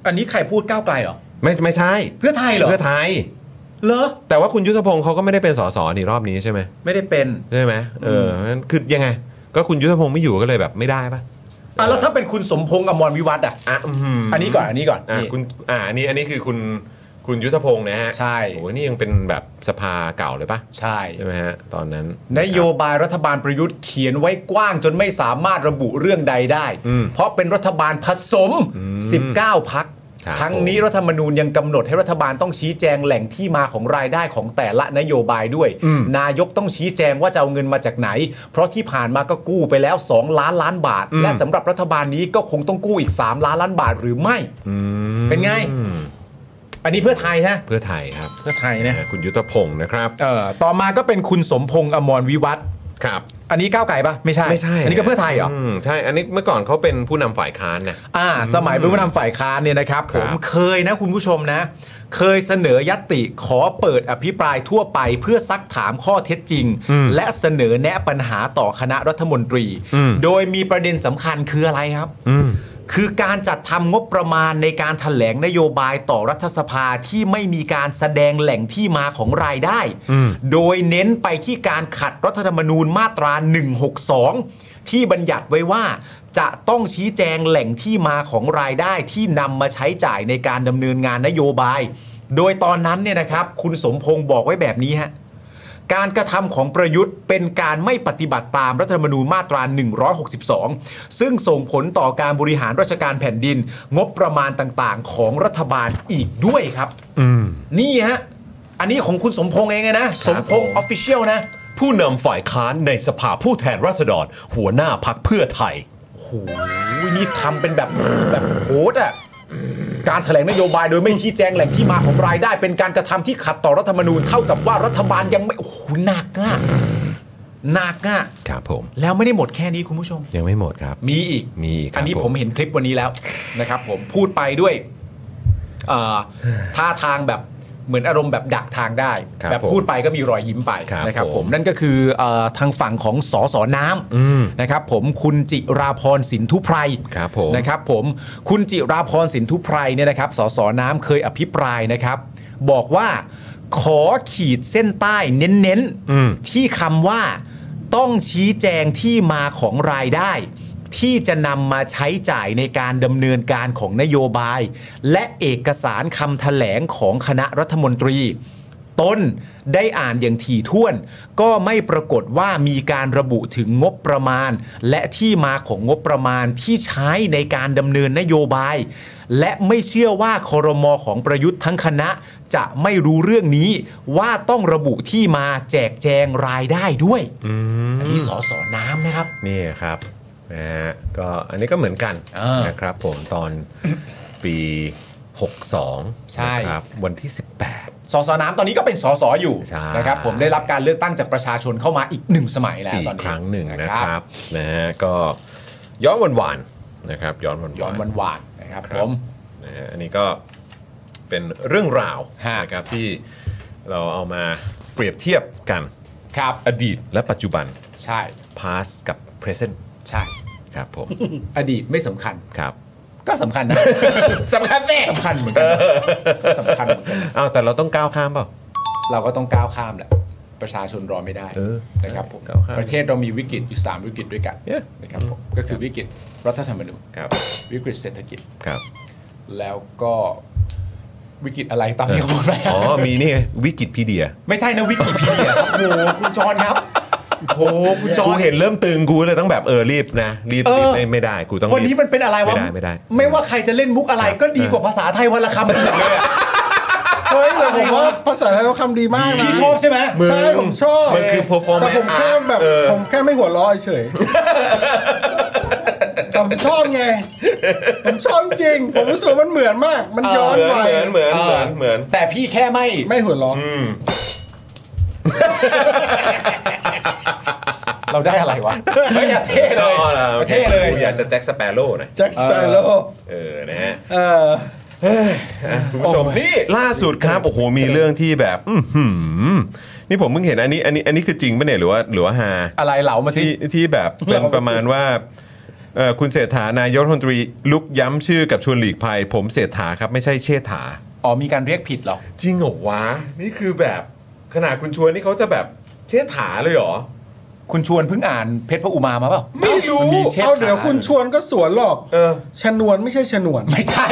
อันนี้ใครพูดก้าวไกลเหรอ ไม่ไม่ใช่ เพื่อไทยเหรอ เพื่อไทย เหรอ แต่ว่าคุณยุทธพงศ์เขาก็ไม่ได้เป็นสสนี่รอบนี้ใช่ไหม ไม่ได้เป็น ใช่ไหมเอองั้นคือยังไง ก็คุณยุทธพงศ์ไม่อยู่ก็เลยแบบไม่ได้ปะ อ่ะแล้วถ้าเป็นคุณสมพงษ์อมรวิวัฒน์อ่ะอันนี้ก่อนอันนี้ก่อน อ่ะ นี่ คุณอ่าอันนี้อันนี้คือคุณคุณยุทธพงศ์นะฮะใช่โอ้โหนี่ยังเป็นแบบสภาเก่าเลยปะ ใช่ ใช่ไหมฮะตอนนั้น นโยบายรัฐบาลประยุทธ์เขียนไว้กว้างจนไม่สามารถระบุเรื่องใดได้ เพราะเป็นรัฐบาลผสม 19 พัก ครับ ทั้งนี้รัฐธรรมนูญยังกำหนดให้รัฐบาลต้องชี้แจงแหล่งที่มาของรายได้ของแต่ละนโยบายด้วย นายกต้องชี้แจงว่าจะเอาเงินมาจากไหน เพราะที่ผ่านมาก็กู้ไปแล้ว 2 ล้านล้านบาท อืม และสำหรับรัฐบาลนี้ก็คงต้องกู้อีก 3 ล้านล้านบาทหรือไม่ เป็นไง อันนี้เพื่อไทยนะ เพื่อไทยครับ เพื่อไทยนะ คุณยุทธพงศ์นะครับ เอ่อต่อมาก็เป็นคุณสมพงษ์อมรวิวัฒน์ ครับ อันนี้ก้าวไก่ปะไม่ใช่ ไม่ใช่ อันนี้ก็เพื่อไทยเหรอ มใช่ อันนี้เมื่อก่อนเขาเป็นผู้นำฝ่ายค้านนะ อ่าสมัยเป็นผู้นำฝ่ายค้านเนี่ยนะครับผมเคยนะคุณผู้ชมนะ เคยเสนอยัตติขอเปิดอภิปรายทั่วไปเพื่อซักถามข้อเท็จจริง อืม และเสนอแนะปัญหาต่อคณะรัฐมนตรี อืม โดยมีประเด็นสำคัญคืออะไรครับ อืม คือการจัดทำงบประมาณในการถแถลงนโยบายต่อรัฐสภาที่ไม่มีการแสดงแหล่งที่มาของรายได้ อืม โดยเน้นไปที่การขัดรัฐธรรมนูญมาตรา 162 ที่บัญญัติไว้ว่า จะต้องชี้แจงแหล่งที่มาของรายได้ที่นำมาใช้จ่ายในการดำเนินงานนโยบาย โดยตอนนั้นเนี่ยนะครับ คุณสมพงศ์บอกไว้แบบนี้ฮะ การกระทำของประยุทธ์เป็นการไม่ปฏิบัติตามรัฐธรรมนูญมาตรา 162 ซึ่งส่งผลต่อการบริหารราชการแผ่นดิน งบประมาณต่างๆ ของรัฐบาลอีกด้วยครับ อืม นี่ฮะ อันนี้ของคุณสมพงษ์เองไงนะ สมพงษ์ออฟฟิเชียลนะ ผู้นำฝ่ายค้านในสภาผู้แทนราษฎร หัวหน้าพักเพื่อไทย โอ้โหนี่ทำเป็นแบบแบบโพสต์อะการแถลงนโยบายโดยไม่ชี้แจงแหล่งที่มาของรายได้ เป็นการกระทำที่ขัดต่อรัฐธรรมนูญเท่ากับว่ารัฐบาลยังไม่ โอ้โหหนักอะหนักอะ ครับผม แล้วไม่ได้หมดแค่นี้คุณผู้ชม ยังไม่หมดครับ มีอีก มีอีกครับ อันนี้ผมเห็นคลิปวันนี้แล้ว นะครับผมพูดไปด้วยเอ่อท่าทางแบบเหมือนอารมณ์แบบดักทางได้ ครับ แบบ ผม พูดไปก็มีรอยยิ้มไปนะครับผมนั่นก็คือเออทางฝั่งของสอสอน้ อืม ำนะครับผมคุณจิราพรสินทุไพร ครับผม นะครับผมคุณจิราพรสินทุไพรเนี่ยนะครับสสน้ำเคยอภิปรายนะครับ บอกว่าขอขีดเส้นใต้เน้น อืม ๆ ที่คำว่าต้องชี้แจงที่มาของรายได้ ที่จะนำมาใช้จ่ายในการดำเนินการของนโยบาย และเอกสารคำแถลงของคณะรัฐมนตรี ต้นได้อ่านอย่างถี่ถ้วน ก็ไม่ปรากฏว่ามีการระบุถึงงบประมาณ และที่มาของงบประมาณที่ใช้ในการดำเนินนโยบาย และไม่เชื่อว่าคอรมอของประยุทธ์ทั้งคณะ จะไม่รู้เรื่องนี้ว่าต้องระบุที่มาแจกแจงรายได้ด้วยอันนี้สอสอน้ำนะครับ นี่ครับนะฮะก็อันนี้ก็เหมือนกันนะครับผมตอนปี 62 ใช่ นะครับวันที่ สอสอน้ำตอนนี้ก็เป็นสอสออยู่ ใช่ นะครับผมได้รับการเลือกตั้งจากประชาชนเข้ามาอีกหนึ่งสมัยแล้ว อีก ตอนนี้ ครั้งหนึ่งนะครับนะฮะก็ย้อนวันหวานๆนะครับ ย้อนวันย้อนวัน หวานนะครับผม นะฮะอันนี้ก็เป็นเรื่องราวนะครับที่เราเอามาเปรียบเทียบกัน ครับ อดีตและปัจจุบัน ใช่ past กับ present ใช่ ครับผม อดีตไม่สำคัญ ครับ ก็สำ คัญนะ สำคัญสิ สำคัญเหมือนกันสำคัญเหมือนกัน อ้าวแต่เราต้องก้าวข้ามเปล่า เราก็ต้องก้าวข้ามแหละประชาชนรอไม่ได้นะครับผม ก้าวข้าม ประเทศเรามีวิกฤตอยู่สามวิกฤตด้วยกัน Yeah นะครับผมก็คือวิกฤตรัฐธรรมนูญวิกฤตเศรษฐกิจ ครับ แล้วก็วิกฤตอะไรตามที่เขาบอกไป อ๋อ มีนี่ไงวิกิพีเดีย ไม่ใช่นะวิกฤตพีเดียครับโอ้โหคุณจอนครับโอ้โหคุณจอ กู น เห็นเริ่มตึงกูเลยต้องแบบเออรีบนะ รีบรีบ เออ ไม่ไม่ได้กูต้องรีบ วันนี้มันเป็นอะไรวะ ไม่ได้ไม่ได้ ไม่ว่าใครจะเล่นมุกอะไรก็ดีกว่าภาษาไทยวันละคำเลยอะ เฮ้ยแต่ผมว่าภาษาไทยเราคำดีมากนะ พี่ชอบใช่ไหม ใช่ผมชอบ มึงคือ performance แต่ผมแค่แบบ art เออ ผมแค่ไม่หัวเราะเฉยแต่ผมชอบไง ผมชอบจริง ผมรู้สึกว่ามันเหมือนมาก มันย้อนไป เหมือนเหมือนเหมือน แต่พี่แค่ไม่ ไม่หัวเราะ เราได้อะไรวะไม่อยากเท่เลย อ๋อหรอ เท่เลย กูอยากจะแจ็คสเปโร่หน่อย แจ็คสเปโร่ เออนะฮะ เออ อ่ะคุณผู้ชม โอ้ย นี่ล่าสุดครับโอ้โหมีเรื่องที่แบบอื้อหือนี่ผมเพิ่งเห็นอันนี้อันนี้อันนี้คือจริงปะเนี่ยหรือว่าหรือว่าฮา อะไรเหลามาสิ ที่ที่แบบเป็นประมาณว่าเอ่อคุณเศรษฐานายกรัฐมนตรีลุกย้ำชื่อกับชวนหลีกภัย ผมเศรษฐาครับไม่ใช่เชษฐา อ๋อมีการเรียกผิดเหรอ จริงเหรอวะ นี่คือแบบขนาดคุณชวนนี่เขาจะแบบเชษฐาเลยเหรอ คุณชวนเพิ่งอ่านเพชรพระอุมามาเปล่า ไม่รู้ มันมีเชษฐา เอาเดี๋ยวคุณชวนก็สวนหรอก เออ ชนวนไม่ใช่ชนวน ไม่ใช่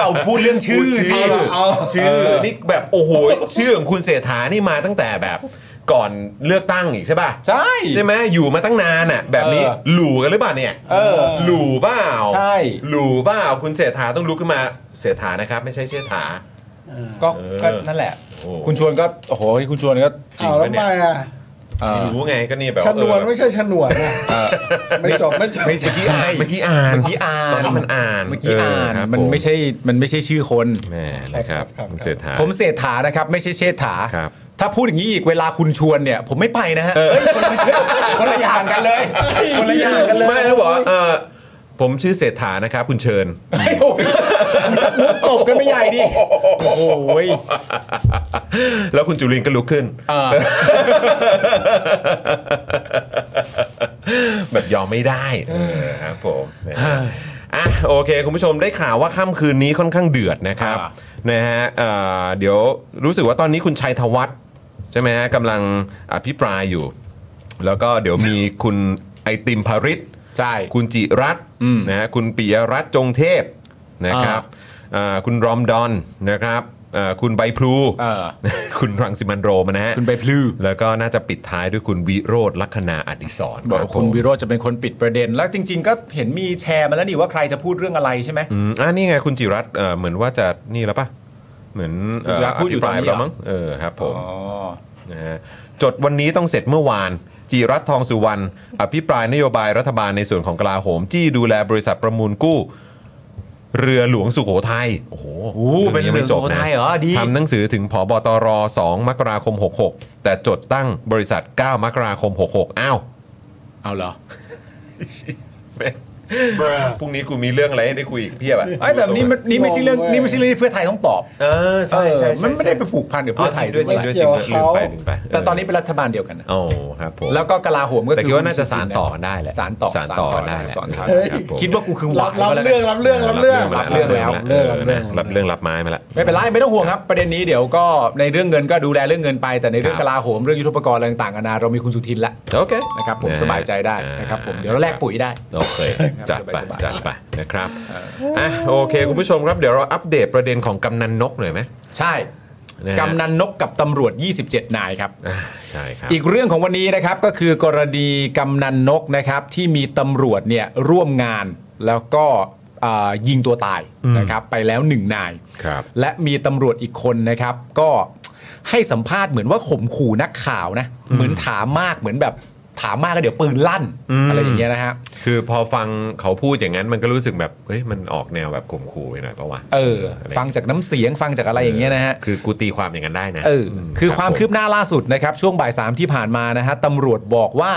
เอาพูดเรื่องชื่อสิ ชื่อ เอาเหรอ ชื่อนี่แบบโอ้โหชื่อของคุณเศรษฐานี่มาตั้งแต่แบบก่อนเลือกตั้งอีกใช่ป่ะ ใช่ ใช่ไหมอยู่มาตั้งนานอ่ะ แบบนี้ เออ หลู่กันหรือเปล่าเนี่ย เออ หลู่เปล่า ใช่ หลู่เปล่าคุณเศรษฐาต้องลุกขึ้นมาเศรษฐานะครับ ไม่ใช่เชษฐา ก็ เออ ก็นั่นแหละ โอ้ คุณชวนก็โอ้โหคุณชวนก็ จริง เอาแล้ว ปะเนี่ ไป ย อ่ะ เอ่ ไม่ อ รู้ไงก็นี่แบบ ชนวน เออ ไม่ใช่ชนวนอะ เอ่อ ไม่จบไม่จบ ไม่ใช่ที่อ่าน เมื่อกี้อ่าน เมื่อกี้อ่า ตอน น นี้มันอ่าน เมื่อกี้อ่าน เครับ มัน ผ ไม่ใช่มันไม่ใช่ชื่อคน แหม่นะครับคุณเศรษฐา ผมเศรษฐานะครับ ไม่ใช่เชษฐา ครับ ถ้าพูดอย่างนี้อีกเวลาคุณชวนเนี่ย ผมไม่ไปนะฮะเอ้ยคนละคนละอย่างกันเลยคนละอย่างกันเลย ไม่เขาบอกว่าเออผมชื่อเศรษฐานะครับ คุณเชิญ ไม่โอ้ยมุกตบกันไม่ใหญ่ดิโอ้โหย แล้วคุณจุลินก็ลุกขึ้น เออ แบบยอมไม่ได้เออครับผมนะฮะอ่ะโอเค คุณผู้ชมได้ข่าวว่าค่ำคืนนี้ค่อนข้างเดือดนะครับ อ่า นะฮะเอ่อเดี๋ยวรู้สึกว่าตอนนี้คุณชัยธวัฒน์ใช่ไหมฮะกำลังอภิปรายอยู่ แล้วก็เดี๋ยวมีคุณไอติมภริษ ใช่ คุณจิรัตน์ อืม นะฮะคุณปิยรัตน์จงเทพนะครับอ่าคุณรอมดอนนะครับอ่าคุณใบพลู เออ คุณรังสิมันโรมนะฮะ คุณไปพลือ แล้วก็น่าจะปิดท้ายด้วยคุณวิโรธลักษณาอดิศร บอก รับ ว่าคุณ ผม วิโรจน์จะเป็นคนปิดประเด็น แล้วจริง ๆ ก็เห็นมีแชร์มาแล้วนี่ว่าใครจะพูดเรื่องอะไรใช่ไหม อืมอ่านี่ไงคุณจิรัตน์เอ่อเหมือนว่าจะนี่แล้วปะเหมือน คุณจิรัตน์พูดอยู่ ปราตยอนนี้ แล้วมั้งเออครับผม อ๋อ นะฮะจดวันนี้ต้องเสร็จเมื่อวาน จิรัตน์ทองสุวรรณอภิปรายนโยบายรัฐบาลในส่วนของกลาโหม จี้ดูแลบริษัทประมูลกู้ เรือหลวงสุโขทัยโอ้โห โอ้โหเป็นเรือ ยังไม่จบ สุโข นะ ทัยเหรอดี ทำหนังสือถึงผบตร2มกราคม 66 แต่จดตั้งบริษัท 9 มกราคม 66 อ้าว เอาเหรอ พรุ่งนี้กูมีเรื่องอะไรให้ได้คุยอีกเพียบอ่ะ ไอ้ยแต่นี่มันนี่ไม่ใช่เรื่องนี่ไม่ใช่เรื่องที่เพื่อไทยต้องตอบ เออใช่ใช่ เออ ใช่ มันไม่ได้ไปผูกพันกับ อ๋อ เพื่อไทย จริงด้วยจริงด้วยจริงด้วย เกี่ ลื ยว ม เขา ไปลืมไป แต่ตอนนี้เป็นรัฐบาลเดียวกันนะ โอ้ครับผม แล้วก็กลาโหมก็ แต่ คือ คิดว่าน่าจะสารต่อกันได้แหละ สารต่อ สารต่อกันได้แหละ สารต่อ เออ ค ค รั รั บบ ผ ผม ม คิดว่ากูคือหวา รับนรับเรื่องรับเรื่องรับเรื่อง รับเรื่องแล้ว เรื่องรับเรื่องรับเรื่องรับไม้มาแล้ว ไม่เป็นไรไม่ต้องห่วงครับ ประเด็นนี้เดี๋ยวก็ในเรื่องเงินก็ดูแลเรื่องเงินไปแต่ในเรื่อง ครั ก บ ลาโหมเรื่องยุทธปกรณ์อะไรต่างๆนานาเรามีคุณสุทินแล้ว โอเค นะครับผม นะ สบายใจได้นะครับผมเดี๋ยวเราแลกปุ๋ยได้ โอเคจัดไป สบายๆ จัดไปนะครับอ่ะโอเคคุณผู้ชมครับเดี๋ยวเราอัปเดตประเด็นของกำนันนกหน่อยไหม ใช่ ะฮะ กำนันนกกับตำรวจ 27 นายครับ อ่ะใช่ครับ อีกเรื่องของวันนี้นะครับก็คือกรณีกำนันนกนะครับที่มีตำรวจเนี่ยร่วมงานแล้วก็อ่ายิงตัวตาย อืม นะครับไปแล้วหนึ่งนาย ครับ และมีตำรวจอีกคนนะครับ ก็ให้สัมภาษณ์เหมือนว่าข่มขู่นักข่าวนะ เหมือนถามมากเหมือนแบบ ถามมากก็เดี๋ยวปืนลั่นอะไรอย่างเงี้ยนะฮะ คือพอฟังเขาพูดอย่างนั้นมันก็รู้สึกแบบเฮ้ยมันออกแนวแบบข่มขู่ไปหน่อยปะวะ เออ ฟังจากน้ำเสียงฟังจากอะไรอย่างเงี้ยนะฮะ คือกูตีความอย่างนั้นได้นะ เออคือความคื รับ หน้าล่าสุดนะครับ ช่วงบ่ายสามที่ผ่านมานะฮะตำรวจบอกว่า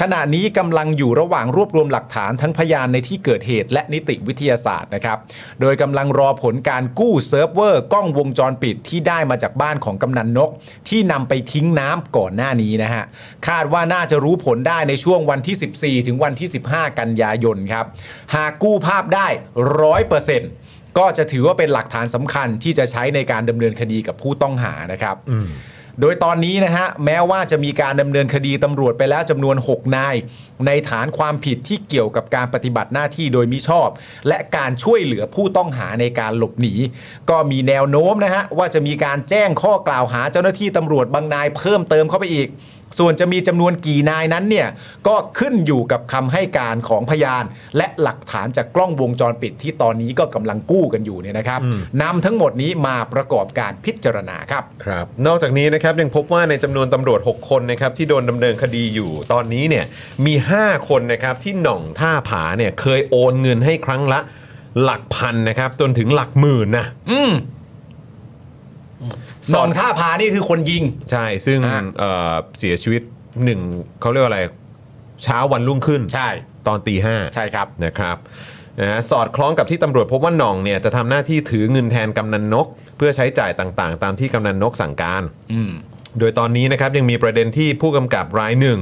ขณะนี้กำลังอยู่ระหว่างรวบรวมหลักฐานทั้งพยานในที่เกิดเหตุ และนิติวิทยาศาสตร์นะครับ โดยกำลังรอผลการกู้เซิร์ฟเวอร์กล้องวงจรปิดที่ได้มาจากบ้านของกำนันนก ที่นำไปทิ้งน้ำก่อนหน้านี้นะฮะ คาดว่าน่าจะรู้ผลได้ในช่วงวันที่ 14 ถึงวันที่ 15 กันยายนครับ หากกู้ภาพได้ร้อยเปอร์เซ็นต์ก็จะถือว่าเป็นหลักฐานสำคัญที่จะใช้ในการดำเนินคดีกับผู้ต้องหานะครับ อืม โดยตอนนี้นะฮะแม้ว่าจะมีการดำเนินคดีตำรวจไปแล้วจำนวน 6 นาย ในฐานความผิดที่เกี่ยวกับการปฏิบัติหน้าที่โดยมิชอบ และการช่วยเหลือผู้ต้องหาในการหลบหนี ก็มีแนวโน้มนะฮะว่าจะมีการแจ้งข้อกล่าวหาเจ้าหน้าที่ตำรวจบางนายเพิ่มเติมเข้าไปอีก ส่วนจะมีจำนวนกี่นายนั้นเนี่ยก็ขึ้นอยู่กับคำให้การของพยาน และหลักฐานจากกล้องวงจรปิดที่ตอนนี้ก็กำลังกู้กันอยู่เนี่ยนะครับนำทั้งหมดนี้มาประกอบการพิจารณาครับ ครับนอกจากนี้นะครับยังพบว่าในจำนวนตำรวจ 6 คนนะครับที่โดนดำเนินคดีอยู่ตอนนี้เนี่ยมี 5 คนนะครับที่หน่องท่าผาเนี่ยเคยโอนเงินให้ครั้งละหลักพันนะครับจนถึงหลักหมื่นนะ อืม หน่องท่าผานี่คือคนยิง ใช่ซึ่งเอ่อเสียชีวิตหนึ่งเขาเรียกว่าอะไร เช้าวันรุ่งขึ้น ใช่ ตอนตีห้า ใช่ครับ นะครับนะฮะสอดคล้องกับที่ตำรวจพบว่าหน่องเนี่ยจะทำหน้าที่ถือเงินแทนกำนันนก เพื่อใช้จ่ายต่างๆ ตามที่กำนันนกสั่งการ อืม โดยตอนนี้นะครับยังมีประเด็นที่ผู้กำกับรายหนึ่ง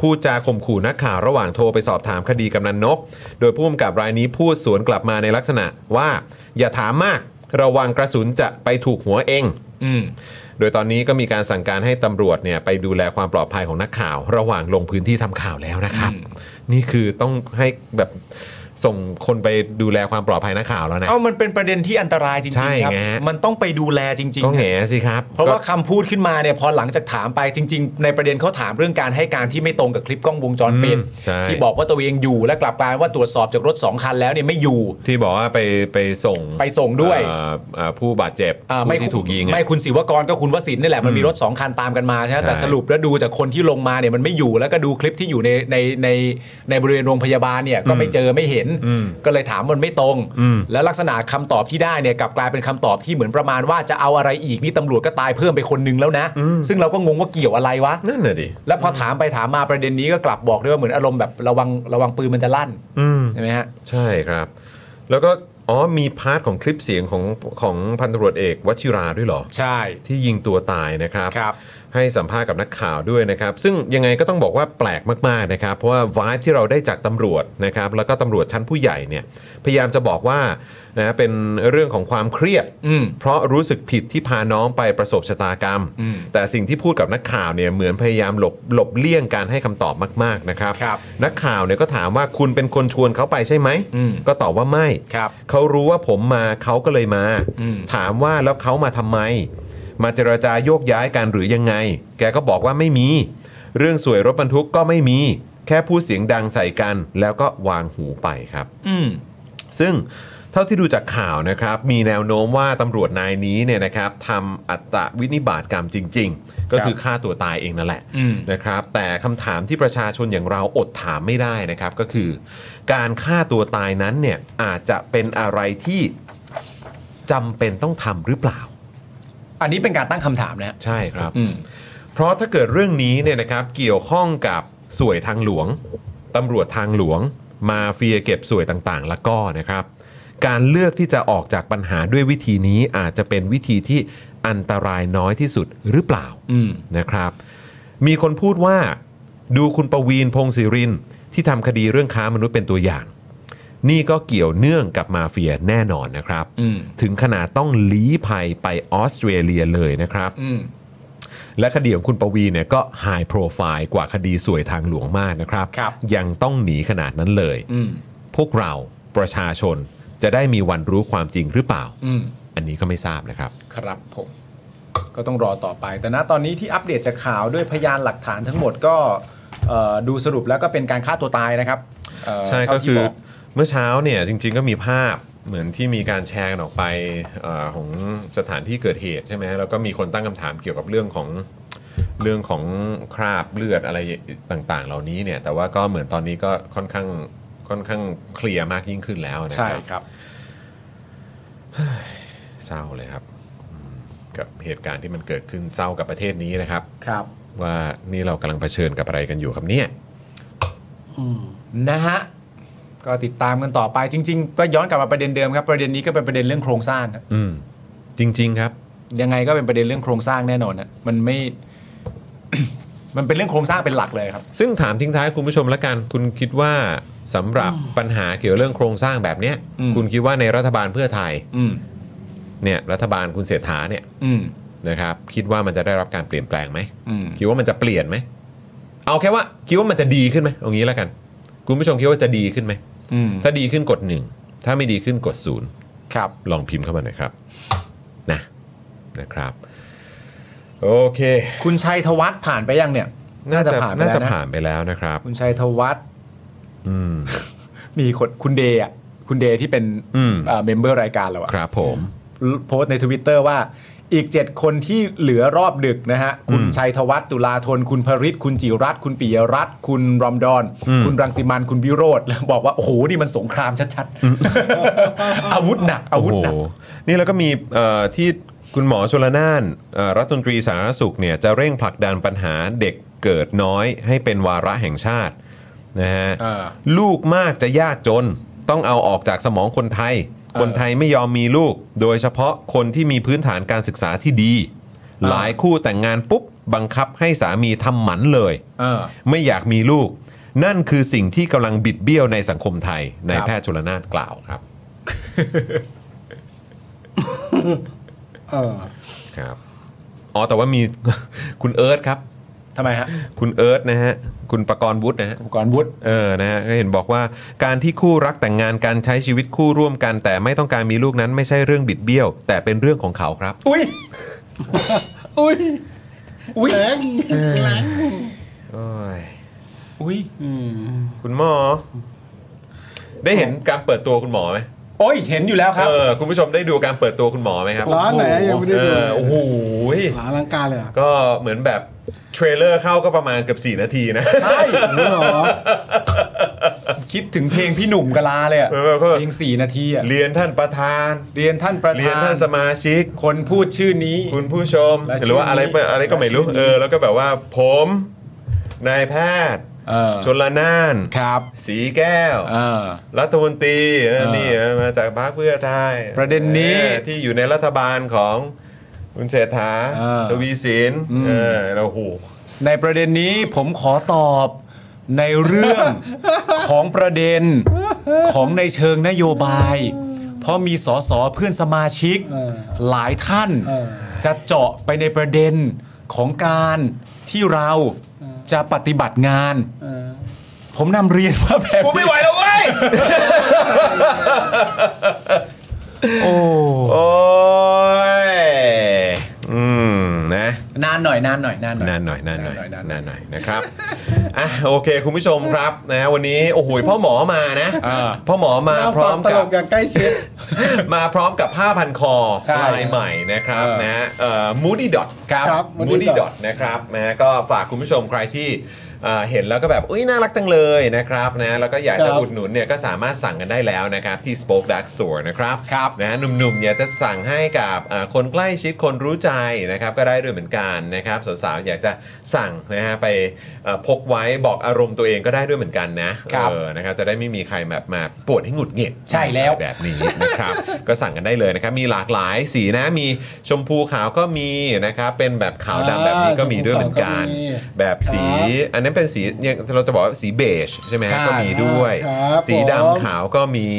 พูดจาข่มขู่นักข่าวระหว่างโทรไปสอบถามคดีกำนันนก โดยผู้กำกับรายนี้พูดสวนกลับมาในลักษณะว่า อย่าถามมากระวังกระสุนจะไปถูกหัวเอง อืม โดยตอนนี้ก็มีการสั่งการให้ตำรวจเนี่ยไปดูแลความปลอดภัยของนักข่าว ระหว่างลงพื้นที่ทำข่าวแล้วนะครับ นี่คือต้องให้แบบส่งคนไปดูแลความปลอดภัยนักข่าวแล้วนะ เอามันเป็นประเด็นที่อันตรายจริง ใช่ ๆครับ ไงฮะ มันต้องไปดูแลจริงๆ ก็แหง ฮะ สิครับ เพราะว่าคำพูดขึ้นมาเนี่ยพอหลังจากถามไปจริง ๆ ในประเด็นเขาถามเรื่องการให้การที่ไม่ตรงกับคลิปกล้องวงจรปิด อืมใช่ ที่บอกว่าตัวเองอยู่และกลับกลายว่าตรวจสอบจากรถสองคันแล้วเนี่ยไม่อยู่ ที่บอกว่าไปไปส่ง ไปส่งด้วย เอ่อเอ่อผู้บาดเจ็บ อ่า ผู้ที่ถูกยิงอะ ไม่คุณศิวกรก็คุณวสินนี่แหละมันมี อืม รถสองคันตามกันมาใช่ไหม ใช่ แต่สรุปแล้วดูจากคนที่ลงมาเนี่ยมันไม่อยู่แล้วก็ดูคลิปที่อยู่ในในในในบริเวณโรงพยาบาลเนี่ยก็ไม่เจอไม่เห็น อืม ก็เลยถามมันไม่ตรง อืม แล้วลักษณะคำตอบที่ได้เนี่ยกลับกลายเป็นคำตอบที่เหมือนประมาณว่าจะเอาอะไรอีกนี่ตำรวจก็ตายเพิ่มไปคนนึงแล้วนะ ซึ่งเราก็งงว่าเกี่ยวอะไรวะ นั่นน่ะดิ แล้วพอถามไปถามมาประเด็นนี้ก็กลับบอกด้วยว่าเหมือนอารมณ์แบบระวังระวังปืนมันจะลั่น อืม ใช่ไหมฮะ ใช่ครับ แล้วก็อ๋อมีพาร์ทของคลิปเสียงของของพันตำรวจเอกวชิราด้วยเหรอ ใช่ ที่ยิงตัวตายนะครับ ให้สัมภาษณ์กับนักข่าวด้วยนะครับ ซึ่งยังไงก็ต้องบอกว่าแปลกมากๆนะครับ เพราะว่าวายที่เราได้จากตำรวจนะครับ แล้วก็ตำรวจชั้นผู้ใหญ่เนี่ย พยายามจะบอกว่านะเป็นเรื่องของความเครียด อืม เพราะรู้สึกผิดที่พาน้องไปประสบชะตากรรม อืม แต่สิ่งที่พูดกับนักข่าวเนี่ยเหมือนพยายามหลบหลบเลี่ยงการให้คำตอบมาก ๆ นะครับ นักข่าวเนี่ยก็ถามว่าคุณเป็นคนชวนเขาไปใช่ไหม ก็ตอบว่าไม่เขารู้ว่าผมมาเขาก็เลยมา ถามว่าแล้วเขามาทำไม มาเจราจาโยกย้ายกันหรือยังไง แกก็บอกว่าไม่มี เรื่องสวยรถบรรทุกก็ไม่มี แค่พูดเสียงดังใส่กัน แล้วก็วางหูไปครับ อืม ซึ่งเท่าที่ดูจากข่าวนะครับ มีแนวโน้มว่าตำรวจนายนี้เนี่ยนะครับทำอัตวินิบาตกรรมจริง ๆ ก็คือฆ่าตัวตายเองนั่นแหละ อืม นะครับ แต่คำถามที่ประชาชนอย่างเราอดถามไม่ได้นะครับก็คือ การฆ่าตัวตายนั้นเนี่ยอาจจะเป็นอะไรที่จำเป็นต้องทำหรือเปล่า อันนี้เป็นการตั้งคำถามนะฮะ ใช่ครับ เพราะถ้าเกิดเรื่องนี้เนี่ยนะครับเกี่ยวข้องกับสวยทางหลวงตำรวจทางหลวง มาเฟียเก็บสวยต่างๆ แล้วก็นะครับ การเลือกที่จะออกจากปัญหาด้วยวิธีนี้อาจจะเป็นวิธีที่อันตรายน้อยที่สุดหรือเปล่านะครับ มีคนพูดว่าดูคุณประวีนพงศิรินทร์ที่ทำคดีเรื่องค้ามนุษย์เป็นตัวอย่าง นี่ก็เกี่ยวเนื่องกับมาเฟียแน่นอนนะครับ ถึงขนาดต้องลี้ภัยไปออสเตรเลียเลยนะครับ และคดีของคุณประวีเนี่ยก็ไฮโปรไฟล์กว่าคดีสวยทางหลวงมากนะครับ ยังต้องหนีขนาดนั้นเลย อืม พวกเราประชาชนจะได้มีวันรู้ความจริงหรือเปล่า อืม อันนี้ก็ไม่ทราบนะครับ ครับผมก็ต้องรอต่อไป แต่ณตอนนี้ที่อัปเดตจากข่าวด้วยพยานหลักฐานทั้งหมดก็เอ่อดูสรุปแล้วก็เป็นการฆ่าตัวตายนะครับเอ่อ ใช่ก็ เท่าที่ คือบ อ เมื่อเช้าเนี่ยจริง ๆ ก็มีภาพเหมือนที่มีการแชร์กันออกไปเออของสถานที่เกิดเหตุใช่ไหมแล้วก็มีคนตั้งคำถามเกี่ยวกับเรื่องของ เรื่องของคราบเลือดอะไรต่างๆ เหล่านี้เนี่ยแต่ว่าก็เหมือนตอนนี้ก็ค่อนข้างค่อนข้างเคลียร์มากยิ่งขึ้นแล้วนะครับ ใช่ครับ เศร้าเลยครับอืมกับเหตุการณ์ที่มันเกิดขึ้นเศร้ากับประเทศนี้นะครับ ครับ ว่านี่เรากำลังเผชิญกับอะไรกันอยู่ครับเนี่ย นะฮะ ก็ติดตามกันต่อไปจริงๆ ก็ย้อนกลับมาประเด็นเดิมครับ ประเด็นนี้ก็เป็นประเด็นเรื่องโครงสร้างครับ อืม จริง ๆ ครับ ยังไงก็เป็นประเด็นเรื่องโครงสร้างแน่นอนนะมันไม่ มันเป็นเรื่องโครงสร้างเป็นหลักเลยครับ ซึ่งถามทิ้งท้ายคุณผู้ชมละกัน คุณคิดว่าสำหรับปัญหาเกี่ยวเรื่องโครงสร้างแบบเนี้ย คุณคิดว่าในรัฐบาลเพื่อไทย อืม เนี่ย รัฐบาลคุณเสถาเนี่ย อืม นะครับ คิดว่ามันจะได้รับการเปลี่ยนแปลงไหม อืม คิดว่ามันจะเปลี่ยนไหมเอาแค่ว่า คิดว่ามันจะดีขึ้นไหมเอางี้ละกัน คุณผู้ชมคิดว่าจะดีขึ้นไหม อืม ถ้าดีขึ้นกดหนึ่งถ้าไม่ดีขึ้นกดศูนย์ ครับ ลองพิมพ์เข้ามาหน่อยครับนะนะครับ โอเค คุณชัยธวัฒน์ผ่านไปยังเนี่ย น่าจะน่าจะ น่าจะ ผ่า ผ่าน น ไป ไปแล้ แล้ว ว นะ นะ ครับ คุณชัยธวัฒน์ อืม มีคนคุณเดย์อ่ะ คุณเดย์ที่เป็น อืม เมมเบอร์รายการเราอะ ครับผม โพสต์ในทวิตเตอร์ว่า อีก 7 คนที่เหลือรอบดึกนะฮะ คุณ อืม ชัยธวัฒน์ตุลาธน คุณพริศคุณจิรัตน์คุณปิยรัตน์คุณรอมดอน อืม คุณรังสิมันต์คุณวิโรธแล้วบอกว่า โอ้โห นี่มันสงครามชัดๆ อาวุธหนัก อาวุธหนัก โโหนี่แล้วก็มีเอ่อที่คุณหมอชลนานเอ่อรัฐมนตรีสาธารณสุขเนี่ยจะเร่งผลักดันปัญหาเด็กเกิดน้อยให้เป็นวาระแห่งชาตินะฮะ เออ ลูกมากจะยากจน ต้องเอาออกจากสมองคนไทย คนไทยไม่ยอมมีลูก โดยเฉพาะคนที่มีพื้นฐานการศึกษาที่ดี หลายคู่แต่งงานปุ๊บ บังคับให้สามีทำหมันเลย เออ ไม่อยากมีลูก นั่นคือสิ่งที่กำลังบิดเบี้ยวในสังคมไทยนายแพทย์ชลนานกล่าวครับ เออ ครับ อ๋อ แต่ว่ามี คุณเอิร์ธครับ ทำไมฮะ คุณเอิร์ธนะฮะ คุณประกรณ์วุฒินะฮะ ประกรณ์วุฒิ เออ นะฮะก็เห็นบอกว่า การที่คู่รักแต่งงานการใช้ชีวิตคู่ร่วมกัน แต่ไม่ต้องการมีลูกนั้นไม่ใช่เรื่องบิดเบี้ยว แต่เป็นเรื่องของเขาครับ อุ้ย อุ้ย อุ้ย แรง เออ แรง โอ้ย อุ้ย คุณหมอ ได้เห็นการเปิดตัวคุณหมอไหม โอ้ย เห็นอยู่แล้วครับ เออ คุณผู้ชมได้ดูการเปิดตัวคุณหมอไหมครับ ร้านไหนยังไม่ได้ดู เออโอ้โห ร้านอลังการเลยเหรอ ก็เหมือนแบบเทรลเลอร์เข้าก็ประมาณเกือบ4นาทีนะ ใช่คิดถึงเพลงพี่หนุ่มกะลาเลยอะเพลงสี่นาทีอะ เรียนท่านประธาน เรียนท่านประธาน เรียนท่านสมาชิก คนพูดชื่อนี้ คุณผู้ชม และชื่อ หรือว่าอะไร นี้ อะไรก็ไม่รู้ และชื่อนี้ เออ แล้วก็แบบว่าผมนายแพทย์ เออ ชนละนาน ครับ สีแก้ว เออ รัฐมนตรีนั่น เออ นี่เออมาจากพรรคเพื่อไทย ประเด็นนี้ ออที่อยู่ในรัฐบาลของคุณเศรษฐา เออ ทวีสิน อืม เออเราโห ในประเด็นนี้ผมขอตอบในเรื่อง ของประเด็นของในเชิงนโยบาย เพราะมีสสเพื่อนสมาชิก หลายท่านจะเจาะไปในประเด็นของการที่เราจะปฏิบัติงาน ผมนำเรียนว่าแบบ กูไม่ไหวแล้วเว้ย โอ้ โอ้ยอืมนะ นานหน่อยนานหน่อยนานหน่อย นานหน่อยนานหน่อยนานหน่อยนะครับ อ่ะโอเค คุณผู้ชมครับนะวันนี้โอ้โหพ่อหมอมานะ อ่า พ่อหมอมาพร้อม ตล กับ กอย่างใกล้ชิด มาพร้อมกับผ้าพันคอ ใช่ ลายใหม่นะครับ เออ นะเอ่อ moody dot ครับ ครับ Moody มูดี้ดอ Dot ทนะครับนะก็ฝากคุณผู้ชมใครที่เอ่อเห็นแล้วก็แบบอุ้ยน่ารักจังเลยนะครับนะแล้วก็อยากคจะรับ อุดหนุนเนี่ยก็สามารถสั่งกันได้แล้วนะครับที่ Spoke Dark Store นะครับ ครับ นะหนุ่มๆอยากจะสั่งให้กับเอ่อคนใกล้ชิดคนรู้ใจนะครับก็ได้ด้วยเหมือนกันนะครับสาวๆอยากจะสั่งนะฮะไปเอ่อพกไว้บอกอารมณ์ตัวเองก็ได้ด้วยเหมือนกันนะครับ เออนะครับจะได้ไม่มีใครแบบมาปวดให้หงุดหงิด ใช่แล้ว แบบนี้นะครับ ก็สั่งกันได้เลยนะครับมีหลากหลายสีนะมีชมพูขาวก็มีนะครับเป็นแบบขาว ขาวดำแบบนี้ก็มีด้วยเหมือนกัน อ่าชมพูขาวก็มี แบบสี อันนั้นเป็นสีเนี่ยเราจะบอกว่าสีเบจใช่ไหมฮะ ใช่ ก็มีด้วย ครับ สี ผม ดำขาวก็มี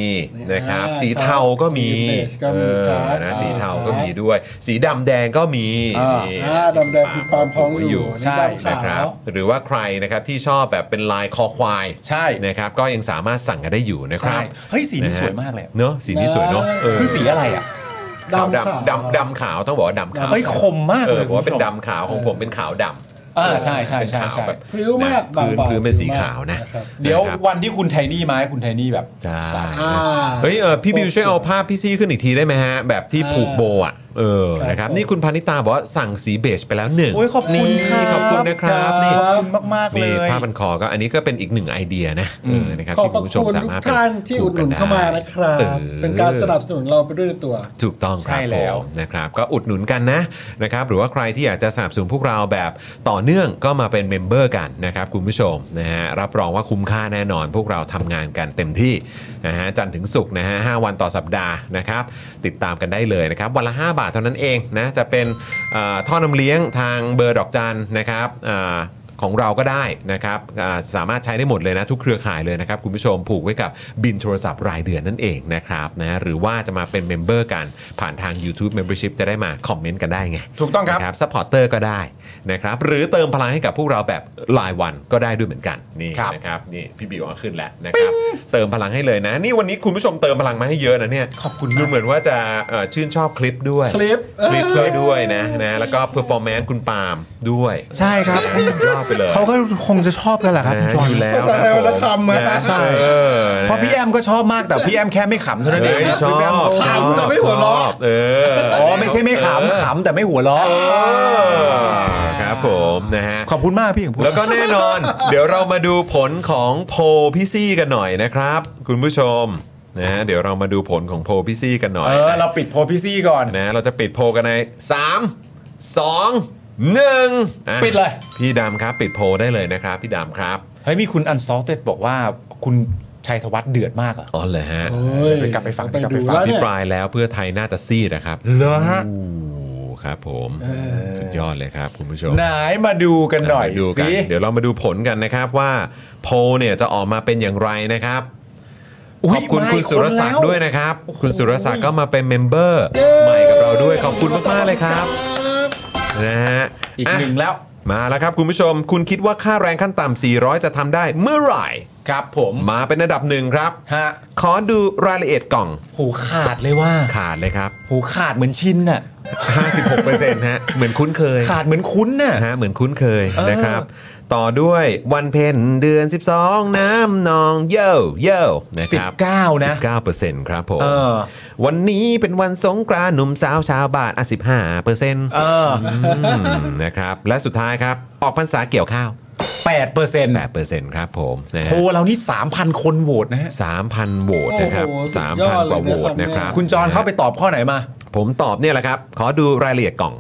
นะครับ อ่า สีเทาก็มี สีเบจก็มี เออ ครับ นะสีเทา ครับ ก็มีด้วย สีดำแดงก็มีนี่ อ่าดำแดงคือปาล์มพองอยู่ ใช่ นี่ดำ นะค ขา รับ ว หรือว่าใครนะครับที่ชอบแบบเป็นลายคอควาย ใช่ นะครับก็ยังสามารถสั่งกันได้อยู่นะค ใช่ รับ เฮ้ยสีนี้ ะฮะ สวยมากเลยอะ เนอะสีนี้สวยเนอะเ คือสีอะไรอ่ะ ขาว ดำขาว ดำดำดำขาวต้องบอกว่าดำขาว เฮ้ยคมมากเลย ออบอกว่าเป็น คุณผู้ชม ดำขาวของผมเป็นขาวดำ เออใช่ใช่ใช่ใช่ เป็นขาวแบบ พริ้วมาก นะพื้น บางๆ พื้นเป็นสี พริ้วมาก ขาวนะ นะครับ เดี๋ยววันที่คุณไทนี่มาให้คุณไทนี่แบบ ใช่เฮ้ยเออพี่บิวช่วยเอาภาพพี่ซี่ขึ้นอีกทีได้ไหมฮะ แบบที่ผูกโบอ่ะเออนะครับนี่คุณพานิตาบอกว่าสั่งสีเบจไปแล้วหนึ่ง โอ้ยขอบคุณ นี่ ครับ ขอบคุณนะครับนี่ ขอบคุณมากๆเลย นี่ผ้าพันคอก็อันนี้ก็เป็นอีกหนึ่งไอเดียนะเออนะครับ ขอบพที่คุระณผู้ชม คุณ สา ทุ มารถ ก ไป ท่านที่อุดหนุนเข้ามานะครับ ออ เป็นการสนับสนุนเราไปด้วยในตัว ถูกต้องครับ ใช่แล้ว ผมนะครับก็อุดหนุนกันนะนะครับหรือว่าใครที่อยากจะสนับสนุนพวกเราแบบต่อเนื่องก็มาเป็นเมมเบอร์กันนะครับคุณผู้ชมนะฮะรับรองว่าคุ้มค่าแน่นอน พวกเราทำงานกันเต็มที่นะฮะจันทร์ถึงศุกร์นะฮะหวันต่อสัปดาห์นะครับติดตามกันได้เลยนะครับวันละ 5 บาทเท่านั้นเองนะจะเป็นเอ่อท่อนำเลี้ยงทางเบอร์ดอกจันนะครับเอ่อ ของเราก็ได้นะครับอ่าสามารถใช้ได้หมดเลยนะ ทุกเครือข่ายเลยนะครับ คุณผู้ชมผูกไว้กับบินโทรศัพท์รายเดือนนั่นเองนะครับนะหรือว่าจะมาเป็นเมมเบอร์กันผ่านทาง YouTube Membership จะได้มาคอมเมนต์กันได้ไง ถูกต้องครับครับซัพพอร์เตอร์ก็ได้นะครับ หรือเติมพลังให้กับพวกเราแบบรายวันก็ได้ด้วยเหมือนกัน นี่นะครับนี่พี่บิวเอาขึ้นแล้วนะครับเติมพลังให้เลยนะ นี่วันนี้คุณผู้ชมเติมพลังมาให้เยอะนะเนี่ยขอบคุณดูเหมือนว่าจะเอ่อชื่นชอบคลิปด้วย คลิป คลิปด้วยด้วยนะนะแล้วก็เพอร์ฟอร์แมนซ์คุณปาล์มด้วย ใช่ ครับ สุดยอดไปเลย เขาก็คงจะชอบกันแหละครับคุณจอห์น อยู่แล้ว แต่ ครับผม ละคำอะ นะ ใช่ เออ เพราะพี่แอมก็ชอบมากแต่พี่แอมแค่ไม่ขำเท่านั้นเอง เฮ้ยชอบ พี่แมโ ชอบชอบเอออ๋ อไม่ใช่ไม่ขำขำแต่ไม่หัวเราะ ครับผมนะฮะ ขอบคุณมากพี่ของผม แล้วก็แน่นอน เดี๋ยวเรามาดูผลของโพลพี่ซี่กันหน่อยนะครับ คุณผู้ชมนะเดี๋ยวเรามาดูผลของโพลพี่ซี่กันหน่อย เออเราปิดโพลพี่ซี่ก่อน นะเราจะปิดโพลกันใน 3 2 1อ่ะ ปิดเลย พี่ดำครับ ปิดโพลได้เลยนะครับ พี่ดำครับ เฮ้ยมีคุณอันซอลเต็ดบอกว่าคุณชัยธวัฒน์เดือดมากอ่ะ อ๋อเหรอฮะ ไปกลับไปฟังไปกลับไปฟั อง ภิปรายแล้วเพื่อไทยน่าจะซีดนะครับ เหรอฮะ โอ้ครับผมสุดยอดเลยครับคุณผู้ชม ไหนมาดูกันหน่อย มาดูกัน สิ เดี๋ยวเรามาดูผลกันนะครับว่าโพลเนี่ยจะออกมาเป็นอย่างไรนะครับ ขอบคุณ มาอีก คุณสุรศัก คนแล้ ดิ์ ว ด้วยนะครับ คุณสุรศักดิ์ก็มาเป็นเมมเบอร์ใหม่กับเราด้วยขอบคุณมากๆเลยครับนะฮะอีกหนึ่งแล้วมาแล้วครับคุณผู้ชม คุณคิดว่าค่าแรงขั้นต่ำ400 จะทำได้เมื่อไหร่ ครับผม มาเป็นอันดับหนึ่งครับขอดูรายละเอียดกล่อง หูขาดเลยว่า ขาดเลยครับ หูขาดเหมือนชินน่ะ 56%ฮะเหมือนคุ้นเคย ขาดเหมือนคุ้นน่ะ ฮะเหมื อนคุ้นเคย เออ นะครับ ต่อด้วยวันเพ็ญเดือน 12 น้ำนองเย่เย่นะครับ 19นะ 19เปอร์เซ็นต์ครับผม เออ วันนี้เป็นวันสงกรานต์หนุ่มสาวชาวบ้านอ่ะ15เปอร์เซ็นต์ เออ นะครับ และสุดท้ายครับ ออกพรรษาเกี่ยวข้าว 8เปอร์เซ็นต์ 8เปอร์เซ็นต์ครับผมนะ โพ ฮะ ลเรานี่ 3,000 คนโหวตนะฮะ 3,000โหวตนะครับ โอ้โหสุดยอด 3,000 กว่าโหวต เลยนะนะค ครั รั บบ คุณจอนเข้าไปตอบข้อไหนมา ผมตอบเนี่ยแหละครับ ขอดูรายละเอียดกล่อง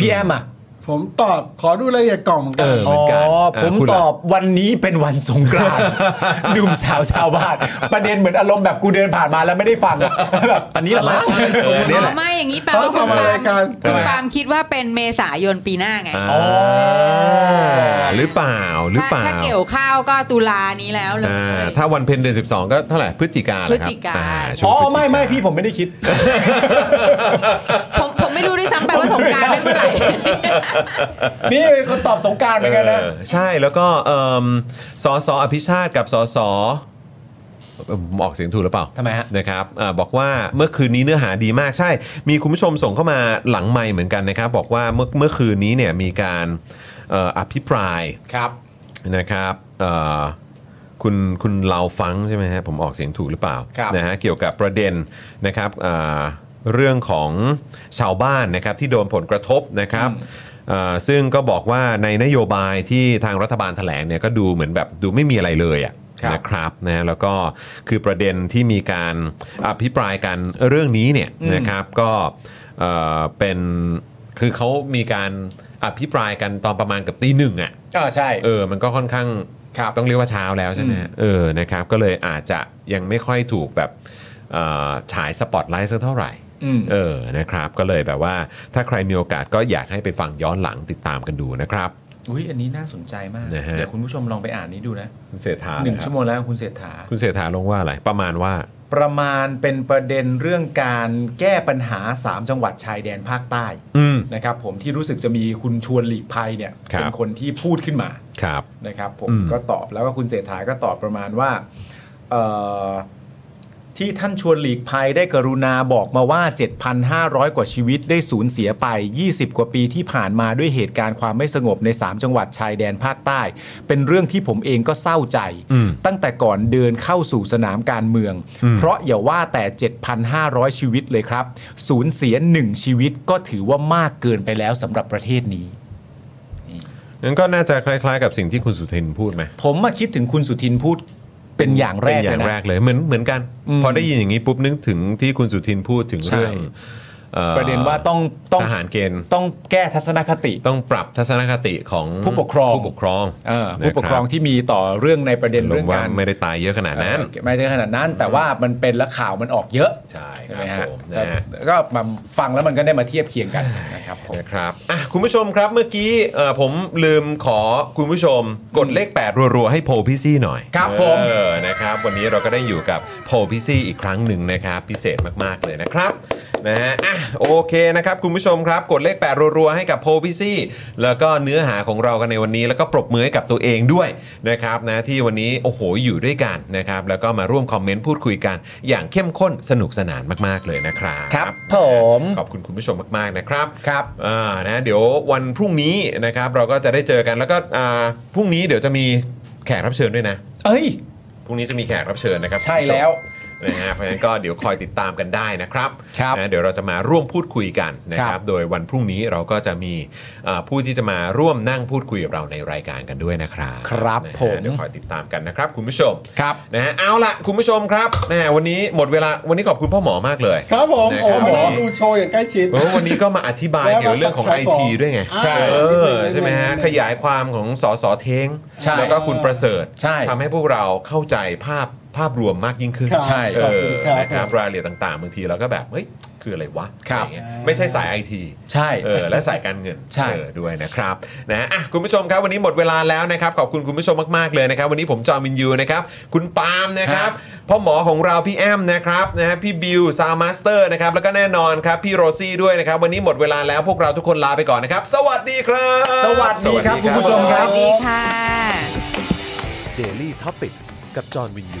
พี่แอมอ่ะ ผมตอบขอดูรายละเอียดกล่องเหมือนกันเออเหมือนกัน อ๋อ เ ผม คุณ ต ล่ะ อบวันนี้เป็นวันสงก รานต์ ดื่มสาวชาวบ้านประเด็นเหมือนอารมณ์แบบกูเดินผ่านมาแล้วไม่ได้ฟังอะแบบอันนี้เหรอมั้ง ไม่อย่างนี้แปลว่าคุณปาล์มคุณปาล์มคิดว่าเป็นเมษายนปีหน้าไง อ่าหรือเปล่าหรือเปล่า ถ้าเกี่ยวข้าวก็ตุลานี้แล้วเลย อ่าถ้าวันเพ็ญเดือน 12 ก็เท่าไหร่พฤศจิกาเหรอคพฤรัศจิกา อ่ช่ว อ๋ ง อ พฤศจิ ไม่ไม่พี่ผมไม่ได้คิด ผมผมไม่รู้ด้วยซ้ำไปว่าสงกรารเป็นเมื่อไหร่ นี่คนตอบสงกรารเหมือนกันนะ เออใช่แล้วก็เอิ่มสอสออภิชาติกับสอสอเอิ่มออกเสียงถูกหรือเปล่า ทำไมฮะ นะครับอ่าบอกว่าเมื่อคืนนี้เนื้อหาดีมากใช่ มีคุณผู้ชมส่งเข้ามาหลังไม่เหมือนกันนะครับ บอกว่าเมื่อเมื่อคืนนี้เนี่ยมีการเอ่ออภิปราย ครับ นะครับเอ่อคุณคุณเลาฟังใช่ไหมฮะผมออกเสียงถูกหรือเปล่า ครับ นะฮะเกี่ยวกับประเด็นนะครับอ่าเรื่องของชาวบ้านนะครับที่โดนผลกระทบนะครับ เอ่อซึ่งก็บอกว่าในนโยบายที่ทางรัฐบาลแถลงเนี่ยก็ดูเหมือนแบบดูไม่มีอะไรเลยอะ ครับ นะครับนะแล้วก็คือประเด็นที่มีการอภิปรายกันเรื่องนี้เนี่ยนะครับก็เอ่อเป็นคือเขามีการอภิปรายกันตอนประมาณเกับตีหนึ่งอ่ะ ก็ใช่ เออ มันก็ค่อนข้างต้องเรียกว่าเช้าแล้วใช่ไหมฮะเออ นะครับ ก็เลยอาจจะยังไม่ค่อยถูกแบบเอ่อฉายสปอตไลท์สักเท่าไหร่ อืม เออ นะครับ ก็เลยแบบว่าถ้าใครมีโอกาสก็อยากให้ไปฟังย้อนหลังติดตามกันดูนะครับ อุ้ยอันนี้น่าสนใจมาก นะฮะ เดี๋ยวคุณผู้ชมลองไปอ่านนี้ดูนะ คุณเศรษฐา หนึ่ง ะครับ ชั่วโมงแล้วคุณเศรษฐา คุณเศรษฐาลงว่าอะไร ประมาณว่า ประมาณเป็นประเด็นเรื่องการแก้ปัญหา 3 จังหวัดชายแดนภาคใต้ อืม นะครับผมที่รู้สึกจะมีคุณชวนหลีกภัยเนี่ย ครับ เป็นคนที่พูดขึ้นมา ครับ นะครับผม อืม ก็ตอบแล้วก็คุณเศรษฐาก็ตอบประมาณว่าเอ่อ ที่ท่านชวนหลีกภัยได้กรุณาบอกมาว่า 7,500 กว่าชีวิตได้สูญเสียไป 20 กว่าปีที่ผ่านมาด้วยเหตุการณ์ความไม่สงบใน 3 จังหวัดชายแดนภาคใต้ เป็นเรื่องที่ผมเองก็เศร้าใจ อืม ตั้งแต่ก่อนเดินเข้าสู่สนามการเมือง อืม เพราะอย่าว่าแต่ 7,500 ชีวิตเลยครับ สูญเสีย 1 ชีวิตก็ถือว่ามากเกินไปแล้วสำหรับประเทศนี้ งั้นก็น่าจะคล้ายๆ กับสิ่งที่คุณสุทินพูดไหม ผมมาคิดถึงคุณสุทินพูดเป็นอย่างแรก เป็นอย่าง นะ แรกเลยเหมือนเหมือนกัน อืม พอได้ยินอย่างนี้ปุ๊บนึกถึงที่คุณสุทินพูดถึง ใช่ เรื่องอ่อ ประเด็นว่าต้องต้อง ทหารเกณฑ์ ต้องแก้ทัศนคติ ต้องปรับทัศนคติของ ผู้ปกครอง ผู้ปกครอง เออผู้ปกครอง นะ ที่มีต่อเรื่องในประเด็น บ เรื่อง ว่า การ ไม่ได้ตายเยอะขนาดนั้น เอ่อไม่ได้ขนาดนั้น แต่ว่ามันเป็นและข่าวมันออกเยอะ ใช่ ไหม ครั ฮะ บผม แต่ นะฮะ ก็มาฟังแล้วมันก็ได้มาเทียบเคียงกันนะครับผม นะครับอ่ะคุณผู้ชมครับเมื่อกี้เอ่อผมลืมขอคุณผู้ชมกดเลข 8 รัวๆ ให้โพลพี่ซี่หน่อย ครับผม เออนะครับวันนี้เราก็ได้อยู่กับโพลพี่ซี่อีกครั้งหนึ่งนะครับ พิเศษมากๆเลยนะครับนะฮะอ่ะโอเคนะครับคุณผู้ชมครับ กดเลข 8 รัวๆ ให้กับโพลพี่ซี่ แล้วก็เนื้อหาของเรากันในวันนี้แล้วก็ปรบมือให้กับตัวเองด้วยนะครับนะที่วันนี้โอ้โหอยู่ด้วยกันนะครับแล้วก็มาร่วมคอมเมนต์พูดคุยกัน อย่างเข้มข้นสนุกสนานมาก ๆเลยนะครับ ครับผม ขอบคุณคุณผู้ชมมาก ๆ นะครับ ครับ อ่านะเดี๋ยววันพรุ่งนี้นะครับเราก็จะได้เจอกันแล้วก็อ่าพรุ่งนี้เดี๋ยวจะมีแขกรับเชิญด้วยนะ เอ้ย พรุ่งนี้จะมีแขกรับเชิญนะครับ ใช่แล้ว คุณผู้ชมนะฮะเพราะฉะนั้นก็เดี๋ยวคอยติดตามกันได้นะครับ ครับ นะเดี๋ยวเราจะมาร่วมพูดคุยกันนะค ครั รับบ โดยวันพรุ่งนี้เราก็จะมีอ่าผู้ที่จะมาร่วมนั่งพูดคุยกับเราในรายการกันด้วยนะครับ ครับ นะฮะ ผม เดี๋ยวคอยติดตามกันนะครับคุณผู้ชม ครับ นะฮะเอาล่ะคุณผู้ชมครับนะฮะวันนี้หมดเวลาวันนี้ขอบคุณพ่อหมอมากเลย ครับผม นะ โอ้ รับ โหดูโชว์อย่างใกล้ชิด เพราะว่าวันนี้ก็มาอธิบายเกี่ยวกับเรื่องของไอทีด้วยไง ใช่ เอ นิดหนึ่ อง นิดหนึ่ง ใช่ไหมนิฮะดหนึ่ง ขยายความของสสเทง ใช่ แล้วก็คุณประเสริฐ ใช่ ทำให้พวกเราเข้าใจภาพภาพรวมมากยิ่งขึ้น ครับใช่ เอ ขอบคุ อ ณครับ นะครับรายละเอียดต่างๆบางทีเราก็แบบ เฮ้ย คืออะไรวะ ครับ อะไเงี้ยไม่ใช่สายไอที ใช่ เออและสายการเงิน ใช่ เออด้วยนะครับนะอ่ะคุณผู้ชมครับวันนี้หมดเวลาแล้วนะครับ ขอบคุณคุณผู้ชมมากๆเลยนะครับ วันนี้ผมจอมินยูนะครับคุณปาล์มนะครับ พ่อหมอของเราพี่แอมนะครับนะฮะพี่บิวซาวมาสเตอร์นะครับแล้วก็แน่นอนครับพี่โรซี่ด้วยนะครับ วันนี้หมดเวลาแล้วพวกเราทุกคนลาไปก่อนนะครับ สวัสดีครับ สวัสดีครับคุณผู้ชมครับ ค่ะ Daily Topics กับจอห์นวินยู